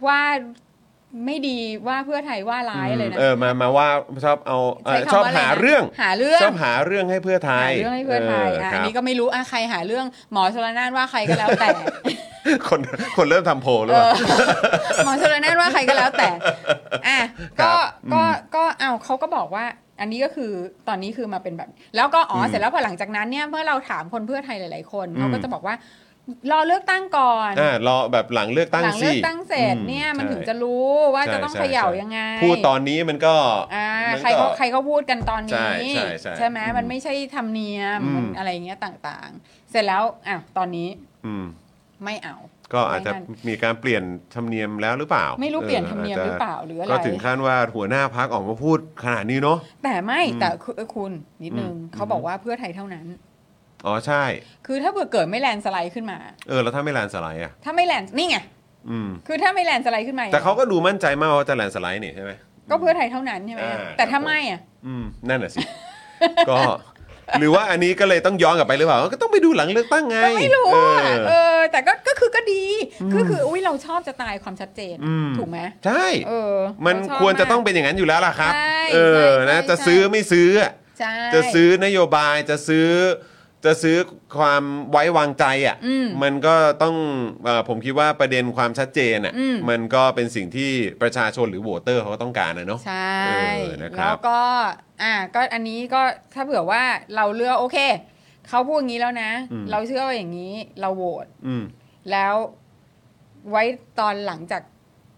Speaker 2: ว่าไม่ดีว่าเพื่อไทยว่าร้ายเลยนะ
Speaker 1: เออมามาว่าชอบเอาเอ่อ
Speaker 2: ใช้คำ
Speaker 1: ชอบ
Speaker 2: ว่าะไนะ
Speaker 1: หาเรื่อง
Speaker 2: หาเรื่อง
Speaker 1: ชอบหาเรื่องให้เพื่อไท
Speaker 2: หาย เรื่องให้เพื่อไทย
Speaker 1: เออ
Speaker 2: อ่ะ
Speaker 1: ค
Speaker 2: อัน
Speaker 1: รับ
Speaker 2: นี้ก็ไม่รู้อ่ะใครหาเรื่องหมอชลนานว่าใครก็แล้วแต่
Speaker 1: คนคนเริ่มทำโพลแล้ว
Speaker 2: เอ
Speaker 1: อะ
Speaker 2: อหมอชลนานว่าใครก็แล้วแต่ อ่ะ
Speaker 1: ครั
Speaker 2: ก็
Speaker 1: บ
Speaker 2: ก็
Speaker 1: อืม
Speaker 2: ก็เอาเขาก็บอกว่า อันนี้ก็คือตอนนี้คือมาเป็นแบบ แล้วก็อ๋ออ
Speaker 1: ม
Speaker 2: เสร็จแล้วพอหลังจากนั้นเนี่ยเมื่อเราถามคนเพื่อไทยหลาย ๆ คน
Speaker 1: อืม
Speaker 2: เขาก็จะบอกว่า รอเลือกตั้งก่อน
Speaker 1: อ่ารอแบบหลังเลือกตั้ง
Speaker 2: หลัง
Speaker 1: สิ
Speaker 2: เลือกตั้งเสร็จ
Speaker 1: อื
Speaker 2: เนี่ยมัน
Speaker 1: ใช่
Speaker 2: ถึงจะรู้ว่าจะต้อง
Speaker 1: ใช่
Speaker 2: เข
Speaker 1: ใช่
Speaker 2: ย่า
Speaker 1: ใช่
Speaker 2: ยังไง
Speaker 1: พูดตอนนี้มันก็
Speaker 2: อ่า
Speaker 1: มันก็
Speaker 2: ใครเขาใครเขาพูดกันตอน
Speaker 1: ใช่
Speaker 2: นี้
Speaker 1: ใช่ใช่
Speaker 2: ไหม
Speaker 1: อืม
Speaker 2: มันไม่ใช่ธรรมเนียม
Speaker 1: อืม
Speaker 2: มันอะไรอย่างเงี้ยต่างๆ เสร็จแล้วอ้าวตอนนี้
Speaker 1: อืม
Speaker 2: ไม่เอา
Speaker 1: ก็อาจจะมีการเปลี่ยนธรรมเนียมแล้วหรือเปล่า
Speaker 2: ไม่รู้เปลี่ยนธรรมเนียมหรือเปล่าหรืออะไร
Speaker 1: ก็ถึงขั้นว่าหัวหน้าพักออกมาพูดขนาดนี้เนาะ
Speaker 2: แต่ไม่
Speaker 1: อืม
Speaker 2: แต่คือเออคุณนิดนึง
Speaker 1: อืม
Speaker 2: เขาบอกว่าเพื่อไทยเท่านั้น
Speaker 1: อ๋อใช่
Speaker 2: คือถ้าเผื่อเกิดไม่แลนด์สไลด์ขึ้นมา
Speaker 1: เออแล้วถ้าไม่แลนด์สไลด์อ่ะ
Speaker 2: ถ้าไม่แลนด์นี่ไง
Speaker 1: อืม
Speaker 2: คือถ้าไม่แลนด์สไลด์ขึ้นมา
Speaker 1: แต่เขาก็ดูมั่นใจมากว่าจะแลนด์สไลด์นี่ใช่ไหม
Speaker 2: ก็เพื่อไทยเท่านั้นใช่ไหม
Speaker 1: อ่า
Speaker 2: แต่ถ้าไม่อ่ะ
Speaker 1: อืมนั่นน่ะสิ ก็ หรือว่าอันนี้ก็เลยต้องย้อนกลับไปหรือเปล่า ก็ต้องไปดูหลังเลือกตั้งไง
Speaker 2: ก็ไม่รู้อ่ะ
Speaker 1: เออ
Speaker 2: เออ แต่ก็ก็คือก็ดีคือคืออุ้ยเราชอบจะตายความชัดเจน
Speaker 1: อืม
Speaker 2: ถูกไหม
Speaker 1: ใช่
Speaker 2: เออ
Speaker 1: มัน
Speaker 2: เราชอบ
Speaker 1: ควรจะต้อง
Speaker 2: มาก
Speaker 1: เป็นอย่างนั้นอยู่แล้วล่ะครับ
Speaker 2: ใช่
Speaker 1: เออ
Speaker 2: ใช่
Speaker 1: นะ
Speaker 2: ใช่
Speaker 1: จะ
Speaker 2: ใช่
Speaker 1: ซื้อไม่ซื้ออะ
Speaker 2: ใช่
Speaker 1: จะซื้อนโยบายจะซื้อจะซื้อความไว้วางใจอะ่ะ
Speaker 2: อืม
Speaker 1: มันก็ต้องเออผมคิดว่าประเด็นความชัดเจนอะ่ะ
Speaker 2: อืม
Speaker 1: มันก็เป็นสิ่งที่ประชาชนหรือโหวตเตอร์เขาก็ต้องการนะเนาะ
Speaker 2: ใช่
Speaker 1: เออนะครับ
Speaker 2: แล้วก็อ่าก็อันนี้ก็ถ้าเผื่อว่าเราเลือกโอเคเขาพูดอย่างนี้แล้วนะ เราเชื่อว่าอย่างนี้เราโหวต
Speaker 1: อืม
Speaker 2: แล้วไว้ตอนหลังจาก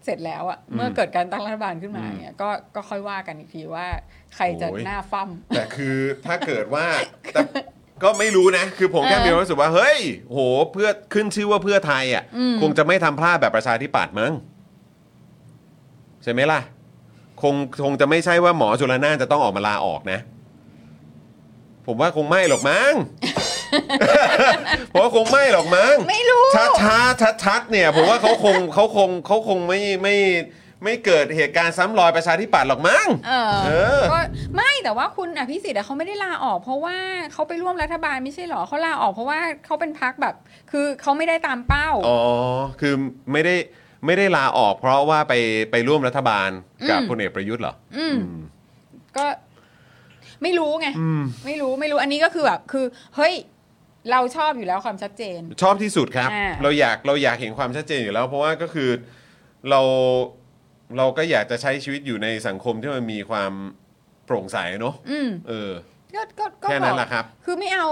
Speaker 2: เสร็จแล้วอะเมื่อเกิดการตั้งรัฐบาลขึ้นมาเนี่ยก็ก็ค่อยว่ากันอีกทีว่าใครจะ
Speaker 1: โอ้ย
Speaker 2: หน้าฟั่ม
Speaker 1: แต่คือถ้าเกิดว่าแต่ก็ไม่รู้นะ คือผมแค่มีความรู้สึกว่า เฮ้ยโหเพื่อขึ้นชื่อว่าเพื่อไทยอะ่ะ
Speaker 2: อืม
Speaker 1: คงจะไม่ทำพลาดแบบประชาธิปัตย์มั้งใช่ไหมล่ะ คงคงจะไม่ใช่ว่าหมอจุลนานจะต้องออกมาลาออกนะ ผมว่าคงไม่หรอกมั้ ง ผมว่าคงไม่หรอกมั้ง
Speaker 2: ไม่รู้
Speaker 1: ช้าช้าชัดชัดๆเนี่ย ผมว่าเขาคง เขาคงเขาคงไม่ไม่ไม่เกิดเหตุการณ์ซ้ำรอยประชาธิปัตย์หรอกมั้ง
Speaker 2: เอ
Speaker 1: เอ
Speaker 2: อ
Speaker 1: อ
Speaker 2: ก็ไม่แต่ว่าคุณอภิสิทธิ์อะเขาไม่ได้ลาออก เพราะว่าเขาไปร่วมรัฐบาลไม่ใช่หรอเขาลาออกเพราะว่าเขาเป็นพักแบบ คือเขาไม่ได้ตามเป้า
Speaker 1: อ๋อ คือไม่ได้ไม่ได้ลาออกเพราะว่าไปไปร่วมรัฐบาลกับ
Speaker 2: อืม
Speaker 1: พลเอกประยุทธ์เหรอ
Speaker 2: อืม ก็ไม่รู้ไงไม่รู้ไม่รู้อันนี้ก็คือแบบคือ เฮ้ย เราชอบอยู่แล้วความชัดเจน
Speaker 1: ชอบที่สุดครับ
Speaker 2: อ่า
Speaker 1: เราอยากเราอยากเห็นความชัดเจนอยู่แล้ว เพราะว่าก็คือเราเราก็อยากจะใช้ชีวิตอยู่ในสังคมที่มันมีความโปร่งใสเนอะ
Speaker 2: อืม
Speaker 1: เออ
Speaker 2: ก็ก็ก็
Speaker 1: แค่นั้นแหละ
Speaker 2: อก
Speaker 1: ครับ
Speaker 2: คือไม่เอา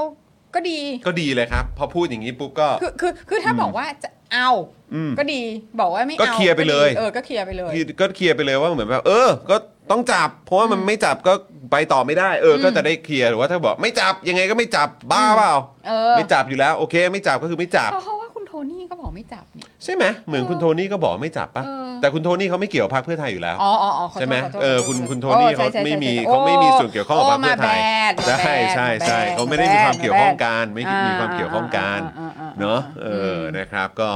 Speaker 2: ก็ดี
Speaker 1: ก็ดีเลยครับ พอพูดอย่างนี้ปุ๊บก็
Speaker 2: คือคือคือถ้าบอกว่าจะเอา
Speaker 1: อืม
Speaker 2: ก็ดีบอกว่าไม่
Speaker 1: ก็
Speaker 2: เอา
Speaker 1: เคลียร์ไปเลย
Speaker 2: ดีเออก็เคลียร์ไปเลย
Speaker 1: คือก็เคลียร์ไปเลยว่าเหมือนแบบเออ ก็ต้องจับ เพราะว่ามันไม่จับก็ไปต่อไม่ได้ เออ ก็จะได้เคลียร์หรือว่าถ้าบอกไม่จับยังไงก็ไม่จับบ้าเปล่า
Speaker 2: เออ
Speaker 1: ไม่จับอยู่แล้วโอเค ไม่จับก็คือไม่จับ
Speaker 2: เพราะว่าคุณโทนี่ก็บอกไม่จับนี่
Speaker 1: ใช่ไหมเหมือนคุณโทนี่ก็บอกไม่จับปะ
Speaker 2: เออ
Speaker 1: แต่คุณโทนี่เขาไม่เกี่ยวพรรคเพื่อไทยอยู่แล้ว
Speaker 2: อ๋ออ๋ออ๋อขอโทษ
Speaker 1: ใช่ไหม
Speaker 2: ขโทษ
Speaker 1: เออ
Speaker 2: ขโทษ
Speaker 1: คุณคุณโท
Speaker 2: อ้
Speaker 1: นี่
Speaker 2: ใช่
Speaker 1: เขา
Speaker 2: ใช่
Speaker 1: ไม่
Speaker 2: ใช่
Speaker 1: มี
Speaker 2: ใช่
Speaker 1: เขาไม่มี
Speaker 2: โ
Speaker 1: ส่วนเกี่ยวข้องกับพรรคเพื่อไทย
Speaker 2: โอ้ my bad my
Speaker 1: ใช่
Speaker 2: bad
Speaker 1: ใช่
Speaker 2: my
Speaker 1: ใช่
Speaker 2: bad
Speaker 1: เขาไม่ได้มีความ
Speaker 2: my bad
Speaker 1: เกี่ยวข้องกันไม่
Speaker 2: อ่
Speaker 1: มีความเกี่ยวข้องกัน
Speaker 2: อ่อ่อ่อ่
Speaker 1: เนาะเออ
Speaker 2: ม
Speaker 1: นะครับก็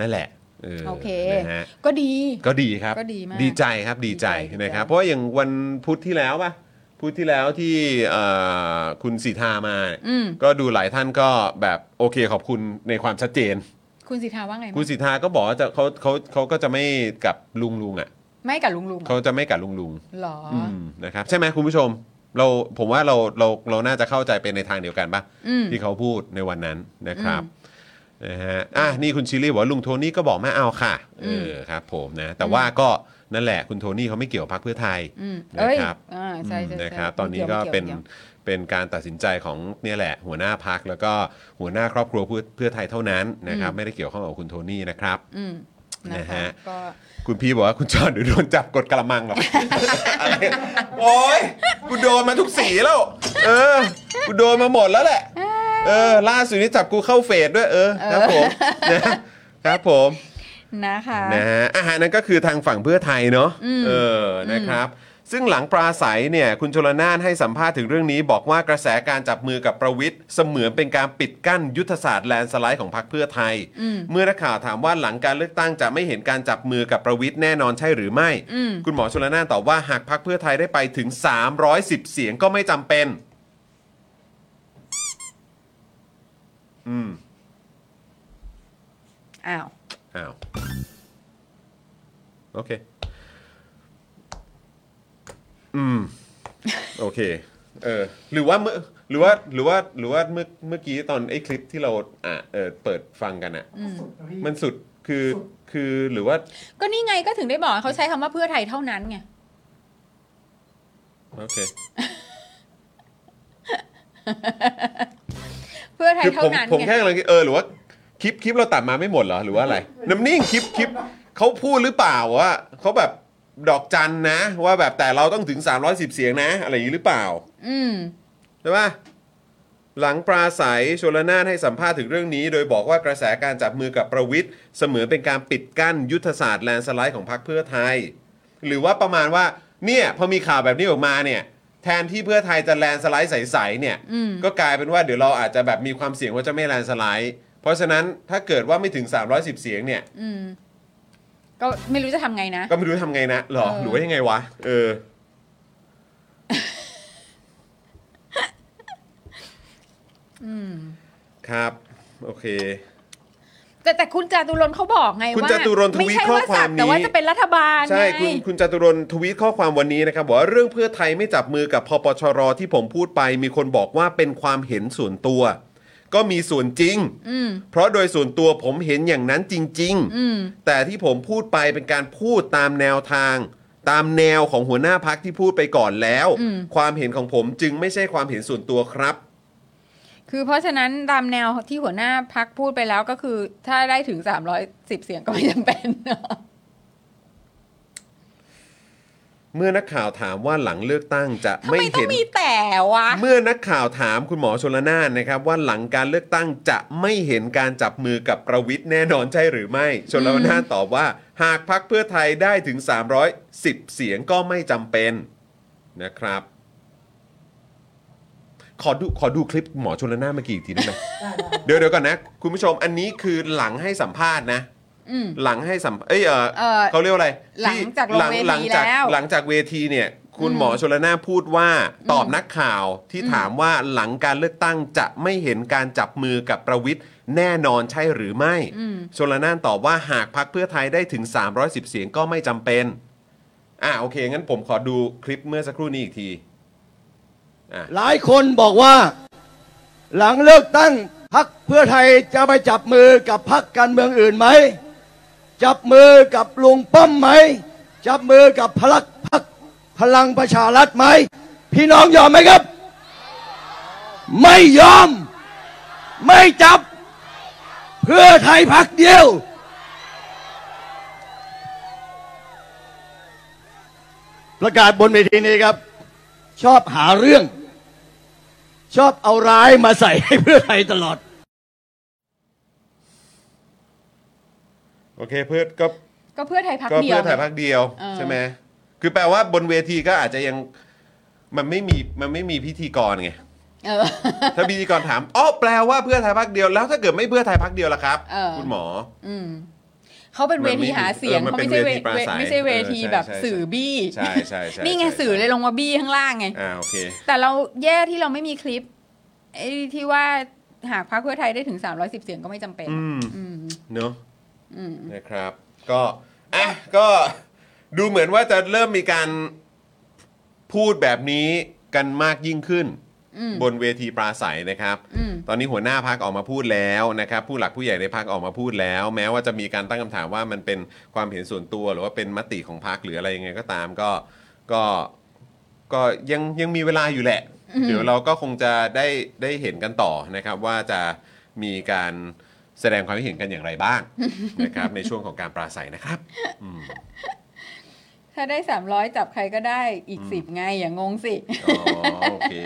Speaker 1: นั่นแหละเออ
Speaker 2: โอเค
Speaker 1: นะฮะ
Speaker 2: ก็ดี
Speaker 1: ก็ดีครับ
Speaker 2: ก็ดีมาก
Speaker 1: ดีใจครับดีใจ
Speaker 2: ดีใจ
Speaker 1: นะครับ
Speaker 2: ดีใจ
Speaker 1: เพราะว่าอย่างวันพุธที่แล้วป่ะพุธที่แล้วที่เอ่อคุณสีทามาเนี่ย
Speaker 2: อืม
Speaker 1: ก็ดูหลายท่านก็แบบโอเคขอบคุณในความชัดเจน
Speaker 2: คุณสิทธาว่าไงบ้าง
Speaker 1: คุณสิทธาก็บอกว่าจะเขาเขาเขาก็จะไม่กับลุงลุงอ่ะ
Speaker 2: ไม่กับลุงลุงเหร
Speaker 1: เขา
Speaker 2: อ
Speaker 1: จะไม่กับลุงลุง
Speaker 2: หรออ
Speaker 1: มนะครับใช่ไหมคุณผู้ชม เราผมว่าเราเราเราน่าจะเข้าใจไปในทางเดียวกันปะ
Speaker 2: อืม
Speaker 1: ที่เขาพูดในวันนั้นนะครับ
Speaker 2: อื
Speaker 1: นะฮะอ่ะนี่คุณชิลลี่บอกว่าลุงโทนี่ก็บอกไม่เอาค่ะเอออครับ ผมนะ แต่ว่าก็นั่นแหละคุณโทนี่เขาไม่เกี่ยวพักเพื่อไทย
Speaker 2: อืม
Speaker 1: นะ
Speaker 2: เอ้ย
Speaker 1: ครับ
Speaker 2: อ่าใช่ใช่ใช่
Speaker 1: นะครับตอนนี้
Speaker 2: ไม่
Speaker 1: ก็
Speaker 2: ยว
Speaker 1: เป็น
Speaker 2: ไม่ยวไม่กี่ยว
Speaker 1: เป็นการตัดสินใจของเนี่ยแหละ หัวหน้าพักแล้วก็หัวหน้าครอบครัวเพื่อเพื่อไทยเท่านั้นนะครับไม่ได้เกี่ยวข้องกับคุณโทนี่นะครับ
Speaker 2: อืมนะ
Speaker 1: นะคะ ฮะ
Speaker 2: ก็
Speaker 1: คุณพี่บอกว่าคุณจอนเดี๋ยวโดนจับกดกระมังหรอก อะไรโอ้ยกูโดนมาทุกสีแล้ว เออ กูโดนมาหมดแล้วแหละ เออ ล่าสุดนี้จับกูเข้าเฟสด้วยเออ ครับผมนะครับผม
Speaker 2: นะคะ
Speaker 1: นะฮะอาหารนั้นก็คือทางฝั่งเพื่อไทยเนาะ
Speaker 2: อืม
Speaker 1: เออนะครับ ซึ่งหลังปราศัยเนี่ย คุณชลนานให้สัมภาษณ์ถึงเรื่องนี้ บอกว่ากระแสการจับมือกับประวิทย์เสมือนเป็นการปิดกั้นยุทธศาสตร์แลนด์สไลด์ของพรรคเพื่อไทย
Speaker 2: อืม
Speaker 1: เมื่อนักข่าวถามว่าหลังการเลือกตั้งจะไม่เห็นการจับมือกับประวิทย์แน่นอนใช่หรือไม่
Speaker 2: อืม
Speaker 1: คุณหมอชลนานตอบว่าหากพรรคเพื่อไทยได้ไปถึง 310 เสียงก็ไม่จำเป็น อืม
Speaker 2: อ้าว
Speaker 1: อ้าวโอเค อืม โอเค เออ หรือว่าเมื่อหรือว่าหรือว่าหรือว่าเมื่อเมื่อกี้ตอนไอ้คลิปที่เราอ่ะเออเปิดฟังกันอ่ะ
Speaker 3: สุดนะพี่
Speaker 1: มันสุดคือ
Speaker 3: สุด
Speaker 1: คือหรือว่า
Speaker 2: ก็นี่ไงก็ถึงได้บอกเขาใช้คำว่าเพื่อไทยเท่านั้นไง
Speaker 1: โอเค
Speaker 2: เพื่อไทย
Speaker 1: คือ
Speaker 2: เท่า
Speaker 1: ผม
Speaker 2: นั้น
Speaker 1: ผม
Speaker 2: ไง
Speaker 1: แค่กำลังคิดเออหรือว่าคลิปคลิปเราตัดมาไม่หมดเหรอหรือว่าอะไร น้ำนิ่งคลิปคลิปเขาพูดหรือเปล่าว่าเขาแบบดอกจันนะ ว่าแบบแต่เราต้องถึง 310 เสียงนะ อะไรอย่างนี้หรือเปล่า
Speaker 2: อืม
Speaker 1: ใช่ปะหลังปราศัยชลนานให้สัมภาษณ์ถึงเรื่องนี้ โดยบอกว่ากระแสการจับมือกับประวิทย์เสมือนเป็นการปิดกั้นยุทธศาสตร์แลนด์สไลด์ของพรรคเพื่อไทย หรือว่าประมาณว่าเนี่ยพอมีข่าวแบบนี้ออกมาเนี่ยแทนที่เพื่อไทยจะแลนด์สไลด์ใสๆเนี่ย
Speaker 2: อืม
Speaker 1: ก็กลายเป็นว่าเดี๋ยวเราอาจจะแบบมีความเสี่ยงว่าจะไม่แลนด์สไลด์เพราะฉะนั้นถ้าเกิดว่าไม่ถึง 310 เสียงเนี่ย
Speaker 2: อืม ก็ไม่รู้จะทำไงนะ
Speaker 1: ก็ไม่รู้จะทำไงนะหรอ
Speaker 2: เออ
Speaker 1: หรือว่ายังไงวะเออ
Speaker 2: อืม
Speaker 1: ครับโอเค
Speaker 2: แต่แต่คุณจาตุรนต์เขาบอกไงว่า
Speaker 1: คุณจตุรนต์ทวีต
Speaker 2: ไม่ใช่
Speaker 1: ข้อ
Speaker 2: ว่า
Speaker 1: ควา
Speaker 2: สั
Speaker 1: ม
Speaker 2: บ
Speaker 1: นี้
Speaker 2: แต่ว่าจะเป็นรัฐบาล
Speaker 1: ใช่
Speaker 2: ไง
Speaker 1: คุณคุณจตุรนต์ทวีตข้อความวันนี้นะครับบอกว่าเรื่องเพื่อไทยไม่จับมือกับพปชรที่ผมพูดไป มีคนบอกว่าเป็นความเห็นส่วนตัว ก็มีส่วนจริง
Speaker 2: อืม
Speaker 1: เพราะโดยส่วนตัวผมเห็นอย่างนั้นจริง
Speaker 2: อืม
Speaker 1: ๆ แต่ที่ผมพูดไปเป็นการพูดตามแนวทาง ตามแนวของหัวหน้าพักที่พูดไปก่อนแล้ว
Speaker 2: อืม
Speaker 1: ความเห็นของผมจึงไม่ใช่ความเห็นส่วนตัวครับ
Speaker 2: คือเพราะฉะนั้นตามแนวที่หัวหน้าพักพูดไปแล้วก็คือ ถ้าได้ถึง 310 เสียงก็ไม่จำเป็น
Speaker 1: เมื่อนักข่าวถามว่าหลังเลือกตั้งจะ
Speaker 2: ทำ
Speaker 1: ไม่
Speaker 2: ไมต้อ
Speaker 1: เห็น
Speaker 2: งมีแต่วะ
Speaker 1: เมื่อนักข่าวถามคุณหมอชลนานนะครับว่าหลังการเลือกตั้งจะไม่เห็นการจับมือกับประวิทย์แน่นอนใช่หรือไม่ ชลนานตอบว่า หากพักเพื่อไทยได้ถึง 310 เสียงก็ไม่จำเป็นนะครับ ขอดูขอดูคลิปหมอชลนานเมื่อกี้อีกทีได้ไหม
Speaker 3: ได้ได้
Speaker 1: เดี๋ยวเดี๋ยวก่อนนะ คุณผู้ชมอันนี้คือหลังให้สัมภาษณ์นะ
Speaker 2: อืม
Speaker 1: หลังให้สัมเอ้ยเออ
Speaker 2: เอ่อ
Speaker 1: เขาเรียกว่าอะไร
Speaker 2: หลัง
Speaker 1: ที่
Speaker 2: จากลง
Speaker 1: ห
Speaker 2: เวที
Speaker 1: หลัจาก
Speaker 2: แล้ว
Speaker 1: หลังจากเวทีเนี่ย คุณ
Speaker 2: อืม
Speaker 1: หมอชลนานพูดว่าตอบนักข่าวที่
Speaker 2: อืม
Speaker 1: ถามว่าหลังการเลือกตั้งจะไม่เห็นการจับมือกับประวิทย์แน่นอนใช่หรือไม่
Speaker 2: อืม
Speaker 1: ชลนานตอบว่าหากพักเพื่อไทยได้ถึง 310 เสียงก็ไม่จำเป็น อ่าโอเค งั้นผมขอดูคลิปเมื่อสักครู่นี้อีกทีอ่า
Speaker 5: หลายคนบอกว่า หลังเลิกตั้งพักเพื่อไทยจะไปจับมือกับพักการเมืองอื่นไหม จับมือกับลุงป้อมไหม จับมือกับพลักพักพลังประชารัฐไหม พี่น้องยอมไหมครับ ไม่ยอม ไม่จับ เพื่อไทยพักเดียว ประกาศบนเวทีนี้ครับ ชอบหาเรื่อง ชอบเอาร้ายมาใส่ให้เพื่อไทยตลอด
Speaker 1: โอเคเพื่อก็
Speaker 2: ก็เพื่อไทยพัก
Speaker 1: ก็
Speaker 2: เดียว
Speaker 1: เพื่อไทยพักเดียว
Speaker 2: เออ
Speaker 1: ใช่ไหมคือแปลว่าบนเวทีก็อาจจะยังมันไม่มีมันไม่มีพิธีกรไง
Speaker 2: เออ
Speaker 1: ถ้าพิธีกรถามอ๋อแปลว่าเพื่อไทยพักเดียวแล้วถ้าเกิดไม่เพื่อไทยพักเดียวล่ะครับ
Speaker 2: เออ
Speaker 1: คุณหมอ
Speaker 2: อืมเขาเป็นเวทีหาเสียง
Speaker 1: เออมัน
Speaker 2: เขา
Speaker 1: เป็น
Speaker 2: ไม่ใช่เว
Speaker 1: เวทีปราศัย
Speaker 2: ไม่ใช่เวที
Speaker 1: เออใช่
Speaker 2: แบบ
Speaker 1: ใช่
Speaker 2: สื่อบี้
Speaker 1: ใช่ใช่ใช่
Speaker 2: นี่ไง
Speaker 1: ใช่
Speaker 2: สื่อเลยลงมาบี้ข้างล่างไง
Speaker 1: อ่าโอเค
Speaker 2: แต่เราแย่ที่เราไม่มีคลิปไอ้ที่ว่าหากพรรคเพื่อไทยได้ถึง 310 เสียงก็ไม่จำเป็น
Speaker 1: อืม
Speaker 2: อืม
Speaker 1: เนอะ
Speaker 2: อืม
Speaker 1: นะครับ ก็อ่ะก็ดูเหมือนว่าจะเริ่มมีการพูดแบบนี้กันมากยิ่งขึ้น
Speaker 2: อืม
Speaker 1: บนเวทีปราศัยนะครับ
Speaker 2: อืม
Speaker 1: ตอนนี้หัวหน้าพักออกมาพูดแล้วนะครับ ผู้หลักผู้ใหญ่ในพักออกมาพูดแล้ว แม้ว่าจะมีการตั้งคำถามว่ามันเป็นความเห็นส่วนตัว หรือว่าเป็นมติของพักหรืออะไรยังไงก็ตามก็ก็ก็ยังยังมีเวลาอยู่แหละ เดี๋ยวเราก็คงจะได้ได้เห็นกันต่อนะครับ ว่าจะมีการแสดงความคิดเห็นกันอย่างไรบ้าง นะครับในช่วงของการปราศัยนะครับ
Speaker 2: ถ้าได้ 300 จับใครก็ได้อีก 10 ไงอย่างงงสิ
Speaker 1: อ๋อโอเค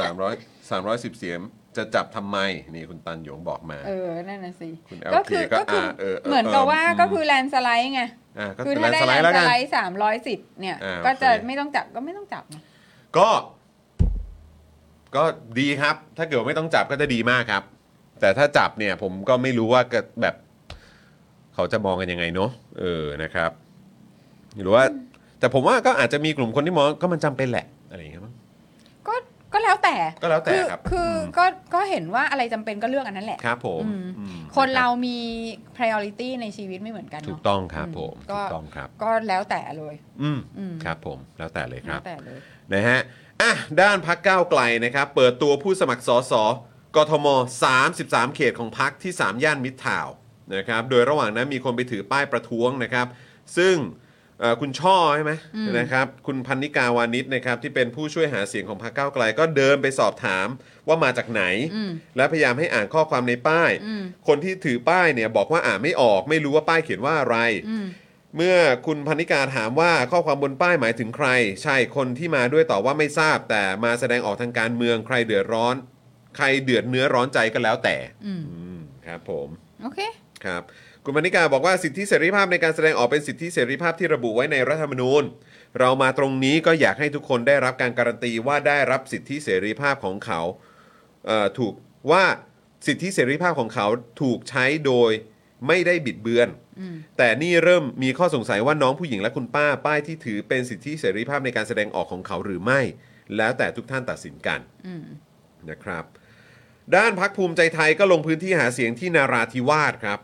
Speaker 1: สามร้อยสามร้อยสิบเสียงจะจับทำไมนี่คุณตันหยงบอกมา
Speaker 2: เออ นั่นน่ะสิ
Speaker 1: คุณ LK
Speaker 2: ก็คือ
Speaker 1: ก็
Speaker 2: ก็คือ
Speaker 1: อ่าเออเออ
Speaker 2: เหมือนกับ
Speaker 1: เออ
Speaker 2: ว่า
Speaker 1: อืม
Speaker 2: ก็คือแลนด์สไลด์ไง
Speaker 1: อ่ะก็
Speaker 2: คือ
Speaker 1: เป็น
Speaker 2: ถ้า
Speaker 1: แลน
Speaker 2: ได้แลน
Speaker 1: ด์สไลด์แล้ว
Speaker 2: ด์ส
Speaker 1: กัน
Speaker 2: ไลด์310 เนี่ย
Speaker 1: อ่า
Speaker 2: ก็จะ
Speaker 1: โอเค
Speaker 2: ไม่ต้องจับก็ไม่ต้องจับไง
Speaker 1: ก็ ก็ดีครับ ถ้าเกิดว่าไม่ต้องจับก็จะดีมากครับ แต่ถ้าจับเนี่ยผมก็ไม่รู้ว่าก็แบบ เขาจะมองกันยังไงเนาะเออนะครับ หรือว่า แต่ผมว่าก็อาจจะมีกลุ่มคนที่มองก็มันจำเป็นแหละอะไรอย่างเงี้ยมั้ง
Speaker 2: ก็ก็แล้วแต่
Speaker 1: ก็แล้วแต่
Speaker 2: อ
Speaker 1: ครับ
Speaker 2: คืออ
Speaker 1: ม
Speaker 2: ก็ก็เห็นว่าอะไรจำเป็นก็เลือกอันนั้นแหละ
Speaker 1: ครับผม
Speaker 2: อืม
Speaker 1: อืม
Speaker 2: คนเรา
Speaker 1: ะบ
Speaker 2: มี priority ในชีวิตไม่เหมือนกัน
Speaker 1: ถูก
Speaker 2: เนาะ
Speaker 1: ต้องครับผม
Speaker 2: ก็
Speaker 1: ถูกต้องครับ
Speaker 2: ก็แล้วแต่เลย
Speaker 1: อืม
Speaker 2: อืม
Speaker 1: ครับ ผมแล้วแต่เลยค
Speaker 2: แล้
Speaker 1: รั
Speaker 2: ว
Speaker 1: บ
Speaker 2: แต่เลย
Speaker 1: นะฮะ อ่ะ ด้านพักก้าวไกลนะครับ เปิดตัวผู้สมัครสสกทม 33 เขตของพักที่ 3 ย่านมิตรทาวน์นะครับ โดยระหว่างนั้นมีคนไปถือป้ายประท้วงนะครับ ซึ่งเอ่อคุณช่อใช่ไหมนะครับ คุณพันนิกาวานิชนะครับ ที่เป็นผู้ช่วยหาเสียงของพรรคก้าวไกล ก็เดินไปสอบถามว่ามาจากไหน
Speaker 2: อืม
Speaker 1: และพยายามให้อ่านข้อความในป้าย
Speaker 2: อืม
Speaker 1: คนที่ถือป้ายเนี่ยบอกว่าอ่านไม่ออกไม่รู้ว่าป้ายเขียนว่าอะไร
Speaker 2: อืม
Speaker 1: เมื่อคุณพันนิกาถามว่าข้อความบนป้ายหมายถึงใคร ใช่คนที่มาด้วยตอบว่าไม่ทราบ แต่มาแสดงออกทางการเมืองใครเดือดร้อน ใครเดือดเนื้อร้อนใจก็แล้วแต่
Speaker 2: อืม
Speaker 1: อืมครับผม
Speaker 2: โอเค
Speaker 1: ครับคุณพันนิกาบอกว่าสิทธิเสรีภาพในการแสดงออกเป็นสิทธิเสรีภาพที่ระบุไว้ในรัฐธรรมนูญ เรามาตรงนี้ก็อยากให้ทุกคนได้รับการการันตีว่าได้รับสิทธิเสรีภาพของเขาเอ่อถูกว่าสิทธิเสรีภาพของเขาถูกใช้โดยไม่ได้บิดเบือน
Speaker 2: อืม
Speaker 1: แต่นี่เริ่มมีข้อสงสัยว่าน้องผู้หญิงและคุณป้า ป้ายที่ถือเป็นสิทธิเสรีภาพในการแสดงออกของเขาหรือไม่ แล้วแต่ทุกท่านตัดสินกัน
Speaker 2: อืม
Speaker 1: นะครับ ด้านพักภูมิใจไทยก็ลงพื้นที่หาเสียงที่นาราธิวาสครับ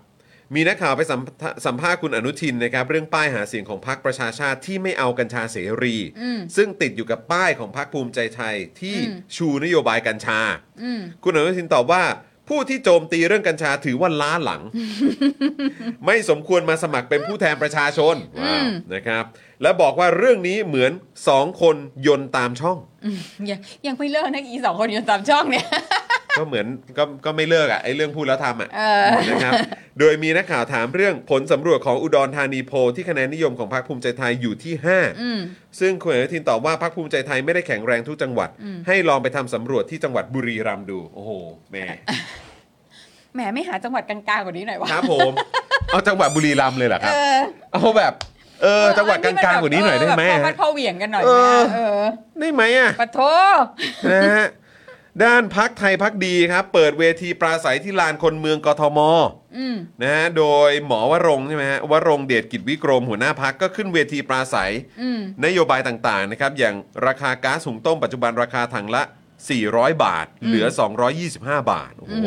Speaker 1: มีนักข่าวไปสัมภาสัมภาษณ์คุณอนุทินนะครับ เรื่องป้ายหาเสียงของพักประชาชาติที่ไม่เอากัญชาเสรี
Speaker 2: อืม
Speaker 1: ซึ่งติดอยู่กับป้ายของพักภูมิใจไทยที่
Speaker 2: อืม
Speaker 1: ชูนโยบายกัญชา
Speaker 2: อืม
Speaker 1: คุณอนุทินตอบว่า ผู้ที่โจมตีเรื่องกัญชาถือว่าล้า หลัง ไม่สมควรมาสมัครเป็นผู้แทนประชาชน
Speaker 2: อื
Speaker 1: ว้าว
Speaker 2: ม
Speaker 1: นะครับ และบอกว่าเรื่องนี้เหมือนสองคนยนต์ตามช่อง
Speaker 2: ยังยังไม่เลิกนะอีสองคนอยู่ตามช่องเนี่ย
Speaker 1: ก็เหมือนก็ก็ไม่เลิกอ่ะไอ้เรื่องพูดแล้วทำอ่ะ
Speaker 2: เออ
Speaker 1: นะครับ โดยมีนักข่าวถามเรื่องผลสำรวจของอุดรธานีโพลที่คะแนนนิยมของพรรคภูมิใจไทยอยู่ที่
Speaker 2: อืม
Speaker 1: 5 ซึ่งคุณอนุทินตอบว่าพรรคภูมิใจไทยไม่ได้แข็งแรงทุกจังหวัด
Speaker 2: อืม
Speaker 1: ให้ลองไปทำสำรวจที่จังหวัดบุรีรัมย์ดูโอ้โหแหม่
Speaker 2: แหมไม่หาจังหวัดกลางๆกว่านี้หน่อยวะ
Speaker 1: ครับผม เอาจังหวะบุรีรัมย์เลยเหรอค
Speaker 2: เอ
Speaker 1: รับ
Speaker 2: อ
Speaker 1: เอาแบบ เออ จังหวะกลางๆกว่านี้หน่อยได้ไหม
Speaker 2: เออแบบพอวัดพ
Speaker 1: ฮะ
Speaker 2: อเหวี่ยงกันหน่อย
Speaker 1: เออ
Speaker 2: นะเออ
Speaker 1: ได้ไหมอ่ะ
Speaker 2: ปะโท
Speaker 1: นะฮะ ด้านพักไทยพักดีครับ เปิดเวทีปราศัยที่ลานคนเมืองกทม
Speaker 2: อืม
Speaker 1: นะฮะ โดยหมอวรงค์ใช่ไหมฮะ วรงค์เดชกิจวิกรมหัวหน้าพักก็ขึ้นเวทีปราศัย
Speaker 2: อืม
Speaker 1: นโยบายต่างๆนะครับ อย่างราคาก๊าซหุงต้มปัจจุบันราคาถังละ 400 บาท เหลือ 225 บาท โอ้โห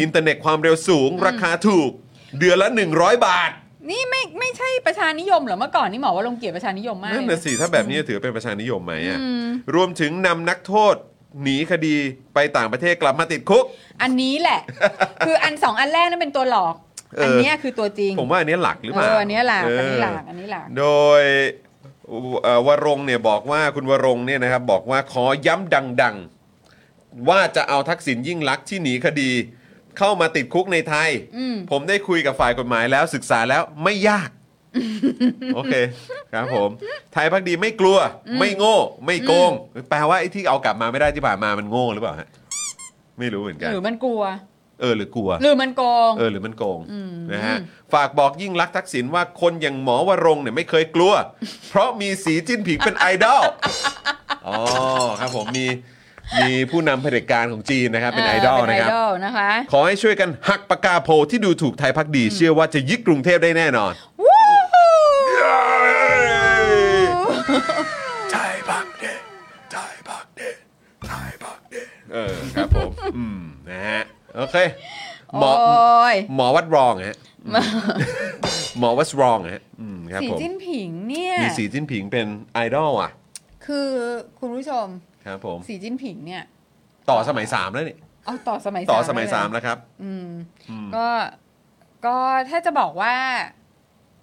Speaker 1: อินเทอร์เน็ตความเร็วสูง ราคาถูก เดือนละ 100 บาท
Speaker 2: นี่ไม่ไม่ใช่ ประชานิยมเหรอเมื่อก่อนนี่หมอว่าลงค์เกียรติประชานิยมมาก
Speaker 1: นั่น
Speaker 2: เลย
Speaker 1: น่ะสิถ้าแบบนี้ถือเป็นประชานิยมไหมอ่ะ
Speaker 2: อืม
Speaker 1: รวมถึงนำนักโทษ หนีคดีไปต่างประเทศกลับมาติดคุก
Speaker 2: อันนี้แหละ คืออันสองอันแรกนั่นเป็นตัวหลอก
Speaker 1: เอออั
Speaker 2: อันเนี้ยคือตัวจริง
Speaker 1: ผมว่าอันเนี้ยหลักหรือเป
Speaker 2: เอ
Speaker 1: ล่า
Speaker 2: ออันเนี้ยหลัก
Speaker 1: เ
Speaker 2: อันนี้หลักอันนี้หลัก
Speaker 1: โดยเอ่อวรงค์เนี่ยบอกว่าคุณวรงค์เนี่ยนะครับบอกว่าขอย้ำดังๆ ว่าจะเอาทักษิณยิ่งลักษณ์ที่หนีคดี เข้ามาติดคุกในไทย
Speaker 2: อืม
Speaker 1: ผมได้คุยกับฝ่ายกฎหมายแล้วศึกษาแล้วไม่ยาก โอเคครับผม ไทยพักดีไม่กลัว ไม่โง่ ไม่โกง แปลว่าไอ้ที่เอากลับมาไม่ได้ที่ผ่านมามันโง่หรือเปล่าฮะไม่รู้เหมือนกัน
Speaker 2: หรือมันกลัว
Speaker 1: เออหรือกลัว
Speaker 2: หรือมันโกง
Speaker 1: เออหรือมันโกง
Speaker 2: อืม
Speaker 1: นะฮะฝากบอกยิ่งรักษณ์ทักษิณว่าคนอย่างหมอวรงค์เนี่ยไม่เคยกลัว เพราะมีสีจิ้นผิงเป็นไอดอลอ๋อครับผมมีมีผู้นำเผด็จการของจีนนะครับ เป็นไอดอล
Speaker 2: เป็
Speaker 1: นะครับ
Speaker 2: ไอดอลนะคะ
Speaker 1: ขอให้ช่วยกันหักปากกาโพที่ดูถูกไทยพักดี เชื่อว่าจะยึดกรุงเทพได้แน่นอน
Speaker 2: วู้ฮู้
Speaker 1: ไทยพักดีไทยพักดีไทยพักดีเออครับผมอืมนะฮะโอเคหมอ
Speaker 2: โอ้ย
Speaker 1: หมอวัดรองฮะ หมอวัดรองฮะอืมครับ
Speaker 2: สี
Speaker 1: ผม
Speaker 2: จิ้นผิงเนี่ย
Speaker 1: มีสีจิ้นผิงเป็นไอดอลอ่ะ
Speaker 2: คือคุณผู้ชม
Speaker 1: ครับผม
Speaker 2: สีจิ้นผิงเนี่ย
Speaker 1: ต่อสมัย 3 แล้วนี่
Speaker 2: เอาต่อสมัย
Speaker 1: ต่อสมัย
Speaker 2: ได้เล
Speaker 1: 3 แล้วครับ
Speaker 2: อืม
Speaker 1: อืม
Speaker 2: ก็ก็ถ้าจะบอกว่า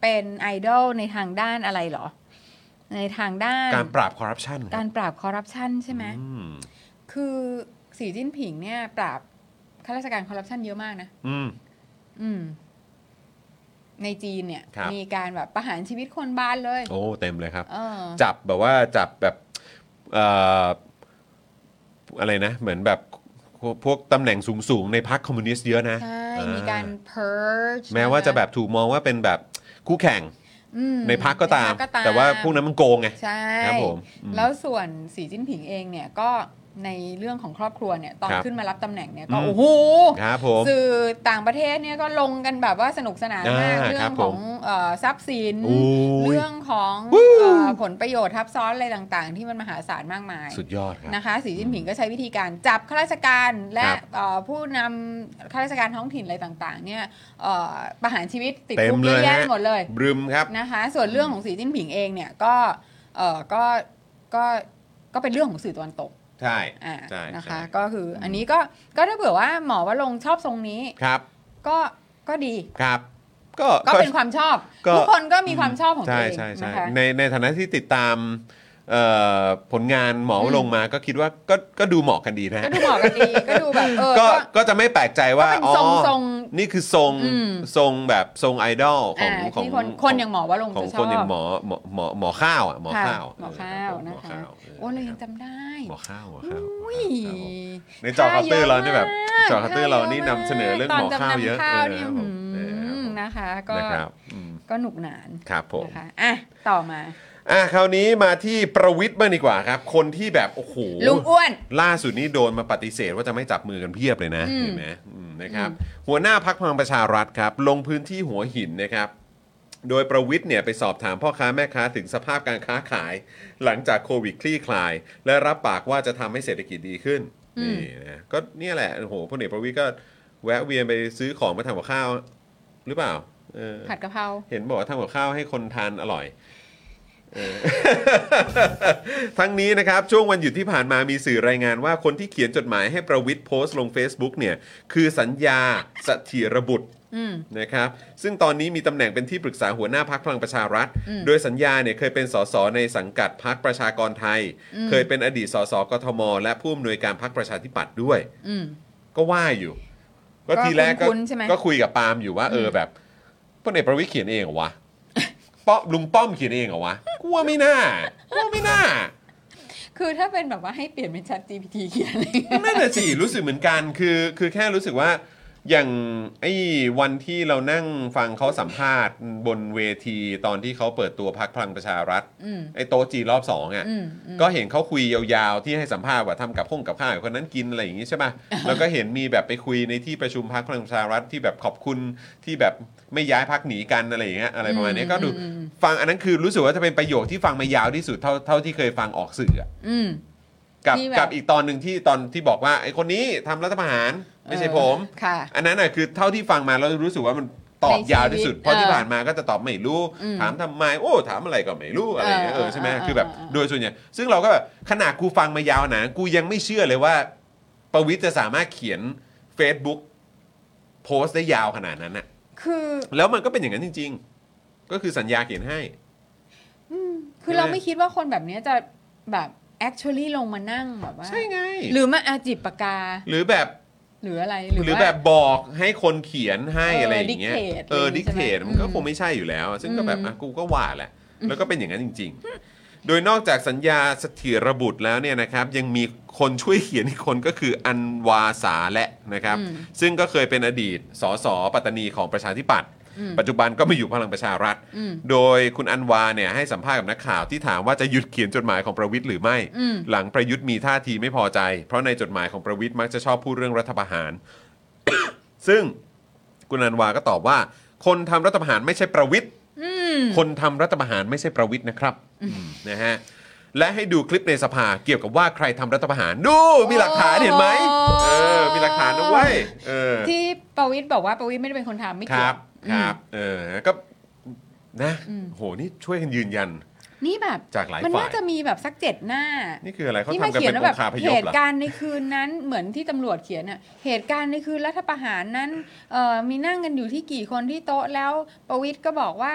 Speaker 2: เป็นไอดอลในทางด้านอะไรเหรอ ในทางด้าน
Speaker 1: การปราบคอร์รัปชัน
Speaker 2: การปราบคอร์รัปชันใช่ไหม
Speaker 1: อืม
Speaker 2: คือสีจิ้นผิงเนี่ย ปราบข้าราชการคอร์รัปชันเยอะมากนะ
Speaker 1: อืม
Speaker 2: อืม ในจีนเนี่ย
Speaker 1: ครับ
Speaker 2: มีการแบบประหารชีวิตคนบ้านเลย
Speaker 1: โอ้เต็มเลยครับ
Speaker 2: เออ
Speaker 1: จับแบบว่าจับแบบเอ่ออะไรนะ เหมือนแบบพวกพวกตำแหน่งสูง ๆ ในพรรคคอมมิวนิสต์เยอะนะ
Speaker 2: ใช่
Speaker 1: อ่
Speaker 2: มีการ purge
Speaker 1: แม้ว่าจะแบบถูกมองว่าเป็นแบบคู่แข่ง
Speaker 2: อืม
Speaker 1: ในพรรคก็ตาม
Speaker 2: ในพรรค
Speaker 1: แต่ว่าพวกนั้นมันโกงไง
Speaker 2: ใช่
Speaker 1: ครับผมอืม
Speaker 2: แล้วส่วนสีจิ้นผิงเองเนี่ยก็ในเรื่องของครอบครัวเนี่ย ตอน
Speaker 1: ครับ
Speaker 2: ขึ้นมารับตำแหน่งเนี่ยก็
Speaker 1: อืม
Speaker 2: โอ้โห
Speaker 1: ครับผม
Speaker 2: สื่อต่างประเทศเนี่ยก็ลงกันแบบว่าสนุกสนานมาก
Speaker 1: อ่า
Speaker 2: เรื่
Speaker 1: ครั
Speaker 2: อบ ง
Speaker 1: ผ
Speaker 2: ข
Speaker 1: ม
Speaker 2: องเอ่อทรัพย์สิน
Speaker 1: โอ้ย
Speaker 2: เรื่องของ
Speaker 1: วู้
Speaker 2: เอ่อผลประโยชน์ทับซ้อนอะไรต่างๆ ที่มันมหาศาลมากมาย
Speaker 1: สุดยอดครับ
Speaker 2: นะคะสีจิ้นผิงก็ใช้วิธีการจับข้าราชการและ
Speaker 1: ครับ
Speaker 2: เอ่อผู้นำข้าราชการท้องถิ่นอะไรต่างๆเนี่ยเอ่อประหารชีวิตติด
Speaker 1: เต็
Speaker 2: คุ
Speaker 1: ม
Speaker 2: ก
Speaker 1: เล
Speaker 2: เย
Speaker 1: ย
Speaker 2: อะแยะ
Speaker 1: ฮะ
Speaker 2: หมดเลย
Speaker 1: บรึมครับ
Speaker 2: นะคะ ส่วนเรื่องของสีจิ้นผิงเองเนี่ยก็เอ่อก็ก็ก็เป็นเรื่องของสื่อตะวันตก
Speaker 1: ใช่
Speaker 2: อ่า
Speaker 1: ใช่
Speaker 2: นะคะ
Speaker 1: ใช่
Speaker 2: ก็คืออันนี้ก็ก็ถ้าเผื่อว่าหมอว่าลงค์ชอบทรงนี้
Speaker 1: ครับ
Speaker 2: ก็ก็ดี
Speaker 1: ครับ ก็
Speaker 2: ก็
Speaker 1: ก็
Speaker 2: เป็นความชอบ
Speaker 1: ก็
Speaker 2: ทุกคนก็มีความชอบของตัว
Speaker 1: ใช่
Speaker 2: เอง
Speaker 1: ใช่ใช่
Speaker 2: นะคะ
Speaker 1: ในในฐานะที่ติดตามเอ่อผลงานหมอวรงค์มาก็คิดว่าก็ก็ดูเหมาะกันดี
Speaker 2: ก็
Speaker 1: นะฮะ
Speaker 2: ดูเหมาะกันดีก็ดูแบบเออ ก็
Speaker 1: ก็ก็จะไม่แปลกใจว่า
Speaker 2: ก็เป็น
Speaker 1: อ๋อ
Speaker 2: ทรงทรง
Speaker 1: นี่คือทรง
Speaker 2: อืม
Speaker 1: ทรงแบบทรงไอดอลของ
Speaker 2: อ่า
Speaker 1: ของ
Speaker 2: ที่คนคนอย่างหมอว่าลงค์
Speaker 1: ของ
Speaker 2: จะช
Speaker 1: ค
Speaker 2: อน
Speaker 1: อย่าง
Speaker 2: บ
Speaker 1: หมอหมอหมอหมอข้าวอ่ะหมอ
Speaker 2: ค่ะ
Speaker 1: ข้าว
Speaker 2: หมอข้าว
Speaker 1: เออ
Speaker 2: นะ
Speaker 1: หมอ
Speaker 2: คะ
Speaker 1: ข้าวเ
Speaker 2: โอ้เรายังจำได้
Speaker 1: หมอข้าวหมอข้าว
Speaker 2: อุ้ย
Speaker 1: ครับผม ในจอคาเตอร์เราเนี่ยแบบจอคาเตอร์เรานี่นำเสนอเรื่องหมอข้าวเยอะ
Speaker 2: ตนจำนำข้าว
Speaker 1: เอ
Speaker 2: นี่
Speaker 1: อ
Speaker 2: อืม
Speaker 1: ครับ
Speaker 2: นะคะ
Speaker 1: ผม
Speaker 2: ก็
Speaker 1: นะครับอืม
Speaker 2: ก็หนุกหนาน
Speaker 1: ครับผม
Speaker 2: นะคะอ่ะต่อมา
Speaker 1: อ่ะคราวนี้มาที่ประวิทย์บ้างดีกว่าครับ คนที่แบบโอ้โห
Speaker 2: ลุงอ้วน
Speaker 1: ล่าสุดนี้โดนมาปฏิเสธว่าจะไม่จับมือกันเพียบเลยนะ
Speaker 2: อืม
Speaker 1: เห็นไหมอืมนะครับหัวหน้าพักพลังประชารัฐครับ ลงพื้นที่หัวหินนะครับ โดยประวิทย์เนี่ยไปสอบถามพ่อค้าแม่ค้าถึงสภาพการค้าขาย หลังจากโควิดคลี่คลาย และรับปากว่าจะทำให้เศรษฐกิจดีขึ้น
Speaker 2: อืม
Speaker 1: นี่นะก็เนี่ยแหละโอ้โหพลเอกประวิทย์ก็แวะเวียนไปซื้อของมาทำกับข้าว หรือเปล่าเออ
Speaker 2: ผัดกะเพรา
Speaker 1: เห็นบอกว่าทำกับข้าวให้คนทานอร่อยเออ ทั้งนี้นะครับ ช่วงวันหยุดที่ผ่านมามีสื่อรายงานว่าคนที่เขียนจดหมายให้ประวิทย์โพสต์ลง Facebook เนี่ยคือสัญญาสถิรบุตร
Speaker 2: อืม
Speaker 1: นะครับซึ่งตอนนี้มีตำแหน่งเป็นที่ปรึกษาหัวหน้าพักพลังประชารัฐ
Speaker 2: อืม
Speaker 1: โดยสัญญาเนี่ยเคยเป็นสสในสังกัดพักประชากรไทย
Speaker 2: อืม
Speaker 1: เคยเป็นอดีตสสกทม และผู้อำนวยการพักประชาธิปัตย์ด้วย
Speaker 2: อืม
Speaker 1: ก็ว่าอยู่ ก็
Speaker 2: ก็
Speaker 1: ทีแรกก็
Speaker 2: คุ้นๆใช่ไหม
Speaker 1: ก็คุยกับปาล์มอยู่ว่าเออแบบพลเอกประวิตยเขียนเองเหรอวะ ป้อมลุงป้อมเขียนเองเหรอวะกลัวไม่น่ากลัวไม่น่า
Speaker 2: คือถ้าเป็นแบบว่าให้เปลี่ยนเป็น Chat GPT เขียนอะไรเงี้ย
Speaker 1: นั่นน่ะสิรู้สึกเหมือนกันคือคือแค่รู้สึกว่าอย่างไอ้วันที่เรานั่งฟังเขาสัมภาษณ์บนเวทีตอนที่เขาเปิดตัวพักพลังประชารัฐ
Speaker 2: อืม
Speaker 1: ไอ้โต๊ะจีนรอบสองอ่ะ
Speaker 2: อืมอืม
Speaker 1: ก็เห็นเขาคุยยาวๆ ที่ให้สัมภาษณ์ว่าทำกับห้องกับข้าวให้คนนั้นกินอะไรอย่างงี้ใช่ป่ะแล้วก็เห็นมีแบบไปคุยในที่ประชุมพักพลังประชารัฐที่แบบขอบคุณที่แบบไม่ย้ายพักหนีกันอะไรอย่างเงี้ยอะไรประมาณเนี้ยก็ดู
Speaker 2: อืมอืม
Speaker 1: ฟังอันนั้นคือรู้สึกว่าจะเป็นประโยคที่ฟังมายาวที่สุดเท่าเท่าที่เคยฟังออกสื่ออะ
Speaker 2: อืม
Speaker 1: กับ
Speaker 2: ที่แบบ
Speaker 1: กับอีกตอนหนึ่งที่ตอนที่บอกว่าไอ้คนนี้ทำรัฐประหารไม่ใช่ผม
Speaker 2: ค่ะ
Speaker 1: อันนั้นน่ะคือเท่าที่ฟังมาแล้วรู้สึกว่ามัน ตอบ
Speaker 2: ในชีวิต
Speaker 1: ยาวที่สุด เพราะที่
Speaker 2: เออ
Speaker 1: ผ่านมาก็จะตอบไม่รู้
Speaker 2: อืม
Speaker 1: ถามทำไม โอ้ถามอะไรก็ไม่รู้อะไรอย่างเงี้ยเอ
Speaker 2: เออ
Speaker 1: อใช่ไหม
Speaker 2: เออเออ
Speaker 1: คือแบบ
Speaker 2: เออ
Speaker 1: โดยส่วนใหญ่ซึ่งเราก็แบบขนาดกูฟังมายาวหนากูยังไม่เชื่อเลยว่า ประวิทย์จะสามารถเขียน Facebook โพสต์ได้ยาวขนาดนั้นน่ะ
Speaker 2: คือ
Speaker 1: แล้วมันก็เป็นอย่างนั้นจริง ๆ ก็คือสัญญาเขียนให้
Speaker 2: อืมคือเราไม่คิดว่าคนแบบเนี้ยจะแบบ actually ลงมานั่งแบบว่า
Speaker 1: ใช่ไง
Speaker 2: หรือมาอาจิบปากกา
Speaker 1: หรือแบบ
Speaker 2: หรืออะไร
Speaker 1: หรือ
Speaker 2: ว่า
Speaker 1: แบบบอกให้คนเขียนให้
Speaker 2: เอออ
Speaker 1: อะไรอย่างเงี้ย
Speaker 2: dictate
Speaker 1: เออ
Speaker 2: อะไรอ
Speaker 1: ดิ
Speaker 2: ย่างงี้
Speaker 1: กเทต
Speaker 2: ใช่ไหม
Speaker 1: มันก็
Speaker 2: อืม
Speaker 1: คงไม่ใช่อยู่แล้ว ซึ่งก็แบบ
Speaker 2: อืม
Speaker 1: อ่ะกูก็ว่าแหละแล้วก็เป็นอย่างนั้นจริง ๆ โดยนอกจากสัญญาสถิรบุตรแล้วเนี่ยนะครับ ยังมีคนช่วยเขียนอีกคนก็คืออันวาสาและนะครับ ซึ่งก็เคยเป็นอดีตสสปัตตานีของประชาธิปัตย์ปัจจุบันก็มาอยู่พลังประชารัฐ โดยคุณอันวาเนี่ยให้สัมภาษณ์กับนักข่าวที่ถามว่าจะหยุดเขียนจดหมายของประวิทย์หรือไม่ หลังประยุทธ์มีท่าทีไม่พอใจ เพราะในจดหมายของประวิทย์มักจะชอบพูดเรื่องรัฐประหาร ซึ่งคุณนันวาก็ตอบว่า คนทำรัฐประหารไม่ใช่ประวิทย์คนทำรัฐประหารไม่ใช่ประวิทย์นะครับนะฮะและให้ดูคลิปในสภาเกี่ยวกับว่าใครทำรัฐประหารดูมีหลักฐานเห็นไหม
Speaker 2: โอ้
Speaker 1: เออ มีหลักฐานด้วยเออ
Speaker 2: ที่ประวิทย์บอกว่าประวิทย์ไม่ได้เป็นคนทำไม่
Speaker 1: ค
Speaker 2: เกี่ย
Speaker 1: รั
Speaker 2: ว
Speaker 1: บครับ เออก็นะโหนี่ช่วยกันยืนยัน
Speaker 2: นี่แบบ
Speaker 1: จากหลาย
Speaker 2: มั
Speaker 1: ฝ่าย
Speaker 2: น่าจะมีแบบสักเจ็ดหน้า
Speaker 1: นี่คืออะไรเขา
Speaker 2: ที่
Speaker 1: ทำ
Speaker 2: มา
Speaker 1: กัน
Speaker 2: เขีย
Speaker 1: เป็น น
Speaker 2: ว่าแบ
Speaker 1: อง
Speaker 2: บ
Speaker 1: คาพย
Speaker 2: เห
Speaker 1: พ
Speaker 2: ตุ
Speaker 1: เหรอ
Speaker 2: การณ์ในคืนนั้นเหมือนที่ตำรวจเขียนน่ะเหตุการณ์ในคืนรัฐประหารนั้นเอ่อมีนั่งกันอยู่ที่กี่คนที่โต๊ะแล้วประวิทย์ก็บอกว่า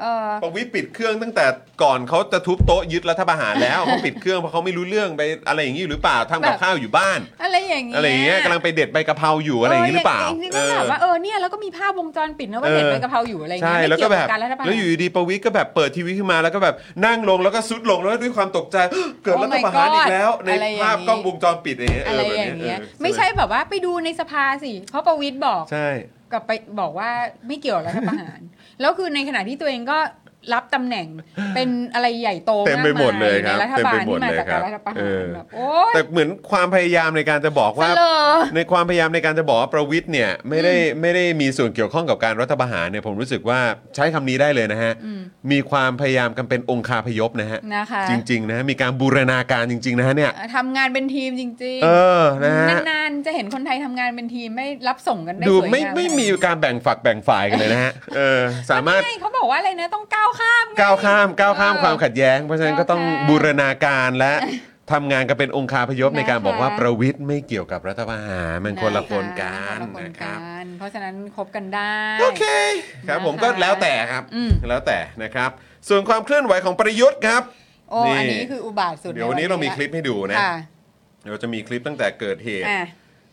Speaker 2: เอ่อ
Speaker 1: ประวิตรปิดเครื่องตั้งแต่ก่อนเขาจะทุบโต๊ะยึดรัฐประหารแล้ว เขาปิดเครื่องเพราะเขาไม่รู้เรื่องไปอะไรอย่างนี้อยู่หรือเปล่าทำกับข้าวอยู่บ้าน
Speaker 2: อะไรอย่าง
Speaker 1: อะไรอย่างเงี้ยกำลังไปเด็ดใบกะเพราอยู่อะไรอย่างนี้หรือเปล่า
Speaker 2: จริงๆก็แบบว่าเออเนี่ยแล้วก็มีภาพวงจรปิดนะว่าเด็กใบกะเพราอยู่อะไรอย่าง
Speaker 1: ใช่
Speaker 2: เงี้ย
Speaker 1: แล้ว
Speaker 2: ไม่
Speaker 1: ก็
Speaker 2: เกี่ยวกั
Speaker 1: แบบบ
Speaker 2: การรัฐประหาร
Speaker 1: แล้วอยู่ดีๆประวิตรก็แบบเปิดทีวีขึ้นมาแล้วก็แบบนั่งลงแล้วก็ซุดลงแล้วด้วยความตกใจ เกิด
Speaker 2: Oh my
Speaker 1: รัฐประหารอีกแล้ว
Speaker 2: God
Speaker 1: ใน
Speaker 2: อะไรอย่างนี้
Speaker 1: ภาพกล้องวงจรปิดอะไรอย่าง
Speaker 2: อะไร
Speaker 1: เงี้ย
Speaker 2: อย่างเงี้ย
Speaker 1: ออแบบนี้
Speaker 2: ไม่ใช่แบบว่าไปดูในสภาสิ เพราะประวิทย์บอก
Speaker 1: ใช่
Speaker 2: กับไปบอกว่าไม่เกี่ยวรัฐประหาร แล้วคือในขณะที่ตัวเองก็รับตำแหน่งเป็นอะไรใหญ่โต
Speaker 1: เต็มไปหมดเลยครับ
Speaker 2: ในรัฐ
Speaker 1: เต็ม
Speaker 2: บา
Speaker 1: ไป
Speaker 2: ล
Speaker 1: หมด
Speaker 2: ที่มา
Speaker 1: เลย
Speaker 2: จาก
Speaker 1: ครั
Speaker 2: กา
Speaker 1: บ
Speaker 2: รรัฐประ
Speaker 1: เอ
Speaker 2: หาร
Speaker 1: อ
Speaker 2: แบบโอ๊ย
Speaker 1: แต่เหมือนความพยายามในการจะบอกว่า
Speaker 2: เสลอ
Speaker 1: ในความพยายามในการจะบอกว่าประวิทย์เนี่ยไม่ได้ไม่ได้มีส่วนเกี่ยวข้องกับการรัฐประหารเนี่ยผมรู้สึกว่าใช้คำนี้ได้เลยนะฮะ มีความพยายามกันเป็นองคาพยพนะฮะ
Speaker 2: นะคะ
Speaker 1: จริง ๆ นะฮะ มีการบูรณาการจริง ๆ นะฮะเนี่ย
Speaker 2: ทำงานเป็นทีมจริง
Speaker 1: เออนะฮะ
Speaker 2: นานๆ จะเห็นคนไทยทำงานเป็นทีมไม่รับส่งกันได้
Speaker 1: ดู
Speaker 2: สวย
Speaker 1: ไม่
Speaker 2: งา
Speaker 1: ไม่มีการแบ่งฝักแบ่งฝ่ายกันเลยนะฮะ เออสามารถ
Speaker 2: ใช่เขาบอกว่าอะไรนะต้องก้าวข้ามไง
Speaker 1: ก้าวข้ามก้าวข้าม
Speaker 2: เออ
Speaker 1: ความขัดแย้ง เพราะฉะนั้นก็ต้อง
Speaker 2: ก้าวข้าม
Speaker 1: บูรณาการและทำงานกันเป็นองคาพยพในการ
Speaker 2: นะคะ
Speaker 1: บอกว่าประวิทย์ไม่เกี่ยวกับรัฐประหารมันคนละคนกัน
Speaker 2: คละ
Speaker 1: นะค
Speaker 2: กั
Speaker 1: รับ
Speaker 2: นเพราะฉะนั้นคบกันได้
Speaker 1: โอเคครับผม
Speaker 2: นะคะ
Speaker 1: ก็แล้วแต่ครับ
Speaker 2: อืม
Speaker 1: แล้วแต่นะครับ ส่วนความเคลื่อนไหวของประยุทธ์ครับ
Speaker 2: โอ้
Speaker 1: นี่
Speaker 2: อันนี้คืออุบาทสุด
Speaker 1: เดี๋ยววันนี้เรามีคลิปให้ดูนะ
Speaker 2: ค่ะ
Speaker 1: เดี๋ยวจะมีคลิปตั้งแต่เกิดเหตุ
Speaker 2: อ่ะ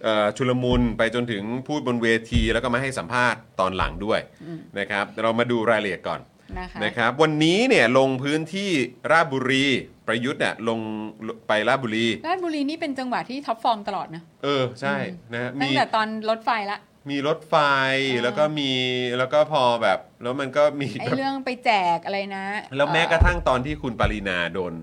Speaker 1: เอ่อชุลมุนไปจนถึงพูดบนเวที แล้วก็มาให้สัมภาษณ์ตอนหลังด้วยนะครับเรามาดูรายละเอียดก่อน
Speaker 2: นะคะ
Speaker 1: นะครับ วันนี้เนี่ยลงพื้นที่ราชบุรีประยุทธ์เนี่ยลงไปราชบุรี
Speaker 2: ราชบุรีนี่เป็นจังหวัดที่ท็อปฟอร์มตลอดนะ
Speaker 1: เออใช่นะฮะ
Speaker 2: ตั้
Speaker 1: มี
Speaker 2: งแต่ตอนรถไฟละ
Speaker 1: มีรถไฟแล้วก็มีแล้วก็พอแบบ แล้วมันก็มี
Speaker 2: ไอ้
Speaker 1: แบบ
Speaker 2: เรื่องไปแจกอะไรนะ
Speaker 1: แล้วแม้
Speaker 2: เอ่อ
Speaker 1: กระทั่งตอนที่คุณปรินาโดน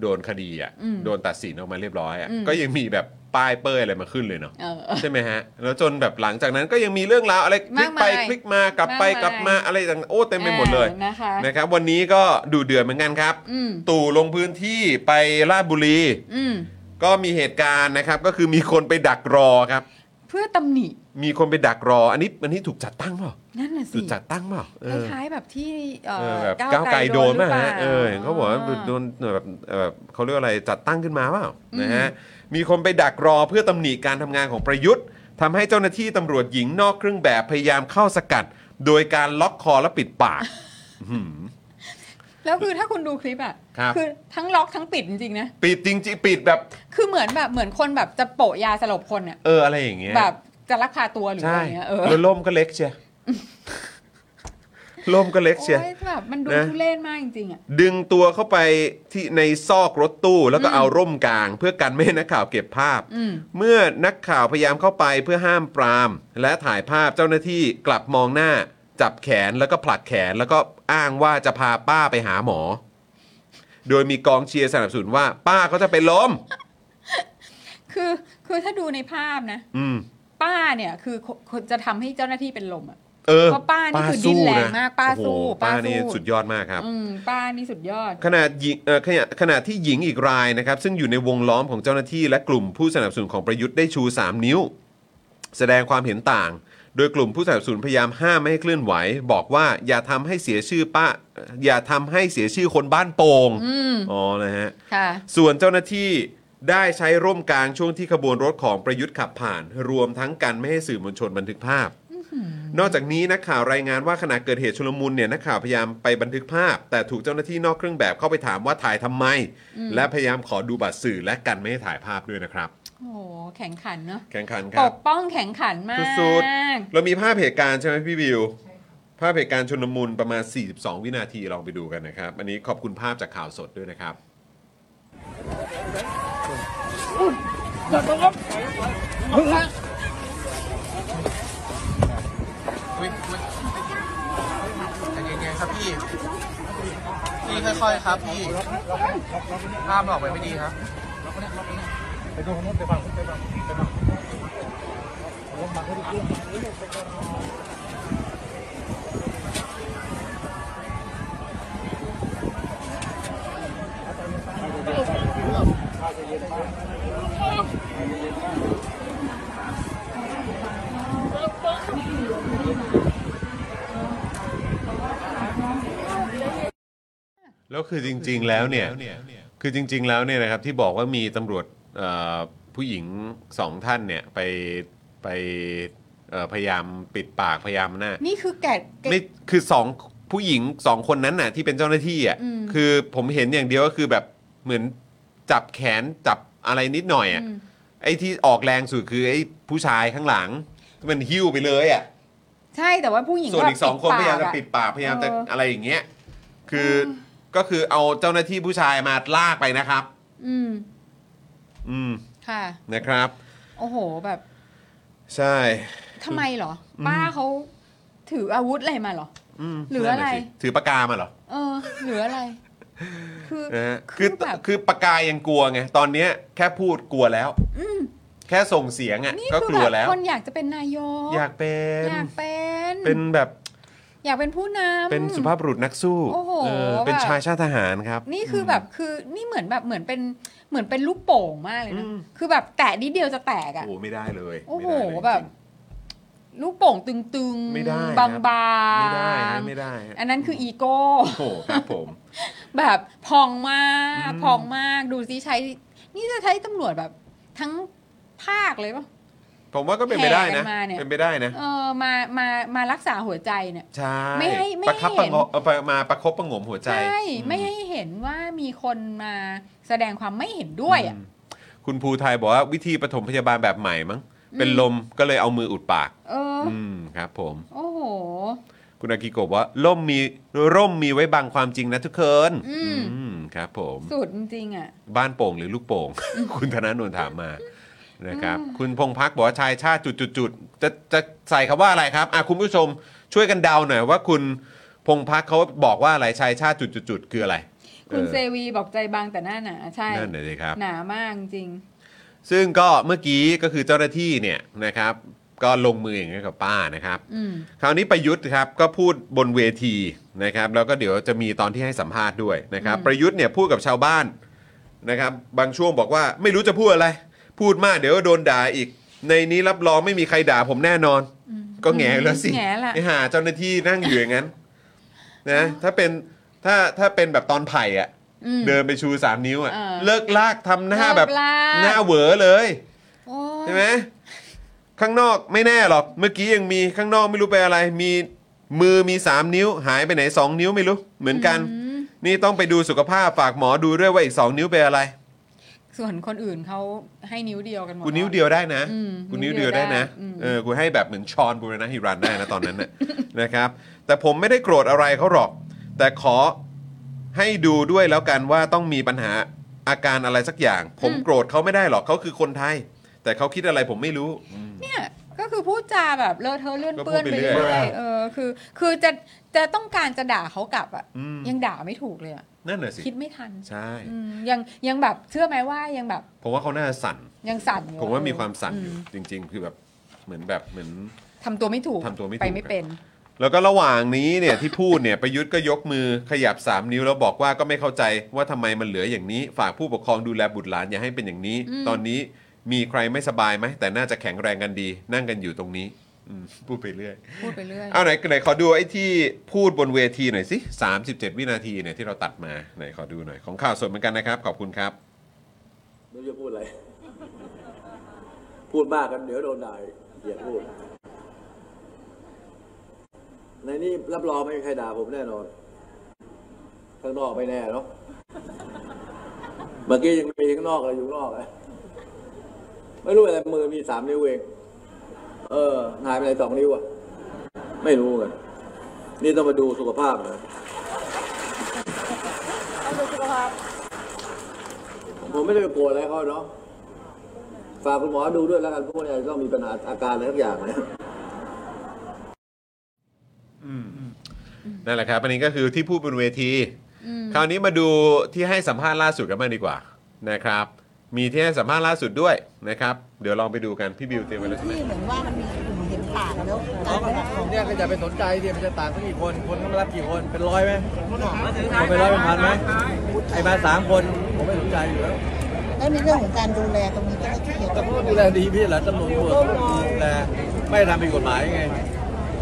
Speaker 1: โดนคดีอ่ะโดนตัดสินออกมาเรียบร้อยอ่ะก็ยังมีแบบป้ายเป้ยอะไรมาขึ้นเลยเนาะ
Speaker 2: เออ
Speaker 1: ใช่ไหมฮะ แล้วจนแบบหลังจากนั้นก็ยังมีเรื่องราวอะไรคลิ
Speaker 2: มาก
Speaker 1: กไป
Speaker 2: มาย
Speaker 1: คลิกมากลับไป
Speaker 2: มากมาย
Speaker 1: กลับมาอะไรต่างๆโอ้เต็มไปหมดเลย
Speaker 2: อ่านะคะ
Speaker 1: นะครับ วันนี้ก็ดูเดือดเหมือนกันครับ
Speaker 2: อืม
Speaker 1: ตู่ลงพื้นที่ไปราชบุรี
Speaker 2: อืม
Speaker 1: ก็มีเหตุการณ์นะครับ ก็คือมีคนไปดักรอครับ
Speaker 2: เพื่อตำหนิ
Speaker 1: มีคนไปดักรอ อันนี้อันนี้ถูกจัดตั้งเปล่า
Speaker 2: นั่นน่ะสิ
Speaker 1: ถูกจัดตั้งเปล่าเอ
Speaker 2: ค
Speaker 1: อ
Speaker 2: ล้ายๆแบบที่เอ่อ
Speaker 1: เออแบบ
Speaker 2: ก้าว
Speaker 1: ก้าวไกล
Speaker 2: ไกล
Speaker 1: โด
Speaker 2: โด
Speaker 1: น
Speaker 2: นหรือ
Speaker 1: มาก
Speaker 2: เปล่า
Speaker 1: ฮะเออเห็นเขาบอกว่าโดนแบบเอ่อเขาเรียกว่าอะไรจัดตั้งขึ้นมาเปล่านะฮะมีคนไปดักรอเพื่อตำหนิการทำงานของประยุทธ์ทำให้เจ้าหน้าที่ตำรวจหญิงนอกเครื่องแบบพยายามเข้าสกัด โดยการล็อกคอและปิดปาก หืม
Speaker 2: แล้วคือถ้าคุณดูคลิปอ่ะ
Speaker 1: ครับ
Speaker 2: อทั้งล็อกทั้งปิดจริงๆนะ
Speaker 1: ปิดจริงๆปิดแบบ
Speaker 2: คือเหมือนแบบเหมือนคนแบบจะโปะยาสลบคนอ่ะ
Speaker 1: เอออะไรอย่างเงี้ย
Speaker 2: แบบจะลักพาตัวหรืออะ
Speaker 1: ใช่
Speaker 2: ไรเงี้ยเออ
Speaker 1: แล้วล่มก็เล็กเชียล่มก็เล็กเชีย
Speaker 2: โอ้ยแบบมันดู
Speaker 1: นะ
Speaker 2: ทุเรศมากจริงๆอ่ะ
Speaker 1: ดึงตัวเข้าไปที่ในซอกรถตู้แล้วก็เอาร่มกลาง เพื่อกันไม่ให้นักข่าวเก็บภาพ
Speaker 2: อืม
Speaker 1: เมื่อนักข่าวพยายามเข้าไปเพื่อห้ามปราม และถ่ายภาพเจ้าหน้าที่กลับมองหน้า จับแขนแล้วก็ผลักแขนแล้วก็อ้างว่าจะพาป้าไปหาหมอ โดยมีกองเชียร์สนับสนุนว่า ป้าเขาจะเป็นลม
Speaker 2: คือคือถ้าดูในภาพนะ
Speaker 1: อืม
Speaker 2: ป้าเนี่ยคือคคนจะทำให้เจ้าหน้าที่เป็นลมอ่ะ
Speaker 1: เออ
Speaker 2: เพราะป้านี่คือดิ้นแรงมากป้าสู้
Speaker 1: โอ้โห
Speaker 2: ป้า
Speaker 1: ป้า
Speaker 2: สู้
Speaker 1: นี่สุดยอดมากครับ
Speaker 2: อืม ป้านี่สุดยอด
Speaker 1: ขนาดหญิงเอ่อขณะขณะที่หญิงอีกรายนะครับ ซึ่งอยู่ในวงล้อมของเจ้าหน้าที่และกลุ่มผู้สนับสนุนของประยุทธ์ได้ชู 3 นิ้ว แสดงความเห็นต่าง โดยกลุ่มผู้สนับสนุนพยายามห้ามไม่ให้เคลื่อนไหว บอกว่าอย่าทำให้เสียชื่อป้า อย่าทำให้เสียชื่อคนบ้านโป่งอ๋อนะฮะ
Speaker 2: ค่ะ
Speaker 1: ส่วนเจ้าหน้าที่ได้ใช้ร่มกลางช่วงที่ขบวนรถของประยุทธ์ขับผ่าน รวมทั้งกันไม่ให้สื่อมวลชนบันทึกภาพ นอกจากนี้นักข่าวรายงานว่าขณะเกิดเหตุชุลมุนเนี่ยนักข่าวพยายามไปบันทึกภาพ แต่ถูกเจ้าหน้าที่นอกเครื่องแบบเข้าไปถามว่าถ่ายทำไม และพยายามขอดูบัตรสื่อและกันไม่ให้ถ่ายภาพด้วยนะครับ
Speaker 2: โอ้โหแข่งขันเนาะ
Speaker 1: แข่งขันค
Speaker 2: ป
Speaker 1: รับ
Speaker 2: กป้องแข่งขันมาก
Speaker 1: สุด เรามีภาพเหตุการณ์ใช่ไหมพี่บิวภาพเหตุการณ์ชุลมุนประมาณ 42 วินาทีลองไปดูกันนะครับ อันนี้ขอบคุณภาพจากข่าวสดด้วยนะครับ แล้วคือจริง ๆ แล้วเนี่ย คือจริง ๆ แล้วเนี่ยนะครับที่บอกว่ามีตำรวจเอ่อผู้หญิงสองท่านเนี่ยไปไปเอ่อพยายามปิดปากพยายามหน้า
Speaker 2: นี่คือแกะแกะ
Speaker 1: นี่คือสองผู้หญิงสองคนนั้นน่ะที่เป็นเจ้าหน้าที่อ่ะ
Speaker 2: อืม
Speaker 1: คือผมเห็นอย่างเดียวก็คือแบบเหมือนจับแขนจับอะไรนิดหน่อยอ่ะไอ้ที่ออกแรงสุดคือไอ้ผู้ชายข้างหลังที่มันหิ้วไปเลยอ่ะ
Speaker 2: ใช่แต่ว่าผู้หญิง
Speaker 1: ส่วนอีกสองคนพ
Speaker 2: ปิ
Speaker 1: ยายามจะ
Speaker 2: ปกอ
Speaker 1: ปิดปากพยายามจะ
Speaker 2: เอออ
Speaker 1: อะไรอย่างเงี้ย คืออก็คือเอาเจ้าหน้าที่ผู้ชายมาลากไปนะครับ
Speaker 2: อืม
Speaker 1: อืม
Speaker 2: ค่ะ
Speaker 1: นะครับ
Speaker 2: โอ้โหแบบ
Speaker 1: ใช่
Speaker 2: ทำไมเหรอ ป้าเขาถืออาวุธอะไรมาเหรอ
Speaker 1: ม
Speaker 2: หรือ
Speaker 1: นั่นน่
Speaker 2: อะไร
Speaker 1: สิถือปากกามาเหรอ
Speaker 2: เออ หรืออะไร คือ
Speaker 1: นะฮะคื
Speaker 2: คือ อแบบ
Speaker 1: คือปากกายังกลัวไง ตอนเนี้ยแค่พูดกลัวแล้วแค่ส่งเสียงอ่ะ
Speaker 2: นี่
Speaker 1: ก็
Speaker 2: คือก
Speaker 1: ลั
Speaker 2: แบ
Speaker 1: ว
Speaker 2: บ
Speaker 1: แล้ว
Speaker 2: คนอยากจะเป็นนายก
Speaker 1: อยากเป็น
Speaker 2: อยากเป็น
Speaker 1: เป็นแบบ
Speaker 2: อยากเป็นผู้นำ
Speaker 1: เป็นสุภาพบุรุษนักสู้
Speaker 2: โอ้โห
Speaker 1: เออเป็น
Speaker 2: แบบ
Speaker 1: ชายชาติทหารครับ
Speaker 2: นี่คือแบบคือนี่เหมือนแบบเหมือนเป็นเหมือนเป็นลูกโป่งมากเลยนะ
Speaker 1: อืม
Speaker 2: คือแบบแตะนิดเดียวจะแตกอ่ะ
Speaker 1: โอ้ไม่ได้เลย
Speaker 2: โอ้โห
Speaker 1: ไม่ได้เลย
Speaker 2: แบบ
Speaker 1: จริง
Speaker 2: ลูกโป่งตึง
Speaker 1: ไม่ได้ครับ
Speaker 2: บางบาง
Speaker 1: ๆไม่ได้ฮะไม่ได้ฮะ
Speaker 2: อันนั้นคืออีโก้
Speaker 1: โอ้โหครับผม
Speaker 2: แบบพองมาก
Speaker 1: อืม
Speaker 2: พองมากดูซิใช้ นี่จะใช้ตำรวจแบบ ทั้งภาคเลยปะ
Speaker 1: ผมว่าก็เป็นไปได้นะ
Speaker 2: แห่กันมาเนี่ย
Speaker 1: เป็นไปได้นะ
Speaker 2: เออมามามารักษาหัวใจเนี่ย
Speaker 1: ใช่
Speaker 2: ไม่ให้ไม่ให้
Speaker 1: ประคับประ
Speaker 2: เห็น
Speaker 1: งมเอ่อไปมาประคบประหงมหัวใจ
Speaker 2: ใช่ไม่ให้เห็นว่ามีคนมาแสดงความไม่เห็นด้วยอ่ะ
Speaker 1: คุณภูไทยบอกว่าวิธีปฐมพยาบาลแบบใหม่มั้ง เป็นลมก็เลยเอามืออุดปาก
Speaker 2: เอออ
Speaker 1: อืมครับผม
Speaker 2: โอ้โห
Speaker 1: คุณอากิโกะบอกว่าล่มมีร่มมีไว้บังความจริงนะทุกคน
Speaker 2: อืม
Speaker 1: อืมครับผม
Speaker 2: สุดจริงๆอ่ะ
Speaker 1: บ้านโป่งหรือลูกโป่ง คุณธนาโนนถามมานะครับ คุณพงพักบอกว่าชายชาติจุดๆๆจะจะใส่คำว่าอะไรครับอ่ะคุณผู้ชมช่วยกันเดาหน่อยว่าคุณพงพักเขาบอกว่าอะไรชายชาติจุดๆๆคืออะไร
Speaker 2: คุณ
Speaker 1: ออ
Speaker 2: เซวีบอกใจบางแต่หน้าหนาใช่
Speaker 1: นั่นเลยสิครับ
Speaker 2: หนามากจริง
Speaker 1: ซึ่งก็เมื่อกี้ก็คือเจ้าหน้าที่เนี่ยนะครับ ก็ลงมืออย่างนี้กับป้านะครับ
Speaker 2: อืม
Speaker 1: คราวนี้ประยุทธ์ครับก็พูดบนเวทีนะครับ แล้วก็เดี๋ยวจะมีตอนที่ให้สัมภาษณ์ด้วยนะครับ ประยุทธ์เนี่ยพูดกับชาวบ้านนะครับ บางช่วงบอกว่าไม่รู้จะพูดอะไร พูดมากเดี๋ยวโดนด่าอีก ในนี้รับรองไม่มีใครด่าผมแน่นอน ก็แง่แล้วสิ
Speaker 2: แง่ละ
Speaker 1: ไอ้ห่าเจ้าหน้าที่นั่งอยู่อย่างนั้นนะถ้าเป็นถ้าถ้าเป็นแบบตอนไผ่อะ
Speaker 2: อืม
Speaker 1: เดินไปชู 3 นิ้วอ่ะ
Speaker 2: เออ
Speaker 1: เลิกลากทำหน้าแบบ
Speaker 2: เลิกลาก
Speaker 1: หน้าเหวอเลย
Speaker 2: โอ้ย
Speaker 1: ใช่ไหมข้างนอกไม่แน่หรอก เมื่อกี้ยังมีข้างนอกไม่รู้ไปอะไร มีมือมี 3 นิ้ว หายไปไหน 2 นิ้วไม่รู้ เหมือนกัน นี่ต้องไปดูสุขภาพฝากหมอดูด้วยว่าอีก 2 นิ้วเป็นอะไร
Speaker 2: ส่วนคนอื่นเขาให้นิ้วเดียวกันหมด
Speaker 1: กูนิ้วเดียวได้นะ
Speaker 2: อืม
Speaker 1: กูนิ้วเดียวได้นะ
Speaker 2: อืม
Speaker 1: เออ กูให้แบบเหมือนชอนบูรณะฮิรันได้นะตอนนั้นน่ะ นะครับ แต่ผมไม่ได้โกรธอะไรเขาหรอก แต่ขอให้ดูด้วยแล้วกันว่าต้องมีปัญหาอาการอะไรสักอย่าง ผมโกรธเขาไม่ได้หรอกเขาคือคนไทย แต่เขาคิดอะไรผมไม่รู้
Speaker 2: เนี่ยก็คือพูดจาแบบเลอะเทอะเลื่อนเปื้อน
Speaker 1: ก็
Speaker 2: ไป
Speaker 1: พูดไปเรื่
Speaker 2: เรื่
Speaker 1: อย
Speaker 2: อยเออคือคือจะจะต้องการจะด่าเขากลับอ่ะ
Speaker 1: อืม
Speaker 2: ยังด่าไม่ถูกเลยอ่ะ
Speaker 1: นั่นน่ะสิ
Speaker 2: คิดไม่ทัน
Speaker 1: ใช่
Speaker 2: อืมยังยังแบบเชื่อไหมว่ายังแบบ
Speaker 1: ผมว่าเขาน่าจะสั่น
Speaker 2: ยังสั่นอยู่
Speaker 1: ผมว่ามีความสั่นอยู่
Speaker 2: อืม
Speaker 1: จริง ๆ คือแบบเหมือนแบบเหมือน
Speaker 2: ทำตัวไม่ถูก
Speaker 1: ทำตัวไม่ถูก
Speaker 2: ไปไม่เป็น
Speaker 1: แล้วก็ระหว่างนี้เนี่ยที่พูดเนี่ยประยุทธ์ก็ยกมือขยับ 3 นิ้วแล้วบอกว่าก็ไม่เข้าใจว่าทำไมมันเหลืออย่างนี้ ฝากผู้ปกครองดูแลบุตรหลานอย่าให้เป็นอย่างนี้ ตอนนี้มีใครไม่สบายไหมแต่น่าจะแข็งแรงกันดี นั่งกันอยู่ตรงนี้ อืมพูดไปเรื่อย
Speaker 2: พูดไปเรื่อย
Speaker 1: เอาไหนไหนขอดูไอ้ที่พูดบนเวทีหน่อยสิ 37 วินาทีเนี่ยที่เราตัดมาไหนขอดูหน่อยของข่าวสดเหมือนกันนะครับ ขอบคุณครับ
Speaker 6: ไม่รู้จะพูดอะไร พูดมากกันเดี๋ยวโดนด่าอีกอย่าพูด ในนี้รับรองไม่มีใครด่าผมแน่นอน ข้างนอกไม่แน่เนาะ เมื่อกี้ยังมีข้างนอกเลยอยู่ข้างนอกเลยไม่รู้อะไรมือมีสามนิ้วเอง เออหายไปไหนสองนิ้วอะไม่รู้กัน นี่ต้องมาดูสุขภาพนะ ผมไม่ได้ไปโกรธอะไรเขาเนาะ ฝากคุณหมอดูด้วยแล้วกันเพราะว่าอาจจะต้องมีปัญหาอาการอะไรสักอย่างนะ
Speaker 1: นั่นแหละครับ อันนี้ก็คือที่พูดบนเวที คราวนี้มาดูที่ให้สัมภาษณ์ล่าสุดกันบ้างดีกว่านะครับ มีที่ให้สัมภาษณ์ล่าสุดด้วยนะครับ เดี๋ยวลองไปดูกันพี่บิวเตรียมไว้แล้วใช่ไหม
Speaker 6: เนี่ยก็อย่าไปสนใจดิมันจะต่างกันกี่คน คนต้องรับกี่คน เป็นร้อยไหมคนเป็นร้อยเป็นพันไหมไอ้มาสามคน ผมไม่สนใจอยู่แล้วแล้วในเรื่องของการดูแลตรงนี้ก็ดูแลดีพี่เหรอตำรวจตำรวจดูแลไม่ทำเป็นกฎหมายไง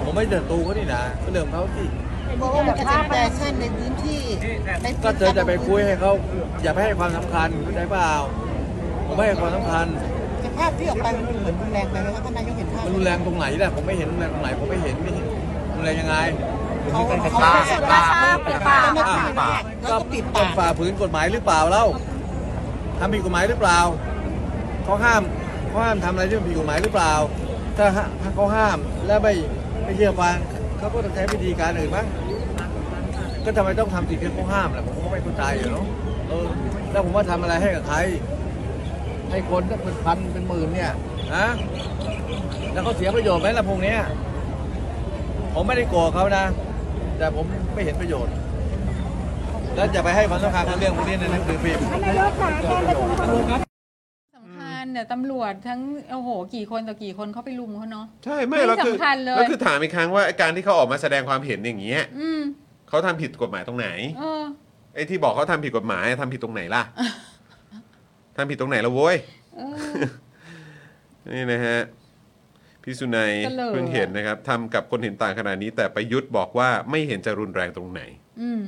Speaker 6: ผมไม่เดือดตูเขานี่นะก็เรื่องของเขาที่ ก็เธอจะไปคุยให้เขาอย่าไปให้ความสำคัญเข้าใจเปล่าผมไม่ให้ความสำคัญภาพที่ออกไปมันดูเหมือนรุนแรงไปไหมครับท่านนายกเห็นภาพมันรุนแรงตรงไหนล่ะผมไม่เห็นรุนแรงตรงไหนผมไม่เห็นไม่เห็นรุนแรงยังไงเขาฆ่าฆ่าฆ่าฆ่าก็ปิดปากฝ่าฝืนกฎหมายหรือเปล่าเล่าทำผิดกฎหมายหรือเปล่าเขาห้ามเขาห้ามทำอะไรที่มันผิดกฎหมายหรือเปล่า ถ้าถ้าเขาห้ามและไม่ไม่เชื่อฟังเขาก็ต้องใช้วิธีการอื่นบ้าง ก็ทำไมต้องทำสิ่งที่เขาห้ามล่ะผมก็ไม่เข้าใจอยู่เนาะเออแล้วผมว่าทำอะไรให้กับใคร ให้คนตั้งเป็นพันเป็นหมื่นเนี่ยนะแล้วเขาเสียประโยชน์ไหมล่ะพวกเนี้ยผมไม่ได้โกรธเขานะ แต่ผมไม่เห็นประโยชน์ แล้วจะไปให้ความสำคัญกับเรื่องพวกนี้ในหนังสือพิมพ์
Speaker 2: สำคัญเดี๋ยวตำรวจทั้งโอ้โหกี่คนต่อกี่คนเขาไปลุมเขาเนาะ
Speaker 1: ใช่ไม่แล้วคือ
Speaker 2: ไม่สำคัญเลย
Speaker 1: แล้วคือถามอีกครั้งว่าไอ้การที่เขาออกมาแสดงความเห็นอย่างเงี้ย
Speaker 2: อืม
Speaker 1: เขาทำผิดกฎหมายตรงไหน
Speaker 2: เออ
Speaker 1: ไอ้ที่บอกเขาทำผิดกฎหมายทำผิดตรงไหน ล่ะทำผิดตรงไหนละโว้ย
Speaker 2: เออ
Speaker 1: นี่นะฮะพี่สุนัย
Speaker 2: เสลอ
Speaker 1: เพิ่งเห็นนะครับทำกับคนเห็นต่างขนาดนี้ แต่ประยุทธ์บอกว่าไม่เห็นจะรุนแรงตรงไหน
Speaker 2: อืม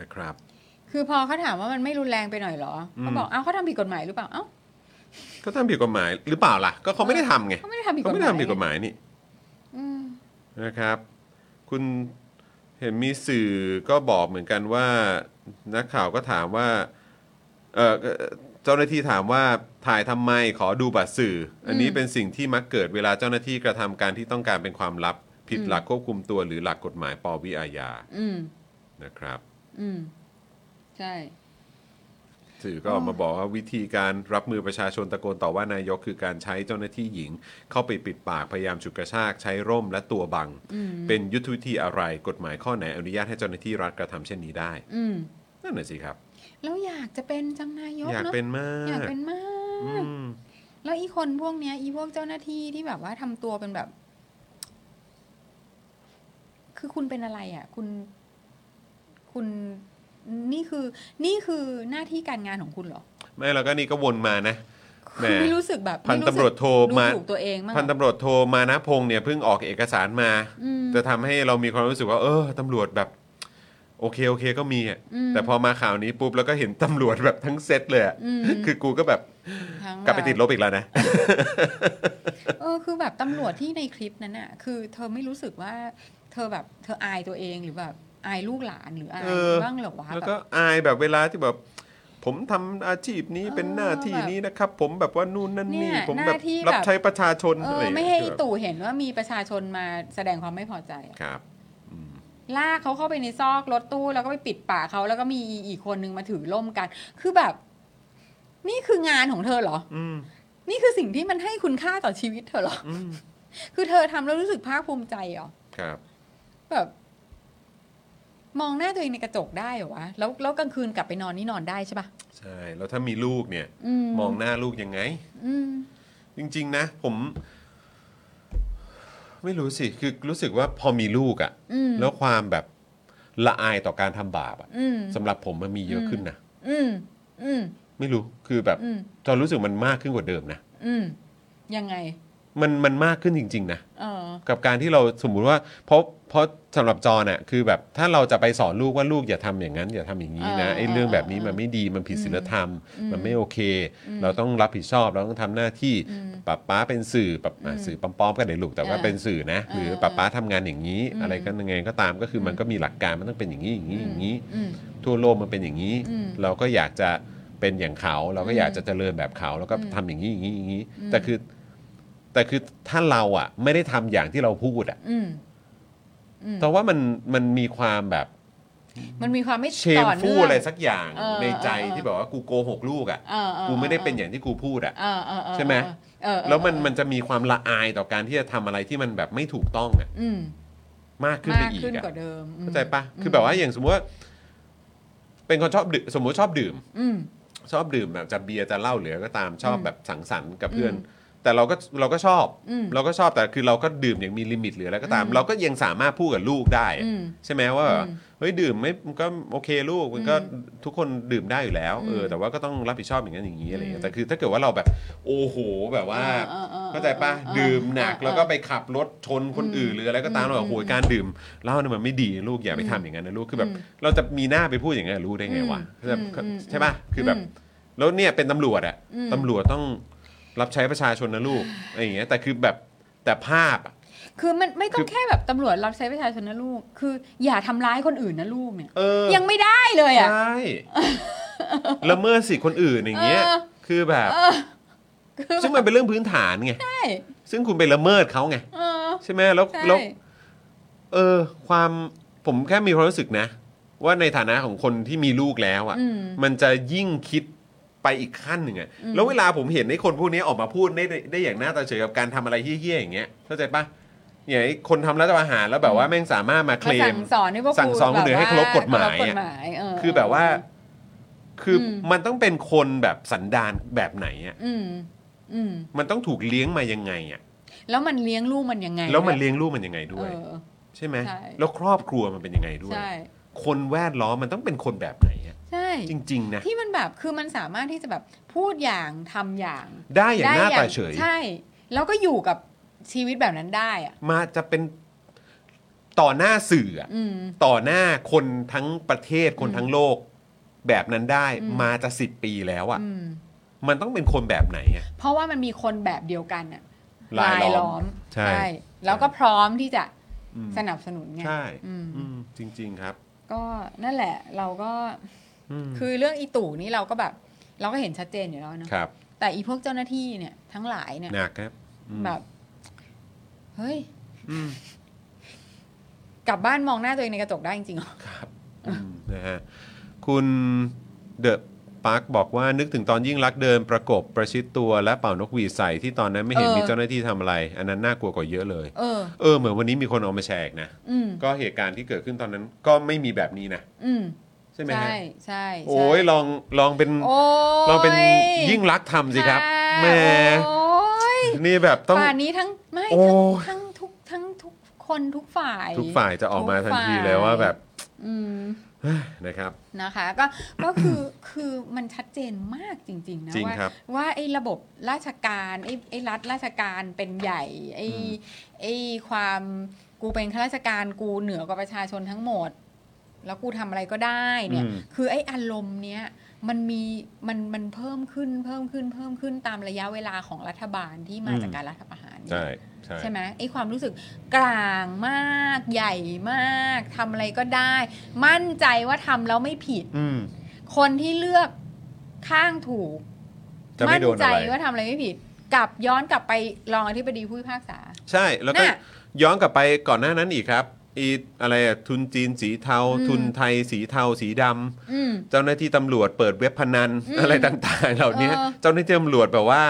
Speaker 1: นะครับ
Speaker 2: คือพอเขาถามว่ามันไม่รุนแรงไปหน่อยเหรออ
Speaker 1: ม
Speaker 2: เขาบอกเอ้าเขาทำผิดกฎหมายหรือเปล่าเอ้า
Speaker 1: เขาทำผิดกฎหมายหรือเปล่าล่ะ ก็เขาไม่ได้ทำไง
Speaker 2: เขาไม่ได้ทำผิดก
Speaker 1: เขา
Speaker 2: ฎหมาย
Speaker 1: ไม่ได้ทำผิดกฎหมายนี่
Speaker 2: อืม
Speaker 1: นะครับ คุณเห็นมีสื่อก็บอกเหมือนกันว่านักข่าวก็ถามว่าเออเอ่อเจ้าหน้าที่ถามว่าถ่ายทำไมขอดูบัตรสื่อ อันนี้เป็นสิ่งที่มักเกิดเวลาเจ้าหน้าที่กระทำการที่ต้องการเป็นความลับ ผิดหลักควบคุมตัวหรือหลักกฎหมายปวิอาญา
Speaker 2: อืม
Speaker 1: นะครับ
Speaker 2: อืม ใช่
Speaker 1: สื่อก็ออกมาบอกว่าวิธีการรับมือประชาชนตะโกนต่อว่านายกคือการใช้เจ้าหน้าที่หญิง เข้าไปปิดปากพยายามฉุดกระชากใช้ร่มและตัวบัง เป็นยุทธวิธีอะไรกฎหมายข้อไหนอนุญาตให้เจ้าหน้าที่รัฐกระทำเช่นนี้ได้
Speaker 2: อืม
Speaker 1: นั่นน่ะสิครับ
Speaker 2: แล้วอยากจะเป็นจังนายก
Speaker 1: อยาก
Speaker 2: เนาะ
Speaker 1: เป็นมา
Speaker 2: อยาก
Speaker 1: ก
Speaker 2: เป็นมา
Speaker 1: อื
Speaker 2: ก
Speaker 1: ม
Speaker 2: แล้วอีคนพวกเนี้ยอีพวกเจ้าหน้าที่ที่แบบว่าทำตัวเป็นแบบ คือคุณเป็นอะไรอ่ะ คุณ คุณนี่คือ นี่คือหน้าที่การงานของคุณเหรอ
Speaker 1: ไม่แล้วก็นี่ก็วนมานะ
Speaker 2: คุ
Speaker 1: แหม่
Speaker 2: ณไม่รู้สึกแบบ
Speaker 1: พัน
Speaker 2: ไม่
Speaker 1: ตำรวจโทร
Speaker 2: สึก
Speaker 1: มา
Speaker 2: ดูถูกตัวเองมั้างเหรอ
Speaker 1: พันตำรวจโทรมานะพงษ์เนี่ยเพิ่งออกเอกสารมา
Speaker 2: อืม
Speaker 1: จะทำให้เรามีความรู้สึกว่าเออตำรวจแบบ โอเคโอเคก็มีอะ
Speaker 2: อืม
Speaker 1: แต่พอมาข่าวนี้ปุ๊บแล้วก็เห็นตำรวจแบบทั้งเซตเลยอะ
Speaker 2: อืม
Speaker 1: คือกูก็แบบ
Speaker 2: ทั้ง
Speaker 1: กลับไปติด
Speaker 2: แ
Speaker 1: ลบอีกแล้วนะ
Speaker 2: เออคือแบบตำรวจที่ในคลิปนั้นอ่ะ คือ เธอไม่รู้สึกว่า เธอแบบเธออายตัวเองหรือแบบอายลูกหลานหรืออาย
Speaker 1: เออ
Speaker 2: บ้างเหรอวะ
Speaker 1: แล้ว
Speaker 2: แบ
Speaker 1: ก็
Speaker 2: บ
Speaker 1: อายแบบเวลาที่แบบ ผมทำอาชีพนี้
Speaker 2: เออ
Speaker 1: เป็นหน้าที่
Speaker 2: แบบ
Speaker 1: นี้นะครับ ผมแบบว่านู่นนั่นนี่
Speaker 2: เนี่ย
Speaker 1: ผม
Speaker 2: หน้า
Speaker 1: แบบ
Speaker 2: ที่แบบ
Speaker 1: รับใช้ประชาชน
Speaker 2: เอ
Speaker 1: อะไร
Speaker 2: อ
Speaker 1: อย่าง
Speaker 2: ไม่
Speaker 1: เงี้ย
Speaker 2: ให้
Speaker 1: คือ
Speaker 2: อี
Speaker 1: แบบ
Speaker 2: ตู่เห็นว่ามีประชาชนมาแสดงความไม่พอใจอะ
Speaker 1: ครับอืม
Speaker 2: ลากเขาเข้าไปในซอกรถตู้แล้วก็ไปปิดปากเขาแล้วก็มีอีอีกคนนึงมาถือล่มกัน คือแบบ นี่คืองานของเธอเหรอ
Speaker 1: อืม
Speaker 2: นี่คือสิ่งที่มันให้คุณค่าต่อชีวิตเธอเหรอ
Speaker 1: อืม
Speaker 2: คือเธอทำแล้วรู้สึกภาคภูมิใจเหรอ
Speaker 1: ครับ
Speaker 2: แบบ มองหน้าตัวเองในกระจกได้เหรอวะ แล้วแล้วกลางคืนกลับไปนอนนี่นอนได้ใช่ปะ
Speaker 1: ใช่แล้วถ้ามีลูกเนี่ย มองหน้าลูกยังไง
Speaker 2: อืม
Speaker 1: จริง ๆ นะ ผม ไม่รู้สิ คือรู้สึกว่าพอมีลูกอะ่ะ
Speaker 2: อืม
Speaker 1: แล้วความแบบละอายต่อการทำบาปอะ
Speaker 2: อืม
Speaker 1: สำหรับผมมันมีเยอะขึ้นนะ
Speaker 2: อืม อืม
Speaker 1: ไม่รู้คือแบบ
Speaker 2: อืม
Speaker 1: จอนรู้สึกมันมากขึ้นกว่าเดิมนะ
Speaker 2: อืม ยังไง
Speaker 1: มันมันมากขึ้นจริง ๆ นะ
Speaker 2: เออ
Speaker 1: กับการที่เราสมมุติว่าเพราะเพราะสำหรับจอน่ะคือแบบถ้าเราจะไปสอนลูกว่าลูกอย่าทำอย่างนั้น อย่าทำอย่างนี้นะ
Speaker 2: เออ
Speaker 1: ไอ้
Speaker 2: เออ
Speaker 1: เรื่องแบบนี้
Speaker 2: เออ
Speaker 1: มันไม่ดีมันผิดศีลธรรม
Speaker 2: อืม
Speaker 1: มันไม่โอเค เราต้องรับผิดชอบเราต้องทำหน้าที่
Speaker 2: อืม
Speaker 1: ป๊าป๊าเป็นสื่อป๊าอ่ะสื่อปลอมๆก็ได้ลูกแต่ว่า
Speaker 2: เออ
Speaker 1: เป็นสื่อนะ
Speaker 2: เออ
Speaker 1: หรือป๊าป๊าทำงานอย่างนี้
Speaker 2: อืม
Speaker 1: อะไรก็ยังไงก็ตามก็คือมันก็มีหลักการมันต้องเป็นอย่างนี้อย่างนี้
Speaker 2: อืม
Speaker 1: อย่างนี้
Speaker 2: อืม
Speaker 1: ทั่วโลกมันเป็นอย่างนี้
Speaker 2: อืม
Speaker 1: เราก็อยากจะเป็นอย่างเขา เราก็อยาก
Speaker 2: อืม
Speaker 1: จะเจริญแบบเขาแล้วก็
Speaker 2: อืม
Speaker 1: ทำอย่างนี้อย่างนี้อย่างนี้
Speaker 2: อืม
Speaker 1: แต่คือแต่คือถ้าเราอ่ะ ไม่ได้ทำอย่างที่เราพูดอ่ะ
Speaker 2: อืมอืม
Speaker 1: แต่ว่ามันมันมีความแบบ
Speaker 2: มันมีความไม่
Speaker 1: เชม
Speaker 2: ต่อ
Speaker 1: ฟู่
Speaker 2: เนื่อง
Speaker 1: อะไรสักอย่าง
Speaker 2: เออ
Speaker 1: ในใจ
Speaker 2: เออ
Speaker 1: ที่แบบว่ากูโกหกลูกอ่ะ
Speaker 2: เออเออ
Speaker 1: กูไม่ได้เป็นอย่างที่กูพูดอ่ะ
Speaker 2: เออเออเออ
Speaker 1: ใช่ไหม
Speaker 2: เออเออ
Speaker 1: แล้วมัน
Speaker 2: เออ
Speaker 1: มันจะมีความละอายต่อการที่จะทำอะไรที่มันแบบไม่ถูกต้องอ่ะ
Speaker 2: อืม
Speaker 1: มากขึ้นไป
Speaker 2: มาก
Speaker 1: อีก
Speaker 2: ขึ้น
Speaker 1: อ่ะ
Speaker 2: กว่าเดิมอืม
Speaker 1: เข้าใจปะคือแบบว่าอย่างสมมติว่าเป็นคนชอบดื่มสมมติชอบดื่ม
Speaker 2: อืม
Speaker 1: ชอบดื่มแบบจะเบียร์จะเหล้าเหลือก็ตามชอบ
Speaker 2: อืม
Speaker 1: แบบสังสรรค์กับเพื่อน
Speaker 2: อืม
Speaker 1: แต่เราก็เราก็ชอบ
Speaker 2: อืม
Speaker 1: เราก็ชอบแต่คือเราก็ดื่มอย่างมีลิมิตหรืออะไรก็ตาม
Speaker 2: อืม
Speaker 1: เราก็ยังสามารถพูดกับลูกได้
Speaker 2: อืม
Speaker 1: ใช่ไหมว่า
Speaker 2: อืม
Speaker 1: เฮ้ยดื่มไม่มันก็โอเคลูกมันก็
Speaker 2: อืม
Speaker 1: ทุกคนดื่มได้อยู่แล้วเอออ
Speaker 2: ม
Speaker 1: แต่ว่าก็ต้องรับผิดชอบอย่างนั้นอย่างนี้อะไรอย่างเงี้
Speaker 2: อืม
Speaker 1: ยแต่คือถ้าเกิดว่าเราแบบโอ้โหแบบว่า
Speaker 2: เออเออเออ
Speaker 1: เข้าใจปะ
Speaker 2: เออเออ
Speaker 1: ดื่มหนัก
Speaker 2: เออเออ
Speaker 1: แล้วก็ไปขับรถชนคน
Speaker 2: อืม
Speaker 1: อื่นหรืออะไรก็ตาม
Speaker 2: อืม
Speaker 1: เราแบบโอ้โหการดื่มเหล้าเนี่ยมันไม่ดีลูกอย่าไปทำอย่างนั้นนะลูกคือแบบ
Speaker 2: อืม
Speaker 1: เราจะมีหน้าไปพูดอย่างนั้นกับลูกได้ไงวะ
Speaker 2: อืมอืม
Speaker 1: ใช่ปะคือแบบ แล้วเนี่ยเป็นตำรวจอะ
Speaker 2: อืม
Speaker 1: ตำรวจต้องรับใช้ประชาชนนะลูก อะไรอย่างเงี้ยแต่คือแบบแต่ภาพอะ
Speaker 2: คือมันไม่ต้อ
Speaker 1: คื
Speaker 2: ง
Speaker 1: อ
Speaker 2: แค่แบบตำรวจรับใช้ประชาชนนะลูก คืออย่าทำร้ายคนอื่นนะลูกเนี่ย
Speaker 1: เออ
Speaker 2: ยังไม่ได้เลยอ่ะ
Speaker 1: ใช่ละเมิดสิทธิคนอื่นอย่างเงี้ย
Speaker 2: เออ
Speaker 1: คือแบบ
Speaker 2: เออคือ
Speaker 1: ซึ่งมันเป็นเรื่องพื้นฐานไง
Speaker 2: ใช่
Speaker 1: ซึ่งคุณไปละเมิดเขาไง
Speaker 2: เออ
Speaker 1: ใช่ไหมแล้ว
Speaker 2: ใช่
Speaker 1: แล้วเออ ความผมแค่มีความรู้สึกนะ ว่าในฐานะของคนที่มีลูกแล้ว
Speaker 2: อืม
Speaker 1: อะ่ะมันจะยิ่งคิดไปอีกขั้นหนึ่งอะ่ะแล้วเวลาผมเห็นไอ้คนพวกนี้ออกมาพูดได้ได้ได้อย่างหน้าตาเฉยกับการทำอะไรเหี้ยๆอย่างเงี้ยเข้าใจปะอย่างไอ้คนทำรัฐประหารแล้วแบบว่าแม่งสามารถมาเคล
Speaker 2: มาสั่
Speaker 1: ม
Speaker 2: งสอนให้พวก
Speaker 1: สั่งสอนคนอื่นให้เคารพกฎหมาย
Speaker 2: เครพก
Speaker 1: อะ
Speaker 2: ฎหมายเ
Speaker 1: คือแบบว่า คืออ
Speaker 2: ม
Speaker 1: มันต้องเป็นคนแบบสันดานแบบไหนอะ่ะ
Speaker 2: อืมอืม
Speaker 1: มันต้องถูกเลี้ยงมายังไงอะ่ะ
Speaker 2: แล้วมันเลี้ยงลูกมันยังไง
Speaker 1: แล้วมันเลี้ยงลูกมันยังไง
Speaker 2: ด้
Speaker 1: ด้
Speaker 2: ว
Speaker 1: วย ย
Speaker 2: เออ
Speaker 1: ใช่ไหม
Speaker 2: ใช่
Speaker 1: แล้วครอบครัวมันเป็นยังไงด้วย
Speaker 2: ใช่
Speaker 1: คนแวดล้อมมันต้องเป็นคนแบบไหนอะ
Speaker 2: ใช่
Speaker 1: จริง ๆ นะ
Speaker 2: ที่มันแบบคือมันสามารถที่จะแบบพูดอย่างทำอย่าง
Speaker 1: ได้อย่างหน้าตาเฉย
Speaker 2: ใช่ แล้วก็อยู่กับชีวิตแบบนั้นได้อ่ะ
Speaker 1: มาจะเป็นต่อหน้าสื่ออะ
Speaker 2: อืม
Speaker 1: ต่อหน้าคนทั้งประเทศคน
Speaker 2: อืม
Speaker 1: ทั้งโลก แบบนั้นได้
Speaker 2: อืม
Speaker 1: มาจะสิบปีแล้วอะ่ะ
Speaker 2: อืม
Speaker 1: มันต้องเป็นคนแบบไหนอะ
Speaker 2: เพราะว่ามันมีคนแบบเดียวกันอ่ะ
Speaker 1: ลายล้อม ใช่
Speaker 2: ใช่ แล้วก็พร้อมที่จะ
Speaker 1: อืม
Speaker 2: สนับสนุนไง
Speaker 1: ใช่
Speaker 2: อืม
Speaker 1: อืมจริง ๆ ครับ
Speaker 2: ก็นั่นแหละ เราก็
Speaker 1: อืม
Speaker 2: คือเรื่องอีตู่นี่เราก็แบบ เราก็เห็นชัดเจนอยู่แล้วเนอะ
Speaker 1: ครับ
Speaker 2: แต่อีพวกเจ้าหน้าที่เนี่ยทั้งหลายเนี่ย
Speaker 1: หนักครับอืม
Speaker 2: แบบ เฮ้ย
Speaker 1: อืม
Speaker 2: กลับบ้านมองหน้าตัวเองในกระจกได้จริงๆเหรอ
Speaker 1: อืมนะฮะคุณเดอะปาร์คบอกว่านึกถึงตอนยิ่งรักษณ์เดินประกบประชิดตัวและเป่านกหวีดใส่ที่ตอนนั้นไม่เห็น
Speaker 2: เออ
Speaker 1: มีเจ้าหน้าที่ทำอะไร อันนั้นน่ากลัวกว่าเยอะเลย
Speaker 2: เออ
Speaker 1: เออเหมือนวันนี้มีคนเอามาแชร์อีกนะ
Speaker 2: อืม
Speaker 1: ก็เหตุการณ์ที่เกิดขึ้นตอนนั้นก็ไม่มีแบบนี้นะ
Speaker 2: อืม
Speaker 1: ใช่ไหมฮะ
Speaker 2: ใช่ใช่
Speaker 1: โอ้ยลองลองเป็น
Speaker 2: โอ้ย
Speaker 1: ลองเป็นยิ่งรักษณ์ทำสิครับ
Speaker 2: ค่ะ
Speaker 1: แหม
Speaker 2: โอ้ย
Speaker 1: นี่แบบต้อง
Speaker 2: ป่านนี้ทั้งไม่
Speaker 1: โอ้
Speaker 2: ทั้งทั้งทุกทั้งทุกคนทุกฝ่าย
Speaker 1: ทุกฝ่ายจะออกมาทันทีเลยว่าแบบ
Speaker 2: อืม
Speaker 1: นะครับ
Speaker 2: นะคะ ก็ก็คือ คือมันชัดเจนมากจริง ๆ นะ
Speaker 1: จริง
Speaker 2: ว่า
Speaker 1: ครับ
Speaker 2: ว่าไอ้ระบบราชการไอ้ไอ้รัฐราชการเป็นใหญ่ไอ้
Speaker 1: อืม
Speaker 2: ไอ้ความกูเป็นข้าราชการกูเหนือกว่าประชาชนทั้งหมด แล้วกูทำอะไรก็ได้เนี่ย
Speaker 1: อืม
Speaker 2: คือไอ้อารมณ์เนี้ยมันมีมันมันเพิ่มขึ้นเพิ่มขึ้นเพิ่มขึ้นตามระยะเวลาของรัฐบาลที่มา
Speaker 1: อืม
Speaker 2: จากการรัฐประหารเนี่ย
Speaker 1: ใช่ใช่
Speaker 2: ใช่ไหมไอ้ความรู้สึกกลางมากใหญ่มากทำอะไรก็ได้ มั่นใจว่าทำแล้วไม่ผิด
Speaker 1: อืม
Speaker 2: คนที่เลือกข้างถูก
Speaker 1: จะไม่
Speaker 2: น
Speaker 1: โดนอะไร
Speaker 2: ใจว่าทำอะไรไม่ผิด กลับย้อนกลับไปรองอธิบดีผู้พิพากษา
Speaker 1: ใช่แล้วก็
Speaker 2: น่ะ
Speaker 1: ย้อนกลับไปก่อนหน้านั้นอีกครับอีอะไรอะทุนจีนสีเทา
Speaker 2: อืม
Speaker 1: ทุนไทยสีเทาสีดำ
Speaker 2: อืม
Speaker 1: เจ้าหน้าที่ตำรวจเปิดเว็บพนัน
Speaker 2: อืม
Speaker 1: อะไรต่างๆ เหล่านี้
Speaker 2: เออ
Speaker 1: เจ้าหน้าที่ตำรวจแบบว่า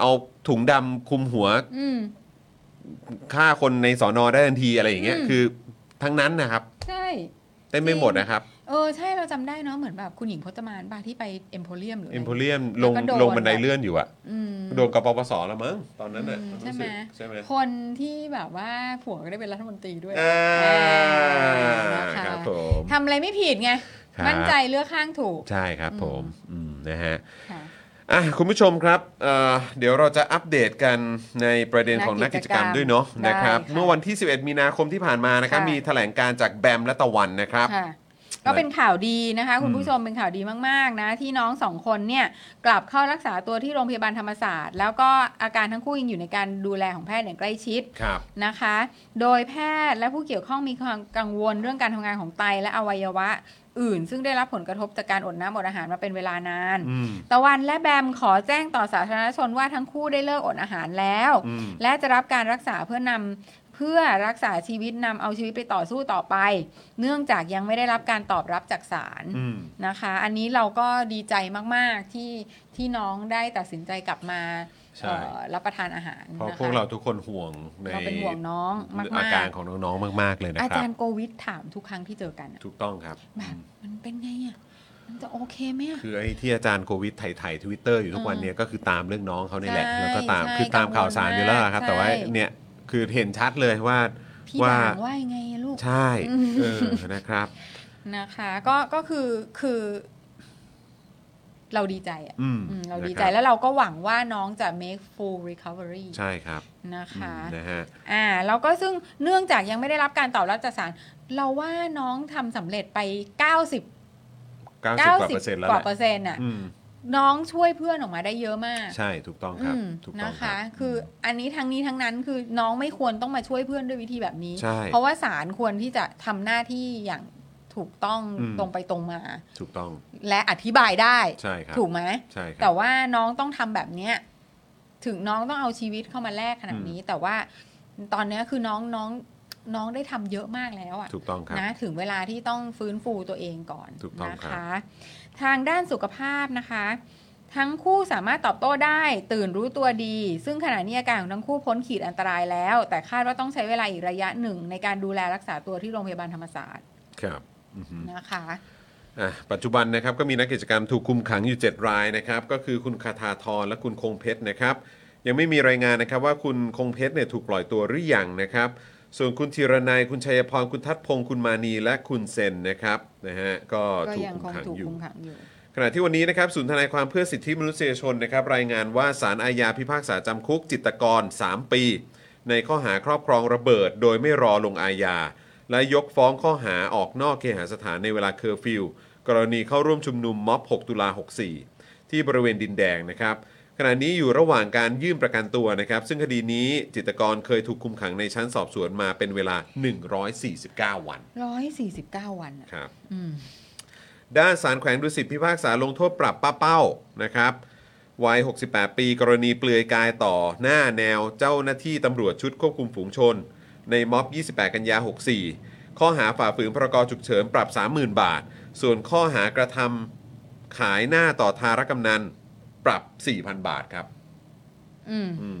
Speaker 1: เอาถุงดำคลุมหัว
Speaker 2: อืม
Speaker 1: ฆ่าคนในสอนอได้ทันทีอะไรอย่างเงี้ย
Speaker 2: อืม
Speaker 1: คือทั้งนั้นนะครับ
Speaker 2: ใช่
Speaker 1: เต็มไปหมดนะครับ
Speaker 2: เออ ใช่เราจำได้เนาะเหมือนแบบคุณหญิงพจมานป่ะที่ไปเอ็มโพเรียมหรืออะ
Speaker 1: เอ็
Speaker 2: ไร
Speaker 1: มโพเรียม
Speaker 2: แล้
Speaker 1: ล
Speaker 2: ว
Speaker 1: ง
Speaker 2: ก็โดน
Speaker 1: ลงบันไดเลื่อนอยู่อะ
Speaker 2: อืม
Speaker 1: โดนกปปสแล้วมั้งตอนนั้นน่ะ
Speaker 2: อืม
Speaker 1: รู้
Speaker 2: ใช่
Speaker 1: สึก
Speaker 2: ไหม
Speaker 1: ใช่ไหม
Speaker 2: คนที่แบบว่าผัวก็ได้เป็นรัฐมนตรีด้วย
Speaker 1: อ่า
Speaker 2: นะะ
Speaker 1: ครับผม
Speaker 2: ทำอะไรไม่ผิดไง
Speaker 1: ครับ
Speaker 2: มั่นใจเลือกข้างถูก
Speaker 1: ใช่ครับผมอืมนะฮะ
Speaker 2: ค่ะ
Speaker 1: อ่ะคุณผู้ชมครับเอ่อเดี๋ยวเราจะอัปเดตกันในประเด็นของนั
Speaker 2: นั
Speaker 1: ก
Speaker 2: กกิ
Speaker 1: กิจ
Speaker 2: จ
Speaker 1: ก
Speaker 2: ก
Speaker 1: ร
Speaker 2: ร
Speaker 1: ร
Speaker 2: ร
Speaker 1: ม
Speaker 2: ม
Speaker 1: ด้วยเนาะ
Speaker 2: ได้
Speaker 1: นะครับ
Speaker 2: ค่ะ
Speaker 1: เมื่อวันที่ 11 มีนาคมที่ผ่านมานะครับ
Speaker 2: ค่ะ
Speaker 1: มีแถลงการจากแบมและตะวันนะครับ
Speaker 2: ค่ะก็เป็นข่าวดีนะคะ คุณผู้ชมเป็นข่าวดีมากๆนะที่น้องสองคนเนี่ยกลับเข้ารักษาตัวที่โรงพยาบาลธรรมศาสตร์ แล้วก็อาการทั้งคู่ยังอยู่ในการดูแลของแพทย์อย่างใกล้ชิด
Speaker 1: ครับ
Speaker 2: นะคะ โดยแพทย์และผู้เกี่ยวข้องมีความกังวลเรื่องการทำงานของไตและอวัยวะ อื่น ซึ่งได้รับผลกระทบจากการอดน้ำอดอาหารมาเป็นเวลานาน
Speaker 1: อืม
Speaker 2: ตะวันและแบมขอแจ้งต่อสาธารณชนว่าทั้งคู่ได้เลิกอดอาหารแล้ว
Speaker 1: อืม
Speaker 2: และจะรับการรักษาเพื่อนำเพื่อรักษาชีวิตนำเอาชีวิตไปต่อสู้ต่อไป เนื่องจากยังไม่ได้รับการตอบรับจากศาล
Speaker 1: อืม
Speaker 2: นะคะ อันนี้เราก็ดีใจมากๆที่ที่น้องได้ตัดสินใจกลับมา
Speaker 1: ใช่
Speaker 2: เอ่อรับประทานอาหาร
Speaker 1: เพราะ
Speaker 2: นะคะ
Speaker 1: พวกเราทุกคนห่วงใน
Speaker 2: เราเป็นห่วงน้องมากๆ
Speaker 1: อาการของน้องๆมาก ๆ เลยนะ
Speaker 2: อา
Speaker 1: ครั
Speaker 2: จา
Speaker 1: บ
Speaker 2: รย์โกวิทถามทุกครั้งที่เจอกันอะ
Speaker 1: ถูกต้องครับ
Speaker 2: แบบมันเป็นไงอ่ะ มันจะโอเคไหมอะ
Speaker 1: คือไอ้ที่อาจารย์โควิดไถ่ไถ่ทวิตเตอร์อยู่ทุกวันเนี่ยก็คือตามเรื่องน้องเขาเนี่ยแหละ
Speaker 2: ใช่
Speaker 1: แล้วก็ตาม
Speaker 2: ใช่
Speaker 1: คือตามข่าวสารอยู่แล้วล่ะครับ
Speaker 2: ใช่
Speaker 1: แต่ว่าเนี่ยคือเห็นชัดเลยว่า
Speaker 2: พี่
Speaker 1: ว่า
Speaker 2: ด่างว่ายังไงอะลูก
Speaker 1: ใช่
Speaker 2: อืม
Speaker 1: เออนะครับ
Speaker 2: นะคะก็ก็คือคือ เราดีใจอ่ะ
Speaker 1: อืม
Speaker 2: อืมเรา
Speaker 1: นะ
Speaker 2: ดี
Speaker 1: คบ
Speaker 2: ใจแล้วเราก็หวังว่าน้องจะ make full recovery
Speaker 1: ใช่ครับ
Speaker 2: นะคะ
Speaker 1: อืมนะฮะ
Speaker 2: อ่าแล้วก็ซึ่งเนื่องจากยังไม่ได้รับการตอบรับจากศาลเราว่าน้องทำสำเร็จไป 90
Speaker 1: เก้าสิบกว่าเปอร์เซ็นต์
Speaker 2: 90กว่าเปอร์เซ็นต์
Speaker 1: แล้วแหละ
Speaker 2: อ่ะ
Speaker 1: อืม
Speaker 2: น้องช่วยเพื่อนออกมาได้เยอะมาก
Speaker 1: ใช่ถูกต้องครับ
Speaker 2: อืม
Speaker 1: ถูกต้อง
Speaker 2: นะ
Speaker 1: รั
Speaker 2: คะ
Speaker 1: บ
Speaker 2: คืออันนี้ทั้งนี้ทั้งนั้นคือน้องไม่ควรต้องมาช่วยเพื่อนด้วยวิธีแบบนี้
Speaker 1: ใช่
Speaker 2: เพราะว่าศาลควรที่จะทำหน้าที่อย่างถูกต้อง
Speaker 1: อืม
Speaker 2: ตรงไปตรงมา
Speaker 1: ถูกต้อง
Speaker 2: และอธิบายได้
Speaker 1: ใช่ครับ
Speaker 2: ถูกไหม
Speaker 1: ใช่ครับ
Speaker 2: แต่ว่าน้องต้องทำแบบเนี้ยถึงน้องต้องเอาชีวิตเข้ามาแลกขนาดนี้ แต่ว่าตอนเนี้ยคือน้องน้องน้องได้ทำเยอะมากแล้วอะ
Speaker 1: ถูกต้องครับ
Speaker 2: นะถึงเวลาที่ต้องฟื้นฟูตัวเองก่อน
Speaker 1: ถูกต้อง
Speaker 2: นะครับ คะ ทางด้านสุขภาพนะคะ ทั้งคู่สามารถตอบโต้ได้ ตื่นรู้ตัวดี ซึ่งขณะนี้อาการของทั้งคู่พ้นขีดอันตรายแล้ว แต่คาดว่าต้องใช้เวลาอีกระยะหนึ่ง ในการดูแลรักษาตัวที่โรงพยาบาลธรรมศาสตร์
Speaker 1: ครับอือฮึ
Speaker 2: นะคะ
Speaker 1: อ่ะปัจจุบันนะครับก็มีนักกิจกรรมถูกคุมขังอยู่ 7 รายนะครับก็คือคุณคาธาทรและคุณคงเพชรนะครับยังไม่มีรายงานนะครับว่าคุณคงเพชรเนี่ยถูกปล่อยตัวหรือยังนะครับส่วนคุณธีรนายคุณชัยพรคุณทัศพงศ์คุณมานีและคุณเซนนะครับนะฮะก็
Speaker 2: ก็
Speaker 1: ถูก
Speaker 2: ยัง
Speaker 1: คุ
Speaker 2: คง
Speaker 1: มขัง
Speaker 2: ถูก
Speaker 1: อยู่
Speaker 2: คุมขังอยู่
Speaker 1: ขณะที่วันนี้นะครับศูนย์ทนายความเพื่อสิทธิมนุษยชนนะครับรายงานว่าสารอาญาพิพากษาจำคุกจิตรกร 3 ปี ในข้อหาครอบครองระเบิด โดยไม่รอลงอาญา และยกฟ้องข้อหาออกนอกเคหสถานในเวลาเคอร์ฟิว กรณีเข้าร่วมชุมนุมม็อบ 6 ตุลา 64 ที่บริเวณดินแดงนะครับ ขณะนี้อยู่ระหว่างการยื่นประกันตัวนะครับ ซึ่งคดีนี้จิตรกรเคยถูกคุมขังในชั้นสอบสวนมาเป็นเวลา 149 วัน
Speaker 2: 149 วันอะ
Speaker 1: ครับ
Speaker 2: อืม
Speaker 1: ด้านสารแขวงดุสิตพิพากษาลงโทษปรับป้าเป้านะครับวัย 68 ปีกรณีเปลือยกายต่อหน้าแนวเจ้าหน้าที่ตำรวจชุดควบคุมฝูงชน ในม็อบ 28 กันยา 64 ข้อหาฝ่าฝืนพรกฉุกเฉินปรับ 30,000 บาท ส่วนข้อหากระทำขายหน้าต่อทารกำนันปรับ 4,000 บาทครับ
Speaker 2: อืม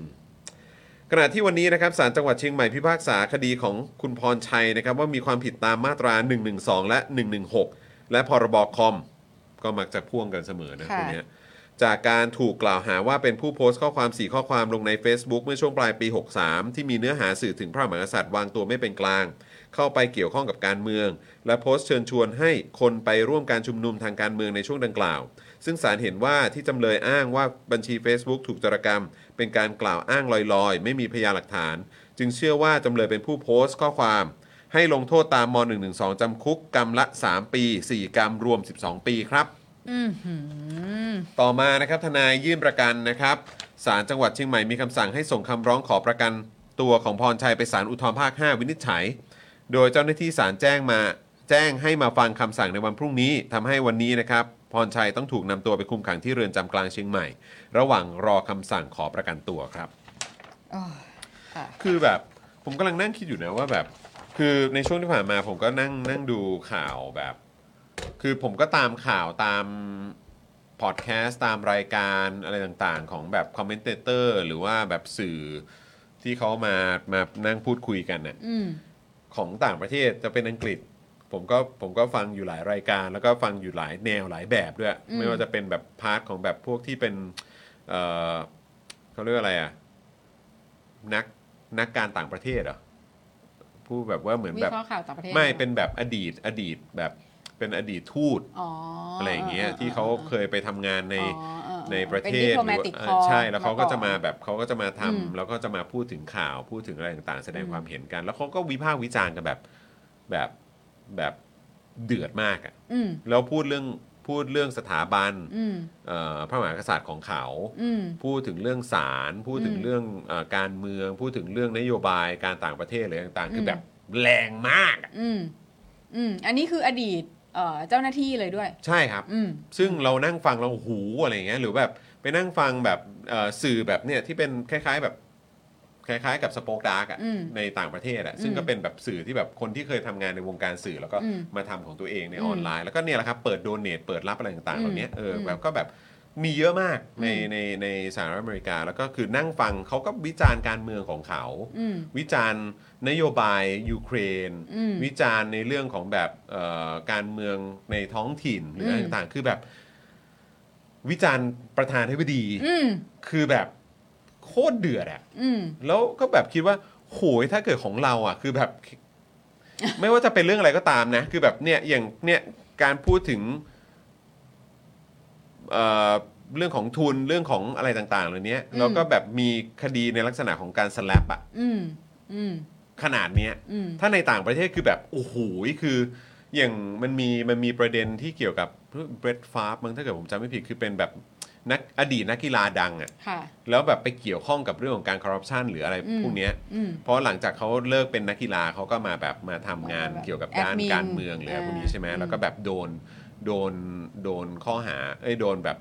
Speaker 1: ขณะที่วันนี้นะครับศาลจังหวัดเชียงใหม่พิพากษาคดีของคุณพรชัยนะครับว่ามีความผิดตามมาตรา 112 และ 116 และพรบคอม ก็มักจะพ่วงกันเสมอนะ
Speaker 2: ค่ะ
Speaker 1: คนเนี้ยจากการถูกกล่าวหาว่าเป็นผู้โพสต์ข้อความ 4 ข้อความลงใน Facebook เมื่อช่วงปลายปี 63 ที่มีเนื้อหาสื่อถึงพระมหากษัตริย์วางตัวไม่เป็นกลาง เข้าไปเกี่ยวข้องกับการเมือง และโพสต์เชิญชวนให้คนไปร่วมการชุมนุมทางการเมืองในช่วงดังกล่าว ซึ่งศาลเห็นว่าที่จำเลยอ้างว่าบัญชี Facebook ถูกจารกรรม เป็นการกล่าวอ้างลอยๆ ไม่มีพยานหลักฐาน จึงเชื่อว่าจำเลยเป็นผู้โพสต์ข้อความ ให้ลงโทษตามม .112 จำคุกกรรมละ 3 ปี 4 กรรมรวม 12 ปีครับ
Speaker 2: อืมหืม
Speaker 1: ต่อมานะครับทนายยื่นประกันนะครับศาลจังหวัดเชียงใหม่มีคำสั่งให้ส่งคำร้องขอประกันตัวของพรชัยไปศาลอุทธรณ์ภาค 5 วินิจฉัย โดยเจ้าหน้าที่ศาลแจ้งมาแจ้งให้มาฟังคำสั่งในวันพรุ่งนี้ทำให้วันนี้นะครับพรชัยต้องถูกนำตัวไปคุมขังที่เรือนจำกลางเชียงใหม่ ระหว่างรอคำสั่งขอประกันตัวครับ คือแบบผมกำลังนั่งคิดอยู่นะว่าแบบ คือในช่วงที่ผ่านมาผมก็นั่งนั่งดูข่าวแบบ คือผมก็ตามข่าวตามพอดแคสต์ตามรายการอะไรต่างๆ ของแบบคอมเมนเตเตอร์หรือว่าแบบสื่อที่เขามามานั่งพูดคุยกันน่ะ
Speaker 2: อืม
Speaker 1: ของต่างประเทศจะเป็นอังกฤษ ผมก็ผมก็ฟังอยู่หลายรายการ แล้วก็ฟังอยู่หลายแนวหลายแบบด้วย
Speaker 2: อืม
Speaker 1: ไม่ว่าจะเป็นแบบพาร์ทของแบบพวกที่เป็นเอ่อเขาเรียกว่าอะไรอ่ะนักนักการต่างประเทศเหรอผู้แบบว่าเหมือน
Speaker 2: วิ
Speaker 1: แบบ
Speaker 2: เคราะห์ข่าวต่างประเทศ
Speaker 1: ไม่เป็นแบบอดีตอดีตแบบเป็นอดีตทูต
Speaker 2: อ๋อ
Speaker 1: อะไรอย่างเงี้ยที่เขาเคยไปทำงานใน
Speaker 2: อ๋อออ
Speaker 1: ในประ
Speaker 2: เป็น
Speaker 1: เทศหรือ
Speaker 2: diplomatic
Speaker 1: ว่าเอ
Speaker 2: call
Speaker 1: อใช่แล้วเขา
Speaker 2: มา
Speaker 1: ก็
Speaker 2: ก่อน
Speaker 1: จะมาแบบเขาก็จะมาทำ
Speaker 2: อืม
Speaker 1: แล้วก็จะมาพูดถึงข่าวพูดถึงอะไรต่างๆ แสดง
Speaker 2: อืม
Speaker 1: ความเห็นกัน แล้วเขาก็วิพากษ์วิจารณ์กันแบบแบบแบบเดือดมากอะ
Speaker 2: อืม
Speaker 1: แล้วพูดเรื่องพูดเรื่องสถาบัน
Speaker 2: อืม
Speaker 1: เอ่อพระมหากษัตริย์ของเขา
Speaker 2: อืม
Speaker 1: พูดถึงเรื่องสารพูดถึง
Speaker 2: อืม
Speaker 1: เรื่องเออการเมือง พูดถึงเรื่องนโยบายการต่างประเทศอะไรต่างๆ คืออ
Speaker 2: ม
Speaker 1: แบบแรงมากอะ
Speaker 2: อืมอืมอันนี้คืออดีตเอ่อเจ้าหน้าที่เลยด้วย
Speaker 1: ใช่ครับ
Speaker 2: อืม
Speaker 1: ซึ่งเรานั่งฟังเราหูอะไรอย่างเงี้ยหรือแบบไปนั่งฟังแบบเอ่อสื่อแบบเนี่ยที่เป็นคล้าย ๆแบบคล้ายๆ กับสปอคดาร์กอะ
Speaker 2: อืม
Speaker 1: ในต่างประเทศอะซึ่ง
Speaker 2: อืม
Speaker 1: ก็เป็นแบบสื่อที่แบบคนที่เคยทำงานในวงการสื่อแล้วก็
Speaker 2: อืม
Speaker 1: มาทำของตัวเองใน
Speaker 2: อืม
Speaker 1: ออนไลน์ แล้วก็เนี่ยแหละครับเปิดโดเนทเปิดรับอะไรต่างๆ
Speaker 2: อืม
Speaker 1: เหล่านี้เอออ
Speaker 2: ม
Speaker 1: แบบก็แบบมีเยอะมากใน
Speaker 2: อืม
Speaker 1: ในในสหรัฐอเมริกา แล้วก็คือนั่งฟังเขาก็วิจารณ์การเมืองของเขา
Speaker 2: อืม
Speaker 1: วิจารณ์นโยบายยูเครน
Speaker 2: อืม
Speaker 1: วิจารณ์ในเรื่องของแบบเอ่อการเมืองในท้องถิ่นหรืออะไร
Speaker 2: อืม
Speaker 1: ต่างๆ คือแบบ วิจารณ์ประธานาธิบดี
Speaker 2: อืม
Speaker 1: คือแบบโคตรเดือดอะ
Speaker 2: อืม
Speaker 1: แล้วก็แบบคิดว่าโหยถ้าเกิดของเราอะคือแบบ ไม่ว่าจะเป็นเรื่องอะไรก็ตามนะ คือแบบเนี่ยอย่างเนี่ยการพูดถึงเอ่อเรื่องของทุนเรื่องของอะไรต่างๆเหล่านี้
Speaker 2: อืม
Speaker 1: แล้วก็แบบมีคดีในลักษณะของการสแลปอะ
Speaker 2: อืมอืม
Speaker 1: ขนาดเนี้ย
Speaker 2: อืม
Speaker 1: ถ้าในต่างประเทศคือแบบ โอ้โหคือ อย่างมันมีมันมีประเด็นที่เกี่ยวกับเบรดฟาร์มั้งถ้าเกิดผมจำไม่ผิดคือเป็นแบบนักอดีตนักกีฬาดังอะ่ะ
Speaker 2: ค่ะ
Speaker 1: แล้วแบบไปเกี่ยวข้องกับเรื่องของการคอร์รัปชันหรืออะไร
Speaker 2: อืม
Speaker 1: พวกเนี้ย
Speaker 2: อืม
Speaker 1: เพราะหลังจากเขาเลิกเป็นนักกีฬาเขาก็มาแบบมาทำงาน
Speaker 2: แบบ
Speaker 1: เกี่ยวกับ
Speaker 2: แอด
Speaker 1: ด้าน
Speaker 2: มิน
Speaker 1: การเมืองหรืออะไรพวกนี้ใช่ไหม
Speaker 2: อ่า
Speaker 1: แล้วก็แบบโดนโดนโดนข้อหาเอ้ยโดนแบบ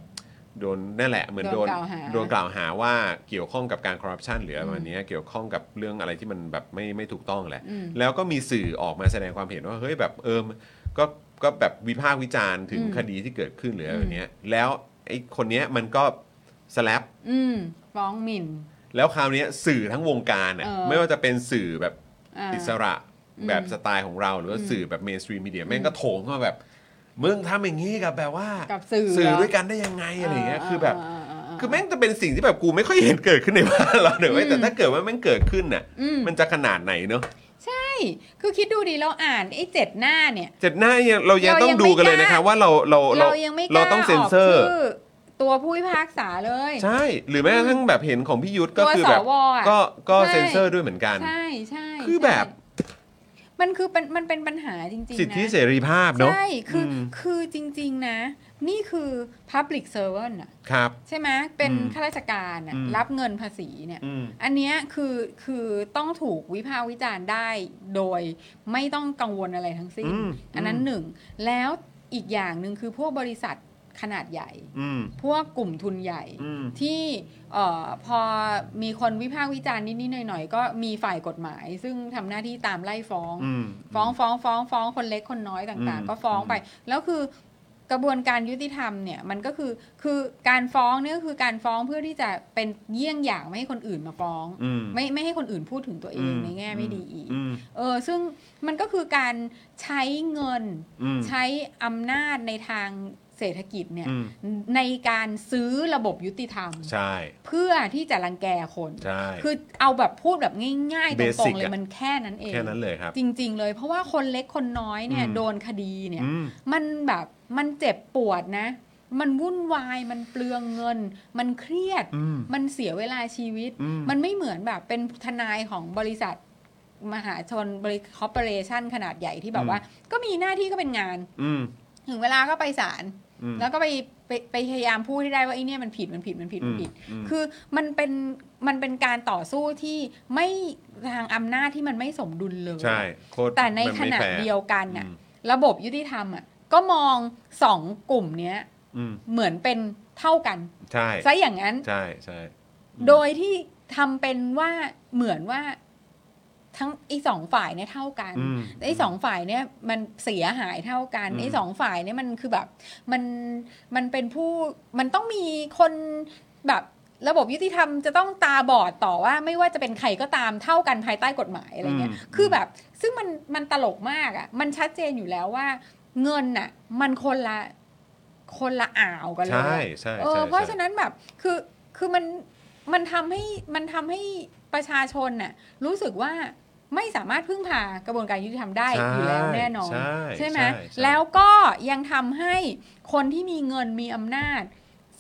Speaker 1: โดนนั่นแหละเหมือนโดน
Speaker 2: กล่าวหา
Speaker 1: โดนกล่าวหาว่าเกี่ยวข้องกับการคอร์รัปชันหรืออะไรประมาณเนี้ยเกี่ยวข้องกับเรื่องอะไรที่มันแบบไม่ไม่ถูกต้องแหละ
Speaker 2: อืม
Speaker 1: แล้วก็มีสื่อออกมาแสดงความเห็นว่าเฮ้ยแบบเอิมก็ก็แบบวิพากษ์วิจารณ์ถึง
Speaker 2: อืม
Speaker 1: คดีที่เกิดขึ้นหรืออะไร
Speaker 2: อืม
Speaker 1: แบบเนี้ยแล้วไอ้คนเนี้ยมันก็สแลป
Speaker 2: อืมฟ้องหมิ่น
Speaker 1: แล้วคราวเนี้ยสื่อทั้งวงการอ่ะ
Speaker 2: เออ
Speaker 1: ไม่ว่าจะเป็นสื่อแบบ
Speaker 2: อ่า
Speaker 1: อิสระ
Speaker 2: อืม
Speaker 1: แบบสไตล์ของเราหรือว่า
Speaker 2: อืม
Speaker 1: สื่อแบบเมนสตรีมมีเดีย
Speaker 2: อืม
Speaker 1: แม่งก็โถมเข้ามาแบบมึงทำอย่างนี้กับแบบว่า
Speaker 2: กับสื่อ
Speaker 1: สื่อ
Speaker 2: เหรอ
Speaker 1: ด้วยกันได้ยังไงอะไรอย่างเงี้ยคือแบบ
Speaker 2: าาา
Speaker 1: คือแม่งจะเป็นสิ่งที่แบบกูไม่ค่อยเห็นเกิดขึ้นในบ้าน เราเนอะเว้ย
Speaker 2: อืม
Speaker 1: แต่ถ้าเกิดว่าแม่งเกิดขึ้นน่ะ
Speaker 2: อืม
Speaker 1: มันจะขนาดไหนเนอะ
Speaker 2: ใช่คือคิดดูดีเราอ่านไอ้เจ็ดหน้าเนี่ย
Speaker 1: เจ็ดหน้าเนี่ยเรายังต้องดูกันเลยนะคะว่าเราเรา
Speaker 2: เรายังไม่ก
Speaker 1: เรา
Speaker 2: ล้า
Speaker 1: ต้องเซ็นเซอร์
Speaker 2: กชื่ตัวผู้พิพากษาเลย
Speaker 1: ใช่ หรือแม้กระทั่งแบบเห็นของพี่ยุทธก็
Speaker 2: ตัว
Speaker 1: คือแบบ
Speaker 2: สวอะ
Speaker 1: ก็ก็
Speaker 2: ใช่
Speaker 1: เซ็นเซอร์ด้วยเหมือนกัน
Speaker 2: ใช่ใช่
Speaker 1: คือแบบ
Speaker 2: ใช่มันคือเป็นมันเป็นปัญหาจริงๆ
Speaker 1: สิทธิ
Speaker 2: นะ
Speaker 1: เสรีภาพเนอะ
Speaker 2: ใช่ คืออ
Speaker 1: ม
Speaker 2: คือจริง ๆ นะ นี่คือ Public Servant อะ
Speaker 1: ครับ
Speaker 2: ใช่ไหมเป็น
Speaker 1: อืม
Speaker 2: ข้าราชการอะ
Speaker 1: อืม
Speaker 2: รับเงินภาษีเนี่ย
Speaker 1: อืม
Speaker 2: อันเนี้ยคือคือต้องถูกวิพากษ์วิจารณ์ได้โดยไม่ต้องกังวลอะไรทั้งสิ้น
Speaker 1: อืม
Speaker 2: อันนั้นหนึ่ง แล้วอีกอย่างหนึ่งคือพวกบริษัทขนาดใหญ่
Speaker 1: อืม
Speaker 2: พวกกลุ่มทุนใหญ่
Speaker 1: อืม
Speaker 2: ที่เอ่อพอมีคนวิพากษ์วิจารณ์นิด ๆ หน่อย ๆ ก็มีฝ่ายกฎหมาย ซึ่งทำหน้าที่ตามไล่ฟ้อง
Speaker 1: อืม
Speaker 2: ฟ้องฟ้องฟ้องฟ้องคนเล็กคนน้อยต่าง
Speaker 1: อืม
Speaker 2: ๆ ก็ฟ้อง
Speaker 1: อืม
Speaker 2: ไป แล้วคือกระบวนการยุติธรรมเนี่ยมันก็คือคือการฟ้องเนี่ยก็คือการฟ้องเพื่อที่จะเป็นเยี่ยงอย่างไม่ให้คนอื่นมาฟ้อง
Speaker 1: อืม
Speaker 2: ไม่ไม่ให้คนอื่นพูดถึงตัวเองในแง่ไม่ดีอีก
Speaker 1: อืม
Speaker 2: เออซึ่งมันก็คือการใช้เงิน
Speaker 1: อืม
Speaker 2: ใช้อำนาจในทางเศรษฐกิจเนี่ย
Speaker 1: อืม
Speaker 2: ในการซื้อระบบยุติธรรม
Speaker 1: ใช่
Speaker 2: เพื่อที่จะรังแกคน
Speaker 1: ใช่
Speaker 2: คือเอาแบบพูดแบบง่ายๆตร
Speaker 1: Basic
Speaker 2: งๆเลย
Speaker 1: อะ
Speaker 2: มันแค่นั้นเอง
Speaker 1: แค่นั้นเลยครับ
Speaker 2: จริง ๆ เลยเพราะว่าคนเล็กคนน้อยเนี่ย
Speaker 1: อืม
Speaker 2: โดนคดีเนี่ย
Speaker 1: อืม
Speaker 2: มันแบบมันเจ็บปวดนะ มันวุ่นวายมันเปลืองเงิน มันเครียด
Speaker 1: อืม
Speaker 2: มันเสียเวลาชีวิต
Speaker 1: อืม
Speaker 2: มันไม่เหมือนแบบเป็นทนายของบริษัทมหาชนบริคอร์ปอเรชันขนาดใหญ่ที่แบบว่า ก็มีหน้าที่ก็เป็นงาน
Speaker 1: อืม
Speaker 2: ถึงเวลาก็ไปศาล
Speaker 1: อืม
Speaker 2: แล้วก็ไปไปไปพยายามพูดให้ได้ว่าไอ้เนี่ยมันผิดมันผิดมันผิดมันผิด
Speaker 1: อืม
Speaker 2: คือมันเป็นมันเป็นการต่อสู้ที่ไม่ทางอำนาจที่มันไม่สมดุลเลย
Speaker 1: ใช่โคตร
Speaker 2: แต่ใน
Speaker 1: มั
Speaker 2: ข
Speaker 1: ไม่
Speaker 2: ณะ
Speaker 1: แฟร์
Speaker 2: เดียวกันน่ะ
Speaker 1: อืม
Speaker 2: ระบบยุติธรรมอ่ะก็มองสองกลุ่มเนี้ย
Speaker 1: อืม
Speaker 2: เหมือนเป็นเท่ากัน
Speaker 1: ใช่
Speaker 2: ซะอย่างนั้น
Speaker 1: ใช่ใช่ อืม
Speaker 2: โดยที่ทำเป็นว่าเหมือนว่าทั้งไอ้สองฝ่ายเนี่ยเท่ากัน
Speaker 1: อืม
Speaker 2: ไอ้สองฝ่ายเนี่ยมันเสียหายเท่ากัน
Speaker 1: อืม
Speaker 2: ไอ้สองฝ่ายเนี่ยมันคือแบบมันมันเป็นผู้มันต้องมีคนแบบระบบยุติธรรมจะต้องตาบอดต่อว่าไม่ว่าจะเป็นใครก็ตามเท่ากันภายใต้กฎหมายอะไรเงี้ย
Speaker 1: อืม
Speaker 2: คือแบบซึ่งมันมันตลกมากอะ่ะ มันชัดเจนอยู่แล้วว่า เงินน่ะ มันคนละคนละอ่าวกันเลย
Speaker 1: ใช่
Speaker 2: อะ
Speaker 1: ใช่
Speaker 2: เอ
Speaker 1: ใช่
Speaker 2: อเพราะ
Speaker 1: ใช่
Speaker 2: ฉะนั้นแบบคือคือมันมันทำให้มันทำให้ประชาชนน่ะรู้สึกว่าไม่สามารถพึ่งพากระบวนการยุติธรรมได้
Speaker 1: ใช่
Speaker 2: อยู่แล้วแน่นอน
Speaker 1: ใช่
Speaker 2: ไหม
Speaker 1: ใช่ใช่
Speaker 2: แล้วก็ยังทำให้คนที่มีเงินมีอำนาจ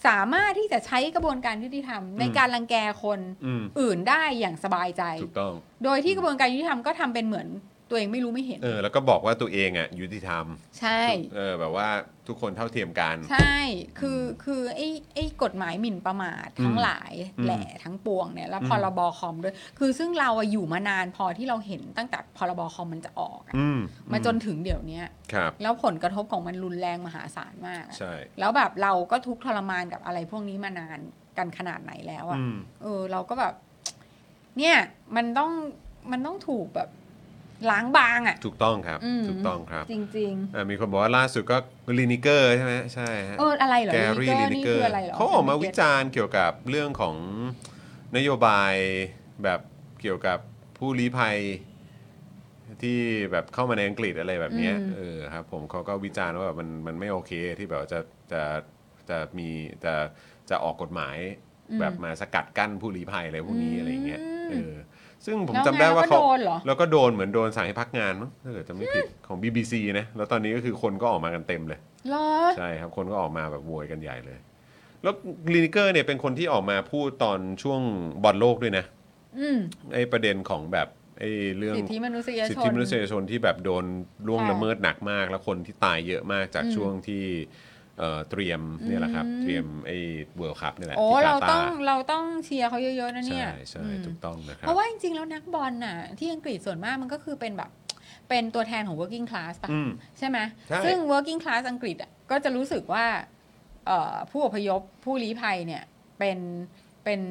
Speaker 2: สามารถที่จะใช้กระบวนการยุติธรรม ในการรังแกคน
Speaker 1: อืม
Speaker 2: อื่นได้อย่างสบายใจ
Speaker 1: ถูกต้อง
Speaker 2: โดยที่กระบวนการยุติธรรมก็ทำเป็นเหมือนตัวเองไม่รู้ไม่เห็น
Speaker 1: เออแล้วก็บอกว่าตัวเองอ่ะยุติธรรม
Speaker 2: ใช่
Speaker 1: เออแบบว่าทุกคนเท่าเทียมกัน
Speaker 2: ใช่ คือ คือไอ้ ไอ้กฎหมายหมิ่นประมาททั้งหลาย
Speaker 1: อืม
Speaker 2: แหละทั้งปวงเนี่ย แล้ว
Speaker 1: อืม
Speaker 2: พรบคอมด้วย คือซึ่งเราอะอยู่มานานพอที่เราเห็นตั้งแต่พรบคอมมันจะออกอะ
Speaker 1: อืม
Speaker 2: มาจนถึงเดี๋ยวเนี้ย
Speaker 1: ครับ
Speaker 2: แล้วผลกระทบของมันรุนแรงมหาศาลมากอะ
Speaker 1: ใช่
Speaker 2: แล้วแบบเราก็ทุกข์ทรมานกับอะไรพวกนี้มานานกันขนาดไหนแล้วอะ
Speaker 1: อืม
Speaker 2: เออ เราก็แบบ เนี่ย มันต้อง มันต้องถูกแบบล้างบางอะ
Speaker 1: ถูกต้องครับ
Speaker 2: อืม
Speaker 1: ถูกต้องครับ
Speaker 2: จริง
Speaker 1: อ่ามีคนบอกว่าล่าสุดก็ลินิเกอร์ใช่ไหมใช่ฮะ
Speaker 2: ๆ เออ อะไรเหรอ
Speaker 1: แกรี่ลิ
Speaker 2: ลิ
Speaker 1: นิ
Speaker 2: นิ
Speaker 1: เก
Speaker 2: เก
Speaker 1: อ
Speaker 2: อร์คือ
Speaker 1: ร์
Speaker 2: อะไรเหรอ
Speaker 1: เขาออกมาวิจารณ์เกี่ยวกับเรื่องของนโยบายแบบเกี่ยวกับผู้ลี้ภัยที่แบบเข้ามาในอังกฤษอะไรแบบเนี้ย
Speaker 2: อืม
Speaker 1: เออครับผมเขาก็วิจารณ์ว่าแบบมันมันไม่โอเคที่แบบว่าจะจะจะมีจะจะออกกฎหมายแบบมาสกัดกั้นผู้ลี้ภัยอะไรพวกนี้อะไรอย่างเงี้ยเออซึ่งผมจำได้ว่า
Speaker 2: เขา
Speaker 1: เขา
Speaker 2: โดนเหรอ
Speaker 1: แล้วก็โดนเหมือนโดนสั่งให้พักงานมั้งถ้าเกิดจะไม่ผิดของ BBC นะแล้วตอนนี้ก็คือคนก็ออกมากันเต็มเลย
Speaker 2: เหรอ
Speaker 1: ใช่ครับคนก็ออกมาแบบโวยกันใหญ่เลย แล้วลินิเกอร์เนี่ยเป็นคนที่ออกมาพูดตอนช่วงบอลโลกด้วยนะ
Speaker 2: อืม
Speaker 1: ไอ้ประเด็นของแบบไอ้เรื่อง
Speaker 2: สิทธิมนุษย
Speaker 1: สิท
Speaker 2: ช
Speaker 1: ธิ
Speaker 2: น
Speaker 1: มนุษยชนที่แบบโดนล่วง
Speaker 2: ค่ะ
Speaker 1: ละเมิดหนักมาก แล้วคนที่ตายเยอะมากจากช่วงที่เอ่อเตรียมเนี่ยแหละครับ
Speaker 2: อืม
Speaker 1: เตรียมไอ้เวิลด์คัพนี่แหละ
Speaker 2: โอ้
Speaker 1: ที่
Speaker 2: เรา
Speaker 1: กา
Speaker 2: ต้อ
Speaker 1: ตาง ร์
Speaker 2: เราต้องเชียร์เขาเยอะๆนะเนี่
Speaker 1: ใช่
Speaker 2: ย
Speaker 1: ใช่
Speaker 2: อืม
Speaker 1: ถูกต้องนะครับ
Speaker 2: เพราะว่าจริงๆ แล้วนักบอลน่ะ ที่อังกฤษส่วนมากมันก็คือเป็นแบบ เป็นตัวแทนของ working class ป่ะ
Speaker 1: อืม
Speaker 2: ใช่ไหม
Speaker 1: ใช่
Speaker 2: ซึ่ง working class อังกฤษอ่ะก็จะรู้สึกว่าเอ่อผู้อพยพผู้ลี้ภัยเนี่ยเป็นเป็น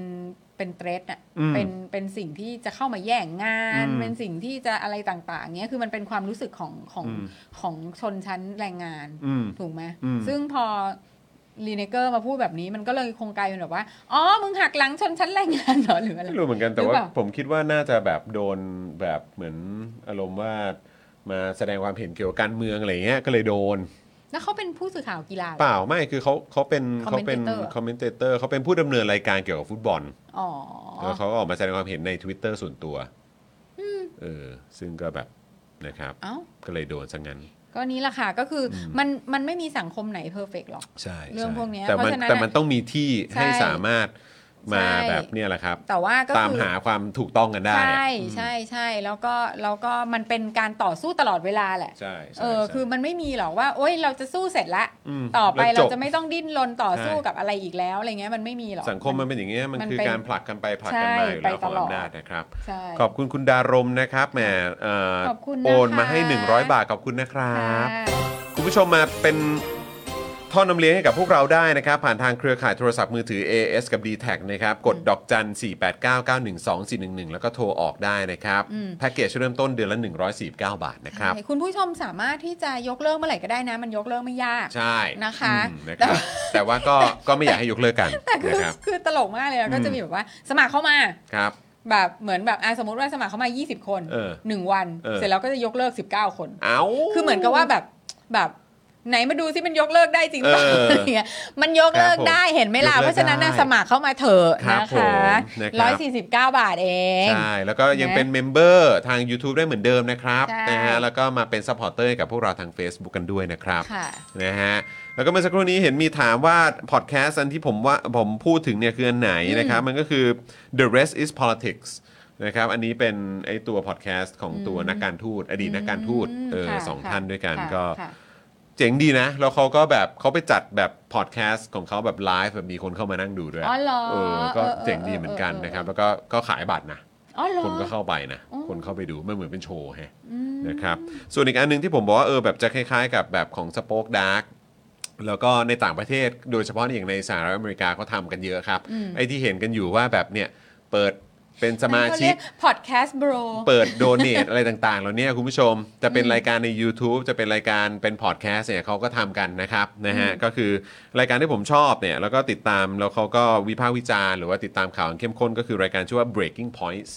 Speaker 2: เป็นเทรดน่ะ
Speaker 1: อืม
Speaker 2: เป็นเป็นสิ่งที่จะเข้ามาแย่งงาน
Speaker 1: อืม
Speaker 2: เป็นสิ่งที่จะอะไรต่างๆเงี้ยคือมันเป็นความรู้สึกของของ
Speaker 1: อืม
Speaker 2: ของชนชั้นแรงงาน
Speaker 1: อืม
Speaker 2: ถูกไหม
Speaker 1: อืม
Speaker 2: ซึ่งพอลีเนเกอร์มาพูดแบบนี้มันก็เลยคงกลายเป็นแบบว่า อ๋อ มึงหักหลังชนชั้นแรงงานเหรอหรืออะไร
Speaker 1: ไม่รู้เหมือนกันแต่ว่า
Speaker 2: หรือเปล่า
Speaker 1: ผมคิดว่าน่าจะแบบโดนแบบเหมือนอารมณ์ว่ามาแสดงความเห็นเกี่ยวกับการเมืองอะไรเงี้ยก็เลยโดน
Speaker 2: แล้วเขาเป็นผู้สื่อข่าวกีฬาเหรอ
Speaker 1: เปล่าไม่คือเขาเขาเป็นเขาเป็น
Speaker 2: Commentator
Speaker 1: คอมเมนเตอร์เขาเป็นผู้ดำเนินรายการเกี่ยวกับฟุตบอล
Speaker 2: อ๋อ
Speaker 1: แล้วเขาก็ออกมาแสดงความเห็นใน Twitter ส่วนตัวเออซึ่งก็แบบนะครับ
Speaker 2: เอ้า
Speaker 1: ก็เลยโดนซะงั้น
Speaker 2: ก็นี้แหละค่ะ ก็คืออมันมันไม่มีสังคมไหนเพอร์เฟกหรอก
Speaker 1: ใช่
Speaker 2: เรื่องพวกเนี้ย
Speaker 1: แต่มั
Speaker 2: เพ
Speaker 1: น
Speaker 2: ราะฉะนั้น
Speaker 1: แต่มันต้องมีที่ให้
Speaker 2: ใช่
Speaker 1: สามารถมา
Speaker 2: ใช่
Speaker 1: แบบเนี่ยแหละครับ
Speaker 2: แต่ว่าก็
Speaker 1: ตาม
Speaker 2: คือ
Speaker 1: หาความถูกต้องกันได้
Speaker 2: ใช
Speaker 1: อะ
Speaker 2: ่ใช่ใช่แล้วก็แล้วก็มันเป็นการต่อสู้ตลอดเวลาแหละ
Speaker 1: ใช่ใช่
Speaker 2: เออ
Speaker 1: ใช่
Speaker 2: คือมันไม่มีหรอกว่า โอ๊ยเราจะสู้เสร็จละ
Speaker 1: อืม
Speaker 2: ต่อไป
Speaker 1: แล้วจ
Speaker 2: เรา
Speaker 1: บ
Speaker 2: จะไม่ต้องดิ้นรนต่อสู้
Speaker 1: ใช่
Speaker 2: กับอะไรอีกแล้วอะไรเงี้ยมันไม่มีหรอก
Speaker 1: สังคมมันเป็นอย่างเงี้ยมัน
Speaker 2: มัน
Speaker 1: คือ
Speaker 2: เป็น
Speaker 1: การผลักกันไปผลักกันมาอยู่
Speaker 2: ใช่
Speaker 1: แล้วข
Speaker 2: ไปต
Speaker 1: อง
Speaker 2: ลอด
Speaker 1: อำนาจนะครับ
Speaker 2: ใช่
Speaker 1: ขอบคุณคุณดารมนะครับแหมเอ่อ
Speaker 2: ขอบคุณนะคะ
Speaker 1: โอนมาให้ 100 บาทขอบคุณนะครับ
Speaker 2: ค่ะ
Speaker 1: คุณผู้ชมมาเป็นท่อนำเลี้ยงให้กับพวกเราได้นะครับ ผ่านทางเครือข่ายโทรศัพท์มือถือ AS กับ d t แทนะครับ กดดอกจัน 4 8 9 9 1 2 4 1 1 แล้วก็โทรออกได้นะครับ
Speaker 2: อืม
Speaker 1: แพ็กเกจเริ่มต้นเดือนละ 149 บาทนะครับ
Speaker 2: ใช่คุณผู้ชมสามารถที่จะยกเลิกเมื่อไหร่ก็ได้นะ มันยกเลิกไม่ยาก
Speaker 1: ใช่
Speaker 2: นะคะ
Speaker 1: อืมนะครับ แต่ว่าก็ก็ไม่อยากให้ยกเลิกกัน
Speaker 2: แต่คือ
Speaker 1: นะครับ
Speaker 2: คือตลกมากเลยแล้วก็
Speaker 1: อืม
Speaker 2: จะมีแบบว่าสมัครเข้ามา
Speaker 1: ครับ
Speaker 2: แบบเหมือนแบบอ่ะสมมติว่าสมัครเข้ามา 20 คน
Speaker 1: เออ
Speaker 2: หนึ่งวัน
Speaker 1: เออ
Speaker 2: เสร็จแล้วก็จะยกเลิก 19 คน
Speaker 1: เอ้า
Speaker 2: คือเหมือนกับว่าแบบแบบไหนมาดูซิมันยกเลิกได้จริงเปล่า
Speaker 1: เออ
Speaker 2: อะไรเงี้ยมันยกเลิกได้เห็นไหมล่ะ
Speaker 1: ยกเลิกได้
Speaker 2: เพราะฉะนั้นนะสมัครเข้ามาเถอะ
Speaker 1: ครับ
Speaker 2: นะ
Speaker 1: ผม
Speaker 2: คะ
Speaker 1: นะครับ
Speaker 2: ร้อยสี่สิบเก้าบาทเอง
Speaker 1: ใช่ แล้วก็ยัง
Speaker 2: นะ
Speaker 1: เป็นเมมเบอร์ทาง YouTube ได้เหมือนเดิมนะครับ
Speaker 2: ใช่
Speaker 1: นะฮะแล้วก็มาเป็นซัพพอร์เตอร์ให้กับพวกเราทาง Facebook กันด้วยนะครับ
Speaker 2: ค่ะ
Speaker 1: นะฮะแล้วก็เมื่อสักครู่นี้เห็นมีถามว่า พอดแคสต์อันที่ผมว่าผมพูดถึงเนี่ยคืออันไหนนะครับ มันก็คือ the rest is politics นะครับอันนี้เป็นไอตัวพอดแคสต์ของตัวนักการทูต อดีตนักการทูต
Speaker 2: อืม
Speaker 1: เออ
Speaker 2: ค่ะ
Speaker 1: สอง
Speaker 2: ค่ะ
Speaker 1: ท่านด้วยกัน
Speaker 2: ค่ะ
Speaker 1: ก็
Speaker 2: ค่ะ
Speaker 1: เจ๋งดีนะ แล้วเขาก็แบบเขาไปจัดแบบพอดแคสต์ของเขาแบบไลฟ์แบบมีคนเข้ามานั่งดูด้วย
Speaker 2: อ๋อเหรอ
Speaker 1: เออก็เจ๋งดีเหมือนกันนะครับ แล้วก็ก็ขายบัตรนะ
Speaker 2: อ๋อเหรอ
Speaker 1: คนก็เข้าไปนะ
Speaker 2: อ๋อ
Speaker 1: คนเข้าไปดูมันเหมือนเป็นโชว์แฮะนะครับ ส่วนอีกอันหนึงที่ผมบอกว่าเออแบบจะคล้ายๆ กับแบบของสป o อ e ดาร์กแล้วก็ในต่างประเทศโดยเฉพาะอย่างในสหรัฐอเมริกาเขาทำกันเยอะครับ ไอ้ที่เห็นกันอยู่ว่าแบบเนี่ยเปิดเป็นสมาชิก
Speaker 2: พอดแคสต์บร
Speaker 1: เปิดโดเนท อะไรต่างๆเหล่านี้คุณผู้ชมจะเป็นรายการใน YouTube จะเป็นรายการเป็นพอดแคสต์เนี่ยเขาก็ทำกันนะครับนะฮะก็คือรายการที่ผมชอบเนี่ยแล้วก็ติดตามแล้วเขาก็วิพากษ์วิจารณ์หรือว่าติดตามข่าวอย่างเข้มข้นก็คือรายการชื่อว่า breaking points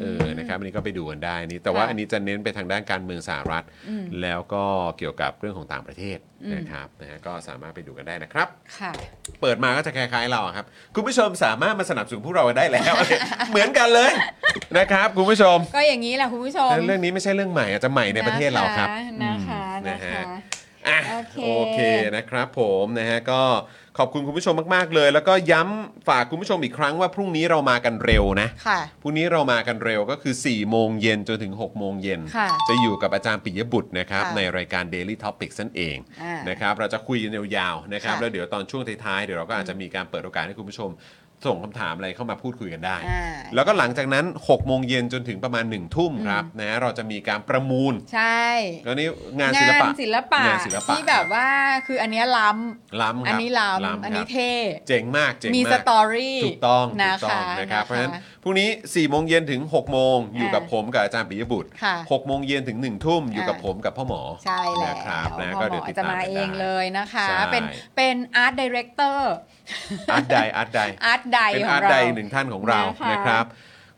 Speaker 1: เออนะครับอันนี้ก็ไปดูกันได้นี่แต่ว่า
Speaker 2: ค่ะ
Speaker 1: อันนี้จะเน้นไปทางด้านการเมืองสหรัฐ แล้วก็เกี่ยวกับเรื่องของต่างประเทศ
Speaker 2: อืม
Speaker 1: นะครับนะฮะก็สามารถไปดูกันได้นะครับ
Speaker 2: ค่ะ
Speaker 1: เปิดมาก็จะคล้ายๆเราอะครับ คุณผู้ชมสามารถมาสนับสนุนพวกเราได้แล้ว เหมือนกันเลยนะครับคุณผู้ชม
Speaker 2: ก็อย่างนี้แหละคุณผู้ชม
Speaker 1: แต่เรื่องนี้ไม่ใช่เรื่องใหม่อาจจะใหม่ในประเทศเราครับ
Speaker 2: นะคะ
Speaker 1: อืม
Speaker 2: นะคะ
Speaker 1: นะ
Speaker 2: นะ
Speaker 1: ฮะ
Speaker 2: คะ
Speaker 1: อ่ะ
Speaker 2: โอเค
Speaker 1: โอเคนะครับผมนะฮะก็ ขอบคุณคุณผู้ชมมากๆเลย แล้วก็ย้ำฝากคุณผู้ชมอีกครั้งว่าพรุ่งนี้เรามากันเร็วนะ
Speaker 2: ค่ะ
Speaker 1: พรุ่งนี้เรามากันเร็วก็คือ 4 โมงเย็นจนถึง 6 โมงเย็น
Speaker 2: ค่ะ
Speaker 1: จะอยู่กับอาจารย์ปิยบุตรนะครับ
Speaker 2: ค่ะ
Speaker 1: ในรายการ Daily Topic นั่นเอง
Speaker 2: อ่าน
Speaker 1: นะครับ เราจะคุยกันยาวๆนะครับ
Speaker 2: ค่ะ
Speaker 1: แล้วเดี๋ยวตอนช่วงท้ายๆ เดี๋ยวเราก็อาจจะมีการเปิดโอกาสให้คุณผู้ชมส่งคำถามอะไรเข้ามาพูดคุยกันได้
Speaker 2: อ่า
Speaker 1: แล้วก็หลังจากนั้น 6 โมงเย็นจนถึงประมาณ 1 ทุ่มครับนะเราจะมีการประมูล
Speaker 2: ใช่
Speaker 1: แล้วนี่งานศิลปะ
Speaker 2: ศิลปะ
Speaker 1: งานศิลปะ
Speaker 2: ที่แบบว่าคืออันเนี้ยล้
Speaker 1: ล้ำ
Speaker 2: ำ
Speaker 1: ค
Speaker 2: อั
Speaker 1: รับ
Speaker 2: นี้
Speaker 1: ล้ำ
Speaker 2: ล้ำอัน
Speaker 1: ครั
Speaker 2: นี้
Speaker 1: บ
Speaker 2: เท่
Speaker 1: เจ๋งมากเจ๋ง
Speaker 2: มี
Speaker 1: มา
Speaker 2: ส
Speaker 1: ก
Speaker 2: ตอรี่
Speaker 1: ถูกต้องถู
Speaker 2: นะ
Speaker 1: กต้อง
Speaker 2: คะ
Speaker 1: นะครับ เพราะฉะนั้น
Speaker 2: ค
Speaker 1: พรุ่งนี้4ี่โมงเย็นถึง6กโมงอยู่กับ
Speaker 2: อ่า
Speaker 1: ผมกับอาจารย์ปิยบุตร
Speaker 2: ค่ะ
Speaker 1: หกโมงเย็นถึง1นึ่ทุ่มอยู่กับ
Speaker 2: อ่า
Speaker 1: ผมกับพ่อหมอ
Speaker 2: ใช่แล้
Speaker 1: นะ
Speaker 2: ว
Speaker 1: ครับนะ
Speaker 2: พ่อหม
Speaker 1: ก็เดี๋ยว
Speaker 2: อ
Speaker 1: ติด
Speaker 2: จะ
Speaker 1: ตาม
Speaker 2: มา
Speaker 1: กัน
Speaker 2: เอ
Speaker 1: ได้
Speaker 2: งเลยนะคะ
Speaker 1: ใช่
Speaker 2: เป็นเป็นอาร์ตดีเรคเตอร์
Speaker 1: อาร์ตใดอาร์ตใด
Speaker 2: อาร์ตได
Speaker 1: เป็น
Speaker 2: ขอ
Speaker 1: อาง ร์ต
Speaker 2: เรา
Speaker 1: ใดหนึ่งท่านของเรา
Speaker 2: นะคะ
Speaker 1: นะครับ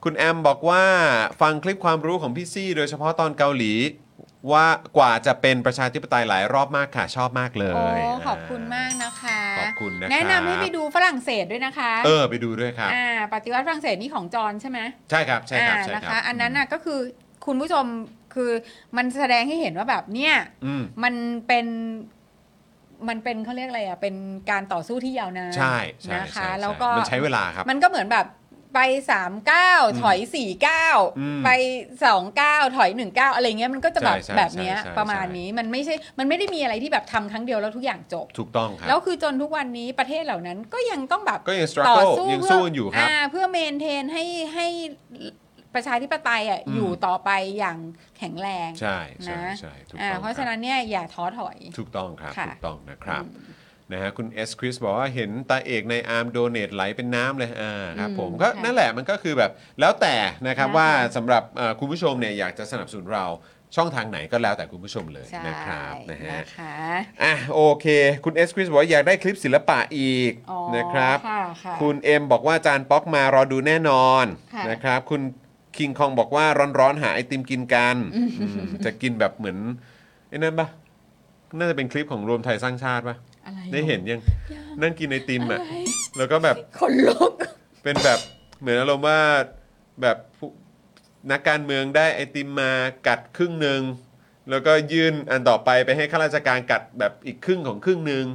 Speaker 1: คุณแอมบอกว่าฟังคลิปความรู้ของพี่ซี่ โดยเฉพาะตอนเกาหลี ว่ากว่าจะเป็นประชาธิปไตยหลายรอบมากค่ะชอบมากเลย
Speaker 2: โอ้
Speaker 1: า
Speaker 2: ขอบคุณมากนะคะ
Speaker 1: ขอบคุณนะครับ
Speaker 2: แนะนำให้ไปดูฝรั่งเศสด้วยนะคะ
Speaker 1: เออไปดูด้วยครับ
Speaker 2: อ่าปฏิวัติฝรั่งเศสนี่ของจอห์นใช่ไหม
Speaker 1: ใช่ครับใช่ครับ
Speaker 2: อ่า
Speaker 1: ใช่
Speaker 2: นะ
Speaker 1: ครั
Speaker 2: คะ
Speaker 1: บ
Speaker 2: อันนั้นน่ะก็คือคุณผู้ชมคือมันแสดงให้เห็นว่าแบบเนี่ย
Speaker 1: อืม
Speaker 2: มันเป็นมันเป็นเขาเรียกอะไรอ่ะเป็นการต่อสู้ที่ยาวนาน
Speaker 1: ใช่ใช่
Speaker 2: นะคะ
Speaker 1: ใช่ใช่
Speaker 2: แล้วก็
Speaker 1: มันใช้เวลาครับ
Speaker 2: มันก็เหมือนแบบไปสามเก้าถอยสี่เก้า
Speaker 1: อืม
Speaker 2: ไปสองเก้าถอยหนึ่งเก้าอะไรเงี้ยมันก็จะแบบ
Speaker 1: ใช่ใช่
Speaker 2: แบบเนี้ย
Speaker 1: ใช่ใช่
Speaker 2: ประมาณนี้มันไม่ใช่มันไม่ได้มีอะไรที่แบบทำครั้งเดียวแล้วทุกอย่างจบ
Speaker 1: ถูกต้องครับ
Speaker 2: แล้วคือจนทุกวันนี้ประเทศเหล่านั้นก็ยังต้องแบบ
Speaker 1: ก็ยัง struggle
Speaker 2: ต่อสู้
Speaker 1: ยัง
Speaker 2: เพื่
Speaker 1: สู้กันอยู่ครับ
Speaker 2: าเพื่อเมนเทนให้ให้ประชาธิปไตยอ่ะ
Speaker 1: อืม
Speaker 2: อยู่ต่อไปอย่างแข็งแรง
Speaker 1: ใช่ใช่
Speaker 2: นะ
Speaker 1: ใช่ถูก
Speaker 2: อ่า
Speaker 1: ต้อง
Speaker 2: เพราะ
Speaker 1: ค
Speaker 2: ฉะ
Speaker 1: บ
Speaker 2: นั้นเนี่ยอย่าท้อถอย
Speaker 1: ถูกต้องครับ
Speaker 2: ค่ะ
Speaker 1: ถูกต้องนะครับนะฮะคุณเอสคริสบอกว่าเห็นตาเอกในอาร์มโดเนทไหลเป็นน้ำเลยอ่าครับผม
Speaker 2: อืม
Speaker 1: ก็
Speaker 2: ค่ะ
Speaker 1: นั่นแหละมันก็คือแบบแล้วแต่นะครับ
Speaker 2: นะคะ
Speaker 1: ว่าสำหรับเอ่อคุณผู้ชมเนี่ยอยากจะสนับสนุนเราช่องทางไหนก็แล้วแต่คุณผู้ชมเลย
Speaker 2: ใช่
Speaker 1: นะครับนะฮะ
Speaker 2: นะคะ
Speaker 1: อ่ะโอเค คุณเอสคริสบอกว่าอยากได้คลิปศิลปะอีก
Speaker 2: อ๋อ
Speaker 1: นะครับ
Speaker 2: ค่ะค่ะ
Speaker 1: คุณเอ็มบอกว่าอาจานป๊อกมารอดูแน่นอน
Speaker 2: ค่ะ
Speaker 1: นะครับคุณคิงคองบอกว่าร้อนๆหาไอติมกินกัน อืมจะกินแบบเหมือนไอ้นั่นปะน่าจะเป็นคลิปของรวมไทยสร้างชาติปะ
Speaker 2: อะไร
Speaker 1: ได้เห็นยังนั่งกินไอติมอ่ะแล้วก็แบบ
Speaker 2: คนลุก
Speaker 1: เป็นแบบเหมือนอารมณ์ว่าแบบผู้นักการเมืองได้ไอติมมากัดครึ่งหนึ่งแล้วก็ยื่นอันต่อไปไปให้ข้าราชการกัดแบบอีกครึ่งของครึ่งหนึ่ง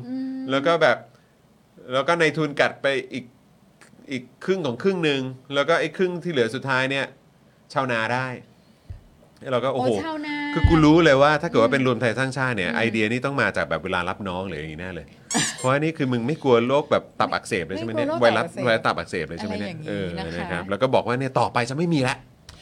Speaker 1: แล้วก็แบบแล้วก็ในทุนกัดไปอีกอีกครึ่งของครึ่งหนึ่งแล้วก็ไอ้ครึ่งที่เหลือสุดท้ายเนี่ยชาวนาได้เราก็โอ้โห
Speaker 2: โอ้ชาวนา
Speaker 1: คือกูรู้เลยว่าถ้าเกิดว่าเป็นรวมไทยสร้างชาติเนี่ยไอเดียนี่ต้องมาจากแบบเวลารับน้องหรืออย่างนี้แน่เลย เพราะว่านี่คือมึงไม่กลัวโรคแบบตับอักเสบเลยใช่ไหมเนี่ย
Speaker 2: ไม่กลัวโรค
Speaker 1: ไวรัส
Speaker 2: ตับอักเสบ
Speaker 1: ไวรัสตับอักเสบเลยใช่ไหมเนี่ย
Speaker 2: อะไรอย่างนี้
Speaker 1: เออ
Speaker 2: นะคะ
Speaker 1: นะครับแล้วก็บอกว่าเนี่ยต่อไปจะไม่มีละ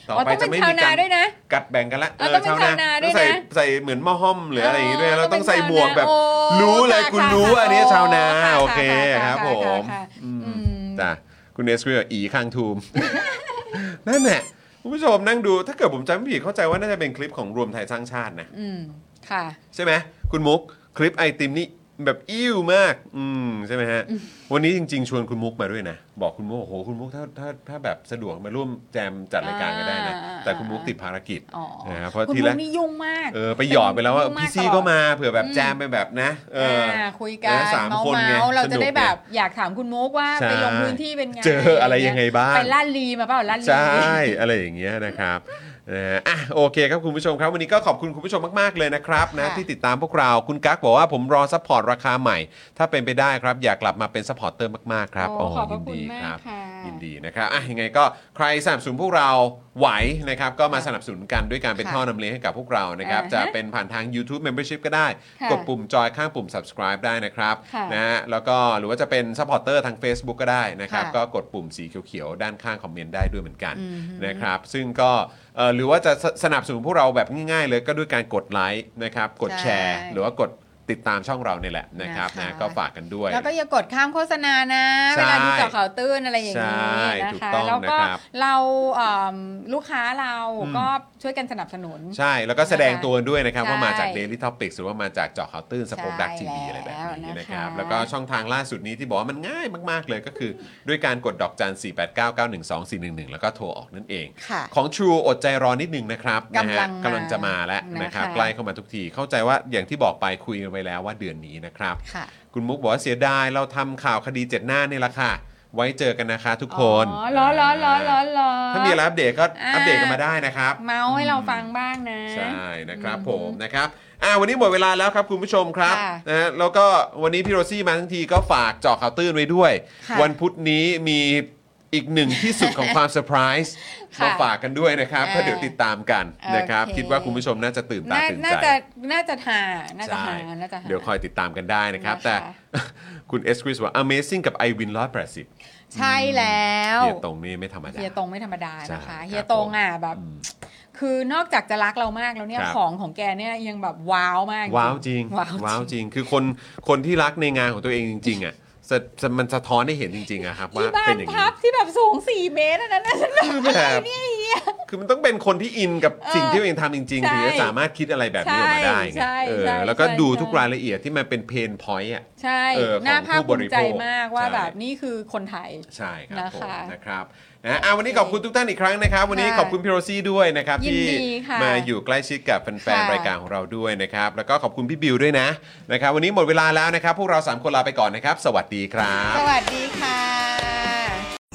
Speaker 1: ต่อ
Speaker 2: อ
Speaker 1: ไปจะไม่มี
Speaker 2: ต้องเป็นชาว
Speaker 1: กา
Speaker 2: นาด้วย
Speaker 1: ร
Speaker 2: นะ
Speaker 1: กัดแบ่งกันละ
Speaker 2: เออต้องเป็นชาวนาด้วยนะ
Speaker 1: ใส่ใส่เหมือนหม้อห้อมหรืออะไรอย่างงี้ด้วยแล้วต้องใส่หมวกแบบ
Speaker 2: โอ้
Speaker 1: รู้เลย
Speaker 2: ค่ะ
Speaker 1: คุณ
Speaker 2: ค่ะ
Speaker 1: รู้ว่าอันนี้ชาวนา
Speaker 2: ะ
Speaker 1: โอเค
Speaker 2: ะ
Speaker 1: ครับผ
Speaker 2: ะ
Speaker 1: ม
Speaker 2: ค่ะ
Speaker 1: อืม
Speaker 2: อืม
Speaker 1: จ้ะคุณเอสคิวอีข้างทูม นั่นแหละคุณผู้ชมนั่งดูถ้าเกิดผมจำไม่ผิดเข้าใจว่าน่าจะเป็นคลิปของรวมไทยสร้างชาตินะ
Speaker 2: อืมค่ะ
Speaker 1: ใช่ไหมคุณมุกคลิปไอติมนี่แบบอิ่วมาก อืมใช่ไหมฮะ วันนี้จริง ๆ ชวนคุณมุกมาด้วยนะ บอกคุณมุกโอ้โหคุณมุกถ้าถ้าถ้าแบบสะดวกมาร่วมแจมจัดรายการก็ได้นะ
Speaker 2: อ่า
Speaker 1: แต่คุณมุกติดภารกิจ
Speaker 2: อ๋อ
Speaker 1: นะครับเพราะ
Speaker 2: คุณ
Speaker 1: ทีแร
Speaker 2: มุ
Speaker 1: ก
Speaker 2: กนี่ยุ่งมาก
Speaker 1: เออไปหยอดไปแล้วว่า
Speaker 2: ยุ่งม
Speaker 1: พี่
Speaker 2: ต
Speaker 1: ซี่
Speaker 2: ลอด
Speaker 1: ก็มาเผื่อแบบ
Speaker 2: อืม
Speaker 1: แจมไปแบบนะ เอออ
Speaker 2: อ่าคุยกัน
Speaker 1: เออสามคนไง
Speaker 2: เส์เราจะ
Speaker 1: สนุก
Speaker 2: ได้แบบอยากถามคุณมุกว่า
Speaker 1: ใช่
Speaker 2: ไปลงพื้นที่เป็นไง
Speaker 1: เจออะไรยังไงบ้าง
Speaker 2: ไปลาดลีมาเปล่าลาดลี
Speaker 1: ใช่ อะไรอย่างเงี้ยนะครับนะฮะอ่ะโอเคครับคุณผู้ชมครับวันนี้ก็ขอบคุณคุณผู้ชมมาก ๆ เลยนะครับนะ
Speaker 2: ค่ะ
Speaker 1: ที่ติดตามพวกเราคุณกั๊กบอกว่าผมรอซัพพอร์ตราคาใหม่ ถ้าเป็นไปได้ครับ อยากกลับมาเป็นซัพพอร์ตเตอร์มาก ๆ ครับ
Speaker 2: โอ้ขอบพ
Speaker 1: ยิ
Speaker 2: ระ
Speaker 1: น
Speaker 2: คุณ
Speaker 1: ดี
Speaker 2: มา
Speaker 1: ค
Speaker 2: ก
Speaker 1: รับ
Speaker 2: ค่ะ
Speaker 1: ยินดีนะครับอ่ะยังไงก็ใครสนับสนุนพวกเราไหวนะครับก็มา
Speaker 2: ค่ะ
Speaker 1: สนับสนุนกันด้วยการเป็น
Speaker 2: ค่ะ
Speaker 1: ท่อนำเลี้ยงให้กับพวกเรานะครับ
Speaker 2: อ่าฮะ
Speaker 1: จะเป็นผ่านทาง YouTube Membership ก็ได้
Speaker 2: ค่ะ
Speaker 1: กดปุ่มจอยข้างปุ่ม subscribe ได้นะครับ
Speaker 2: ค่ะ
Speaker 1: นะฮะแล้วก็หรือว่าจะเป็น supporter ทาง Facebook ก็ได้นะครับ
Speaker 2: ค่ะ
Speaker 1: ก็กดปุ่มสีเขียวๆ ด้านข้างคอมเมนต์ได้ด้วยเหมือนกัน
Speaker 2: อืม
Speaker 1: นะครับซึ่งก็เอ่อหรือว่าจะสสนับสนุนพวกเราแบบง่ายๆ เลยก็ด้วยการกดไลค์นะครับกดแชร์ หรือว่ากดติดตามช่องเราเนี่ยแหละนะครับนะก็ฝากกันด้วย
Speaker 2: แล้วก็อย่ากดข้ามโฆษณานะ
Speaker 1: ใช่
Speaker 2: เวลาดูเจาะข่าวตื้นอะไรอย่างนี้
Speaker 1: ใช่
Speaker 2: นะ
Speaker 1: ถูก
Speaker 2: คะ
Speaker 1: ต้อง
Speaker 2: แล้วก็
Speaker 1: นะครับ
Speaker 2: เราเอิ่มลูกค้าเรา
Speaker 1: อืม
Speaker 2: ก็ช่วยกันสนับสนุน
Speaker 1: ใช่ แล้วก็แสดงตัวด้วยนะครับ
Speaker 2: ใช่
Speaker 1: ว่ามาจาก Daily Topics หรือว่ามาจากเจาะข่าวตื้นสปอคดักทีวี
Speaker 2: ใช่
Speaker 1: อะไรแบบ
Speaker 2: แล้
Speaker 1: นี้
Speaker 2: ว
Speaker 1: นะ
Speaker 2: นะ
Speaker 1: ค
Speaker 2: คะ
Speaker 1: รับ แล้วก็ช่องทางล่าสุดนี้ที่บอกว่ามันง่ายมาก ๆ เลยก็คือ ด้วยการกดดอกจัน 4 8 9 9 1 2 4 1 1 แล้วก็โทรออกนั่นเอง
Speaker 2: ค่ะ
Speaker 1: ของ True อดใจรอนิดนึงนะครับนะฮะ
Speaker 2: กำลังมาก
Speaker 1: ำลังจะมาแล้วนะครับ
Speaker 2: นะคะ
Speaker 1: ใกล้เข้ามาทุกที เข้าใจว่าอย่างที่บอกไปคุยกันไปแล้วว่าเดือนนี้นะครับ
Speaker 2: ค่ะ
Speaker 1: คุณมุกบอกว่าเสียดายเราทำข่าวคดีเจ็ดหน้านี่แหละค่ะ ไว้เจอกันนะคะทุกคน
Speaker 2: อ๋อล้อล้อล้อล้อล้อ
Speaker 1: ถ้ามีอะไรอัปเดตก็
Speaker 2: อ่า
Speaker 1: อัปเดตกันมาได้นะครับ
Speaker 2: เมาส์ให้เราฟังบ้างนะ
Speaker 1: ใช่นะครับผมนะครับอ่าวันนี้หมดเวลาแล้วครับคุณผู้ชมครับ
Speaker 2: ค่ะ
Speaker 1: นะฮะแล้วก็วันนี้พี่โรซี่มาทั้งทีก็ฝากเจาะข่าวตื้นไว้ด้วย
Speaker 2: ค่ะ
Speaker 1: วันพุธนี้มีอีกหนึ่งที่สุดของ ความเซอร์ไพรส์
Speaker 2: ค่ะ
Speaker 1: มาฝากกันด้วยนะครับ
Speaker 2: เออ
Speaker 1: ก็เดี๋ยวติดตามกันนะครับ
Speaker 2: โอเค
Speaker 1: คิดว่าคุณผู้ชมน่าจะตื่นตา
Speaker 2: น่า
Speaker 1: ตื่น
Speaker 2: น่า
Speaker 1: ใจ
Speaker 2: จะน่าจะหาน่าจะ
Speaker 1: ใช่
Speaker 2: หาน่าจะหา
Speaker 1: เดี๋ยวคอยติดตามกันได้นะครับ
Speaker 2: นะคะ
Speaker 1: แต่ คุณเอสคริสบอก Amazing กับ i w i n 180เ
Speaker 2: ใช่แล้ว
Speaker 1: ฮียตรงนี้ไม่ธรรมดา
Speaker 2: เฮียตงไม่ธรรมดานะ
Speaker 1: ใช่
Speaker 2: คะเฮียตงอ่ะแบบ
Speaker 1: อืม
Speaker 2: คือนอกจากจะรักเรามากแล้วเนี่ย
Speaker 1: ครับ
Speaker 2: ของของแกเนี่ยยังแบบว้าวมาก
Speaker 1: ว้าวจริง
Speaker 2: ว้าวจริง
Speaker 1: จริงคือคนคนที่รักในงานของตัวเองจริง ๆ อ่ะสะสะมันสะท้อนให้เห็นจริง ๆอะครับว่า
Speaker 2: ที่บ้า
Speaker 1: เป็น
Speaker 2: น
Speaker 1: อย่าง
Speaker 2: พั
Speaker 1: นี้
Speaker 2: บที่แบบสูง 4 เมตรอันนั้นนะฉันแบบ
Speaker 1: คือ
Speaker 2: อะ
Speaker 1: แบบ
Speaker 2: ไรเนี่ยเฮีย
Speaker 1: คือมันต้องเป็นคนที่อินกับสิ่งที่ตัวเองทำจริง
Speaker 2: ใช่
Speaker 1: ๆ ถึงจะสามารถคิดอะไรแบบนี้ออกมาได้ไง
Speaker 2: ใช่
Speaker 1: เออ
Speaker 2: ใช่
Speaker 1: แล้วก็
Speaker 2: ใช่
Speaker 1: ดู
Speaker 2: ใช่
Speaker 1: ทุกรายละเอียดที่มันเป็นเพนพอยต์อ่ะ
Speaker 2: ใช่
Speaker 1: เออของ
Speaker 2: หน้าภาค
Speaker 1: ผู้บ
Speaker 2: ภู
Speaker 1: ริ
Speaker 2: มิ
Speaker 1: โภค
Speaker 2: ใจมากว่า
Speaker 1: ใช่
Speaker 2: แบบนี่คือคนไทย
Speaker 1: ใช่ครับ
Speaker 2: นะ
Speaker 1: ผม
Speaker 2: คะ
Speaker 1: นะครับนะอ่ะวันนี้ขอบคุณทุกท่านอีกครั้งนะครับ วันนี้ขอบคุณพี่โรซี่ด้วยนะครับ
Speaker 2: ยิน
Speaker 1: ที่
Speaker 2: ดีค่ะ
Speaker 1: มาอยู่ใกล้ชิดกับแฟน
Speaker 2: ค่ะ
Speaker 1: ๆรายการของเราด้วยนะครับ แล้วก็ขอบคุณพี่บิวด้วยนะนะครับวันนี้หมดเวลาแล้วนะครับ พวกเราสามคนลาไปก่อนนะครับ สวัสดีครับ
Speaker 2: สวัสดีค่ะ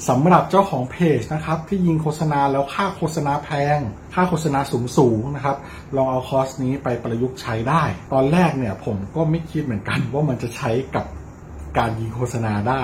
Speaker 7: สำหรับเจ้าของเพจนะครับที่ยิงโฆษณาแล้วค่าโฆษณาแพง ค่าโฆษณาสูงสูงๆนะครับลองเอาคอร์สนี้ไปประยุกต์ใช้ได้ ตอนแรกเนี่ยผมก็ไม่คิดเหมือนกัน ว่ามันจะใช้กับการยิงโฆษณาได้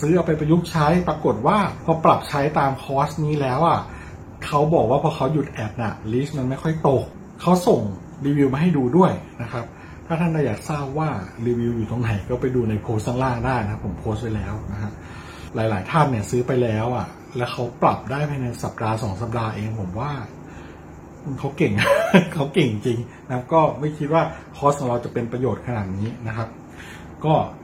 Speaker 7: ซื้อเอาไปประยุกต์ใช้ปรากฏว่าพอปรับใช้ตามคอร์สนี้แล้วอ่ะเขาบอกว่าพอเขาหยุดแอดน่ะลิสต์มันไม่ค่อยตกเขาส่งรีวิวมาให้ดูด้วยนะครับ ถ้าท่านอยากทราบว่ารีวิวอยู่ตรงไหนก็ไปดูในโพสต์ข้างล่างได้นะครับผมโพสต์ไว้แล้วนะฮะ หลาย ๆ ท่านเนี่ยซื้อไปแล้วอ่ะ แล้วเขาปรับได้ภายในสัปดาห์สองสัปดาห์เองผมว่า เขาเก่ง เขาเก่งจริงนะครับก็ไม่คิดว่าคอร์สของเราจะเป็นประโยชน์ขนาดนี้นะครับ ก็